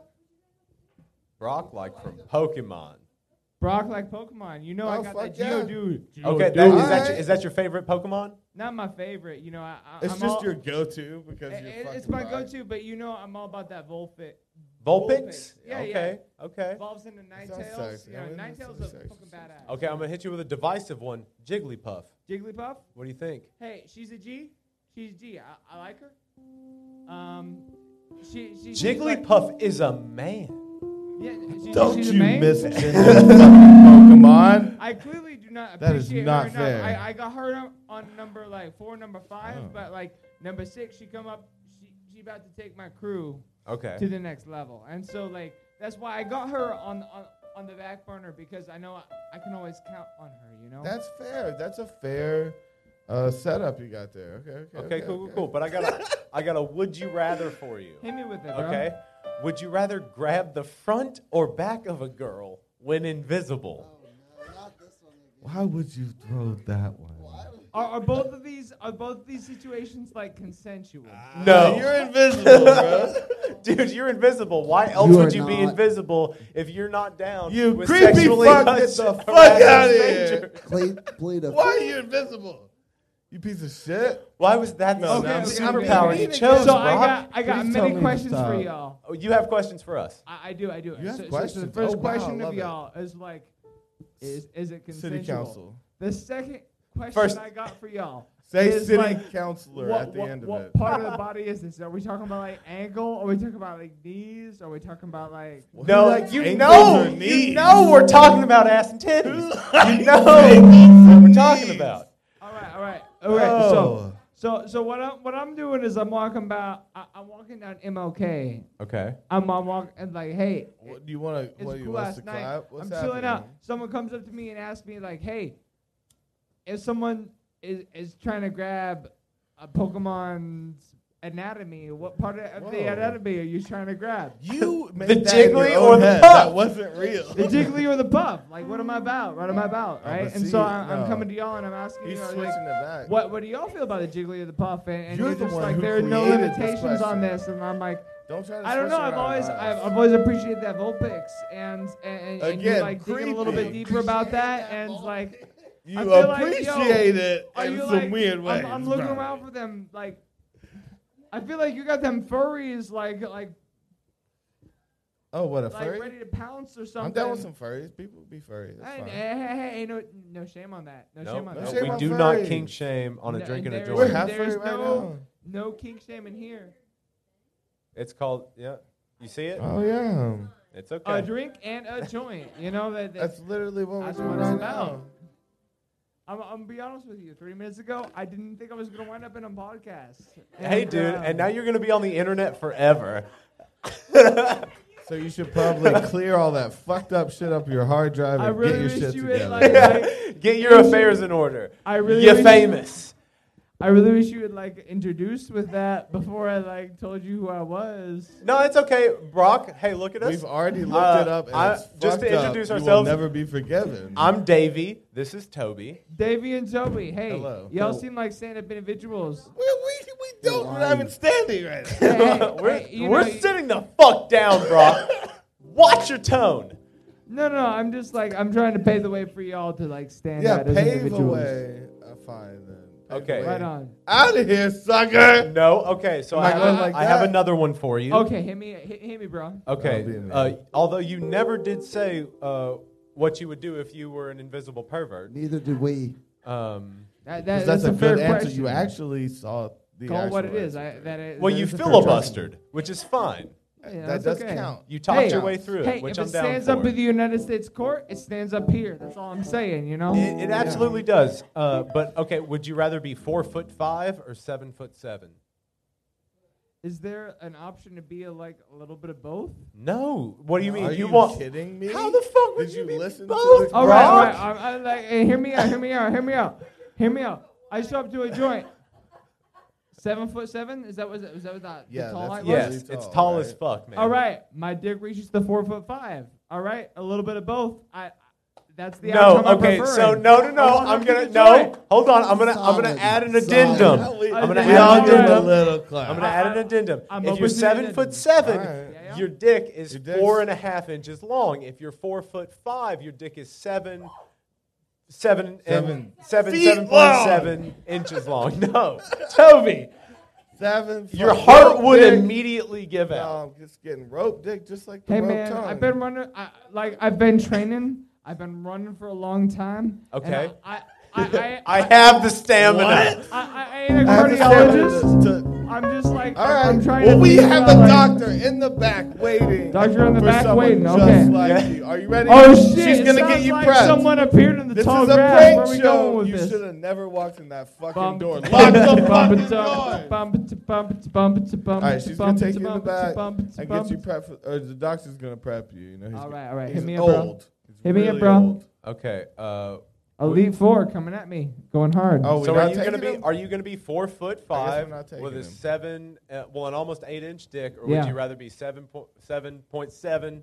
[SPEAKER 2] Brock, like from Pokemon.
[SPEAKER 6] Brock like Pokemon. You know
[SPEAKER 1] Oh,
[SPEAKER 6] I got
[SPEAKER 1] fuck
[SPEAKER 6] that
[SPEAKER 1] yeah.
[SPEAKER 6] Geodude.
[SPEAKER 2] Okay,
[SPEAKER 1] dude.
[SPEAKER 2] that, is, that your,
[SPEAKER 1] Alright.
[SPEAKER 2] is that your favorite Pokemon?
[SPEAKER 6] Not my favorite. You know, I, I,
[SPEAKER 1] It's
[SPEAKER 6] I'm
[SPEAKER 1] just
[SPEAKER 6] all,
[SPEAKER 1] your go-to because
[SPEAKER 6] I-
[SPEAKER 1] you're
[SPEAKER 6] I- It's
[SPEAKER 1] fucking
[SPEAKER 6] my
[SPEAKER 1] Brock.
[SPEAKER 6] go-to, but you know I'm all about that Vulpix.
[SPEAKER 2] Vulpix?
[SPEAKER 6] Vulpix. Yeah,
[SPEAKER 2] okay, okay.
[SPEAKER 6] Evolves into
[SPEAKER 1] sexy.
[SPEAKER 6] Ninetales. You
[SPEAKER 1] I
[SPEAKER 6] know,
[SPEAKER 1] mean, it
[SPEAKER 6] Ninetales
[SPEAKER 1] sounds
[SPEAKER 6] is
[SPEAKER 1] sexy.
[SPEAKER 6] fucking badass.
[SPEAKER 2] Okay, I'm going to hit you with a divisive one Jigglypuff.
[SPEAKER 6] Jigglypuff.
[SPEAKER 2] What do you think?
[SPEAKER 6] Hey, she's a G. She's a G. I, I like her. Um, she, she she's Like,
[SPEAKER 2] Jigglypuff is a man.
[SPEAKER 6] yeah, she,
[SPEAKER 1] Don't
[SPEAKER 6] she's
[SPEAKER 1] you
[SPEAKER 6] a main.
[SPEAKER 1] miss Pokemon?
[SPEAKER 6] I clearly do not
[SPEAKER 1] That is
[SPEAKER 6] appreciate her
[SPEAKER 1] not
[SPEAKER 6] enough.
[SPEAKER 1] fair.
[SPEAKER 6] I, I got her on, on number like four, number five,
[SPEAKER 1] Oh.
[SPEAKER 6] but like number six, she come up. She she about to take my crew to
[SPEAKER 2] Okay.
[SPEAKER 6] the next level, and so like that's why I got her on on, on the back burner because I know I, I can always count on her. You know.
[SPEAKER 1] That's fair. That's a fair uh, setup you got there. Okay, okay,
[SPEAKER 2] Okay, cool, cool, cool. But I got a, I got a would you rather for you.
[SPEAKER 6] Hit me with it, bro.
[SPEAKER 2] Okay. Would you rather grab the front or back of a girl when invisible?
[SPEAKER 6] Oh.
[SPEAKER 3] no, not this one again.
[SPEAKER 1] Why would you throw that one?
[SPEAKER 6] Are, are both of these are both of these situations like consensual?
[SPEAKER 1] Ah.
[SPEAKER 2] No.
[SPEAKER 1] You're invisible, bro.
[SPEAKER 2] Dude, you're invisible. Why else
[SPEAKER 3] You
[SPEAKER 2] would
[SPEAKER 3] are
[SPEAKER 2] you be
[SPEAKER 3] not.
[SPEAKER 2] invisible if you're not down?
[SPEAKER 1] You
[SPEAKER 2] with
[SPEAKER 1] creepy
[SPEAKER 2] sexually
[SPEAKER 1] fuck,
[SPEAKER 2] touch-
[SPEAKER 1] get the fuck
[SPEAKER 2] harassing
[SPEAKER 1] outta here.
[SPEAKER 2] strangers?
[SPEAKER 3] Plead, plead a
[SPEAKER 1] Why are you invisible? You piece of shit.
[SPEAKER 2] Why was that the
[SPEAKER 6] Okay, okay,
[SPEAKER 2] superpower
[SPEAKER 1] okay.
[SPEAKER 2] you chose,
[SPEAKER 6] so I
[SPEAKER 2] Brock?
[SPEAKER 6] got I got
[SPEAKER 1] Please tell me
[SPEAKER 6] many
[SPEAKER 1] to
[SPEAKER 6] questions for
[SPEAKER 1] stop.
[SPEAKER 6] y'all.
[SPEAKER 2] Oh, you have questions for us.
[SPEAKER 6] I, I do, I do.
[SPEAKER 1] You have
[SPEAKER 6] so, so- so the
[SPEAKER 1] questions?
[SPEAKER 6] first
[SPEAKER 1] Oh, wow,
[SPEAKER 6] question
[SPEAKER 1] love
[SPEAKER 6] of
[SPEAKER 1] it.
[SPEAKER 6] y'all is like, is is it consensual?
[SPEAKER 1] City council.
[SPEAKER 6] The second question
[SPEAKER 2] First-
[SPEAKER 6] I got for y'all
[SPEAKER 1] Say
[SPEAKER 6] is
[SPEAKER 1] city
[SPEAKER 6] like,
[SPEAKER 1] councilor
[SPEAKER 6] what,
[SPEAKER 1] at the
[SPEAKER 6] what-
[SPEAKER 1] end
[SPEAKER 6] what
[SPEAKER 1] of it.
[SPEAKER 6] part of the body is this? Are we talking about like ankle? Are we talking about like knees? Are we talking about like?
[SPEAKER 1] Who
[SPEAKER 2] No,
[SPEAKER 1] likes
[SPEAKER 2] you
[SPEAKER 1] ankles
[SPEAKER 2] know,
[SPEAKER 1] or
[SPEAKER 2] you
[SPEAKER 1] knees?
[SPEAKER 2] know, we're talking about ass and titties. you know what we're talking about.
[SPEAKER 6] All right, all right, all right.
[SPEAKER 1] Oh.
[SPEAKER 6] So. So, so what I'm what I'm doing is I'm walking by I, I'm walking down MLK.
[SPEAKER 2] Okay.
[SPEAKER 6] I'm, I'm walking and like, hey,
[SPEAKER 1] What, do you want to?
[SPEAKER 6] It's
[SPEAKER 1] What
[SPEAKER 6] a
[SPEAKER 1] you
[SPEAKER 6] cool
[SPEAKER 1] want us
[SPEAKER 6] ass
[SPEAKER 1] to
[SPEAKER 6] night.
[SPEAKER 1] clap? What's
[SPEAKER 6] I'm chilling out.
[SPEAKER 1] happening?
[SPEAKER 6] Someone comes up to me and asks me like, "Hey, if someone is is trying to grab a Pokemon's anatomy, what part of the
[SPEAKER 1] Whoa.
[SPEAKER 6] anatomy are you trying to grab?
[SPEAKER 1] You made
[SPEAKER 2] The
[SPEAKER 1] that in
[SPEAKER 2] jiggly
[SPEAKER 1] your own
[SPEAKER 2] or the
[SPEAKER 1] head.
[SPEAKER 2] puff?
[SPEAKER 1] That wasn't real.
[SPEAKER 6] The Jiggly or the Puff? Like, what am I about? What am I about?
[SPEAKER 1] Oh,
[SPEAKER 6] Right?
[SPEAKER 1] but
[SPEAKER 6] and
[SPEAKER 1] see,
[SPEAKER 6] so I'm,
[SPEAKER 1] no.
[SPEAKER 6] I'm coming to y'all and I'm asking
[SPEAKER 1] He's
[SPEAKER 6] you, know,
[SPEAKER 1] switching
[SPEAKER 6] like,
[SPEAKER 1] it back.
[SPEAKER 6] what what do y'all feel about the Jiggly or the Puff? And, and
[SPEAKER 1] You're
[SPEAKER 6] you're,
[SPEAKER 1] the
[SPEAKER 6] just
[SPEAKER 1] one
[SPEAKER 6] like,
[SPEAKER 1] who
[SPEAKER 6] there are no
[SPEAKER 1] created this
[SPEAKER 6] limitations on
[SPEAKER 1] question.
[SPEAKER 6] this, and I'm like.
[SPEAKER 1] Don't try to.
[SPEAKER 6] I don't know.
[SPEAKER 1] switch
[SPEAKER 6] I've
[SPEAKER 1] around
[SPEAKER 6] always
[SPEAKER 1] on
[SPEAKER 6] I've,
[SPEAKER 1] us.
[SPEAKER 6] I've always appreciated that Vulpix, and and, and, and you
[SPEAKER 1] Again,
[SPEAKER 6] like digging a little bit
[SPEAKER 1] creepy.
[SPEAKER 6] deeper about that, and like,
[SPEAKER 1] You
[SPEAKER 6] I feel like,
[SPEAKER 1] appreciate
[SPEAKER 6] yo,
[SPEAKER 1] it
[SPEAKER 6] are
[SPEAKER 1] in
[SPEAKER 6] you
[SPEAKER 1] some
[SPEAKER 6] like?
[SPEAKER 1] weird
[SPEAKER 6] I'm-
[SPEAKER 1] ways.
[SPEAKER 6] I'm, looking
[SPEAKER 1] bro.
[SPEAKER 6] around for them. Like, I feel like you got them furries like like
[SPEAKER 1] Oh, what a
[SPEAKER 6] like
[SPEAKER 1] furry!
[SPEAKER 6] ready to pounce or something.
[SPEAKER 1] I'm down with some furries. People be furry. That's
[SPEAKER 6] Hey,
[SPEAKER 1] fine.
[SPEAKER 6] hey, hey, hey, no, no shame on that. No, shame on
[SPEAKER 1] no
[SPEAKER 6] that.
[SPEAKER 1] shame
[SPEAKER 2] we
[SPEAKER 1] on
[SPEAKER 2] do not
[SPEAKER 1] furries.
[SPEAKER 2] kink shame on a
[SPEAKER 6] No,
[SPEAKER 2] drink and a
[SPEAKER 6] there-
[SPEAKER 1] We're
[SPEAKER 6] There's-
[SPEAKER 1] half
[SPEAKER 2] joint.
[SPEAKER 1] furry
[SPEAKER 6] there's
[SPEAKER 1] right
[SPEAKER 6] no- No kink shame in here.
[SPEAKER 2] It's called yeah. You see it?
[SPEAKER 1] now. Oh yeah,
[SPEAKER 2] It's okay.
[SPEAKER 6] A drink and a joint. You know that. that
[SPEAKER 1] that's literally what we're
[SPEAKER 6] That's
[SPEAKER 1] doing
[SPEAKER 6] what it's
[SPEAKER 1] right now.
[SPEAKER 6] about. I'm, I'm gonna be honest with you. Three minutes ago, I didn't think I was gonna wind up in a podcast.
[SPEAKER 2] hey, dude,
[SPEAKER 6] uh,
[SPEAKER 2] and now you're gonna be on the internet forever.
[SPEAKER 1] So you should probably clear all that fucked up shit up your hard drive
[SPEAKER 6] I
[SPEAKER 1] and
[SPEAKER 6] really
[SPEAKER 1] get your
[SPEAKER 6] wish
[SPEAKER 1] shit
[SPEAKER 6] you had,
[SPEAKER 1] together.
[SPEAKER 6] like-
[SPEAKER 2] Get your affairs in order.
[SPEAKER 6] I really
[SPEAKER 2] You're
[SPEAKER 6] wish-
[SPEAKER 2] famous.
[SPEAKER 6] I really wish you would like introduced with that before I like told you who I was.
[SPEAKER 2] No, it's okay, Brock. Hey, look at us.
[SPEAKER 1] We've already looked
[SPEAKER 2] Uh,
[SPEAKER 1] it up. And
[SPEAKER 2] I-
[SPEAKER 1] it's
[SPEAKER 2] just to
[SPEAKER 1] fucked up.
[SPEAKER 2] introduce
[SPEAKER 1] You will
[SPEAKER 2] ourselves-
[SPEAKER 1] never be forgiven.
[SPEAKER 2] I'm Davey. This is Toby.
[SPEAKER 6] Davey and Toby. Hey,
[SPEAKER 1] Hello.
[SPEAKER 6] y'all
[SPEAKER 1] Hello.
[SPEAKER 6] seem like stand-up individuals.
[SPEAKER 1] we, we, we don't. We're
[SPEAKER 3] Why?
[SPEAKER 1] not even standing right now.
[SPEAKER 6] Hey, hey,
[SPEAKER 2] we're
[SPEAKER 6] hey, you
[SPEAKER 2] we're
[SPEAKER 6] know, you-
[SPEAKER 2] sitting the fuck down, Brock. Watch your tone.
[SPEAKER 6] No, no, I'm just like I'm trying to pave the way for y'all to like stand
[SPEAKER 1] yeah,
[SPEAKER 6] out as
[SPEAKER 1] pave the
[SPEAKER 6] individuals.
[SPEAKER 1] way. Uh, fine then. Pave
[SPEAKER 2] Okay.
[SPEAKER 1] the
[SPEAKER 6] Right
[SPEAKER 1] way.
[SPEAKER 6] on.
[SPEAKER 1] Out of here, sucker.
[SPEAKER 2] No, okay. So
[SPEAKER 1] Am
[SPEAKER 2] I,
[SPEAKER 1] I
[SPEAKER 2] have,
[SPEAKER 1] going like
[SPEAKER 2] I have
[SPEAKER 1] that?
[SPEAKER 2] another one for you.
[SPEAKER 6] Okay, hit me, hit, hit me, bro.
[SPEAKER 2] Okay.
[SPEAKER 1] That'll be amazing.
[SPEAKER 2] Uh, although you never did say uh, what you would do if you were an invisible pervert.
[SPEAKER 3] Neither did we.
[SPEAKER 2] Um,
[SPEAKER 6] That,
[SPEAKER 1] 'Cause
[SPEAKER 6] that-
[SPEAKER 1] that's,
[SPEAKER 6] that's,
[SPEAKER 1] a,
[SPEAKER 6] fair
[SPEAKER 1] good answer.
[SPEAKER 6] question.
[SPEAKER 1] You actually saw the
[SPEAKER 6] Call it
[SPEAKER 1] actual
[SPEAKER 6] what it is.
[SPEAKER 1] answer.
[SPEAKER 6] I, that is
[SPEAKER 2] well,
[SPEAKER 6] that
[SPEAKER 2] you
[SPEAKER 6] is a fair question.
[SPEAKER 2] filibustered, which is fine.
[SPEAKER 6] Yeah,
[SPEAKER 1] that
[SPEAKER 6] that's
[SPEAKER 1] does
[SPEAKER 6] okay.
[SPEAKER 1] count.
[SPEAKER 2] You talked
[SPEAKER 6] Hey,
[SPEAKER 2] your way through
[SPEAKER 6] Hey,
[SPEAKER 2] it, which
[SPEAKER 6] if
[SPEAKER 2] I'm
[SPEAKER 6] it
[SPEAKER 2] down
[SPEAKER 6] stands
[SPEAKER 2] for.
[SPEAKER 6] up in the United States court, it stands up here. That's all I'm saying. You know.
[SPEAKER 2] It, it absolutely does. Uh, but okay, would you rather be four foot five or seven foot seven?
[SPEAKER 6] Is there an option to be a, like a little bit of both?
[SPEAKER 2] No. What do you mean?
[SPEAKER 1] Are you
[SPEAKER 2] you, want?
[SPEAKER 1] kidding me?
[SPEAKER 2] How the fuck would
[SPEAKER 1] Did
[SPEAKER 2] you,
[SPEAKER 1] you
[SPEAKER 2] be
[SPEAKER 1] listen to
[SPEAKER 2] both?
[SPEAKER 1] the-
[SPEAKER 6] All right, all
[SPEAKER 2] Rob?
[SPEAKER 6] right. I'm, I'm like, hey, hear me out. Hear me out. Hear me out. Hear me out. I show up to a joint. Seven foot seven? Is that was that, was that what that
[SPEAKER 1] Yeah,
[SPEAKER 6] the tall
[SPEAKER 1] that's
[SPEAKER 6] height
[SPEAKER 1] really
[SPEAKER 6] was?
[SPEAKER 2] Yes, it's
[SPEAKER 1] tall,
[SPEAKER 2] tall
[SPEAKER 1] right?
[SPEAKER 2] as fuck, man.
[SPEAKER 6] All right, my dick reaches the four foot five. All right, a little bit of both. I, that's the
[SPEAKER 2] No,
[SPEAKER 6] outcome I'm
[SPEAKER 2] okay, so
[SPEAKER 6] preferring.
[SPEAKER 2] no, no, no.
[SPEAKER 6] Oh,
[SPEAKER 2] I'm
[SPEAKER 6] I'm
[SPEAKER 2] gonna
[SPEAKER 6] gonna
[SPEAKER 2] no.
[SPEAKER 6] try.
[SPEAKER 2] Hold on, I'm gonna I'm gonna
[SPEAKER 3] Solid,
[SPEAKER 2] add an
[SPEAKER 3] solid.
[SPEAKER 2] addendum.
[SPEAKER 1] How we-
[SPEAKER 2] I'm gonna
[SPEAKER 1] we
[SPEAKER 6] add
[SPEAKER 1] all
[SPEAKER 6] an
[SPEAKER 1] did the
[SPEAKER 6] addendum.
[SPEAKER 1] little clap.
[SPEAKER 2] I'm gonna add an addendum.
[SPEAKER 6] I'm
[SPEAKER 2] if
[SPEAKER 6] open
[SPEAKER 2] you're
[SPEAKER 6] to the
[SPEAKER 2] seven
[SPEAKER 6] addendum.
[SPEAKER 2] foot seven,
[SPEAKER 1] Alright.
[SPEAKER 6] Yeah, yeah.
[SPEAKER 2] your dick is
[SPEAKER 1] Your dick's-
[SPEAKER 2] four and a half inches long. If you're four foot five, your dick is seven, seven, and
[SPEAKER 1] Seven.
[SPEAKER 2] seven,
[SPEAKER 1] Feet
[SPEAKER 2] seven point
[SPEAKER 1] long.
[SPEAKER 2] seven inches long. No, Toby,
[SPEAKER 1] Seven.
[SPEAKER 2] your
[SPEAKER 1] foot
[SPEAKER 2] heart
[SPEAKER 1] rope
[SPEAKER 2] would
[SPEAKER 1] dick.
[SPEAKER 2] immediately give out.
[SPEAKER 1] No, I'm just getting rope dick, just like the
[SPEAKER 6] Hey
[SPEAKER 1] rope
[SPEAKER 6] man,
[SPEAKER 1] tongue.
[SPEAKER 6] I've been running. I, like I've been training. I've been running for a long time. and
[SPEAKER 2] Okay.
[SPEAKER 6] I I I, I,
[SPEAKER 2] I have the stamina.
[SPEAKER 1] What?
[SPEAKER 6] I, I ain't a
[SPEAKER 1] I have to
[SPEAKER 6] cardiologist.
[SPEAKER 1] stand up to- to-
[SPEAKER 6] I'm just like
[SPEAKER 1] all
[SPEAKER 6] I'm
[SPEAKER 1] right.
[SPEAKER 6] trying
[SPEAKER 1] Well,
[SPEAKER 6] to.
[SPEAKER 1] we
[SPEAKER 6] figure
[SPEAKER 1] have
[SPEAKER 6] out,
[SPEAKER 1] a
[SPEAKER 6] like-
[SPEAKER 1] doctor in the back waiting.
[SPEAKER 6] Doctor in the
[SPEAKER 1] for
[SPEAKER 6] back
[SPEAKER 1] someone
[SPEAKER 6] waiting,
[SPEAKER 1] Just
[SPEAKER 6] okay.
[SPEAKER 1] like
[SPEAKER 2] Yeah.
[SPEAKER 1] you. Are you ready?
[SPEAKER 6] Oh shit!
[SPEAKER 1] She's
[SPEAKER 6] it
[SPEAKER 1] gonna get
[SPEAKER 6] sounds
[SPEAKER 1] you
[SPEAKER 6] like
[SPEAKER 1] prepped.
[SPEAKER 6] Someone appeared in the
[SPEAKER 1] this
[SPEAKER 6] tall
[SPEAKER 1] is a
[SPEAKER 6] grass.
[SPEAKER 1] prank
[SPEAKER 6] Where are we
[SPEAKER 1] show.
[SPEAKER 6] going with
[SPEAKER 1] you
[SPEAKER 6] this?
[SPEAKER 1] should have never walked in that fucking
[SPEAKER 6] Bum-
[SPEAKER 1] door.
[SPEAKER 6] bum-
[SPEAKER 1] Lock the
[SPEAKER 6] bum-
[SPEAKER 1] fucking door.
[SPEAKER 6] bum- bum- bum- bum- bum- bum-
[SPEAKER 1] All right, she's
[SPEAKER 6] bum-
[SPEAKER 1] gonna take you in the
[SPEAKER 6] bum-
[SPEAKER 1] back
[SPEAKER 6] bum-
[SPEAKER 1] and
[SPEAKER 6] bum-
[SPEAKER 1] get you prepped. For, or the doctor's gonna prep you. You know. He's
[SPEAKER 6] All
[SPEAKER 1] gonna-
[SPEAKER 6] right, all right.
[SPEAKER 1] He's
[SPEAKER 6] Hit me up,
[SPEAKER 1] old.
[SPEAKER 6] bro.
[SPEAKER 1] He's
[SPEAKER 6] Hit me up,
[SPEAKER 1] really
[SPEAKER 6] bro.
[SPEAKER 1] old.
[SPEAKER 2] Okay. Uh,
[SPEAKER 6] Elite Four coming at me, going hard.
[SPEAKER 1] Oh,
[SPEAKER 2] so
[SPEAKER 1] we're
[SPEAKER 2] are
[SPEAKER 1] not
[SPEAKER 2] you gonna
[SPEAKER 1] taking
[SPEAKER 2] be
[SPEAKER 1] him?
[SPEAKER 2] are you gonna be four foot
[SPEAKER 1] we're
[SPEAKER 2] five
[SPEAKER 1] not taking
[SPEAKER 2] with a
[SPEAKER 1] him.
[SPEAKER 2] seven, uh, well, an almost eight inch dick, or would
[SPEAKER 6] Yeah.
[SPEAKER 2] you rather be seven point seven point seven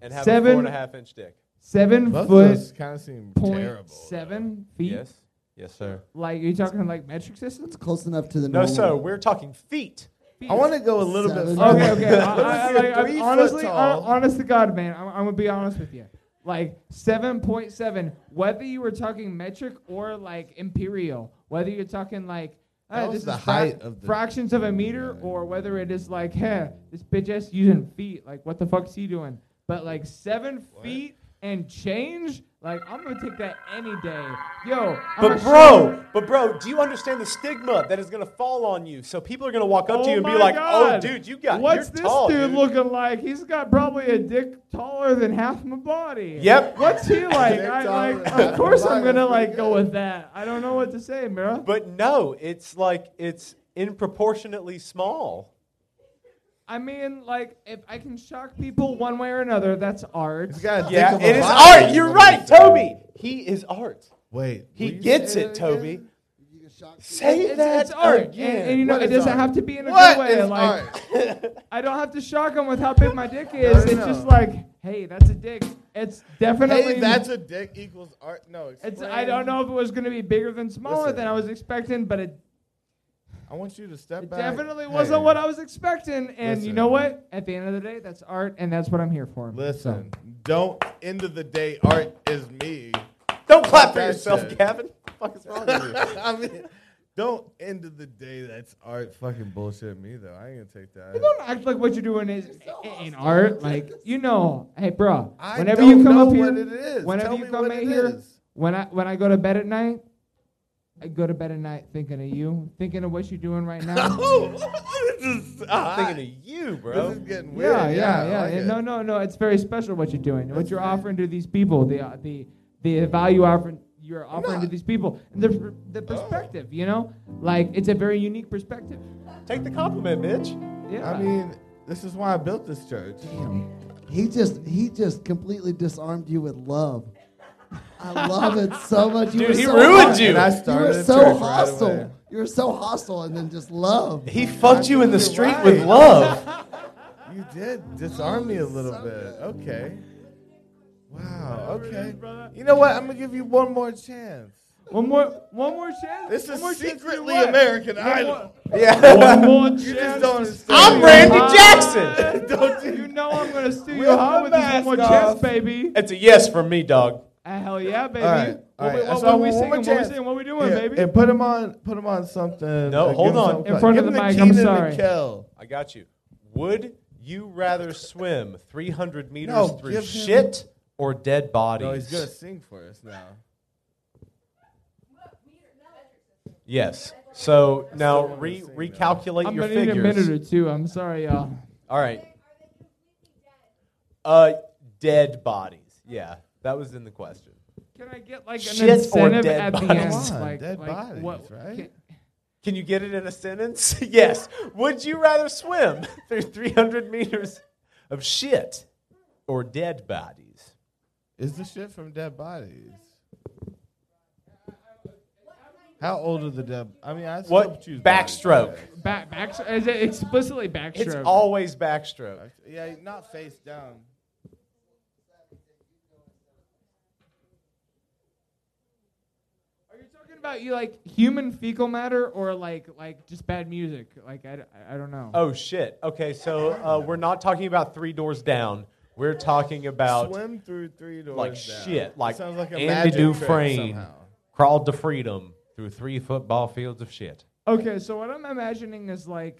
[SPEAKER 2] and have a
[SPEAKER 6] Seven-
[SPEAKER 2] four and a half inch dick?
[SPEAKER 6] Seven
[SPEAKER 1] Both of
[SPEAKER 6] foot
[SPEAKER 1] those kind of seem
[SPEAKER 6] point
[SPEAKER 1] terrible. though.
[SPEAKER 6] seven feet.
[SPEAKER 2] Yes, yes, sir.
[SPEAKER 6] Like you're talking like metric systems?
[SPEAKER 3] It's close enough to the
[SPEAKER 2] No,
[SPEAKER 3] normal.
[SPEAKER 2] sir. We're talking feet.
[SPEAKER 1] I want to go a little
[SPEAKER 3] Seven.
[SPEAKER 1] bit. further.
[SPEAKER 6] Okay, okay. I, I, I,
[SPEAKER 1] Let's
[SPEAKER 6] like,
[SPEAKER 1] see,
[SPEAKER 6] I'm
[SPEAKER 1] three foot
[SPEAKER 6] honestly,
[SPEAKER 1] tall.
[SPEAKER 6] hon- honest to God, man, I'm, I'm gonna be honest with you. Like seven point seven, whether you were talking metric or like imperial, whether you're talking like
[SPEAKER 1] That
[SPEAKER 6] uh,
[SPEAKER 1] was
[SPEAKER 6] this
[SPEAKER 1] the
[SPEAKER 6] is fra-
[SPEAKER 1] height of the- Oh,
[SPEAKER 6] fractions of a meter, or whether it is like, hey, this bitch ass using feet. Like, what the fuck's he doing? But like seven feet and change, like I'm gonna take that any day, yo. I'm
[SPEAKER 2] But
[SPEAKER 6] a
[SPEAKER 2] bro, but bro, do you understand the stigma that is gonna fall on you? So people are gonna walk up to
[SPEAKER 6] Oh
[SPEAKER 2] you and be
[SPEAKER 6] my
[SPEAKER 2] like, "Oh,
[SPEAKER 6] God.
[SPEAKER 2] dude, you got
[SPEAKER 6] What's
[SPEAKER 2] you're
[SPEAKER 6] this
[SPEAKER 2] tall,
[SPEAKER 6] dude, looking like? He's got probably a dick taller than half my body.
[SPEAKER 2] Yep.
[SPEAKER 6] What's he like?
[SPEAKER 1] Dick
[SPEAKER 6] I,
[SPEAKER 1] taller than
[SPEAKER 6] like
[SPEAKER 1] half my
[SPEAKER 6] of course
[SPEAKER 1] body.
[SPEAKER 6] I'm gonna
[SPEAKER 1] That's
[SPEAKER 6] like
[SPEAKER 1] pretty
[SPEAKER 6] go
[SPEAKER 1] good.
[SPEAKER 6] with that. I don't know what to say, bro.
[SPEAKER 2] But no, it's like it's improportionately small.
[SPEAKER 6] I mean, like if I can shock people one way or another, that's art.
[SPEAKER 1] He's got a
[SPEAKER 2] Yeah,
[SPEAKER 1] dick of a
[SPEAKER 2] it is
[SPEAKER 1] lion.
[SPEAKER 2] art. You're right, Toby. He is art.
[SPEAKER 1] Wait,
[SPEAKER 2] He
[SPEAKER 1] will you
[SPEAKER 2] gets
[SPEAKER 1] say
[SPEAKER 2] it,
[SPEAKER 1] that
[SPEAKER 2] Toby.
[SPEAKER 1] again?
[SPEAKER 3] You can shock
[SPEAKER 2] Say
[SPEAKER 6] It's,
[SPEAKER 2] that
[SPEAKER 6] it's art, and,
[SPEAKER 2] again.
[SPEAKER 6] and you know
[SPEAKER 1] What
[SPEAKER 6] it
[SPEAKER 1] is
[SPEAKER 6] doesn't
[SPEAKER 1] art?
[SPEAKER 6] have to be in a
[SPEAKER 1] What
[SPEAKER 6] good way.
[SPEAKER 1] is
[SPEAKER 6] like
[SPEAKER 1] art?
[SPEAKER 6] I don't have to shock them with how big my dick is.
[SPEAKER 1] no,
[SPEAKER 6] it's
[SPEAKER 1] no.
[SPEAKER 6] just like, hey, that's a dick. It's definitely
[SPEAKER 1] Hey, that's a dick equals art. No,
[SPEAKER 6] It's,
[SPEAKER 1] explain.
[SPEAKER 6] I don't know if it was going to be bigger than smaller
[SPEAKER 1] Listen.
[SPEAKER 6] than I was expecting, but it,
[SPEAKER 1] I want you to step
[SPEAKER 6] it
[SPEAKER 1] back.
[SPEAKER 6] definitely wasn't what I was expecting. And you know
[SPEAKER 1] Listen.
[SPEAKER 6] what? At the end of the day, that's art, and that's what I'm here for.
[SPEAKER 1] Listen, don't. End of the day, art is me.
[SPEAKER 2] Don't clap for
[SPEAKER 1] That's
[SPEAKER 2] yourself,
[SPEAKER 1] it.
[SPEAKER 2] Gavin. What the fuck is wrong with you?
[SPEAKER 1] I mean, don't. End of the day, that's art. Fucking bullshit me though. I ain't gonna take
[SPEAKER 6] So, you
[SPEAKER 1] that.
[SPEAKER 6] don't act like what you're doing is i- in art. Like you know, hey, bro.
[SPEAKER 1] I
[SPEAKER 6] whenever
[SPEAKER 1] don't
[SPEAKER 6] you come
[SPEAKER 1] know
[SPEAKER 6] up here,
[SPEAKER 1] what it is.
[SPEAKER 6] whenever
[SPEAKER 1] Tell
[SPEAKER 6] you
[SPEAKER 1] me
[SPEAKER 6] come
[SPEAKER 1] what
[SPEAKER 6] in
[SPEAKER 1] it
[SPEAKER 6] here,
[SPEAKER 1] is.
[SPEAKER 6] when I when I go to bed at night, I go to bed at night thinking of you, thinking of what you're doing right now.
[SPEAKER 1] Oh, this is hot.
[SPEAKER 2] I'm thinking of you,
[SPEAKER 1] This
[SPEAKER 2] bro.
[SPEAKER 1] is getting weird.
[SPEAKER 6] Yeah, yeah,
[SPEAKER 1] I
[SPEAKER 6] yeah.
[SPEAKER 1] like
[SPEAKER 6] yeah.
[SPEAKER 1] it.
[SPEAKER 6] No, no, no. It's very special what you're doing, what
[SPEAKER 1] That's
[SPEAKER 6] you're
[SPEAKER 1] right.
[SPEAKER 6] offering to these people, the uh, the the value offering you're offering to
[SPEAKER 1] not-
[SPEAKER 6] these people, and the per- the perspective. You know, like it's a very unique perspective.
[SPEAKER 2] Take the compliment, bitch.
[SPEAKER 6] Yeah.
[SPEAKER 1] I mean, this is why I built this church.
[SPEAKER 3] Damn. He just he just completely disarmed you with love. I love it so much. You
[SPEAKER 2] Dude,
[SPEAKER 3] were
[SPEAKER 2] he
[SPEAKER 3] so
[SPEAKER 2] ruined
[SPEAKER 3] hos-
[SPEAKER 2] you.
[SPEAKER 1] And I
[SPEAKER 3] You
[SPEAKER 1] started
[SPEAKER 3] were
[SPEAKER 1] a
[SPEAKER 3] so
[SPEAKER 1] church right
[SPEAKER 3] hostile.
[SPEAKER 1] away.
[SPEAKER 3] you were so hostile, and then just love.
[SPEAKER 2] He fucked you in the
[SPEAKER 1] You're
[SPEAKER 2] street
[SPEAKER 1] right.
[SPEAKER 2] with love.
[SPEAKER 1] You did disarm me a little
[SPEAKER 3] so
[SPEAKER 1] bit.
[SPEAKER 3] good.
[SPEAKER 1] Okay. Wow.
[SPEAKER 6] it
[SPEAKER 1] Okay.
[SPEAKER 6] is, brother.
[SPEAKER 1] You know what? I'm gonna give you one more chance.
[SPEAKER 6] one more one more chance.
[SPEAKER 1] This
[SPEAKER 6] One
[SPEAKER 1] is
[SPEAKER 6] more chance to do
[SPEAKER 1] secretly
[SPEAKER 6] what?
[SPEAKER 1] American
[SPEAKER 6] One
[SPEAKER 1] Idol.
[SPEAKER 2] Yeah.
[SPEAKER 6] More, one more chance.
[SPEAKER 1] You just don't understand.
[SPEAKER 2] I'm Randy Jackson.
[SPEAKER 1] Don't
[SPEAKER 6] You
[SPEAKER 1] you?
[SPEAKER 6] know I'm gonna steal
[SPEAKER 1] With
[SPEAKER 6] your
[SPEAKER 1] the
[SPEAKER 6] heart with this one more
[SPEAKER 1] mask
[SPEAKER 6] chance,
[SPEAKER 1] off.
[SPEAKER 6] baby.
[SPEAKER 2] It's a yes from me, dog.
[SPEAKER 6] Ah, hell yeah, baby.
[SPEAKER 1] All right, all
[SPEAKER 6] What,
[SPEAKER 1] right.
[SPEAKER 6] we-
[SPEAKER 1] That's
[SPEAKER 6] what,
[SPEAKER 1] why I
[SPEAKER 6] what we
[SPEAKER 1] want
[SPEAKER 6] singing?
[SPEAKER 1] one more
[SPEAKER 6] What we
[SPEAKER 1] chance.
[SPEAKER 6] singing? What we doing,
[SPEAKER 1] Yeah,
[SPEAKER 6] baby?
[SPEAKER 1] And put him on. Put him on something.
[SPEAKER 2] No,
[SPEAKER 1] give
[SPEAKER 2] hold
[SPEAKER 1] him
[SPEAKER 2] on.
[SPEAKER 1] something
[SPEAKER 6] In
[SPEAKER 1] like-
[SPEAKER 6] front
[SPEAKER 1] give
[SPEAKER 6] of the
[SPEAKER 1] him
[SPEAKER 6] mic,
[SPEAKER 1] Keenan
[SPEAKER 6] I'm sorry.
[SPEAKER 1] Mikel.
[SPEAKER 2] I got you. Would you rather swim 300 meters
[SPEAKER 1] No,
[SPEAKER 2] through
[SPEAKER 1] give him-
[SPEAKER 2] shit or dead bodies?
[SPEAKER 1] No, he's gonna sing for us now.
[SPEAKER 2] Yes. So now
[SPEAKER 1] wanna
[SPEAKER 2] re-
[SPEAKER 1] sing, though.
[SPEAKER 2] recalculate
[SPEAKER 6] I'm
[SPEAKER 2] your
[SPEAKER 6] gonna need a minute
[SPEAKER 2] figures.
[SPEAKER 6] or two. I'm sorry, y'all.
[SPEAKER 2] All right.
[SPEAKER 4] Are they completely dead?
[SPEAKER 2] Uh, dead bodies. Yeah, that was in the question.
[SPEAKER 6] Can I get like an
[SPEAKER 2] Shit or
[SPEAKER 6] incentive
[SPEAKER 2] dead
[SPEAKER 6] at the
[SPEAKER 2] bodies?
[SPEAKER 6] end?
[SPEAKER 1] Come on,
[SPEAKER 6] like,
[SPEAKER 1] dead
[SPEAKER 6] like
[SPEAKER 1] bodies,
[SPEAKER 6] what,
[SPEAKER 1] right?
[SPEAKER 6] can-
[SPEAKER 2] Can you get it in a sentence? yes. Would you rather swim through 300 meters of shit or dead bodies?
[SPEAKER 1] Is the shit from dead bodies? How old are the dead? I mean, I still
[SPEAKER 2] What
[SPEAKER 1] choose
[SPEAKER 2] backstroke?
[SPEAKER 1] bodies,
[SPEAKER 6] back, back, is it explicitly backstroke?
[SPEAKER 2] It's always backstroke.
[SPEAKER 1] Yeah, Yeah, not face down.
[SPEAKER 6] Are you talking about you like human fecal matter or like like just bad music? Like I, d- I don't know.
[SPEAKER 2] Oh shit. Okay, so uh, we're not talking about Three Doors Down. We're talking about
[SPEAKER 1] Swim through three doors.
[SPEAKER 2] like
[SPEAKER 1] down.
[SPEAKER 2] shit,
[SPEAKER 1] It
[SPEAKER 2] like
[SPEAKER 1] sounds like a
[SPEAKER 2] Andy
[SPEAKER 1] magic trick
[SPEAKER 2] Dufresne.
[SPEAKER 1] somehow.
[SPEAKER 2] crawled to freedom through three football fields of shit.
[SPEAKER 6] Okay, so what I'm imagining is like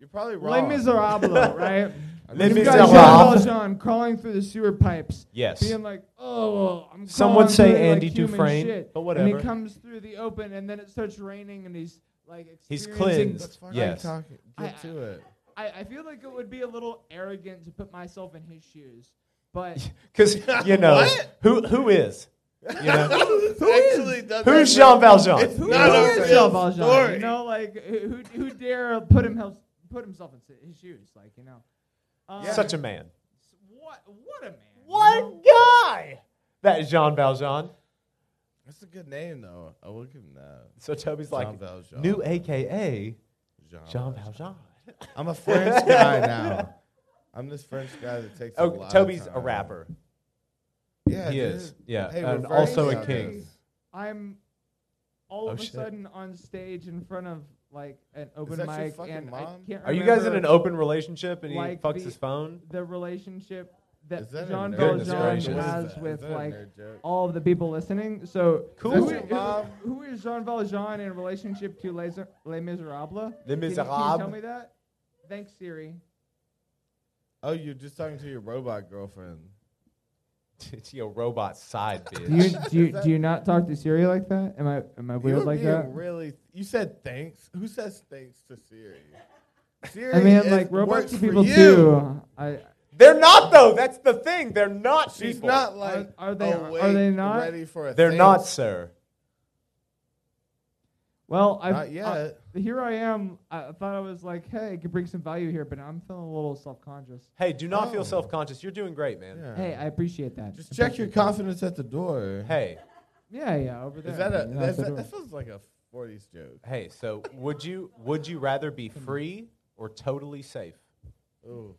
[SPEAKER 1] You're probably wrong.
[SPEAKER 6] Les Miserables, right?
[SPEAKER 1] I
[SPEAKER 2] Les
[SPEAKER 1] mean,
[SPEAKER 6] You've
[SPEAKER 1] you
[SPEAKER 6] got
[SPEAKER 1] guys-
[SPEAKER 2] Miserables.
[SPEAKER 6] Jean Valjean crawling through the sewer pipes,
[SPEAKER 2] Yes.
[SPEAKER 6] being like, "Oh, well, I'm."
[SPEAKER 2] Some
[SPEAKER 6] crawling
[SPEAKER 2] would say
[SPEAKER 6] through, like,
[SPEAKER 2] Andy
[SPEAKER 6] human
[SPEAKER 2] Dufresne,
[SPEAKER 6] shit."
[SPEAKER 2] but
[SPEAKER 6] And
[SPEAKER 2] whatever.
[SPEAKER 6] he comes through the open, and then it starts raining, and he's like,
[SPEAKER 2] He's
[SPEAKER 6] experiencing-
[SPEAKER 1] What the
[SPEAKER 2] cleansed.
[SPEAKER 1] fuck are you
[SPEAKER 2] Yes.
[SPEAKER 1] talking-
[SPEAKER 6] I-
[SPEAKER 1] Get to it.
[SPEAKER 6] I, I feel like it would be a little arrogant to put myself in his shoes, but
[SPEAKER 2] Because you know
[SPEAKER 1] What?
[SPEAKER 2] who who is you know
[SPEAKER 1] Who actually does
[SPEAKER 2] who's
[SPEAKER 1] that?
[SPEAKER 2] Jean Valjean?
[SPEAKER 1] It's
[SPEAKER 6] who
[SPEAKER 1] not
[SPEAKER 6] is
[SPEAKER 1] okay.
[SPEAKER 6] Jean Valjean?
[SPEAKER 1] Story.
[SPEAKER 6] You know, like who who dare put himself put himself in si- his shoes? Like you know, um,
[SPEAKER 2] Such a man.
[SPEAKER 6] what what a man. you know?
[SPEAKER 2] What guy? That is Jean Valjean.
[SPEAKER 1] That's a good name, though. I will give him that.
[SPEAKER 2] So Toby's like
[SPEAKER 1] Jean Valjean.
[SPEAKER 2] new AKA
[SPEAKER 1] Jean
[SPEAKER 2] Jean
[SPEAKER 1] Valjean.
[SPEAKER 2] Valjean.
[SPEAKER 1] I'm a French guy now. I'm this French guy that takes. a
[SPEAKER 2] Oh,
[SPEAKER 1] lot
[SPEAKER 2] Toby's
[SPEAKER 1] of
[SPEAKER 2] a
[SPEAKER 1] time.
[SPEAKER 2] rapper.
[SPEAKER 1] Yeah,
[SPEAKER 2] He
[SPEAKER 1] dude.
[SPEAKER 2] is. Yeah,
[SPEAKER 1] Hey,
[SPEAKER 2] and
[SPEAKER 1] reverse
[SPEAKER 2] also a
[SPEAKER 1] Jean
[SPEAKER 2] king.
[SPEAKER 1] Valjean.
[SPEAKER 6] I'm all
[SPEAKER 2] Oh,
[SPEAKER 6] of a
[SPEAKER 2] shit.
[SPEAKER 6] sudden on stage in front of like an open
[SPEAKER 1] that your
[SPEAKER 6] mic,
[SPEAKER 1] fucking
[SPEAKER 6] and
[SPEAKER 1] mom?
[SPEAKER 6] I can't
[SPEAKER 2] Are you guys in
[SPEAKER 6] remember
[SPEAKER 2] an open relationship and he
[SPEAKER 6] like
[SPEAKER 2] fucks
[SPEAKER 6] the-
[SPEAKER 2] his phone?
[SPEAKER 6] the relationship that,
[SPEAKER 1] Is that a
[SPEAKER 6] Jean
[SPEAKER 1] nerd
[SPEAKER 2] Goodness
[SPEAKER 1] joke?
[SPEAKER 2] gracious.
[SPEAKER 6] Valjean
[SPEAKER 1] What is
[SPEAKER 6] has
[SPEAKER 1] that?
[SPEAKER 6] with
[SPEAKER 1] Is that a
[SPEAKER 6] like
[SPEAKER 1] nerd joke?
[SPEAKER 6] all of the people listening. So
[SPEAKER 2] Cool.
[SPEAKER 6] who-
[SPEAKER 1] That's your mom.
[SPEAKER 6] who- who is Jean Valjean in relationship to Les, Les Miserables?
[SPEAKER 2] Les
[SPEAKER 6] Can you- Can you
[SPEAKER 2] Miserables.
[SPEAKER 6] tell me that? Thanks, Siri.
[SPEAKER 1] Oh, you're just talking to your robot girlfriend.
[SPEAKER 2] It's your robot side bitch.
[SPEAKER 6] Do you do you,
[SPEAKER 1] Is that-
[SPEAKER 6] do you not talk to Siri like that? Am I am I
[SPEAKER 1] you
[SPEAKER 6] weird
[SPEAKER 1] were
[SPEAKER 6] like
[SPEAKER 1] being
[SPEAKER 6] that?
[SPEAKER 1] Really? You said thanks. Who says thanks to Siri? Siri
[SPEAKER 6] I mean,
[SPEAKER 1] is-
[SPEAKER 6] like robots
[SPEAKER 1] works
[SPEAKER 6] are
[SPEAKER 1] for
[SPEAKER 6] people
[SPEAKER 1] you.
[SPEAKER 6] too. I
[SPEAKER 2] They're not though. That's the thing. They're not
[SPEAKER 1] She's
[SPEAKER 2] people.
[SPEAKER 1] not like.
[SPEAKER 6] Are- are they- are
[SPEAKER 1] awake,
[SPEAKER 6] they not?
[SPEAKER 1] ready for a?
[SPEAKER 2] They're
[SPEAKER 1] thanks.
[SPEAKER 2] not, sir.
[SPEAKER 6] well, I
[SPEAKER 1] Not yet.
[SPEAKER 6] here I am. I I thought I was like, hey, I could bring some value here, but I'm feeling a little self-conscious.
[SPEAKER 2] Hey, do not
[SPEAKER 1] Oh.
[SPEAKER 2] feel self-conscious. You're doing great, man.
[SPEAKER 1] Yeah.
[SPEAKER 6] Hey, I appreciate that.
[SPEAKER 1] Just check your
[SPEAKER 6] Appreciate
[SPEAKER 1] confidence at the door.
[SPEAKER 2] Hey,
[SPEAKER 6] that. Yeah, yeah, over there.
[SPEAKER 1] Is that a?
[SPEAKER 6] You know,
[SPEAKER 1] That's
[SPEAKER 6] that's
[SPEAKER 1] that,
[SPEAKER 6] the-
[SPEAKER 1] that feels like a '40s joke.
[SPEAKER 2] hey. So, would you would you rather be free or totally safe?
[SPEAKER 1] Ooh.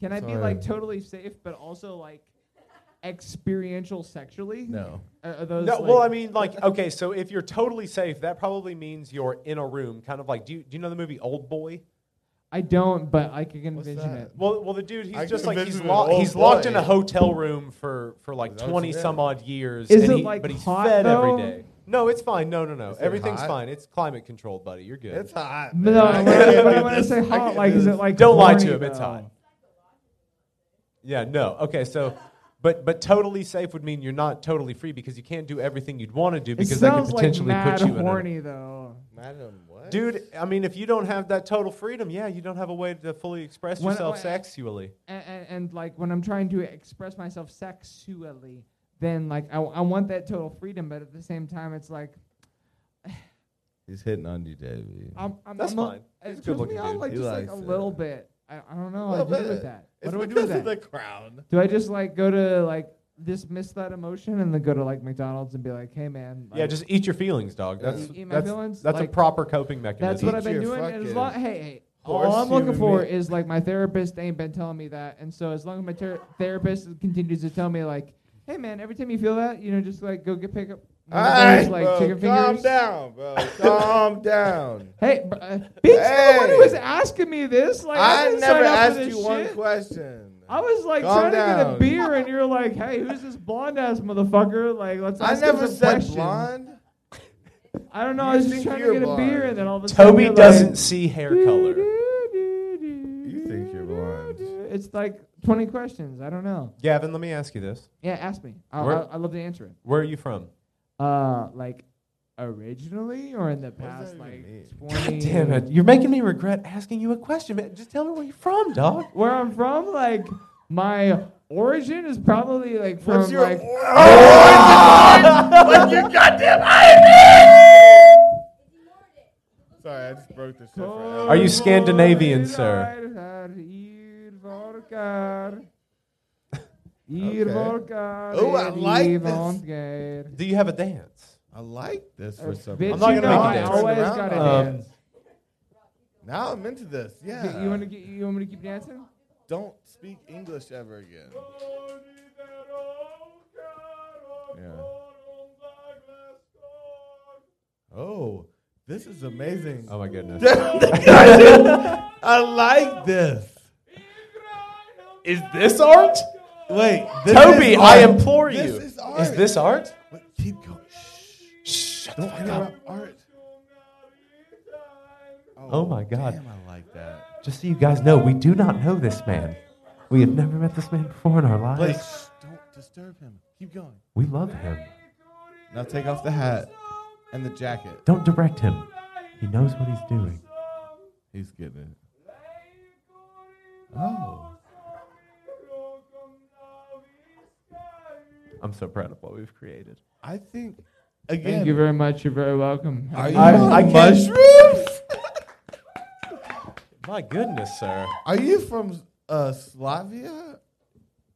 [SPEAKER 6] Can I be
[SPEAKER 1] Sorry.
[SPEAKER 6] like totally safe, but also like experiential sexually?
[SPEAKER 1] No.
[SPEAKER 6] Are, are those
[SPEAKER 2] No,
[SPEAKER 6] like-
[SPEAKER 2] well, I mean, like, okay. So, if you're totally safe, that probably means you're in a room, kind of like. Do you do you know the movie Old Boy?
[SPEAKER 6] I don't, but I can
[SPEAKER 1] What's
[SPEAKER 6] envision
[SPEAKER 1] that?
[SPEAKER 6] it.
[SPEAKER 2] Well, well, the dude, he's
[SPEAKER 1] I
[SPEAKER 2] just
[SPEAKER 1] can
[SPEAKER 2] like
[SPEAKER 1] envision
[SPEAKER 2] he's
[SPEAKER 1] an
[SPEAKER 2] lo-
[SPEAKER 1] old
[SPEAKER 2] he's locked
[SPEAKER 1] boy.
[SPEAKER 2] in a hotel room for for like
[SPEAKER 1] Is that what
[SPEAKER 2] twenty
[SPEAKER 1] you
[SPEAKER 2] some
[SPEAKER 1] did?
[SPEAKER 2] odd years.
[SPEAKER 6] Is
[SPEAKER 2] and
[SPEAKER 6] it,
[SPEAKER 2] he,
[SPEAKER 6] like,
[SPEAKER 2] but he's
[SPEAKER 6] hot,
[SPEAKER 2] fed
[SPEAKER 6] though?
[SPEAKER 2] every day. No, it's fine. No, no, no.
[SPEAKER 1] Is it
[SPEAKER 2] Everything's
[SPEAKER 1] hot?
[SPEAKER 2] fine. It's climate controlled, buddy. You're good.
[SPEAKER 1] It's hot.
[SPEAKER 6] No,
[SPEAKER 1] man.
[SPEAKER 6] when I,
[SPEAKER 1] can't
[SPEAKER 6] when I,
[SPEAKER 1] do
[SPEAKER 6] when I
[SPEAKER 1] this.
[SPEAKER 6] say
[SPEAKER 1] I
[SPEAKER 6] hot,
[SPEAKER 1] can't
[SPEAKER 6] like,
[SPEAKER 1] do
[SPEAKER 6] is
[SPEAKER 1] this.
[SPEAKER 6] it like?
[SPEAKER 2] Don't lie
[SPEAKER 6] horny,
[SPEAKER 2] to him. It's
[SPEAKER 6] though?
[SPEAKER 2] hot. Yeah, no. Okay, so, but but totally safe would mean you're not totally free because you can't do everything you'd want to do
[SPEAKER 6] It
[SPEAKER 2] because they could
[SPEAKER 6] sounds like
[SPEAKER 2] potentially
[SPEAKER 6] mad
[SPEAKER 2] put you in.
[SPEAKER 6] horny though.
[SPEAKER 1] Madam, what?
[SPEAKER 2] A, dude, I mean, if you don't have that total freedom, yeah, you don't have a way to fully express
[SPEAKER 6] When-
[SPEAKER 2] yourself
[SPEAKER 6] when-
[SPEAKER 2] sexually.
[SPEAKER 6] And, and, and like when I'm trying to express myself sexually, then like I, I want that total freedom, but at the same time, it's like
[SPEAKER 1] he's hitting on you, Davey.
[SPEAKER 6] I'm. I'm
[SPEAKER 2] That's
[SPEAKER 6] I'm a-
[SPEAKER 2] fine. He's a
[SPEAKER 6] it turns me
[SPEAKER 2] good-looking
[SPEAKER 6] on
[SPEAKER 2] dude.
[SPEAKER 6] like
[SPEAKER 1] He
[SPEAKER 6] just like a
[SPEAKER 1] likes it.
[SPEAKER 6] little bit. I, I don't know.
[SPEAKER 1] A
[SPEAKER 6] What do I do
[SPEAKER 1] little
[SPEAKER 6] with
[SPEAKER 1] bit.
[SPEAKER 6] that?
[SPEAKER 1] It's
[SPEAKER 6] what do I do
[SPEAKER 1] because
[SPEAKER 6] with that?
[SPEAKER 1] of the crown.
[SPEAKER 6] Do I just like go to like dismiss that emotion and then go to like McDonald's and be like, hey man,
[SPEAKER 2] Yeah,
[SPEAKER 6] like,
[SPEAKER 2] just eat your feelings, dog.
[SPEAKER 1] Yeah.
[SPEAKER 2] That's
[SPEAKER 6] Eat- eat my
[SPEAKER 2] that's,
[SPEAKER 6] feelings?
[SPEAKER 2] that's a
[SPEAKER 6] Like,
[SPEAKER 2] proper coping mechanism.
[SPEAKER 6] that's what
[SPEAKER 1] eat
[SPEAKER 6] I've been
[SPEAKER 1] your
[SPEAKER 6] doing. And as
[SPEAKER 1] fucking
[SPEAKER 6] long, hey, hey, all
[SPEAKER 1] horse
[SPEAKER 6] I'm looking
[SPEAKER 1] human
[SPEAKER 6] for
[SPEAKER 1] meat.
[SPEAKER 6] is like my therapist ain't been telling me that, and so as long as my ter- therapist continues to tell me like, hey man, every time you feel that, you know, just like go get pick up. one of those, like
[SPEAKER 1] bro,
[SPEAKER 6] chicken
[SPEAKER 1] calm
[SPEAKER 6] fingers.
[SPEAKER 1] down, bro. calm down.
[SPEAKER 6] Hey, br- uh, Beats, you the one who
[SPEAKER 1] Hey.
[SPEAKER 6] was asking me this. Like, I,
[SPEAKER 1] I
[SPEAKER 6] didn't
[SPEAKER 1] never
[SPEAKER 6] sign up for
[SPEAKER 1] asked
[SPEAKER 6] this
[SPEAKER 1] you one
[SPEAKER 6] shit.
[SPEAKER 1] question.
[SPEAKER 6] I was like
[SPEAKER 1] Calm
[SPEAKER 6] trying to get a
[SPEAKER 1] down.
[SPEAKER 6] beer, and you're like, "Hey, who's this blonde ass motherfucker?" Like, let's.
[SPEAKER 1] I
[SPEAKER 6] ask him
[SPEAKER 1] never
[SPEAKER 6] some
[SPEAKER 1] said
[SPEAKER 6] questions.
[SPEAKER 1] blonde.
[SPEAKER 6] I don't know.
[SPEAKER 1] You
[SPEAKER 6] I was just
[SPEAKER 1] think
[SPEAKER 6] trying to
[SPEAKER 1] you're
[SPEAKER 6] get a beer,
[SPEAKER 1] blonde.
[SPEAKER 6] and then all of a sudden
[SPEAKER 2] Toby
[SPEAKER 6] you're
[SPEAKER 2] doesn't
[SPEAKER 6] like,
[SPEAKER 2] see hair
[SPEAKER 6] "Do,
[SPEAKER 2] color.
[SPEAKER 6] do, do, do,
[SPEAKER 1] You think you're
[SPEAKER 6] do,
[SPEAKER 1] blonde.
[SPEAKER 6] do." It's like 20 questions. I don't know.
[SPEAKER 2] Gavin, let me ask you this:
[SPEAKER 6] Yeah, ask me. I'll,
[SPEAKER 2] Where-
[SPEAKER 6] I'll, I'd love to answer it.
[SPEAKER 2] Where are you from?
[SPEAKER 6] Uh, like originally or in the
[SPEAKER 1] does that
[SPEAKER 6] past
[SPEAKER 1] even
[SPEAKER 6] like
[SPEAKER 1] mean?
[SPEAKER 6] 20
[SPEAKER 2] God damn it. You're making me regret asking you a question, man. Just tell me where you're from, dog.
[SPEAKER 6] where I'm from, like my origin is probably like from
[SPEAKER 1] What's your
[SPEAKER 6] like
[SPEAKER 1] Sorry, I just broke the shit. Right out.
[SPEAKER 2] Are you Scandinavian, sir?
[SPEAKER 1] Oh, I like this.
[SPEAKER 6] this.
[SPEAKER 2] Do you have a dance?
[SPEAKER 1] I like this for some
[SPEAKER 6] Bitch,
[SPEAKER 1] reason.
[SPEAKER 2] I'm not
[SPEAKER 6] you
[SPEAKER 2] gonna
[SPEAKER 6] know
[SPEAKER 2] make Uh, you
[SPEAKER 6] I
[SPEAKER 2] dance. Um,
[SPEAKER 6] always
[SPEAKER 1] Turn
[SPEAKER 6] gotta
[SPEAKER 2] around.
[SPEAKER 6] dance.
[SPEAKER 1] Now I'm into this. Yeah.
[SPEAKER 6] You- You want to get? You want me to keep dancing?
[SPEAKER 1] Don't speak English ever again. Yeah. Oh, this is amazing.
[SPEAKER 2] Oh my goodness.
[SPEAKER 1] I like this.
[SPEAKER 2] Is this art?
[SPEAKER 1] Wait, this
[SPEAKER 2] Toby,
[SPEAKER 1] is
[SPEAKER 2] I
[SPEAKER 1] art.
[SPEAKER 2] implore you.
[SPEAKER 1] This is art.
[SPEAKER 2] this art?
[SPEAKER 1] Wait, keep going. Shh.
[SPEAKER 2] Shut
[SPEAKER 1] Don't interrupt art.
[SPEAKER 2] Oh my God.
[SPEAKER 1] Damn, I like that.
[SPEAKER 2] Just so you guys know, we do not know this man. We have never met this man before in our lives.
[SPEAKER 1] Blake, shh, don't disturb him. Keep going.
[SPEAKER 2] We love him.
[SPEAKER 1] Now take off the hat and the jacket.
[SPEAKER 2] Don't direct him. He knows what he's doing.
[SPEAKER 1] He's getting it. Oh.
[SPEAKER 2] I'm so proud of what we've created.
[SPEAKER 1] I think again.
[SPEAKER 6] Thank you very much. You're very welcome.
[SPEAKER 1] are you
[SPEAKER 2] I-
[SPEAKER 1] on
[SPEAKER 2] I can't-
[SPEAKER 1] mushrooms?
[SPEAKER 2] My goodness, sir.
[SPEAKER 1] Are you from uh, Slavia?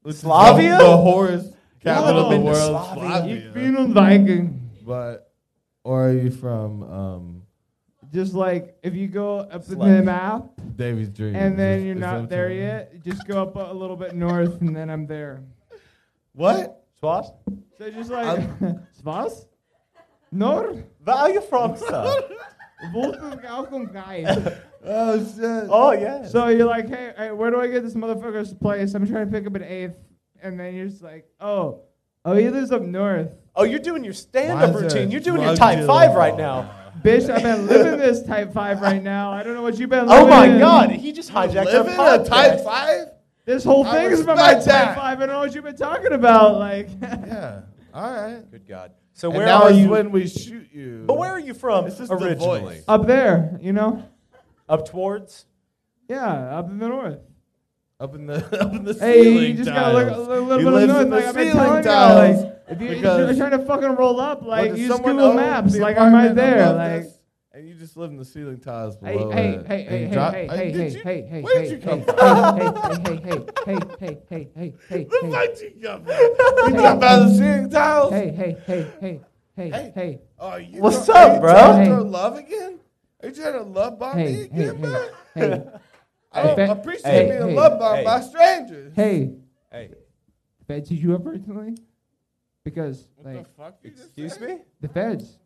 [SPEAKER 1] Which is
[SPEAKER 2] Slavia?
[SPEAKER 1] The, the horror capital of the
[SPEAKER 2] been to
[SPEAKER 1] world,
[SPEAKER 2] Slavia.
[SPEAKER 1] Slavia.
[SPEAKER 6] Being a Viking.
[SPEAKER 1] But or are you from um,
[SPEAKER 6] Just like if you go up in
[SPEAKER 2] Slut.
[SPEAKER 6] the map
[SPEAKER 1] Davy's Dream?
[SPEAKER 6] and then
[SPEAKER 1] Is-
[SPEAKER 6] you're
[SPEAKER 1] is that
[SPEAKER 6] not
[SPEAKER 1] what
[SPEAKER 6] there
[SPEAKER 1] you're-
[SPEAKER 6] yet, just go up a little bit north and then I'm there.
[SPEAKER 1] What?
[SPEAKER 2] Swat?
[SPEAKER 6] So just like Svas? Nor?
[SPEAKER 2] Where are you from, sir?
[SPEAKER 6] Wolfen Galkum guys.
[SPEAKER 1] Oh shit!
[SPEAKER 2] oh, yeah.
[SPEAKER 6] So you're like, hey, hey, where do I get this motherfucker's place? I'm trying to pick up an eighth. And then you're just like, oh, oh, he lives up north.
[SPEAKER 2] Oh, you're doing your stand
[SPEAKER 1] Why
[SPEAKER 2] up
[SPEAKER 1] is there a
[SPEAKER 2] routine. You're doing your
[SPEAKER 1] drug
[SPEAKER 2] type
[SPEAKER 1] dealer
[SPEAKER 2] five right
[SPEAKER 1] involved?
[SPEAKER 2] now.
[SPEAKER 6] Bitch, I've been living this type five right now. I don't know what you've been living.
[SPEAKER 2] Oh, my
[SPEAKER 6] in.
[SPEAKER 2] God. He just hijacked our
[SPEAKER 1] Living a type
[SPEAKER 2] podcast.
[SPEAKER 1] five?
[SPEAKER 6] This whole
[SPEAKER 1] I
[SPEAKER 6] thing's about my
[SPEAKER 1] respect that.
[SPEAKER 6] type five. I don't know what you've been talking about. Like,
[SPEAKER 1] Yeah. All right.
[SPEAKER 2] Good God. So,
[SPEAKER 1] And
[SPEAKER 2] where
[SPEAKER 1] now
[SPEAKER 2] are
[SPEAKER 1] is
[SPEAKER 2] you?
[SPEAKER 1] when we shoot you.
[SPEAKER 2] But where are you from
[SPEAKER 1] This is the
[SPEAKER 2] originally?
[SPEAKER 1] voice.
[SPEAKER 6] up there, you know?
[SPEAKER 2] Up towards?
[SPEAKER 6] Yeah, up in the north.
[SPEAKER 1] Up in the up in the ceiling
[SPEAKER 6] Hey, you just gotta
[SPEAKER 1] tiles.
[SPEAKER 6] look a
[SPEAKER 1] He
[SPEAKER 6] little, bit of
[SPEAKER 1] lives
[SPEAKER 6] north.
[SPEAKER 1] in the
[SPEAKER 6] Like I've been
[SPEAKER 1] ceiling
[SPEAKER 6] telling y'all,
[SPEAKER 1] tiles
[SPEAKER 6] like if you,
[SPEAKER 1] because-
[SPEAKER 6] are trying to fucking roll up, like
[SPEAKER 1] does
[SPEAKER 6] use
[SPEAKER 1] someone
[SPEAKER 6] Google
[SPEAKER 1] own
[SPEAKER 6] Maps.
[SPEAKER 1] the
[SPEAKER 6] Like I'm right
[SPEAKER 1] apartment
[SPEAKER 6] there.
[SPEAKER 1] above
[SPEAKER 6] Like
[SPEAKER 1] this? and you just live in the ceiling tiles
[SPEAKER 6] hey,
[SPEAKER 1] below.
[SPEAKER 6] hey,
[SPEAKER 1] it.
[SPEAKER 6] hey,
[SPEAKER 1] And
[SPEAKER 6] hey,
[SPEAKER 1] you
[SPEAKER 6] hey,
[SPEAKER 1] drop-
[SPEAKER 6] hey,
[SPEAKER 1] Hey,
[SPEAKER 6] hey,
[SPEAKER 1] did
[SPEAKER 6] hey,
[SPEAKER 1] you-
[SPEAKER 6] hey, hey,
[SPEAKER 1] where
[SPEAKER 6] hey,
[SPEAKER 1] did you come
[SPEAKER 6] hey,
[SPEAKER 1] from?
[SPEAKER 6] hey, hey, hey, hey, hey, hey, hey, hey, hey,
[SPEAKER 1] Where
[SPEAKER 6] hey,
[SPEAKER 1] did you come from? You dropped out of the ceiling tiles.
[SPEAKER 6] hey, hey, hey, hey, hey, hey, hey.
[SPEAKER 1] Oh, you
[SPEAKER 2] What's
[SPEAKER 1] try-
[SPEAKER 2] up,
[SPEAKER 1] are you
[SPEAKER 2] bro?
[SPEAKER 1] trying to
[SPEAKER 6] Hey.
[SPEAKER 1] love again? Are you trying to love bomb me
[SPEAKER 6] Hey, hey,
[SPEAKER 1] again,
[SPEAKER 6] hey,
[SPEAKER 1] man?
[SPEAKER 6] hey,
[SPEAKER 1] I don't
[SPEAKER 6] Hey.
[SPEAKER 1] appreciate
[SPEAKER 2] Hey.
[SPEAKER 1] being
[SPEAKER 6] Hey.
[SPEAKER 1] love bombed
[SPEAKER 2] Hey.
[SPEAKER 1] by strangers.
[SPEAKER 6] hey.
[SPEAKER 2] Hey,
[SPEAKER 6] Feds, did you up recently? Because like
[SPEAKER 1] fuck? you just
[SPEAKER 2] excuse
[SPEAKER 1] said?
[SPEAKER 2] me?
[SPEAKER 6] the feds,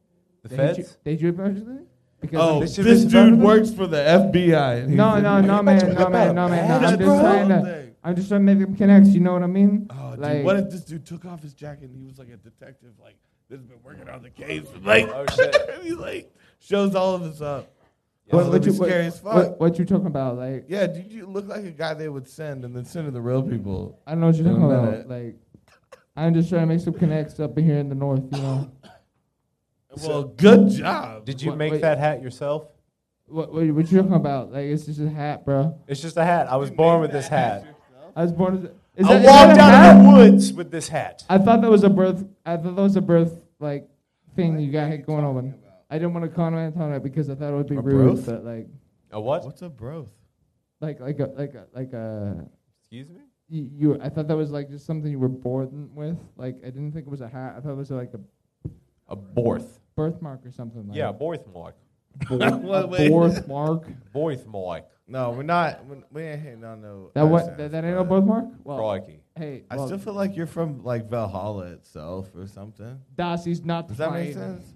[SPEAKER 2] The
[SPEAKER 6] they hit you-
[SPEAKER 2] feds?
[SPEAKER 6] they drew up recently. Because
[SPEAKER 1] Oh,
[SPEAKER 6] of-
[SPEAKER 2] They
[SPEAKER 1] this
[SPEAKER 2] should listen to
[SPEAKER 1] dude
[SPEAKER 2] him.
[SPEAKER 1] works for the FBI. and
[SPEAKER 6] No,
[SPEAKER 1] he's-
[SPEAKER 6] no, no, man, no,
[SPEAKER 1] about
[SPEAKER 6] man,
[SPEAKER 1] a
[SPEAKER 6] no, man,
[SPEAKER 1] badass,
[SPEAKER 6] no. I'm
[SPEAKER 1] bro?
[SPEAKER 6] just trying to, I'm just trying to make them connect. You know what I mean?
[SPEAKER 1] Oh, dude,
[SPEAKER 6] Like-
[SPEAKER 1] what if this dude took off his jacket and he was like a detective, like that's been working on the case, and like,
[SPEAKER 2] Oh, shit.
[SPEAKER 1] and he like shows all of us up.
[SPEAKER 6] What,
[SPEAKER 1] That
[SPEAKER 6] what
[SPEAKER 1] would
[SPEAKER 6] you
[SPEAKER 1] be
[SPEAKER 6] what,
[SPEAKER 1] scary as fuck.
[SPEAKER 6] what, what you talking about? Like,
[SPEAKER 1] Yeah, dude, you look like a guy they would send and then send to the real people.
[SPEAKER 6] I don't know what you're
[SPEAKER 1] In a
[SPEAKER 6] talking about.
[SPEAKER 1] minute.
[SPEAKER 6] Like, I'm just trying to make some connects up in here in the north. You know,
[SPEAKER 1] Well, good job.
[SPEAKER 2] Did you
[SPEAKER 6] Wait,
[SPEAKER 2] make
[SPEAKER 6] wait.
[SPEAKER 2] that hat yourself?
[SPEAKER 6] what, what what you talking about? Like, it's just a hat, bro.
[SPEAKER 2] It's just a hat. I was born with this hat.
[SPEAKER 6] I was born. As, is
[SPEAKER 2] I
[SPEAKER 6] that- is that
[SPEAKER 2] walked
[SPEAKER 6] a
[SPEAKER 2] out of
[SPEAKER 6] hat?
[SPEAKER 2] the woods with this hat.
[SPEAKER 6] I thought that was a birth. I thought that was a birth like thing you got going on. I didn't want to comment on it because I thought it would be
[SPEAKER 1] A
[SPEAKER 6] rude.
[SPEAKER 1] birth?
[SPEAKER 6] But like,
[SPEAKER 2] A what?
[SPEAKER 1] What's a broth?
[SPEAKER 6] like, like a, like a, like a.
[SPEAKER 2] Excuse me?
[SPEAKER 6] you, you I thought that was like just something you were born with. Like I didn't think it was a hat. I thought it was like a
[SPEAKER 2] A borth.
[SPEAKER 6] birthmark or something. Like
[SPEAKER 2] Yeah, Borthmark.
[SPEAKER 1] What-
[SPEAKER 6] a
[SPEAKER 1] wait.
[SPEAKER 6] birthmark.
[SPEAKER 2] Borthmark.
[SPEAKER 1] No, we're not. We, we ain't hitting on no.
[SPEAKER 6] that what?
[SPEAKER 1] accents,
[SPEAKER 6] That, that ain't no
[SPEAKER 1] but
[SPEAKER 6] birthmark. Well,
[SPEAKER 2] Crikey.
[SPEAKER 6] hey,
[SPEAKER 1] I
[SPEAKER 6] well,
[SPEAKER 1] still feel like you're from like Valhalla itself or something.
[SPEAKER 6] Das is not.
[SPEAKER 1] Does that make
[SPEAKER 6] fine.
[SPEAKER 1] sense?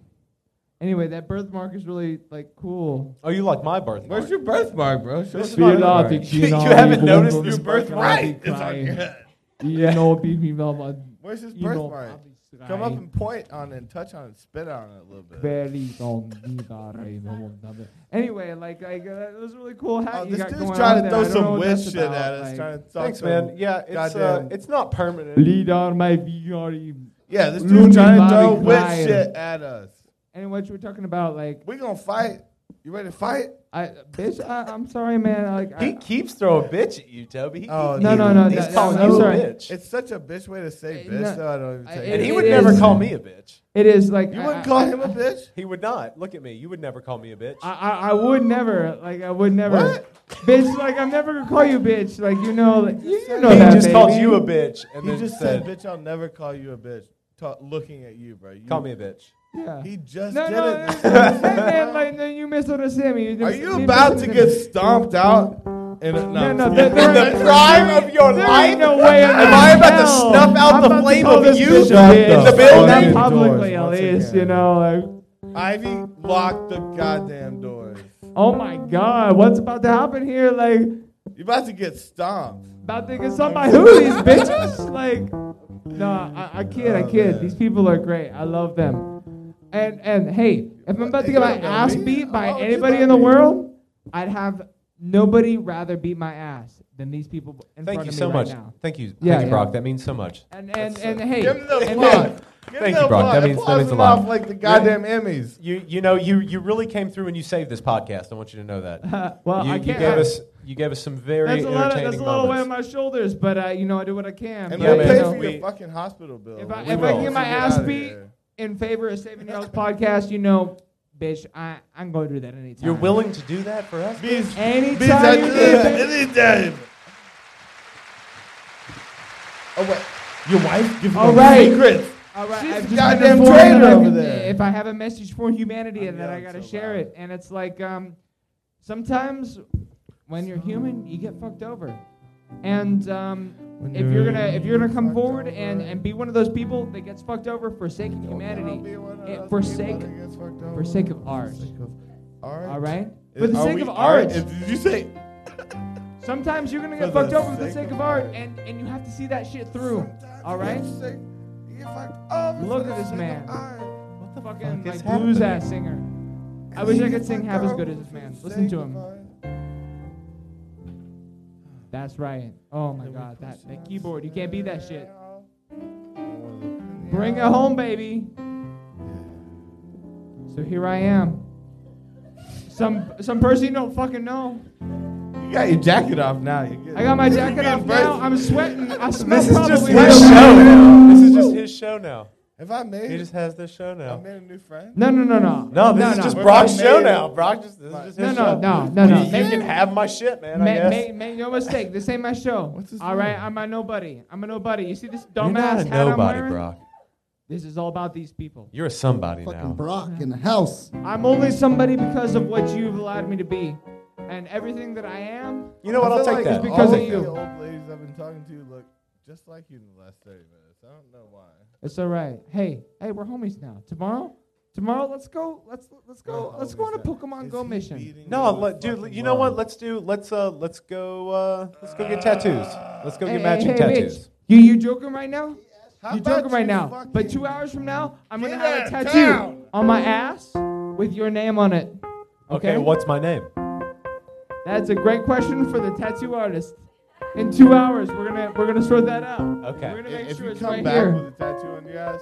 [SPEAKER 6] Anyway, that birthmark is really like cool.
[SPEAKER 2] Oh, you like my birthmark.
[SPEAKER 1] Where's your birthmark, bro? Show
[SPEAKER 2] This
[SPEAKER 1] us
[SPEAKER 2] is
[SPEAKER 1] your
[SPEAKER 2] my
[SPEAKER 1] birthmark.
[SPEAKER 2] birthmark. You haven't noticed this birthmark?
[SPEAKER 1] Right, it's on your head.
[SPEAKER 6] You know, beat me well, but
[SPEAKER 1] Where's his
[SPEAKER 6] you know,
[SPEAKER 1] birthmark?
[SPEAKER 6] obviously,
[SPEAKER 1] Come up and point on it, touch on it, spit on it a little bit.
[SPEAKER 6] very don't be that, I know that. Anyway, like, like uh, that was a really cool hat
[SPEAKER 1] Oh,
[SPEAKER 6] you
[SPEAKER 1] this
[SPEAKER 6] got
[SPEAKER 1] dude's
[SPEAKER 6] going
[SPEAKER 1] trying
[SPEAKER 6] on
[SPEAKER 1] to
[SPEAKER 6] there.
[SPEAKER 1] throw
[SPEAKER 6] I don't know
[SPEAKER 1] some
[SPEAKER 6] what
[SPEAKER 1] weird
[SPEAKER 6] that's
[SPEAKER 1] shit
[SPEAKER 6] about,
[SPEAKER 1] at us.
[SPEAKER 6] like-
[SPEAKER 1] trying to talk
[SPEAKER 2] Thanks,
[SPEAKER 1] some
[SPEAKER 2] man. Yeah, it's uh,
[SPEAKER 1] goddamn-
[SPEAKER 2] it's not permanent.
[SPEAKER 6] Lead on my VRE.
[SPEAKER 1] yeah, this
[SPEAKER 6] Loony
[SPEAKER 1] dude's trying to throw
[SPEAKER 6] Bobby
[SPEAKER 1] weird
[SPEAKER 6] Ryan.
[SPEAKER 1] shit at us.
[SPEAKER 6] and what you were talking about, like
[SPEAKER 1] We gonna fight. You ready to fight?
[SPEAKER 6] I bitch, I, I'm sorry, man. Like
[SPEAKER 2] He
[SPEAKER 6] I,
[SPEAKER 2] keeps throwing bitch at you, Toby. He
[SPEAKER 1] Oh,
[SPEAKER 2] keeps-
[SPEAKER 1] no, no, no,
[SPEAKER 2] He's
[SPEAKER 1] that-
[SPEAKER 2] calling
[SPEAKER 1] no,
[SPEAKER 2] you a
[SPEAKER 6] sorry.
[SPEAKER 2] bitch.
[SPEAKER 1] It's such a bitch way to say
[SPEAKER 6] Uh,
[SPEAKER 1] bitch.
[SPEAKER 6] no,
[SPEAKER 1] though I don't even
[SPEAKER 6] I-
[SPEAKER 1] take
[SPEAKER 6] it-
[SPEAKER 1] it.
[SPEAKER 2] and he
[SPEAKER 6] it
[SPEAKER 2] would
[SPEAKER 6] is-
[SPEAKER 2] never call me a bitch.
[SPEAKER 6] it is like
[SPEAKER 1] You
[SPEAKER 6] I-
[SPEAKER 1] wouldn't
[SPEAKER 6] I-
[SPEAKER 1] call him a bitch.
[SPEAKER 2] He would not. Look at me. You would never call me a bitch.
[SPEAKER 6] I, I, I would never, like I would never,
[SPEAKER 1] What?
[SPEAKER 6] bitch. Like I'm never gonna call you bitch. Like you know, like you, you know
[SPEAKER 2] he
[SPEAKER 6] that.
[SPEAKER 2] just called
[SPEAKER 6] baby.
[SPEAKER 2] you a bitch, and
[SPEAKER 1] He
[SPEAKER 2] then
[SPEAKER 1] just
[SPEAKER 2] said,
[SPEAKER 1] said, "Bitch, I'll never call you a bitch." Ta- looking at you, bro. You,
[SPEAKER 2] "Call me a bitch."
[SPEAKER 6] Yeah.
[SPEAKER 1] He just
[SPEAKER 6] no,
[SPEAKER 1] did
[SPEAKER 6] no,
[SPEAKER 1] it.
[SPEAKER 6] that's what I'm saying, man, like, no, you misunderstand me.
[SPEAKER 1] Are you about to get stomped out? In a,
[SPEAKER 6] No, no,
[SPEAKER 1] there,
[SPEAKER 6] there- there
[SPEAKER 2] In the prime of your
[SPEAKER 6] There
[SPEAKER 2] life,
[SPEAKER 6] ain't no way in
[SPEAKER 2] am I about to
[SPEAKER 6] hell.
[SPEAKER 2] snuff out
[SPEAKER 6] I'm
[SPEAKER 2] the
[SPEAKER 6] about to
[SPEAKER 2] flame
[SPEAKER 6] call
[SPEAKER 2] of
[SPEAKER 6] this
[SPEAKER 2] you
[SPEAKER 6] bitch a
[SPEAKER 1] in
[SPEAKER 6] bitch.
[SPEAKER 1] the building?
[SPEAKER 6] Not
[SPEAKER 1] Doors
[SPEAKER 6] publicly, at
[SPEAKER 1] once
[SPEAKER 6] least,
[SPEAKER 1] again.
[SPEAKER 6] you know. Like,
[SPEAKER 1] Ivy locked the goddamn doors.
[SPEAKER 6] oh my God, what's about to happen here? Like,
[SPEAKER 1] You about to get stomped.
[SPEAKER 6] about to get somebody who these bitches? Like, no, I, I kid, I
[SPEAKER 1] Oh,
[SPEAKER 6] kid.
[SPEAKER 1] man.
[SPEAKER 6] These people are great. I love them. And and hey, if I'm about to get my
[SPEAKER 1] You know
[SPEAKER 6] ass
[SPEAKER 1] me?
[SPEAKER 6] beat
[SPEAKER 1] Why
[SPEAKER 6] by
[SPEAKER 1] would Oh, you
[SPEAKER 6] anybody
[SPEAKER 1] love
[SPEAKER 6] in the
[SPEAKER 1] me?
[SPEAKER 6] world, I'd have nobody rather beat my ass than these people in
[SPEAKER 2] Thank
[SPEAKER 6] front
[SPEAKER 2] you
[SPEAKER 6] of me
[SPEAKER 2] so
[SPEAKER 6] right
[SPEAKER 2] much.
[SPEAKER 6] now.
[SPEAKER 2] Thank you,
[SPEAKER 6] Yeah,
[SPEAKER 2] thank you,
[SPEAKER 6] yeah.
[SPEAKER 2] Brock. That means so much.
[SPEAKER 6] And and and hey,
[SPEAKER 1] Give him the
[SPEAKER 6] and
[SPEAKER 1] applause.
[SPEAKER 6] hey,
[SPEAKER 1] Give
[SPEAKER 2] Thank
[SPEAKER 1] him
[SPEAKER 2] you,
[SPEAKER 1] the
[SPEAKER 2] Brock.
[SPEAKER 1] applause.
[SPEAKER 2] That means- that
[SPEAKER 1] Applause
[SPEAKER 2] means a
[SPEAKER 1] him
[SPEAKER 2] lot.
[SPEAKER 1] off like the goddamn Emmys.
[SPEAKER 2] You you know you you really came through and you saved this podcast. I want you to know that.
[SPEAKER 6] uh, well,
[SPEAKER 2] you,
[SPEAKER 6] I
[SPEAKER 2] you
[SPEAKER 6] can't.
[SPEAKER 2] gave us you gave us some very
[SPEAKER 6] that's a
[SPEAKER 2] entertaining
[SPEAKER 6] lot. Of, that's a lot of weight on
[SPEAKER 2] moments.
[SPEAKER 6] my shoulders, but uh, you know I do what I can.
[SPEAKER 1] And
[SPEAKER 6] but,
[SPEAKER 2] Yeah,
[SPEAKER 1] we'll
[SPEAKER 6] you
[SPEAKER 2] man.
[SPEAKER 1] pay
[SPEAKER 6] know,
[SPEAKER 1] for
[SPEAKER 2] We-
[SPEAKER 1] your fucking hospital bill.
[SPEAKER 6] if I,
[SPEAKER 1] We
[SPEAKER 6] if
[SPEAKER 1] will.
[SPEAKER 6] I get my
[SPEAKER 1] Get
[SPEAKER 6] ass
[SPEAKER 1] outta
[SPEAKER 6] beat
[SPEAKER 1] here.
[SPEAKER 6] in favor of saving y'all's podcast, you know, bitch, I I'm gonna do that anytime.
[SPEAKER 2] You're willing to do that for us?
[SPEAKER 1] Bees-
[SPEAKER 6] Anytime
[SPEAKER 1] bees are
[SPEAKER 6] you
[SPEAKER 1] good.
[SPEAKER 6] need it.
[SPEAKER 1] Anytime. Oh wait, your wife giving
[SPEAKER 6] All
[SPEAKER 1] away
[SPEAKER 6] right.
[SPEAKER 1] secrets.
[SPEAKER 6] All right,
[SPEAKER 1] She's
[SPEAKER 6] I've
[SPEAKER 1] a
[SPEAKER 6] just been
[SPEAKER 1] goddamn
[SPEAKER 6] informed that
[SPEAKER 1] traitor
[SPEAKER 6] I've-
[SPEAKER 1] over there.
[SPEAKER 6] If I have a message for humanity,
[SPEAKER 1] I'm
[SPEAKER 6] and then I
[SPEAKER 1] yelling
[SPEAKER 6] gotta
[SPEAKER 1] so
[SPEAKER 6] share
[SPEAKER 1] loud.
[SPEAKER 6] it, and it's like um, sometimes when you're human, you get fucked over, and um, if you're gonna if you're gonna come
[SPEAKER 1] fucked
[SPEAKER 6] forward
[SPEAKER 1] over.
[SPEAKER 6] and and be one of those people that gets fucked over forsaking humanity it- for sake- for sake of art.
[SPEAKER 1] Art.
[SPEAKER 6] All right,
[SPEAKER 1] Is-
[SPEAKER 6] for the
[SPEAKER 1] are
[SPEAKER 6] sake
[SPEAKER 1] we
[SPEAKER 6] of art.
[SPEAKER 1] Is- Did you say
[SPEAKER 6] Sometimes you're gonna
[SPEAKER 1] For
[SPEAKER 6] get fucked
[SPEAKER 1] the
[SPEAKER 6] over for the
[SPEAKER 1] sake
[SPEAKER 6] sake
[SPEAKER 1] of
[SPEAKER 6] of art,
[SPEAKER 1] art.
[SPEAKER 6] and and you have to see that shit through. All right.
[SPEAKER 1] Sometimes you get sick, you get fucked over
[SPEAKER 6] Look
[SPEAKER 1] for
[SPEAKER 6] at
[SPEAKER 1] the
[SPEAKER 6] this
[SPEAKER 1] sake
[SPEAKER 6] man.
[SPEAKER 1] of art.
[SPEAKER 2] What the
[SPEAKER 6] fucking
[SPEAKER 2] fuck is
[SPEAKER 6] like blues
[SPEAKER 2] happening?
[SPEAKER 6] ass singer. I
[SPEAKER 1] And
[SPEAKER 6] wish
[SPEAKER 1] you
[SPEAKER 6] I
[SPEAKER 1] get
[SPEAKER 6] could sing
[SPEAKER 1] fucked
[SPEAKER 6] half as
[SPEAKER 1] over
[SPEAKER 6] good as this
[SPEAKER 1] for the
[SPEAKER 6] man.
[SPEAKER 1] sake
[SPEAKER 6] Listen to
[SPEAKER 1] of
[SPEAKER 6] him.
[SPEAKER 1] art.
[SPEAKER 6] That's right. Oh my god, that, that keyboard. You can't beat that shit. Bring it home, baby. So here I am. Some some person you don't fucking know.
[SPEAKER 1] You got your jacket off now. You're good.
[SPEAKER 6] I got my
[SPEAKER 1] This is
[SPEAKER 6] jacket
[SPEAKER 1] being
[SPEAKER 6] off now.
[SPEAKER 1] first.
[SPEAKER 6] I'm sweating. I smell
[SPEAKER 2] This is just
[SPEAKER 6] probably
[SPEAKER 2] his
[SPEAKER 6] real-
[SPEAKER 2] show now. This is just his show now.
[SPEAKER 1] Have I
[SPEAKER 2] He
[SPEAKER 1] made?
[SPEAKER 2] just has this show
[SPEAKER 1] I
[SPEAKER 2] now.
[SPEAKER 1] made a new friend.
[SPEAKER 6] No, no, no, no.
[SPEAKER 2] No, this is
[SPEAKER 6] no.
[SPEAKER 2] just
[SPEAKER 1] We're
[SPEAKER 2] Brock's
[SPEAKER 1] my
[SPEAKER 2] show
[SPEAKER 1] man.
[SPEAKER 2] now. Brock just this is
[SPEAKER 1] My-
[SPEAKER 2] just
[SPEAKER 6] No,
[SPEAKER 2] his
[SPEAKER 6] no,
[SPEAKER 2] show.
[SPEAKER 6] no, no, no.
[SPEAKER 2] You
[SPEAKER 6] Make-
[SPEAKER 2] can have my shit, man. I
[SPEAKER 6] Make,
[SPEAKER 2] guess.
[SPEAKER 6] make, make no mistake. This ain't my show.
[SPEAKER 1] What's his
[SPEAKER 6] All right,
[SPEAKER 1] name?
[SPEAKER 6] I'm a nobody. I'm a nobody. You see this
[SPEAKER 2] You're
[SPEAKER 6] dumbass
[SPEAKER 2] not a
[SPEAKER 6] hat I'm
[SPEAKER 2] nobody,
[SPEAKER 6] wearing?
[SPEAKER 2] Brock.
[SPEAKER 6] This is all about these people.
[SPEAKER 2] You're a somebody
[SPEAKER 3] Fucking
[SPEAKER 2] now.
[SPEAKER 3] Brock in the house.
[SPEAKER 6] I'm only somebody because of what you've allowed me to be, and everything that I am.
[SPEAKER 2] You know what?
[SPEAKER 1] I
[SPEAKER 2] I'll
[SPEAKER 1] feel
[SPEAKER 2] take
[SPEAKER 1] like
[SPEAKER 2] that.
[SPEAKER 6] it's
[SPEAKER 2] I'll
[SPEAKER 6] because
[SPEAKER 1] all
[SPEAKER 6] of
[SPEAKER 2] take
[SPEAKER 6] you.
[SPEAKER 1] The old ladies I've been talking to look just like you in the last 30 minutes. I don't know why.
[SPEAKER 6] It's all right. Hey, hey, we're homies now. Tomorrow, tomorrow, let's go. Let's let's go.
[SPEAKER 1] Well,
[SPEAKER 6] let's go on a
[SPEAKER 1] always that-
[SPEAKER 6] Pokemon
[SPEAKER 1] is
[SPEAKER 6] Go
[SPEAKER 1] he
[SPEAKER 6] mission.
[SPEAKER 1] beating
[SPEAKER 2] that.
[SPEAKER 1] me
[SPEAKER 2] No,
[SPEAKER 1] with
[SPEAKER 2] let, dude.
[SPEAKER 1] fucking
[SPEAKER 2] You know what?
[SPEAKER 1] love?
[SPEAKER 2] Let's do. Let's uh. Let's go. Uh. Let's go get tattoos. Let's go
[SPEAKER 6] Hey,
[SPEAKER 2] get
[SPEAKER 6] hey,
[SPEAKER 2] matching
[SPEAKER 6] hey,
[SPEAKER 2] tattoos.
[SPEAKER 6] bitch. You you joking right now?
[SPEAKER 1] How
[SPEAKER 6] you
[SPEAKER 1] about
[SPEAKER 6] joking right
[SPEAKER 1] you
[SPEAKER 6] now. But
[SPEAKER 1] fucking-
[SPEAKER 6] two hours from now, I'm gonna
[SPEAKER 1] Get
[SPEAKER 6] have a
[SPEAKER 1] out of
[SPEAKER 6] tattoo
[SPEAKER 1] town.
[SPEAKER 6] on my ass with your name on it.
[SPEAKER 2] Okay. What's my name?
[SPEAKER 6] That's a great question for the tattoo artist. In two hours, we're gonna we're gonna sort that out.
[SPEAKER 2] Okay.
[SPEAKER 6] We're gonna make
[SPEAKER 1] If, if
[SPEAKER 6] sure
[SPEAKER 1] you
[SPEAKER 6] it's
[SPEAKER 1] come
[SPEAKER 6] right
[SPEAKER 1] back
[SPEAKER 6] here.
[SPEAKER 1] with a tattoo on your ass,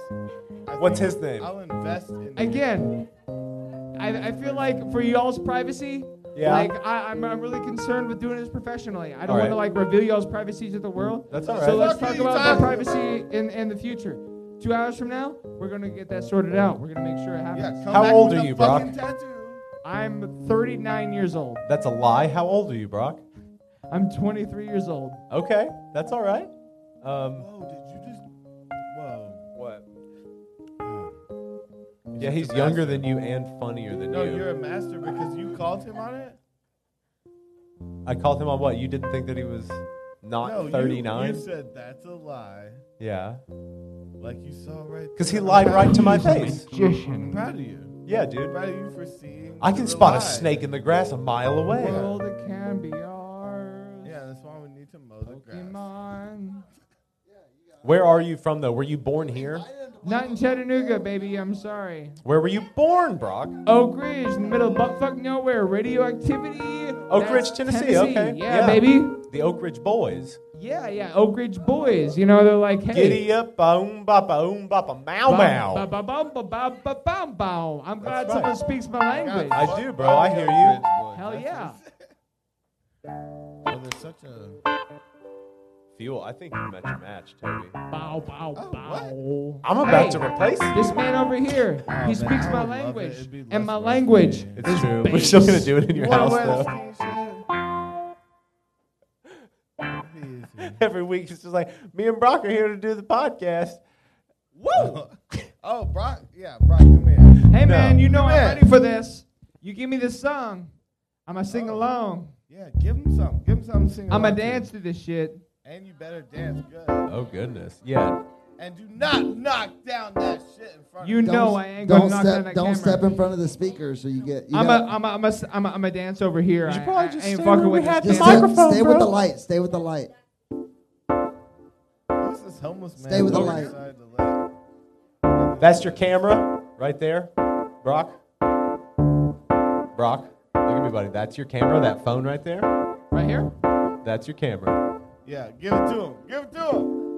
[SPEAKER 1] I
[SPEAKER 2] What's
[SPEAKER 1] think
[SPEAKER 2] his name?
[SPEAKER 1] I'll invest in you.
[SPEAKER 6] Again, I, I feel like for y'all's privacy,
[SPEAKER 2] Yeah.
[SPEAKER 6] like I, I'm, I'm really concerned with doing this professionally. I don't
[SPEAKER 2] All
[SPEAKER 6] want to
[SPEAKER 2] right.
[SPEAKER 6] like reveal y'all's privacy to the world.
[SPEAKER 2] That's all right.
[SPEAKER 6] So let's
[SPEAKER 1] Fuck
[SPEAKER 6] talk
[SPEAKER 1] you,
[SPEAKER 6] about
[SPEAKER 1] Tyler.
[SPEAKER 6] that privacy in, in the future. Two hours from now, we're gonna get that sorted out. We're gonna make sure it
[SPEAKER 1] Yeah,
[SPEAKER 6] happens.
[SPEAKER 1] come
[SPEAKER 2] How
[SPEAKER 1] back
[SPEAKER 2] old
[SPEAKER 1] with
[SPEAKER 2] are
[SPEAKER 1] a
[SPEAKER 2] you,
[SPEAKER 1] fucking
[SPEAKER 2] Brock?
[SPEAKER 1] tattoo.
[SPEAKER 6] I'm 39 years old.
[SPEAKER 2] That's a lie. How old are you, Brock?
[SPEAKER 6] I'm 23 years old.
[SPEAKER 2] Okay. That's all right. Um.
[SPEAKER 1] Whoa, did you just. Whoa.
[SPEAKER 2] What?
[SPEAKER 1] Oh.
[SPEAKER 2] Yeah, he's
[SPEAKER 1] a
[SPEAKER 2] younger
[SPEAKER 1] bastard.
[SPEAKER 2] than you and funnier than
[SPEAKER 1] No,
[SPEAKER 2] you.
[SPEAKER 1] you're a master because you called him on it?
[SPEAKER 2] I called him on what? You didn't think that he was not
[SPEAKER 1] no, you-
[SPEAKER 2] 39?
[SPEAKER 1] You, said that's a lie.
[SPEAKER 2] yeah.
[SPEAKER 1] Like you saw right
[SPEAKER 2] Because he
[SPEAKER 1] there.
[SPEAKER 2] lied right to my face.
[SPEAKER 1] I'm
[SPEAKER 6] Magician.
[SPEAKER 1] proud of you.
[SPEAKER 2] Yeah,
[SPEAKER 1] I'm
[SPEAKER 2] dude.
[SPEAKER 1] proud of you for seeing.
[SPEAKER 2] I
[SPEAKER 1] the
[SPEAKER 2] can spot
[SPEAKER 1] lie.
[SPEAKER 2] a snake in the grass a mile away.
[SPEAKER 6] World that can be ours.
[SPEAKER 1] Yeah, that's why we need to mow the grass.
[SPEAKER 6] Pokemon.
[SPEAKER 2] Where are you from, though? Were you born here?
[SPEAKER 6] Not in Chattanooga, baby. I'm sorry.
[SPEAKER 2] Where were you born, Brock?
[SPEAKER 6] Oak Ridge, in the middle of buckfuck nowhere, radioactivity.
[SPEAKER 2] Oak
[SPEAKER 6] That's
[SPEAKER 2] Ridge, Tennessee. Okay.
[SPEAKER 6] Yeah, baby.
[SPEAKER 2] the Oak Ridge Boys.
[SPEAKER 6] Yeah, yeah, Oak Ridge Boys. You know, they're like, hey,
[SPEAKER 2] Giddy up, boom, bapa, oom, bapa, mow,
[SPEAKER 6] bum,
[SPEAKER 2] mow.
[SPEAKER 6] bum, bum, bum, bum, bum, bum, bum. I'm
[SPEAKER 2] That's
[SPEAKER 6] glad
[SPEAKER 2] right.
[SPEAKER 6] someone speaks my language.
[SPEAKER 2] I do, bro. I hear you.
[SPEAKER 6] Hell yeah.
[SPEAKER 1] Well, there's such a.
[SPEAKER 2] Fuel. I think you met your match, Toby.
[SPEAKER 6] Bow, bow,
[SPEAKER 1] Oh,
[SPEAKER 6] bow.
[SPEAKER 2] I'm about
[SPEAKER 6] Hey,
[SPEAKER 2] to replace you.
[SPEAKER 6] This man over here,
[SPEAKER 1] Oh,
[SPEAKER 6] he
[SPEAKER 1] man,
[SPEAKER 6] speaks
[SPEAKER 1] I
[SPEAKER 6] my
[SPEAKER 1] would love it.
[SPEAKER 6] language.
[SPEAKER 1] It'd be
[SPEAKER 6] And
[SPEAKER 1] less
[SPEAKER 6] my
[SPEAKER 1] work for
[SPEAKER 6] language.
[SPEAKER 1] me.
[SPEAKER 2] It's
[SPEAKER 6] is
[SPEAKER 2] true. We're
[SPEAKER 6] bass.
[SPEAKER 2] still gonna do it in your house, though. Every week, it's just like me and Brock are here to do the podcast. Woo!
[SPEAKER 1] oh, Brock. Yeah, Brock, come here.
[SPEAKER 6] Hey, man, you know
[SPEAKER 2] Come
[SPEAKER 6] I'm
[SPEAKER 2] here.
[SPEAKER 6] ready for this. You give me this song. I'm going to sing
[SPEAKER 1] Oh.
[SPEAKER 6] along.
[SPEAKER 1] Yeah, give him something. Give him something to sing.
[SPEAKER 6] I'm going
[SPEAKER 1] along
[SPEAKER 6] to
[SPEAKER 1] to.
[SPEAKER 6] dance to this shit.
[SPEAKER 1] And you better dance good.
[SPEAKER 2] Oh goodness. Yeah.
[SPEAKER 1] And do not knock down that shit in front
[SPEAKER 6] You
[SPEAKER 1] of me.
[SPEAKER 6] know
[SPEAKER 3] s-
[SPEAKER 6] I ain't gonna
[SPEAKER 3] don't
[SPEAKER 6] knock
[SPEAKER 3] step,
[SPEAKER 6] down that
[SPEAKER 3] Don't
[SPEAKER 6] camera.
[SPEAKER 3] step in front of the speaker so you get. You
[SPEAKER 6] I'm
[SPEAKER 3] gotta-
[SPEAKER 6] a, I'm a, I'm a, s- I'm a, I'm a dance over here.
[SPEAKER 2] You should
[SPEAKER 6] I-
[SPEAKER 2] probably
[SPEAKER 6] I
[SPEAKER 2] just
[SPEAKER 6] ain't
[SPEAKER 2] stay
[SPEAKER 6] fucking
[SPEAKER 2] where we
[SPEAKER 6] with
[SPEAKER 2] had
[SPEAKER 6] this
[SPEAKER 3] just
[SPEAKER 2] the
[SPEAKER 6] dance.
[SPEAKER 3] stay,
[SPEAKER 2] microphone,
[SPEAKER 3] stay with
[SPEAKER 2] bro.
[SPEAKER 3] the light. Stay with the light.
[SPEAKER 1] Who's this homeless man?
[SPEAKER 3] Stay with the
[SPEAKER 1] who
[SPEAKER 3] light.
[SPEAKER 1] decided to let-
[SPEAKER 2] That's your camera right there, Brock. Brock, look at me, buddy. That's your camera. That phone right there.
[SPEAKER 6] Right here?
[SPEAKER 2] That's your camera.
[SPEAKER 1] Yeah, give it to him. Give it to him.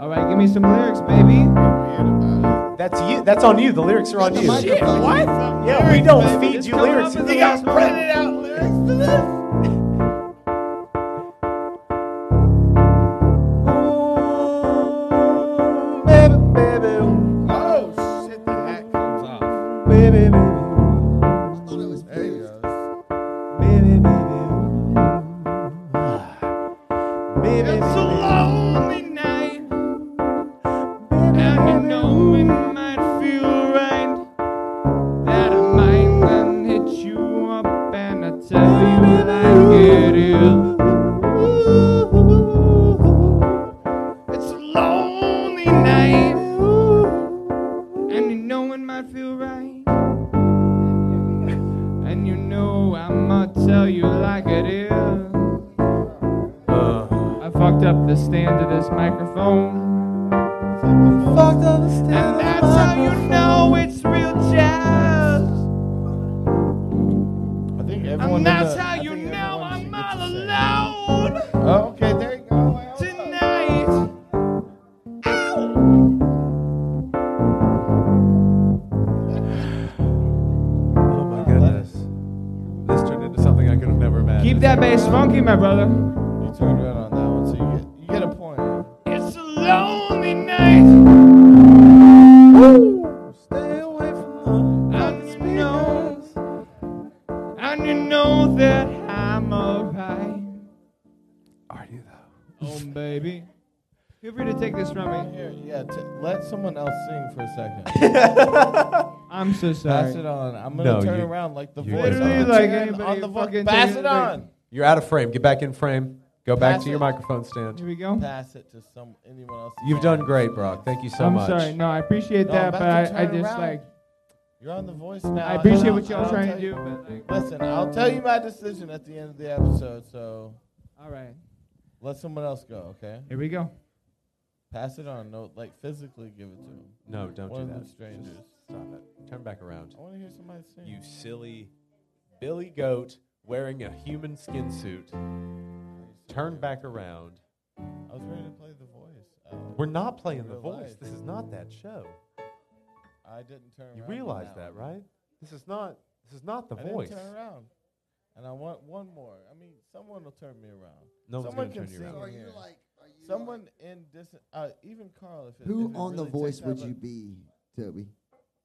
[SPEAKER 6] All right, give me some lyrics, baby.
[SPEAKER 1] Weird about
[SPEAKER 2] That's you. That's on you. The lyrics are on
[SPEAKER 3] The
[SPEAKER 2] you.
[SPEAKER 3] microphone.
[SPEAKER 2] Yeah, we don't
[SPEAKER 1] baby.
[SPEAKER 2] feed
[SPEAKER 6] It's
[SPEAKER 2] you
[SPEAKER 6] coming
[SPEAKER 2] lyrics.
[SPEAKER 6] up in the
[SPEAKER 2] You got
[SPEAKER 6] last one.
[SPEAKER 2] printed out lyrics to this.
[SPEAKER 1] it. Oh, shit, the hat comes off.
[SPEAKER 2] Baby, baby.
[SPEAKER 3] I thought it was
[SPEAKER 1] There you
[SPEAKER 3] fused.
[SPEAKER 1] go.
[SPEAKER 2] Baby, baby.
[SPEAKER 6] It's a lonely night, and you know it might feel right that I might then hit you up and I tell you like it is. It's a lonely night, and you know it might feel right, and you know I might tell you like it is. I fucked up the stand of this microphone. And that's how you know it's real jazz.
[SPEAKER 1] I think everyone in
[SPEAKER 6] And that's
[SPEAKER 1] the-
[SPEAKER 6] how
[SPEAKER 1] I
[SPEAKER 6] you
[SPEAKER 1] think
[SPEAKER 6] know
[SPEAKER 1] everyone should
[SPEAKER 6] I'm
[SPEAKER 1] get
[SPEAKER 6] all
[SPEAKER 1] the same.
[SPEAKER 6] alone
[SPEAKER 1] Oh, okay, there you go. Well,
[SPEAKER 6] tonight.
[SPEAKER 2] Oh my goodness. This turned into something I could have never imagined.
[SPEAKER 6] Keep that bass funky, my brother.
[SPEAKER 1] You turned around on that one, so you get, you get a point.
[SPEAKER 6] It's a lonely night.
[SPEAKER 2] Stay away from
[SPEAKER 6] And you know, and you know that I'm alright.
[SPEAKER 2] Are you though?
[SPEAKER 6] Oh, baby. Feel free to take this from me.
[SPEAKER 1] Here, yeah, t- let someone else sing for a second.
[SPEAKER 6] I'm so
[SPEAKER 1] Pass it
[SPEAKER 6] sorry.
[SPEAKER 1] on. I'm gonna
[SPEAKER 2] No,
[SPEAKER 1] turn
[SPEAKER 2] you-
[SPEAKER 1] around like the
[SPEAKER 2] you
[SPEAKER 1] voice.
[SPEAKER 2] Literally
[SPEAKER 1] I'm gonna
[SPEAKER 6] like
[SPEAKER 1] turn
[SPEAKER 6] anybody
[SPEAKER 1] on the
[SPEAKER 6] who
[SPEAKER 1] voice.
[SPEAKER 6] fucking
[SPEAKER 1] Pass
[SPEAKER 6] turns
[SPEAKER 1] it
[SPEAKER 6] it-
[SPEAKER 1] on.
[SPEAKER 2] You're out of frame. Get back in frame. Go back
[SPEAKER 1] Pass
[SPEAKER 2] to your
[SPEAKER 1] it.
[SPEAKER 2] microphone
[SPEAKER 6] Here
[SPEAKER 2] stand.
[SPEAKER 6] we go.
[SPEAKER 1] Pass it to some anyone else.
[SPEAKER 2] You've done great, Brock. Thank you so
[SPEAKER 6] I'm
[SPEAKER 2] much.
[SPEAKER 6] sorry. No, I appreciate
[SPEAKER 1] No, I'm
[SPEAKER 6] that,
[SPEAKER 1] about
[SPEAKER 6] but
[SPEAKER 1] to
[SPEAKER 6] I, I
[SPEAKER 1] turn
[SPEAKER 6] just
[SPEAKER 1] around.
[SPEAKER 6] like
[SPEAKER 1] You're on the voice now.
[SPEAKER 6] I
[SPEAKER 1] and
[SPEAKER 6] appreciate
[SPEAKER 1] I'll-
[SPEAKER 6] what y'all
[SPEAKER 1] I'll
[SPEAKER 6] trying
[SPEAKER 1] tell
[SPEAKER 6] to do,
[SPEAKER 1] you-
[SPEAKER 6] but like,
[SPEAKER 1] Listen, I'll tell you my decision at the end of the episode. So
[SPEAKER 6] all right,
[SPEAKER 1] let someone else go. Okay.
[SPEAKER 6] here we go.
[SPEAKER 1] Pass it on. No, like physically give it to him.
[SPEAKER 2] No, don't
[SPEAKER 1] One of
[SPEAKER 2] do
[SPEAKER 1] them
[SPEAKER 2] that.
[SPEAKER 1] strangers.
[SPEAKER 2] Just Stop it. Turn back around.
[SPEAKER 1] I want to hear somebody sing.
[SPEAKER 2] You silly Billy Goat wearing a human skin suit. Turn back around.
[SPEAKER 1] I was ready to play the voice. Uh, I-
[SPEAKER 2] We're not playing the
[SPEAKER 1] Real
[SPEAKER 2] voice.
[SPEAKER 1] life.
[SPEAKER 2] This is not that show.
[SPEAKER 1] I didn't turn.
[SPEAKER 2] You
[SPEAKER 1] around on
[SPEAKER 2] realize
[SPEAKER 1] one.
[SPEAKER 2] that, right? This is not this is not the
[SPEAKER 1] I
[SPEAKER 2] voice.
[SPEAKER 1] Didn't turn around. And I want one more. I mean, someone will turn me around.
[SPEAKER 2] No one's
[SPEAKER 1] someone
[SPEAKER 2] gonna turn
[SPEAKER 1] can
[SPEAKER 2] you
[SPEAKER 1] sing
[SPEAKER 2] around.
[SPEAKER 3] So
[SPEAKER 1] in
[SPEAKER 3] are you
[SPEAKER 1] here.
[SPEAKER 3] like? Are you
[SPEAKER 1] someone in this, uh, even Carl. If it,
[SPEAKER 3] Like, who
[SPEAKER 1] if it
[SPEAKER 3] on the
[SPEAKER 1] really
[SPEAKER 3] voice
[SPEAKER 1] takes out,
[SPEAKER 3] would
[SPEAKER 1] but
[SPEAKER 3] you be, Toby?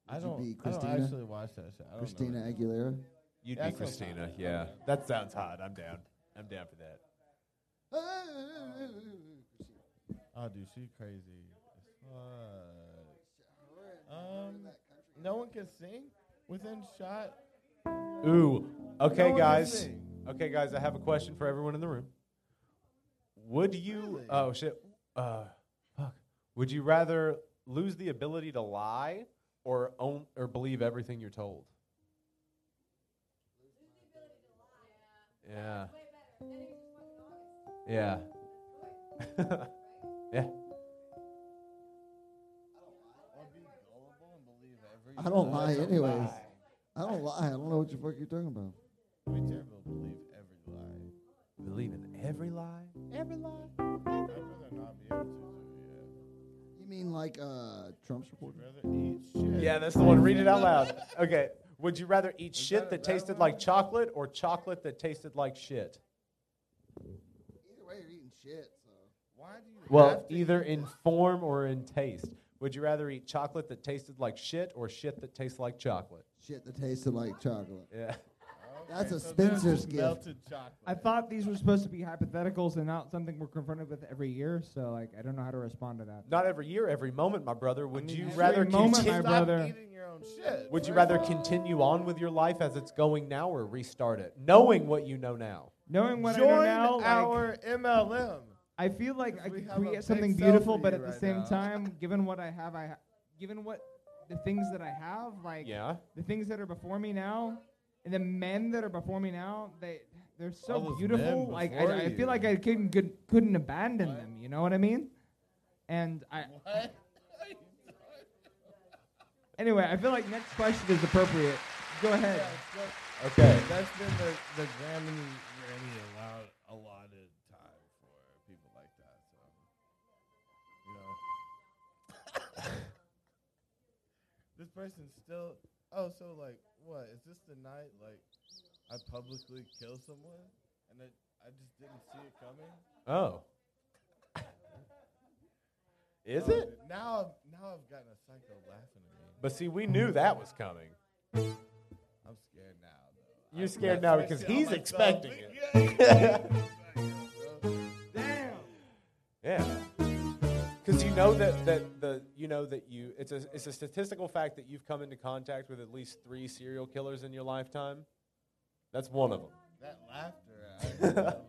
[SPEAKER 1] I
[SPEAKER 3] would you
[SPEAKER 1] don't.
[SPEAKER 3] be
[SPEAKER 1] I
[SPEAKER 3] Christina?
[SPEAKER 1] don't actually watch that shit. I don't
[SPEAKER 3] Christina
[SPEAKER 1] Know.
[SPEAKER 3] Aguilera.
[SPEAKER 2] You'd
[SPEAKER 1] That
[SPEAKER 2] be
[SPEAKER 1] sounds
[SPEAKER 2] Christina,
[SPEAKER 1] hot.
[SPEAKER 2] yeah. That sounds hot. I'm down. I'm down for that.
[SPEAKER 1] Oh, dude, she crazy. as fuck. Um, no one can sing within shot.
[SPEAKER 2] Ooh.
[SPEAKER 1] No
[SPEAKER 2] Okay,
[SPEAKER 1] one can
[SPEAKER 2] guys.
[SPEAKER 1] sing.
[SPEAKER 2] Okay, guys. I have a question for everyone in the room. Would you?
[SPEAKER 1] Really?
[SPEAKER 2] Oh shit. Uh, fuck. Would you rather lose the ability to lie or own or believe everything you're told? Yeah. Yeah. yeah.
[SPEAKER 3] I don't lie, anyways. I don't lie. I don't know what the fuck you're talking about.
[SPEAKER 1] We terrible believe every lie.
[SPEAKER 2] Every lie, every lie.
[SPEAKER 1] I'd rather not be able to. do
[SPEAKER 3] You mean like uh, Trump's reporter?
[SPEAKER 1] it, Yeah. Rather eat shit.
[SPEAKER 2] Yeah, that's the one. Read it out loud. Okay. Would you rather eat
[SPEAKER 1] Is
[SPEAKER 2] shit
[SPEAKER 1] that-
[SPEAKER 2] that
[SPEAKER 1] that
[SPEAKER 2] tasted
[SPEAKER 1] one?
[SPEAKER 2] like chocolate or chocolate that tasted like shit?
[SPEAKER 3] Either way, you're eating shit. So
[SPEAKER 1] Why do you?
[SPEAKER 2] Well, e
[SPEAKER 1] have to
[SPEAKER 2] either in form or in taste. Would you rather eat chocolate that tasted like shit or shit that tastes like chocolate?
[SPEAKER 3] shit that tasted like chocolate.
[SPEAKER 2] Yeah.
[SPEAKER 3] That's a
[SPEAKER 1] so there's
[SPEAKER 3] Spencer's
[SPEAKER 1] just
[SPEAKER 3] gift.
[SPEAKER 1] Melted chocolate.
[SPEAKER 6] I thought these were supposed to be hypotheticals and not something we're confronted with every year. So like, I don't know how to respond to that.
[SPEAKER 2] Not every year, every moment, my brother. Would
[SPEAKER 1] mean,
[SPEAKER 2] you
[SPEAKER 1] every
[SPEAKER 2] rather
[SPEAKER 6] moment,
[SPEAKER 2] continue?
[SPEAKER 6] my
[SPEAKER 1] Stop
[SPEAKER 6] brother.
[SPEAKER 1] eating your own shit.
[SPEAKER 2] Would you
[SPEAKER 1] First
[SPEAKER 2] rather
[SPEAKER 1] off,
[SPEAKER 2] continue on with your life as it's going now or restart it, knowing what you know now?
[SPEAKER 6] Knowing what
[SPEAKER 1] join
[SPEAKER 6] I know now, like,
[SPEAKER 1] our MLM?
[SPEAKER 6] I feel like I
[SPEAKER 1] We
[SPEAKER 6] could
[SPEAKER 1] have a
[SPEAKER 6] create something
[SPEAKER 1] big sell
[SPEAKER 6] beautiful,
[SPEAKER 1] for
[SPEAKER 6] but
[SPEAKER 1] you
[SPEAKER 6] at the
[SPEAKER 1] right
[SPEAKER 6] same
[SPEAKER 1] now.
[SPEAKER 6] time, given what I have, I ha- given what the things that I have, like
[SPEAKER 2] Yeah.
[SPEAKER 6] the things that are before me now, and the men that are before me now, they they're
[SPEAKER 1] All
[SPEAKER 6] so
[SPEAKER 1] those
[SPEAKER 6] beautiful.
[SPEAKER 1] men
[SPEAKER 6] Like
[SPEAKER 1] before
[SPEAKER 6] I, I
[SPEAKER 1] you.
[SPEAKER 6] feel like I couldn't could, couldn't abandon
[SPEAKER 1] What?
[SPEAKER 6] them. You know what I mean? And I
[SPEAKER 1] What?
[SPEAKER 6] anyway, I feel like next question is appropriate. Go ahead.
[SPEAKER 2] Okay.
[SPEAKER 1] That's been the, the Grammy Grammy allowed allotted time for people like that. So, you know, this person's still. Oh, so like, what is this the night? Like, I publicly kill someone, and I, I just didn't see it coming.
[SPEAKER 2] Oh. Is
[SPEAKER 1] Oh,
[SPEAKER 2] it?
[SPEAKER 1] Now, I've, now I've gotten a psycho laughing at me.
[SPEAKER 2] But see, we knew that was coming.
[SPEAKER 1] I'm scared now. Though.
[SPEAKER 2] You're
[SPEAKER 1] I'm
[SPEAKER 2] scared
[SPEAKER 1] not
[SPEAKER 2] now
[SPEAKER 1] switching
[SPEAKER 2] because
[SPEAKER 1] on
[SPEAKER 2] he's
[SPEAKER 1] myself.
[SPEAKER 2] expecting it.
[SPEAKER 1] Yeah, yeah.
[SPEAKER 6] Damn.
[SPEAKER 2] Yeah. Because you know that, that the you know that you it's a it's a statistical fact that you've come into contact with at least three serial killers in your lifetime. That's one of them.
[SPEAKER 1] That laughter. I heard that laughter.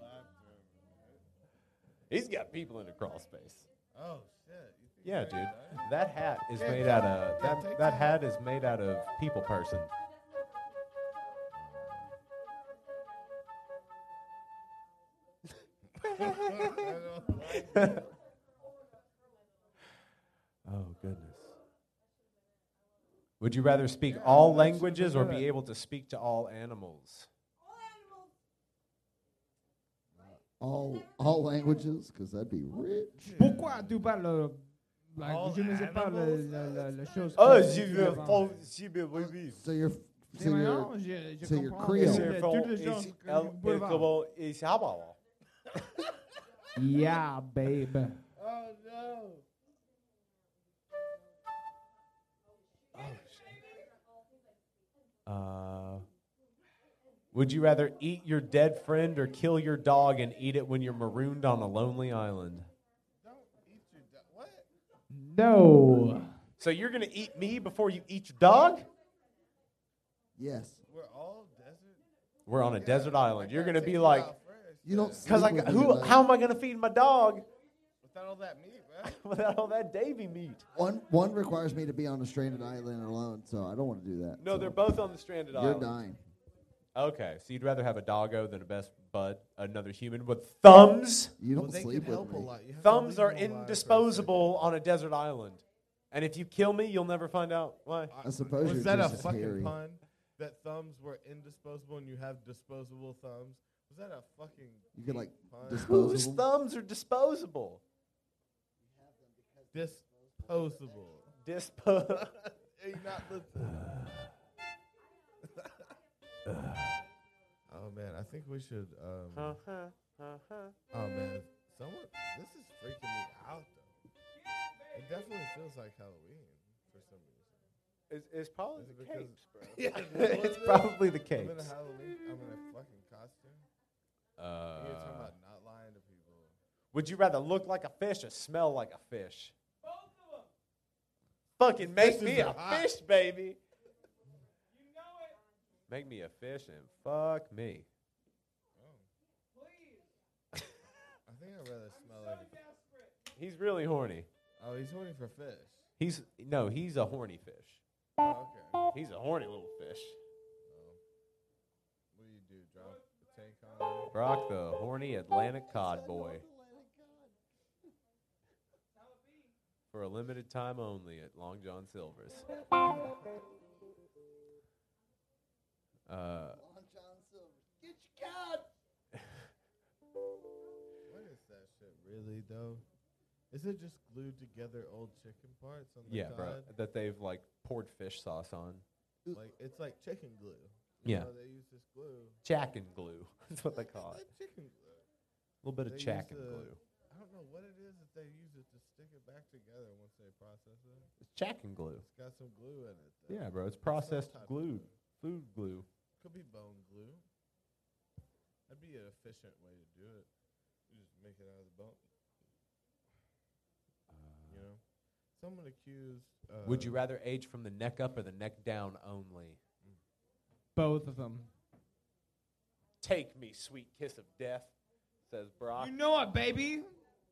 [SPEAKER 2] He's got people in the crawl space.
[SPEAKER 1] Oh shit. You think
[SPEAKER 2] Yeah,
[SPEAKER 1] that's
[SPEAKER 2] dude.
[SPEAKER 1] nice?
[SPEAKER 2] That hat is made out of that that hat is made out of people person.
[SPEAKER 1] I don't like that.
[SPEAKER 2] Oh goodness. Would you rather speak
[SPEAKER 1] Yeah,
[SPEAKER 2] all
[SPEAKER 1] that should've been
[SPEAKER 2] languages or
[SPEAKER 1] good.
[SPEAKER 2] be able to speak to all animals?
[SPEAKER 3] All all languages, because that'd be rich.
[SPEAKER 6] Pourquoi tu parles euh, like
[SPEAKER 1] All
[SPEAKER 6] je ne sais pas la,
[SPEAKER 1] animals?
[SPEAKER 6] la, la, la chose
[SPEAKER 2] Oh,
[SPEAKER 6] que
[SPEAKER 2] je
[SPEAKER 6] tu
[SPEAKER 2] veux
[SPEAKER 6] as?
[SPEAKER 2] pas- je veux vivre.
[SPEAKER 3] So you're so you're so you're Creole.
[SPEAKER 2] C'est
[SPEAKER 3] Yeah,
[SPEAKER 2] bon, ici, elle- elle comment- et ça va.
[SPEAKER 6] Yeah, babe.
[SPEAKER 1] Oh no.
[SPEAKER 2] Uh, Would you rather eat your dead friend or kill your dog and eat it when you're marooned on a lonely island?
[SPEAKER 1] Don't eat your dog. What?
[SPEAKER 6] No.
[SPEAKER 2] So you're gonna eat me before you eat your dog?
[SPEAKER 3] Yes.
[SPEAKER 1] We're all desert.
[SPEAKER 2] We're on a desert island.
[SPEAKER 1] I
[SPEAKER 2] You're
[SPEAKER 1] gotta take
[SPEAKER 2] gonna be
[SPEAKER 1] you
[SPEAKER 2] like,
[SPEAKER 1] out first, uh,
[SPEAKER 3] You don't
[SPEAKER 1] man.
[SPEAKER 3] sleep
[SPEAKER 2] cause I
[SPEAKER 3] with
[SPEAKER 2] got-
[SPEAKER 3] me,
[SPEAKER 2] who?
[SPEAKER 3] like,
[SPEAKER 2] How am I gonna feed my dog
[SPEAKER 1] Without all that meat, man.
[SPEAKER 2] without all that Davy meat?
[SPEAKER 3] one one requires me to be on a stranded island alone, so I don't want to do that.
[SPEAKER 2] No,
[SPEAKER 3] so
[SPEAKER 2] they're both on the stranded
[SPEAKER 3] You're
[SPEAKER 2] island.
[SPEAKER 3] dying.
[SPEAKER 2] Okay, so you'd rather have a doggo than a best bud, another human with thumbs.
[SPEAKER 3] You
[SPEAKER 1] Well,
[SPEAKER 3] don't
[SPEAKER 1] they
[SPEAKER 3] sleep
[SPEAKER 1] can
[SPEAKER 3] with
[SPEAKER 1] help a
[SPEAKER 3] me.
[SPEAKER 1] lot. You have to
[SPEAKER 2] Thumbs
[SPEAKER 1] leave
[SPEAKER 2] are
[SPEAKER 1] them alive for a
[SPEAKER 2] indisposable on a desert island. And if you kill me, you'll never find out why.
[SPEAKER 1] second.
[SPEAKER 3] I suppose
[SPEAKER 1] Was
[SPEAKER 3] you're
[SPEAKER 1] that
[SPEAKER 3] just
[SPEAKER 1] a
[SPEAKER 3] as
[SPEAKER 1] fucking
[SPEAKER 3] hairy.
[SPEAKER 1] pun? That thumbs were indisposable and you have disposable thumbs. Was that a fufucking
[SPEAKER 3] You could like
[SPEAKER 1] pun?
[SPEAKER 2] Whose
[SPEAKER 3] disposable.
[SPEAKER 2] thumbs are disposable?
[SPEAKER 1] disposable?
[SPEAKER 2] Dispo.
[SPEAKER 1] Hey, not listening. oh man, I think we should. Um, Oh man, someone. This is freaking me out though. It definitely feels like Halloween for some reason.
[SPEAKER 2] it's, it's probably
[SPEAKER 1] Is it
[SPEAKER 2] the
[SPEAKER 1] because-
[SPEAKER 2] capes, bro.
[SPEAKER 1] Yeah, is that what
[SPEAKER 2] it's
[SPEAKER 1] it is?
[SPEAKER 2] probably the
[SPEAKER 1] I'm in a
[SPEAKER 2] capes.
[SPEAKER 1] Halloween. I'm in a fucking costume.
[SPEAKER 2] Uh,
[SPEAKER 1] You're talking about not lying to people.
[SPEAKER 2] would you rather look like a fish or smell like a fish? Fucking make
[SPEAKER 1] Fishes
[SPEAKER 2] me
[SPEAKER 1] are
[SPEAKER 2] a
[SPEAKER 1] hot.
[SPEAKER 2] fish, baby. Make me a fish and fuck me.
[SPEAKER 1] Oh. I think I'd rather smell like. a-
[SPEAKER 2] He's really horny.
[SPEAKER 1] Oh, he's horny for fish.
[SPEAKER 2] He's no, he's a horny fish.
[SPEAKER 1] Oh, okay.
[SPEAKER 2] He's a horny little fish.
[SPEAKER 1] What do you do? Drop the tank on? him?
[SPEAKER 2] Brock the horny Atlantic cod boy. For a limited time only at Long John Silver's. Uh, Uh,
[SPEAKER 3] Long John Silver. Get your card.
[SPEAKER 1] Really though, is it just glued together old chicken parts on the
[SPEAKER 2] Yeah,
[SPEAKER 1] side?
[SPEAKER 2] bro. That they've like poured fish sauce on.
[SPEAKER 1] Like it's like chicken glue. You
[SPEAKER 2] Yeah.
[SPEAKER 1] know, they use this glue.
[SPEAKER 2] Jack and glue. That's what they call
[SPEAKER 1] It's
[SPEAKER 2] it.
[SPEAKER 1] like chicken glue.
[SPEAKER 2] A little bit
[SPEAKER 1] They
[SPEAKER 2] of
[SPEAKER 1] use
[SPEAKER 2] jack and
[SPEAKER 1] the-
[SPEAKER 2] glue.
[SPEAKER 1] I don't know what it is that they use it to stick it back together once they process it.
[SPEAKER 2] It's jack and glue.
[SPEAKER 1] It's got some glue in it. Though.
[SPEAKER 2] Yeah, bro. It's
[SPEAKER 1] Some
[SPEAKER 2] processed
[SPEAKER 1] type of
[SPEAKER 2] glue, food glue.
[SPEAKER 1] Could be bone glue. That'd be an efficient way to do it. You just make it out of the bone. You know, someone accused. Uh,
[SPEAKER 2] Would you rather age from the neck up or the neck down only?
[SPEAKER 6] Both of them.
[SPEAKER 2] Take me, sweet kiss of death, says Brock.
[SPEAKER 6] You know it, baby.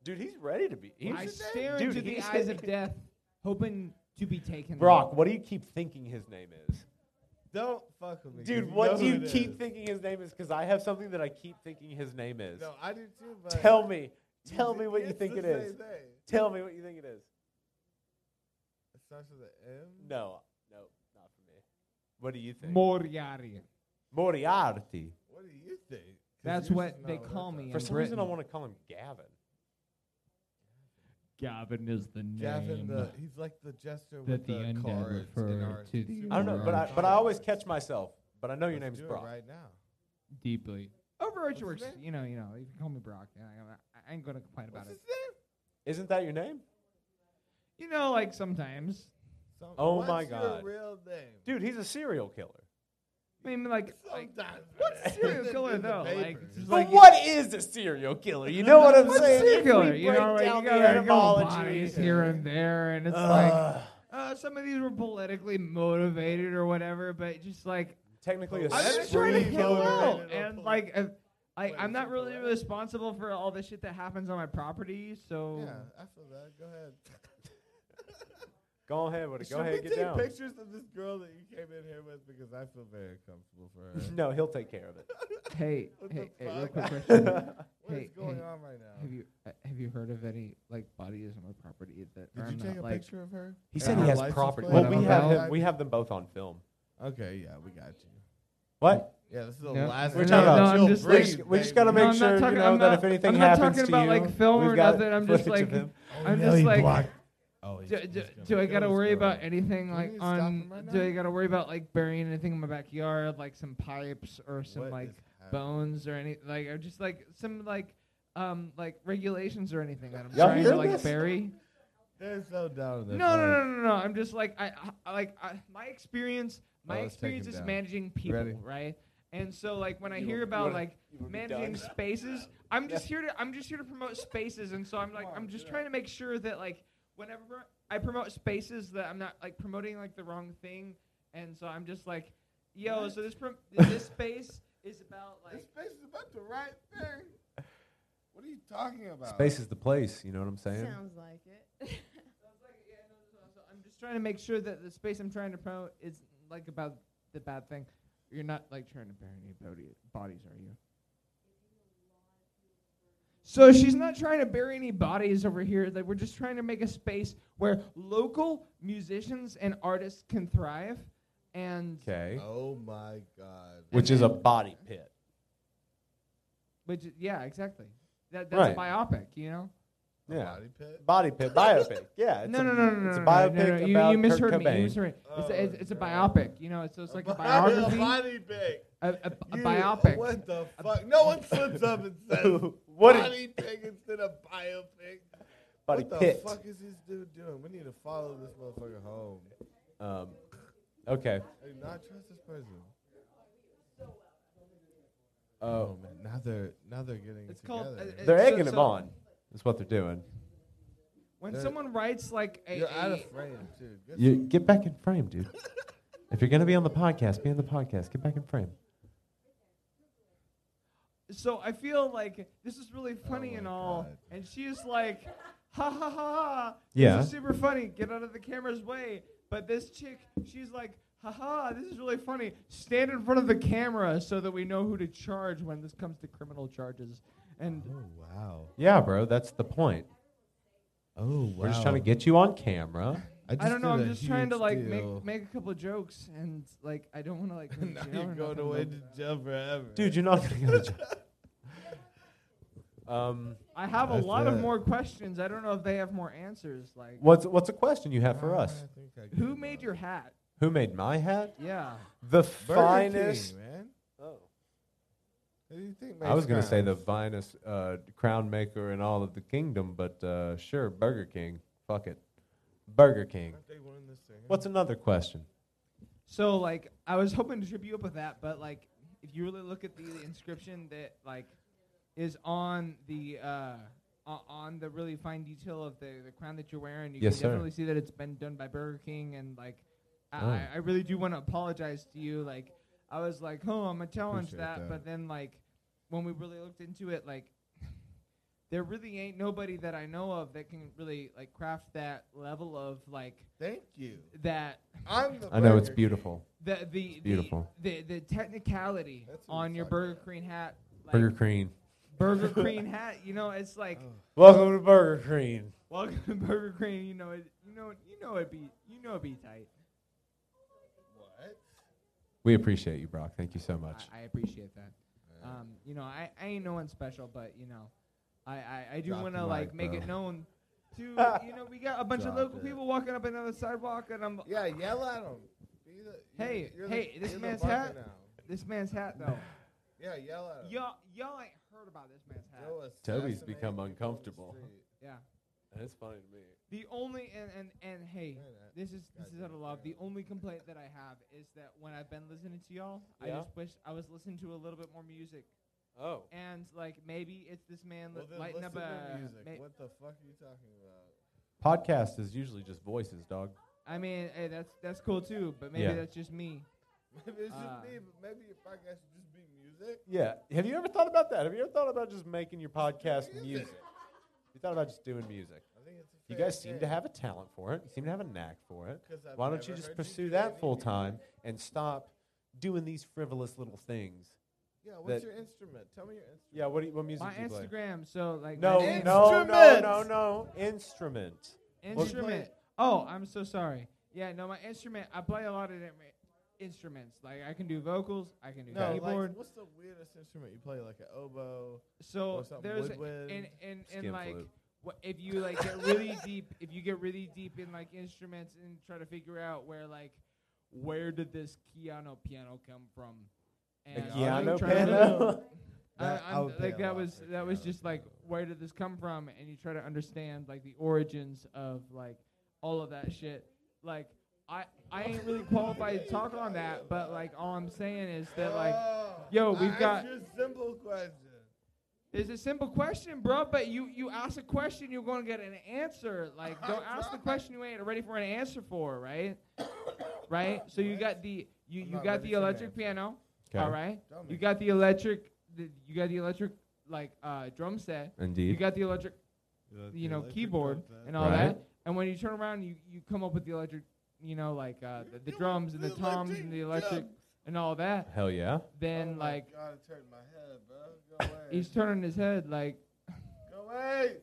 [SPEAKER 2] Dude, he's ready to be. He's
[SPEAKER 6] I
[SPEAKER 2] Dude,
[SPEAKER 6] stare into the
[SPEAKER 2] he's-
[SPEAKER 6] eyes of death, hoping to be taken.
[SPEAKER 2] Brock, what do you keep thinking his name is?
[SPEAKER 1] Don't fuck with me, 'cause
[SPEAKER 2] Dude,
[SPEAKER 1] you
[SPEAKER 2] what
[SPEAKER 1] know
[SPEAKER 2] do
[SPEAKER 1] who
[SPEAKER 2] you
[SPEAKER 1] it
[SPEAKER 2] keep
[SPEAKER 1] is.
[SPEAKER 2] thinking his name is? Because I have something that I keep thinking his name is.
[SPEAKER 1] No, I do too. But
[SPEAKER 2] Tell me.
[SPEAKER 1] you
[SPEAKER 2] Tell
[SPEAKER 1] thi-
[SPEAKER 2] me what you
[SPEAKER 1] it's
[SPEAKER 2] think
[SPEAKER 1] the
[SPEAKER 2] it is.
[SPEAKER 1] same thing.
[SPEAKER 2] Tell me what you think it is.
[SPEAKER 1] It starts with an M.
[SPEAKER 2] No, no, not for me. What do you think?
[SPEAKER 6] Moriarty.
[SPEAKER 2] Moriarty.
[SPEAKER 1] What do you think? 'Cause
[SPEAKER 6] That's
[SPEAKER 1] yours
[SPEAKER 6] what
[SPEAKER 1] is
[SPEAKER 6] they
[SPEAKER 1] not
[SPEAKER 6] call
[SPEAKER 1] I
[SPEAKER 6] me.
[SPEAKER 1] thought.
[SPEAKER 2] For
[SPEAKER 6] In
[SPEAKER 2] some reason, I
[SPEAKER 6] Britain.
[SPEAKER 2] want to call him Gavin.
[SPEAKER 6] Gavin is the name.
[SPEAKER 1] Gavin, the, he's like the jester
[SPEAKER 6] that
[SPEAKER 1] with
[SPEAKER 6] the
[SPEAKER 1] the,
[SPEAKER 6] undead
[SPEAKER 1] cards in
[SPEAKER 6] refer
[SPEAKER 1] our
[SPEAKER 6] to the
[SPEAKER 1] Super
[SPEAKER 2] I don't know, but I
[SPEAKER 1] Bowl.
[SPEAKER 2] but I always catch myself. But I know your
[SPEAKER 1] Let's
[SPEAKER 2] name's
[SPEAKER 1] do it
[SPEAKER 2] Brock.
[SPEAKER 1] right now.
[SPEAKER 6] deeply. Over
[SPEAKER 1] his
[SPEAKER 6] George,
[SPEAKER 1] name?
[SPEAKER 6] you know, you know, you can call me Brock. and I, I ain't gonna complain about
[SPEAKER 1] What's
[SPEAKER 6] it.
[SPEAKER 1] his name?
[SPEAKER 2] Isn't that your name,
[SPEAKER 6] You know, like sometimes.
[SPEAKER 1] Some-
[SPEAKER 2] Oh
[SPEAKER 1] what's
[SPEAKER 2] my
[SPEAKER 1] your
[SPEAKER 2] God.
[SPEAKER 1] real name?
[SPEAKER 2] dude? He's a serial killer.
[SPEAKER 6] I mean, like, like
[SPEAKER 1] Sometimes.
[SPEAKER 6] what's serial killer though? Like, it's just
[SPEAKER 2] But
[SPEAKER 6] like
[SPEAKER 2] what is a serial killer? You know what I'm
[SPEAKER 6] what's
[SPEAKER 2] saying?
[SPEAKER 6] serial
[SPEAKER 2] If
[SPEAKER 6] killer?
[SPEAKER 2] we
[SPEAKER 6] You
[SPEAKER 2] break
[SPEAKER 6] know, like,
[SPEAKER 2] down
[SPEAKER 6] you
[SPEAKER 2] the
[SPEAKER 6] got like,
[SPEAKER 2] etymology-
[SPEAKER 6] bodies here and there, and it's like
[SPEAKER 2] Ugh.
[SPEAKER 6] uh, some of these were politically motivated or whatever, but just like
[SPEAKER 2] technically a
[SPEAKER 1] I'm
[SPEAKER 6] I'm
[SPEAKER 1] just
[SPEAKER 6] just
[SPEAKER 1] Every
[SPEAKER 6] trying to
[SPEAKER 1] kill
[SPEAKER 6] kill
[SPEAKER 1] motivated
[SPEAKER 6] out,
[SPEAKER 1] or
[SPEAKER 6] and
[SPEAKER 1] politi-
[SPEAKER 6] like, if, I, I'm not
[SPEAKER 1] politically
[SPEAKER 6] really
[SPEAKER 1] correct.
[SPEAKER 6] responsible for all the shit that happens on my property, so
[SPEAKER 1] Yeah, I feel that. Go ahead.
[SPEAKER 2] Go ahead with it. Go
[SPEAKER 1] Should
[SPEAKER 2] ahead,
[SPEAKER 1] we
[SPEAKER 2] get
[SPEAKER 1] take
[SPEAKER 2] down.
[SPEAKER 1] pictures of this girl that you came in here with because I feel very comfortable for her.
[SPEAKER 2] No, he'll take care of it.
[SPEAKER 6] hey,
[SPEAKER 1] What the
[SPEAKER 6] hey, hey, real
[SPEAKER 1] fuck?
[SPEAKER 6] quick question:
[SPEAKER 1] What is
[SPEAKER 6] Hey,
[SPEAKER 1] going
[SPEAKER 6] hey,
[SPEAKER 1] on right now?
[SPEAKER 6] Have you uh, have you heard of any like bodies on my property that
[SPEAKER 1] Did
[SPEAKER 6] are
[SPEAKER 1] you
[SPEAKER 6] not
[SPEAKER 1] take a
[SPEAKER 6] like?
[SPEAKER 1] picture of her?
[SPEAKER 2] He
[SPEAKER 1] Yeah.
[SPEAKER 2] said he
[SPEAKER 1] Her
[SPEAKER 2] has
[SPEAKER 1] license
[SPEAKER 2] property.
[SPEAKER 1] plate?
[SPEAKER 2] Well, we
[SPEAKER 6] Whatever.
[SPEAKER 2] have
[SPEAKER 6] Well-
[SPEAKER 2] him. We have them both on film.
[SPEAKER 1] Okay, yeah, we got you.
[SPEAKER 2] What?
[SPEAKER 1] Yeah, this is the
[SPEAKER 6] No,
[SPEAKER 1] last.
[SPEAKER 2] we're
[SPEAKER 1] time
[SPEAKER 2] talking about-
[SPEAKER 6] No, I'm
[SPEAKER 1] she'll
[SPEAKER 6] just
[SPEAKER 2] We
[SPEAKER 1] breathe,
[SPEAKER 2] just, we just
[SPEAKER 1] baby.
[SPEAKER 2] gotta
[SPEAKER 6] No,
[SPEAKER 2] make
[SPEAKER 6] I'm not
[SPEAKER 2] sure
[SPEAKER 6] talking-
[SPEAKER 2] you know
[SPEAKER 6] I'm
[SPEAKER 2] that
[SPEAKER 6] not-
[SPEAKER 2] if anything
[SPEAKER 6] I'm not
[SPEAKER 2] happens to
[SPEAKER 6] talking about,
[SPEAKER 2] you,
[SPEAKER 6] like, film
[SPEAKER 2] we've
[SPEAKER 6] or
[SPEAKER 2] got
[SPEAKER 6] nothing, I'm just
[SPEAKER 2] footage of
[SPEAKER 6] like-
[SPEAKER 2] him.
[SPEAKER 1] Oh,
[SPEAKER 6] I'm
[SPEAKER 1] yeah,
[SPEAKER 6] just
[SPEAKER 1] he
[SPEAKER 6] like-
[SPEAKER 1] blocked. Oh, he's-
[SPEAKER 6] Do,
[SPEAKER 1] he's
[SPEAKER 6] do,
[SPEAKER 1] gonna
[SPEAKER 6] do I
[SPEAKER 1] kill
[SPEAKER 6] gotta
[SPEAKER 1] this
[SPEAKER 6] worry
[SPEAKER 1] girl.
[SPEAKER 6] about anything
[SPEAKER 1] we
[SPEAKER 6] like
[SPEAKER 1] need to stop
[SPEAKER 6] on?
[SPEAKER 1] him right
[SPEAKER 6] do
[SPEAKER 1] now?
[SPEAKER 6] I gotta worry about like burying anything in my backyard, like some pipes or some
[SPEAKER 1] What
[SPEAKER 6] like
[SPEAKER 1] is happening?
[SPEAKER 6] bones or any like or just like some like um like regulations or anything that I'm
[SPEAKER 2] Y'all
[SPEAKER 6] trying
[SPEAKER 2] hear
[SPEAKER 6] to like
[SPEAKER 2] this?
[SPEAKER 6] bury?
[SPEAKER 1] There's no doubt in
[SPEAKER 6] No,
[SPEAKER 1] this.
[SPEAKER 6] no, no, no, no. I'm just like I, I like I, my experience. My
[SPEAKER 1] Oh, let's take him
[SPEAKER 6] experience is
[SPEAKER 1] down.
[SPEAKER 6] managing people,
[SPEAKER 1] Ready?
[SPEAKER 6] right? And so like when I
[SPEAKER 2] You
[SPEAKER 6] hear
[SPEAKER 2] wanna- you
[SPEAKER 6] about
[SPEAKER 2] wanna-
[SPEAKER 6] like
[SPEAKER 2] you wanna be
[SPEAKER 6] managing
[SPEAKER 2] done?
[SPEAKER 6] spaces, I'm just here to I'm just here to promote spaces, and so I'm like
[SPEAKER 1] on,
[SPEAKER 6] I'm just
[SPEAKER 1] do
[SPEAKER 6] trying to make sure that like whenever I promote spaces that I'm not like promoting like the wrong thing, and so I'm just like, yo, so this prom- this space is about
[SPEAKER 1] This
[SPEAKER 6] like
[SPEAKER 1] space is about the right thing. What are you talking about?
[SPEAKER 2] Space is the place. You know what I'm saying?
[SPEAKER 7] Sounds like it.
[SPEAKER 6] So it's like, yeah, no, so- so I'm just trying to make sure that the space I'm trying to promote is like about the bad thing. You're not like trying to bury any body, bodies, are you? So she's not trying to bury any bodies over here. Like we're just trying to make a space where local musicians and artists can thrive, and
[SPEAKER 2] Okay.
[SPEAKER 1] Oh my God.
[SPEAKER 2] Which is a body pit.
[SPEAKER 6] which is- yeah, exactly. That, that's
[SPEAKER 2] Right.
[SPEAKER 6] a biopic, you know.
[SPEAKER 1] A
[SPEAKER 2] Yeah.
[SPEAKER 1] body pit?
[SPEAKER 2] Body pit. Biopic. Yeah. It's
[SPEAKER 6] No,
[SPEAKER 2] a,
[SPEAKER 6] no, no, no, no,
[SPEAKER 2] It's a
[SPEAKER 6] no,
[SPEAKER 2] biopic
[SPEAKER 6] no, no,
[SPEAKER 2] about
[SPEAKER 6] You, you misheard
[SPEAKER 2] Kurt
[SPEAKER 6] me. You
[SPEAKER 2] Cobain.
[SPEAKER 6] misheard me. It's, a, it's, it's a
[SPEAKER 1] Oh,
[SPEAKER 6] biopic, you know. So it's like a
[SPEAKER 1] bi-
[SPEAKER 6] biography.
[SPEAKER 1] A body pic.
[SPEAKER 6] a, a, a
[SPEAKER 1] You-
[SPEAKER 6] biopic.
[SPEAKER 1] What the fuck? No one slips up and says
[SPEAKER 2] What did-
[SPEAKER 1] body pic instead of biopic.
[SPEAKER 2] Body
[SPEAKER 1] what the
[SPEAKER 2] pit.
[SPEAKER 1] fuck is this dude doing? We need to follow this motherfucker home.
[SPEAKER 2] Um, okay.
[SPEAKER 1] I do not trust this person.
[SPEAKER 2] Oh.
[SPEAKER 1] Oh man, now they're now they're getting it
[SPEAKER 6] It's
[SPEAKER 1] together.
[SPEAKER 6] called- uh,
[SPEAKER 2] They're
[SPEAKER 6] So-
[SPEAKER 2] egging him
[SPEAKER 6] so-
[SPEAKER 2] on. That's what they're doing.
[SPEAKER 6] When
[SPEAKER 1] That-
[SPEAKER 6] someone writes like a,
[SPEAKER 1] Uh, You're out
[SPEAKER 6] a-
[SPEAKER 1] of frame, dude. Good
[SPEAKER 2] You get back in frame, dude. if you're gonna be on the podcast, be on the podcast. Get back in frame.
[SPEAKER 6] so I feel like this is really funny
[SPEAKER 1] Oh my
[SPEAKER 6] and all,
[SPEAKER 1] God.
[SPEAKER 6] and she's like, ha ha ha, ha,
[SPEAKER 2] Yeah.
[SPEAKER 6] this is super funny. Get out of the camera's way. But this chick, she's like, ha ha, this is really funny. Stand in front of the camera so that we know who to charge when this comes to criminal charges. And
[SPEAKER 1] Oh wow.
[SPEAKER 2] Yeah, bro. That's the point.
[SPEAKER 1] Oh wow.
[SPEAKER 2] We're just trying to get you on camera.
[SPEAKER 6] I don't know.
[SPEAKER 1] did
[SPEAKER 6] I'm
[SPEAKER 1] a
[SPEAKER 6] just trying to
[SPEAKER 1] huge
[SPEAKER 6] like
[SPEAKER 1] deal.
[SPEAKER 6] make, make a couple jokes, and like I don't want to like. go to
[SPEAKER 1] now
[SPEAKER 6] jail or
[SPEAKER 1] you're going
[SPEAKER 6] nothing,
[SPEAKER 1] away
[SPEAKER 6] but-
[SPEAKER 1] to jail forever.
[SPEAKER 2] Dude, you're not gonna go to jail. Um,
[SPEAKER 6] I have
[SPEAKER 1] That's
[SPEAKER 6] a lot
[SPEAKER 1] it.
[SPEAKER 6] of more questions. I don't know if they have more answers. Like,
[SPEAKER 2] what's what's a question you have for
[SPEAKER 1] Ah,
[SPEAKER 2] us?
[SPEAKER 1] I think I
[SPEAKER 6] who
[SPEAKER 1] get
[SPEAKER 6] made
[SPEAKER 1] mine.
[SPEAKER 6] your hat?
[SPEAKER 2] Who made my hat?
[SPEAKER 6] Yeah.
[SPEAKER 2] The
[SPEAKER 1] Burger
[SPEAKER 2] finest.
[SPEAKER 1] King, man?
[SPEAKER 2] Oh.
[SPEAKER 1] Who do you think
[SPEAKER 2] I was
[SPEAKER 1] going to
[SPEAKER 2] say the finest uh, crown maker in all of the kingdom, but uh, sure, Burger King. Fuck it, Burger King. What's another question?
[SPEAKER 6] So like, I was hoping to trip you up with that, but like, if you really look at the inscription that like is on the uh, o- on the really fine detail of the, the crown that you're wearing, you
[SPEAKER 2] Yes,
[SPEAKER 6] can
[SPEAKER 2] sir.
[SPEAKER 6] definitely see that it's been done by Burger King, and like, I
[SPEAKER 2] Oh.
[SPEAKER 6] I, I really do want to apologize to you. Like, I was like, oh, I'm gonna challenge
[SPEAKER 1] Appreciate
[SPEAKER 6] that,
[SPEAKER 1] that.
[SPEAKER 6] but then like, when we really looked into it, like. There really ain't nobody that I know of that can really like craft that level of like
[SPEAKER 1] Thank you.
[SPEAKER 6] that
[SPEAKER 1] I'm the
[SPEAKER 2] I know
[SPEAKER 1] Burger
[SPEAKER 2] it's
[SPEAKER 1] King.
[SPEAKER 2] beautiful.
[SPEAKER 6] the the
[SPEAKER 2] beautiful.
[SPEAKER 6] the, the, the technicality
[SPEAKER 1] That's what
[SPEAKER 6] on
[SPEAKER 1] we
[SPEAKER 6] your
[SPEAKER 1] talked
[SPEAKER 6] Burger
[SPEAKER 1] about.
[SPEAKER 6] Queen hat, like
[SPEAKER 2] Burger Queen.
[SPEAKER 6] Burger Queen hat. You know, it's like
[SPEAKER 1] Oh.
[SPEAKER 2] Welcome to Burger Queen.
[SPEAKER 6] welcome to Burger Queen. You know, it, you know, you know it be you know it be tight.
[SPEAKER 1] What?
[SPEAKER 2] We appreciate you, Brock. Thank you so much.
[SPEAKER 6] I, I appreciate that. Um, you know, I, I ain't no one special, but you know, I I, I do
[SPEAKER 1] Drop
[SPEAKER 6] want to
[SPEAKER 1] the
[SPEAKER 6] like
[SPEAKER 1] mic,
[SPEAKER 6] make
[SPEAKER 1] bro.
[SPEAKER 6] it known. To, you know, we got a bunch of
[SPEAKER 1] Drop
[SPEAKER 6] local
[SPEAKER 1] it.
[SPEAKER 6] people walking up another sidewalk, and I'm
[SPEAKER 1] Yeah, yell at him. Be the, you're-
[SPEAKER 6] Hey,
[SPEAKER 1] you're
[SPEAKER 6] hey,
[SPEAKER 1] the,
[SPEAKER 6] this
[SPEAKER 1] you're
[SPEAKER 6] man's
[SPEAKER 1] the barker
[SPEAKER 6] hat-
[SPEAKER 1] Now.
[SPEAKER 6] this man's hat though.
[SPEAKER 1] Yeah, yell at him.
[SPEAKER 6] y'all y'all ain't heard about this man's hat.
[SPEAKER 1] Go
[SPEAKER 2] Toby's
[SPEAKER 1] assassinate
[SPEAKER 2] become
[SPEAKER 1] people on the
[SPEAKER 2] uncomfortable.
[SPEAKER 1] street.
[SPEAKER 6] Yeah.
[SPEAKER 2] That's funny to me.
[SPEAKER 6] The only and and, and hey,
[SPEAKER 1] Wait a minute.
[SPEAKER 6] this is this is out of
[SPEAKER 1] Goddamn
[SPEAKER 6] love. The
[SPEAKER 1] Karen.
[SPEAKER 6] only complaint that I have is that when I've been listening to y'all,
[SPEAKER 2] Yeah?
[SPEAKER 6] I just wish I was listening to a little bit more music.
[SPEAKER 2] Oh.
[SPEAKER 6] And like maybe it's this man
[SPEAKER 1] Well,
[SPEAKER 6] li-
[SPEAKER 1] then
[SPEAKER 6] lighting up
[SPEAKER 1] listen to
[SPEAKER 6] a.
[SPEAKER 1] music.
[SPEAKER 6] ma-
[SPEAKER 1] what the fuck are you talking about?
[SPEAKER 2] Podcast is usually just voices, dog.
[SPEAKER 6] I mean, hey, that's that's cool too, but maybe
[SPEAKER 2] Yeah.
[SPEAKER 6] that's just me.
[SPEAKER 1] Maybe it's
[SPEAKER 6] Uh,
[SPEAKER 1] just me, but maybe your podcast should just be music.
[SPEAKER 2] Yeah. Have you ever thought about that? Have you ever thought about just making your podcast
[SPEAKER 1] Music.
[SPEAKER 2] music? You thought about just doing music.
[SPEAKER 1] I think it's a
[SPEAKER 2] You
[SPEAKER 1] fair
[SPEAKER 2] guys seem to
[SPEAKER 1] game.
[SPEAKER 2] have a talent for it. You seem to have a knack for it.
[SPEAKER 1] 'Cause I've
[SPEAKER 2] Why don't you
[SPEAKER 1] never
[SPEAKER 2] just
[SPEAKER 1] heard
[SPEAKER 2] pursue
[SPEAKER 1] do
[SPEAKER 2] that
[SPEAKER 1] anything.
[SPEAKER 2] full time and stop doing these frivolous little things?
[SPEAKER 1] Yeah, what's
[SPEAKER 2] that-
[SPEAKER 1] your instrument? Tell me your instrument.
[SPEAKER 2] Yeah. What do you, what music
[SPEAKER 6] My
[SPEAKER 2] do you play?
[SPEAKER 6] Instagram, so like my
[SPEAKER 2] No,
[SPEAKER 6] name-
[SPEAKER 2] no, no,
[SPEAKER 1] Instrument!
[SPEAKER 2] no, no. Instrument.
[SPEAKER 1] Well,
[SPEAKER 6] instrument. Oh, I'm so sorry. Yeah, no, my instrument. I play a lot of different instruments. Like I can do vocals, I can do
[SPEAKER 1] No,
[SPEAKER 6] keyboard.
[SPEAKER 1] like, what's the weirdest instrument you play? Like an oboe
[SPEAKER 6] so
[SPEAKER 1] or something
[SPEAKER 6] there's
[SPEAKER 1] woodwind?
[SPEAKER 6] and and and
[SPEAKER 2] Skin
[SPEAKER 6] like
[SPEAKER 2] flute.
[SPEAKER 6] what if you like get really deep if you get really deep in like instruments and try to figure out where like where did this piano piano come from
[SPEAKER 2] A
[SPEAKER 1] Yeah, I'm
[SPEAKER 2] piano
[SPEAKER 1] trying to-
[SPEAKER 2] piano.
[SPEAKER 6] I,
[SPEAKER 1] That- I
[SPEAKER 6] I'm,
[SPEAKER 1] would pay
[SPEAKER 6] like
[SPEAKER 1] a
[SPEAKER 6] that
[SPEAKER 1] lot
[SPEAKER 6] was
[SPEAKER 1] for a
[SPEAKER 6] that was
[SPEAKER 1] piano
[SPEAKER 6] just like
[SPEAKER 1] piano.
[SPEAKER 6] where did this come from and you try to understand like the origins of like all of that shit like i i ain't really qualified to talk on that but like all i'm saying is that like
[SPEAKER 1] Oh,
[SPEAKER 6] yo,
[SPEAKER 1] I
[SPEAKER 6] we've
[SPEAKER 1] asked
[SPEAKER 6] got-
[SPEAKER 1] you a simple question.
[SPEAKER 6] It's a simple question, bro. But you you ask a question, you're gonna get an answer. Like, don't ask the question you ain't ready for an answer for, right? right. So you got the you,
[SPEAKER 1] I'm
[SPEAKER 6] you
[SPEAKER 1] not
[SPEAKER 6] got
[SPEAKER 1] ready
[SPEAKER 6] the
[SPEAKER 1] for an
[SPEAKER 6] electric
[SPEAKER 1] answer.
[SPEAKER 6] piano.
[SPEAKER 2] 'Kay.
[SPEAKER 6] All right.
[SPEAKER 1] Tell me.
[SPEAKER 6] You got the electric. The, you got the electric like uh, drum set. You
[SPEAKER 2] Indeed.
[SPEAKER 6] got the electric
[SPEAKER 1] got
[SPEAKER 6] you know keyboard and all
[SPEAKER 2] Right.
[SPEAKER 6] that. And when you turn around, you you come up with the electric you know like uh, the, the drums and the toms and the electric and all
[SPEAKER 1] Oh
[SPEAKER 6] that.
[SPEAKER 2] Hell yeah.
[SPEAKER 6] Then like
[SPEAKER 1] God, it turned my head, bro. Go away.
[SPEAKER 6] he's turning his head like
[SPEAKER 1] Go away.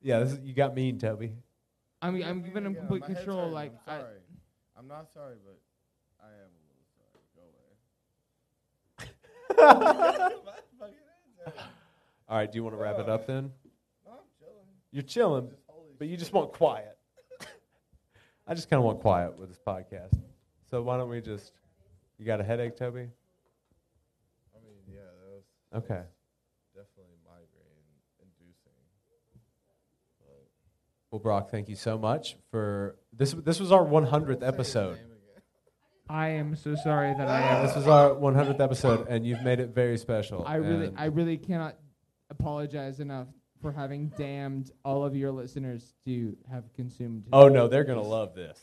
[SPEAKER 2] Yeah. This is, you got mean, Toby.
[SPEAKER 6] I'm
[SPEAKER 1] Go
[SPEAKER 6] I'm
[SPEAKER 1] away
[SPEAKER 6] giving him
[SPEAKER 1] again.
[SPEAKER 6] complete
[SPEAKER 1] My head's
[SPEAKER 6] control.
[SPEAKER 1] hurting.
[SPEAKER 6] Like
[SPEAKER 1] I'm
[SPEAKER 6] I.
[SPEAKER 1] sorry. I, am not sorry, but I am a little sorry. Go away. My fucking head's hurting.
[SPEAKER 2] All right. Do you want to wrap it up then?
[SPEAKER 1] No, I'm chilling.
[SPEAKER 2] You're chilling,
[SPEAKER 1] Just holy
[SPEAKER 2] but you
[SPEAKER 1] shit.
[SPEAKER 2] just want quiet. I just kind of want quiet with this podcast. So why don't we just? You got a headache, Toby?
[SPEAKER 1] I mean, yeah, that was that
[SPEAKER 2] Okay.
[SPEAKER 1] was definitely migraine inducing. But
[SPEAKER 2] Well, Brock, thank you so much for this. This was our 100th
[SPEAKER 1] Don't say his
[SPEAKER 2] episode.
[SPEAKER 1] name again.
[SPEAKER 6] I am so sorry that I
[SPEAKER 2] Yeah,
[SPEAKER 6] am.
[SPEAKER 2] this was our 100th episode, and you've made it very special.
[SPEAKER 6] I really,
[SPEAKER 2] and
[SPEAKER 6] I really cannot apologize enough for having damned all of your listeners to have consumed.
[SPEAKER 2] oh no, they're gonna love this.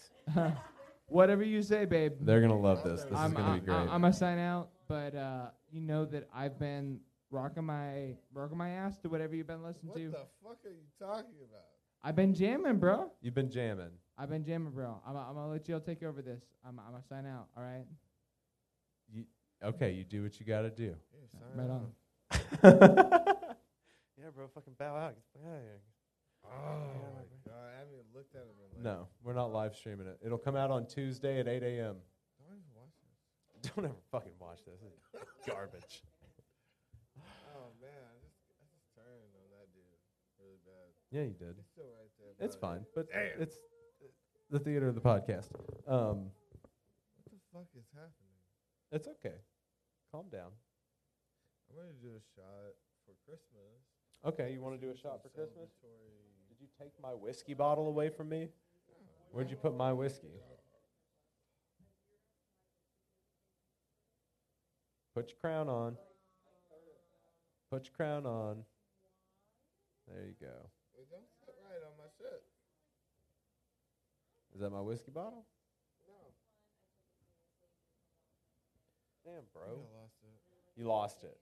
[SPEAKER 6] Whatever you say, babe.
[SPEAKER 2] They're gonna love this. This
[SPEAKER 6] I'm,
[SPEAKER 2] is gonna
[SPEAKER 6] I'm,
[SPEAKER 2] be great.
[SPEAKER 6] I'm gonna sign out, but uh, you know that I've been rocking my rocking my ass to whatever you've been listening
[SPEAKER 1] What
[SPEAKER 6] to.
[SPEAKER 1] the fuck are you talking about?
[SPEAKER 6] I've been jamming, bro.
[SPEAKER 2] You've been jamming.
[SPEAKER 6] I've been jamming, bro. I'm, I'm gonna let y'all take over this. I'm, I'm gonna sign out. All right.
[SPEAKER 2] You, okay, you do what you gotta do.
[SPEAKER 1] Yeah,
[SPEAKER 6] Right
[SPEAKER 1] sign
[SPEAKER 6] on.
[SPEAKER 2] yeah, bro, fucking bow out.
[SPEAKER 1] off. Oh my god, I haven't even looked at him in like
[SPEAKER 2] No, we're not live streaming it. It'll come out on Tuesday at 8 a.m.
[SPEAKER 1] Don't even watch it.
[SPEAKER 2] Don't ever fucking watch this. It's garbage.
[SPEAKER 1] Oh man, I just
[SPEAKER 2] Yeah, you did.
[SPEAKER 1] still right there,
[SPEAKER 2] It's
[SPEAKER 1] buddy.
[SPEAKER 2] fine, but
[SPEAKER 1] Damn.
[SPEAKER 2] it's the theater of the podcast. Um,
[SPEAKER 1] What the fuck is happening?
[SPEAKER 2] it's okay. Calm down.
[SPEAKER 1] I'm gonna do a shot for Christmas.
[SPEAKER 2] Okay, you want to do a shot for
[SPEAKER 1] Some
[SPEAKER 2] Christmas?
[SPEAKER 1] celebratory-
[SPEAKER 2] Did you take my whiskey bottle away from me? Where'd you put my whiskey? Put your crown on. Put your crown on. There you go.
[SPEAKER 1] It don't sit right on my shit.
[SPEAKER 2] Is that my whiskey bottle?
[SPEAKER 1] No.
[SPEAKER 2] Damn,
[SPEAKER 1] I
[SPEAKER 2] bro.
[SPEAKER 1] think I lost it.
[SPEAKER 2] You lost it.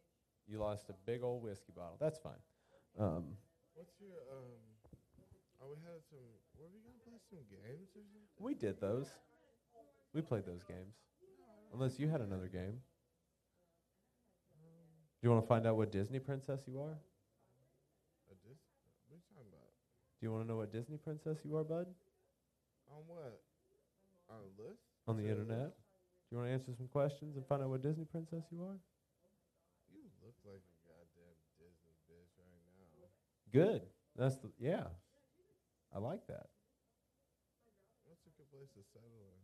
[SPEAKER 2] You lost a big old whiskey bottle. That's fine. Um,
[SPEAKER 1] What's your um? Oh, we had some. Were we gonna play some games or something?
[SPEAKER 2] we did those. We played those games. Unless you had another game. Do you want to find out what Disney princess you are?
[SPEAKER 1] A dis- what are you talking about?
[SPEAKER 2] Do you want to know what Disney princess you are, bud?
[SPEAKER 1] On what? On a list?
[SPEAKER 2] On the
[SPEAKER 1] To-
[SPEAKER 2] internet? Do you want to answer some questions and find out what Disney princess you are?
[SPEAKER 1] You look like a goddamn Disney bitch right now.
[SPEAKER 2] Good. That's the yeah. I like that.
[SPEAKER 1] That's a good place to settle in.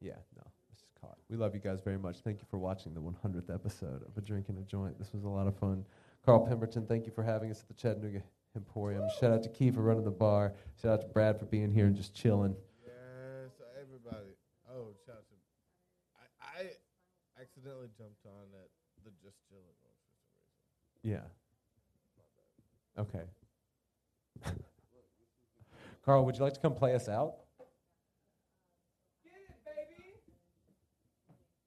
[SPEAKER 2] Yeah, no, it's just caught. We love you guys very much. Thank you for watching the 100th episode of A Drink and a Joint. This was a lot of fun. Carl Pemberton, thank you for having us at the Chattanooga Emporium. Shout out to Key for running the bar. Shout out to Brad for being here and just chilling.
[SPEAKER 1] Yes, everybody. Oh, shout out to. I, I accidentally jumped on at the just chilling one for some reason.
[SPEAKER 2] Yeah. Okay. Carl, would you like to come play us out?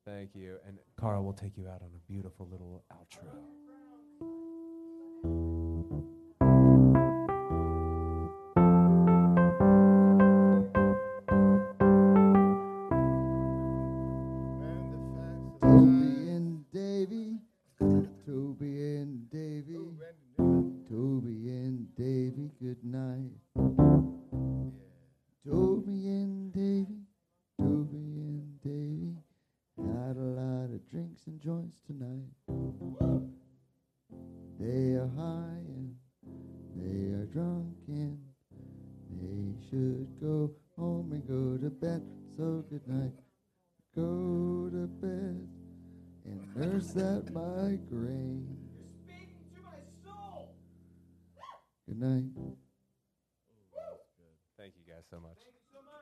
[SPEAKER 2] Thank you. And Carl will take you out on a beautiful little outro.
[SPEAKER 1] And the facts of
[SPEAKER 3] Toby
[SPEAKER 1] life.
[SPEAKER 3] and Davy. Toby and Davy.
[SPEAKER 1] Ooh, Randy Newman.
[SPEAKER 3] Toby and Davy, good night. Toby and Davy. Toby and Davy. Had a lot of drinks and joints tonight. They are high and they are drunk and they should go home and go to bed. So good night. Go to bed and nurse that migraine. Good night.
[SPEAKER 2] Thank you guys so much.
[SPEAKER 6] Thank you so much.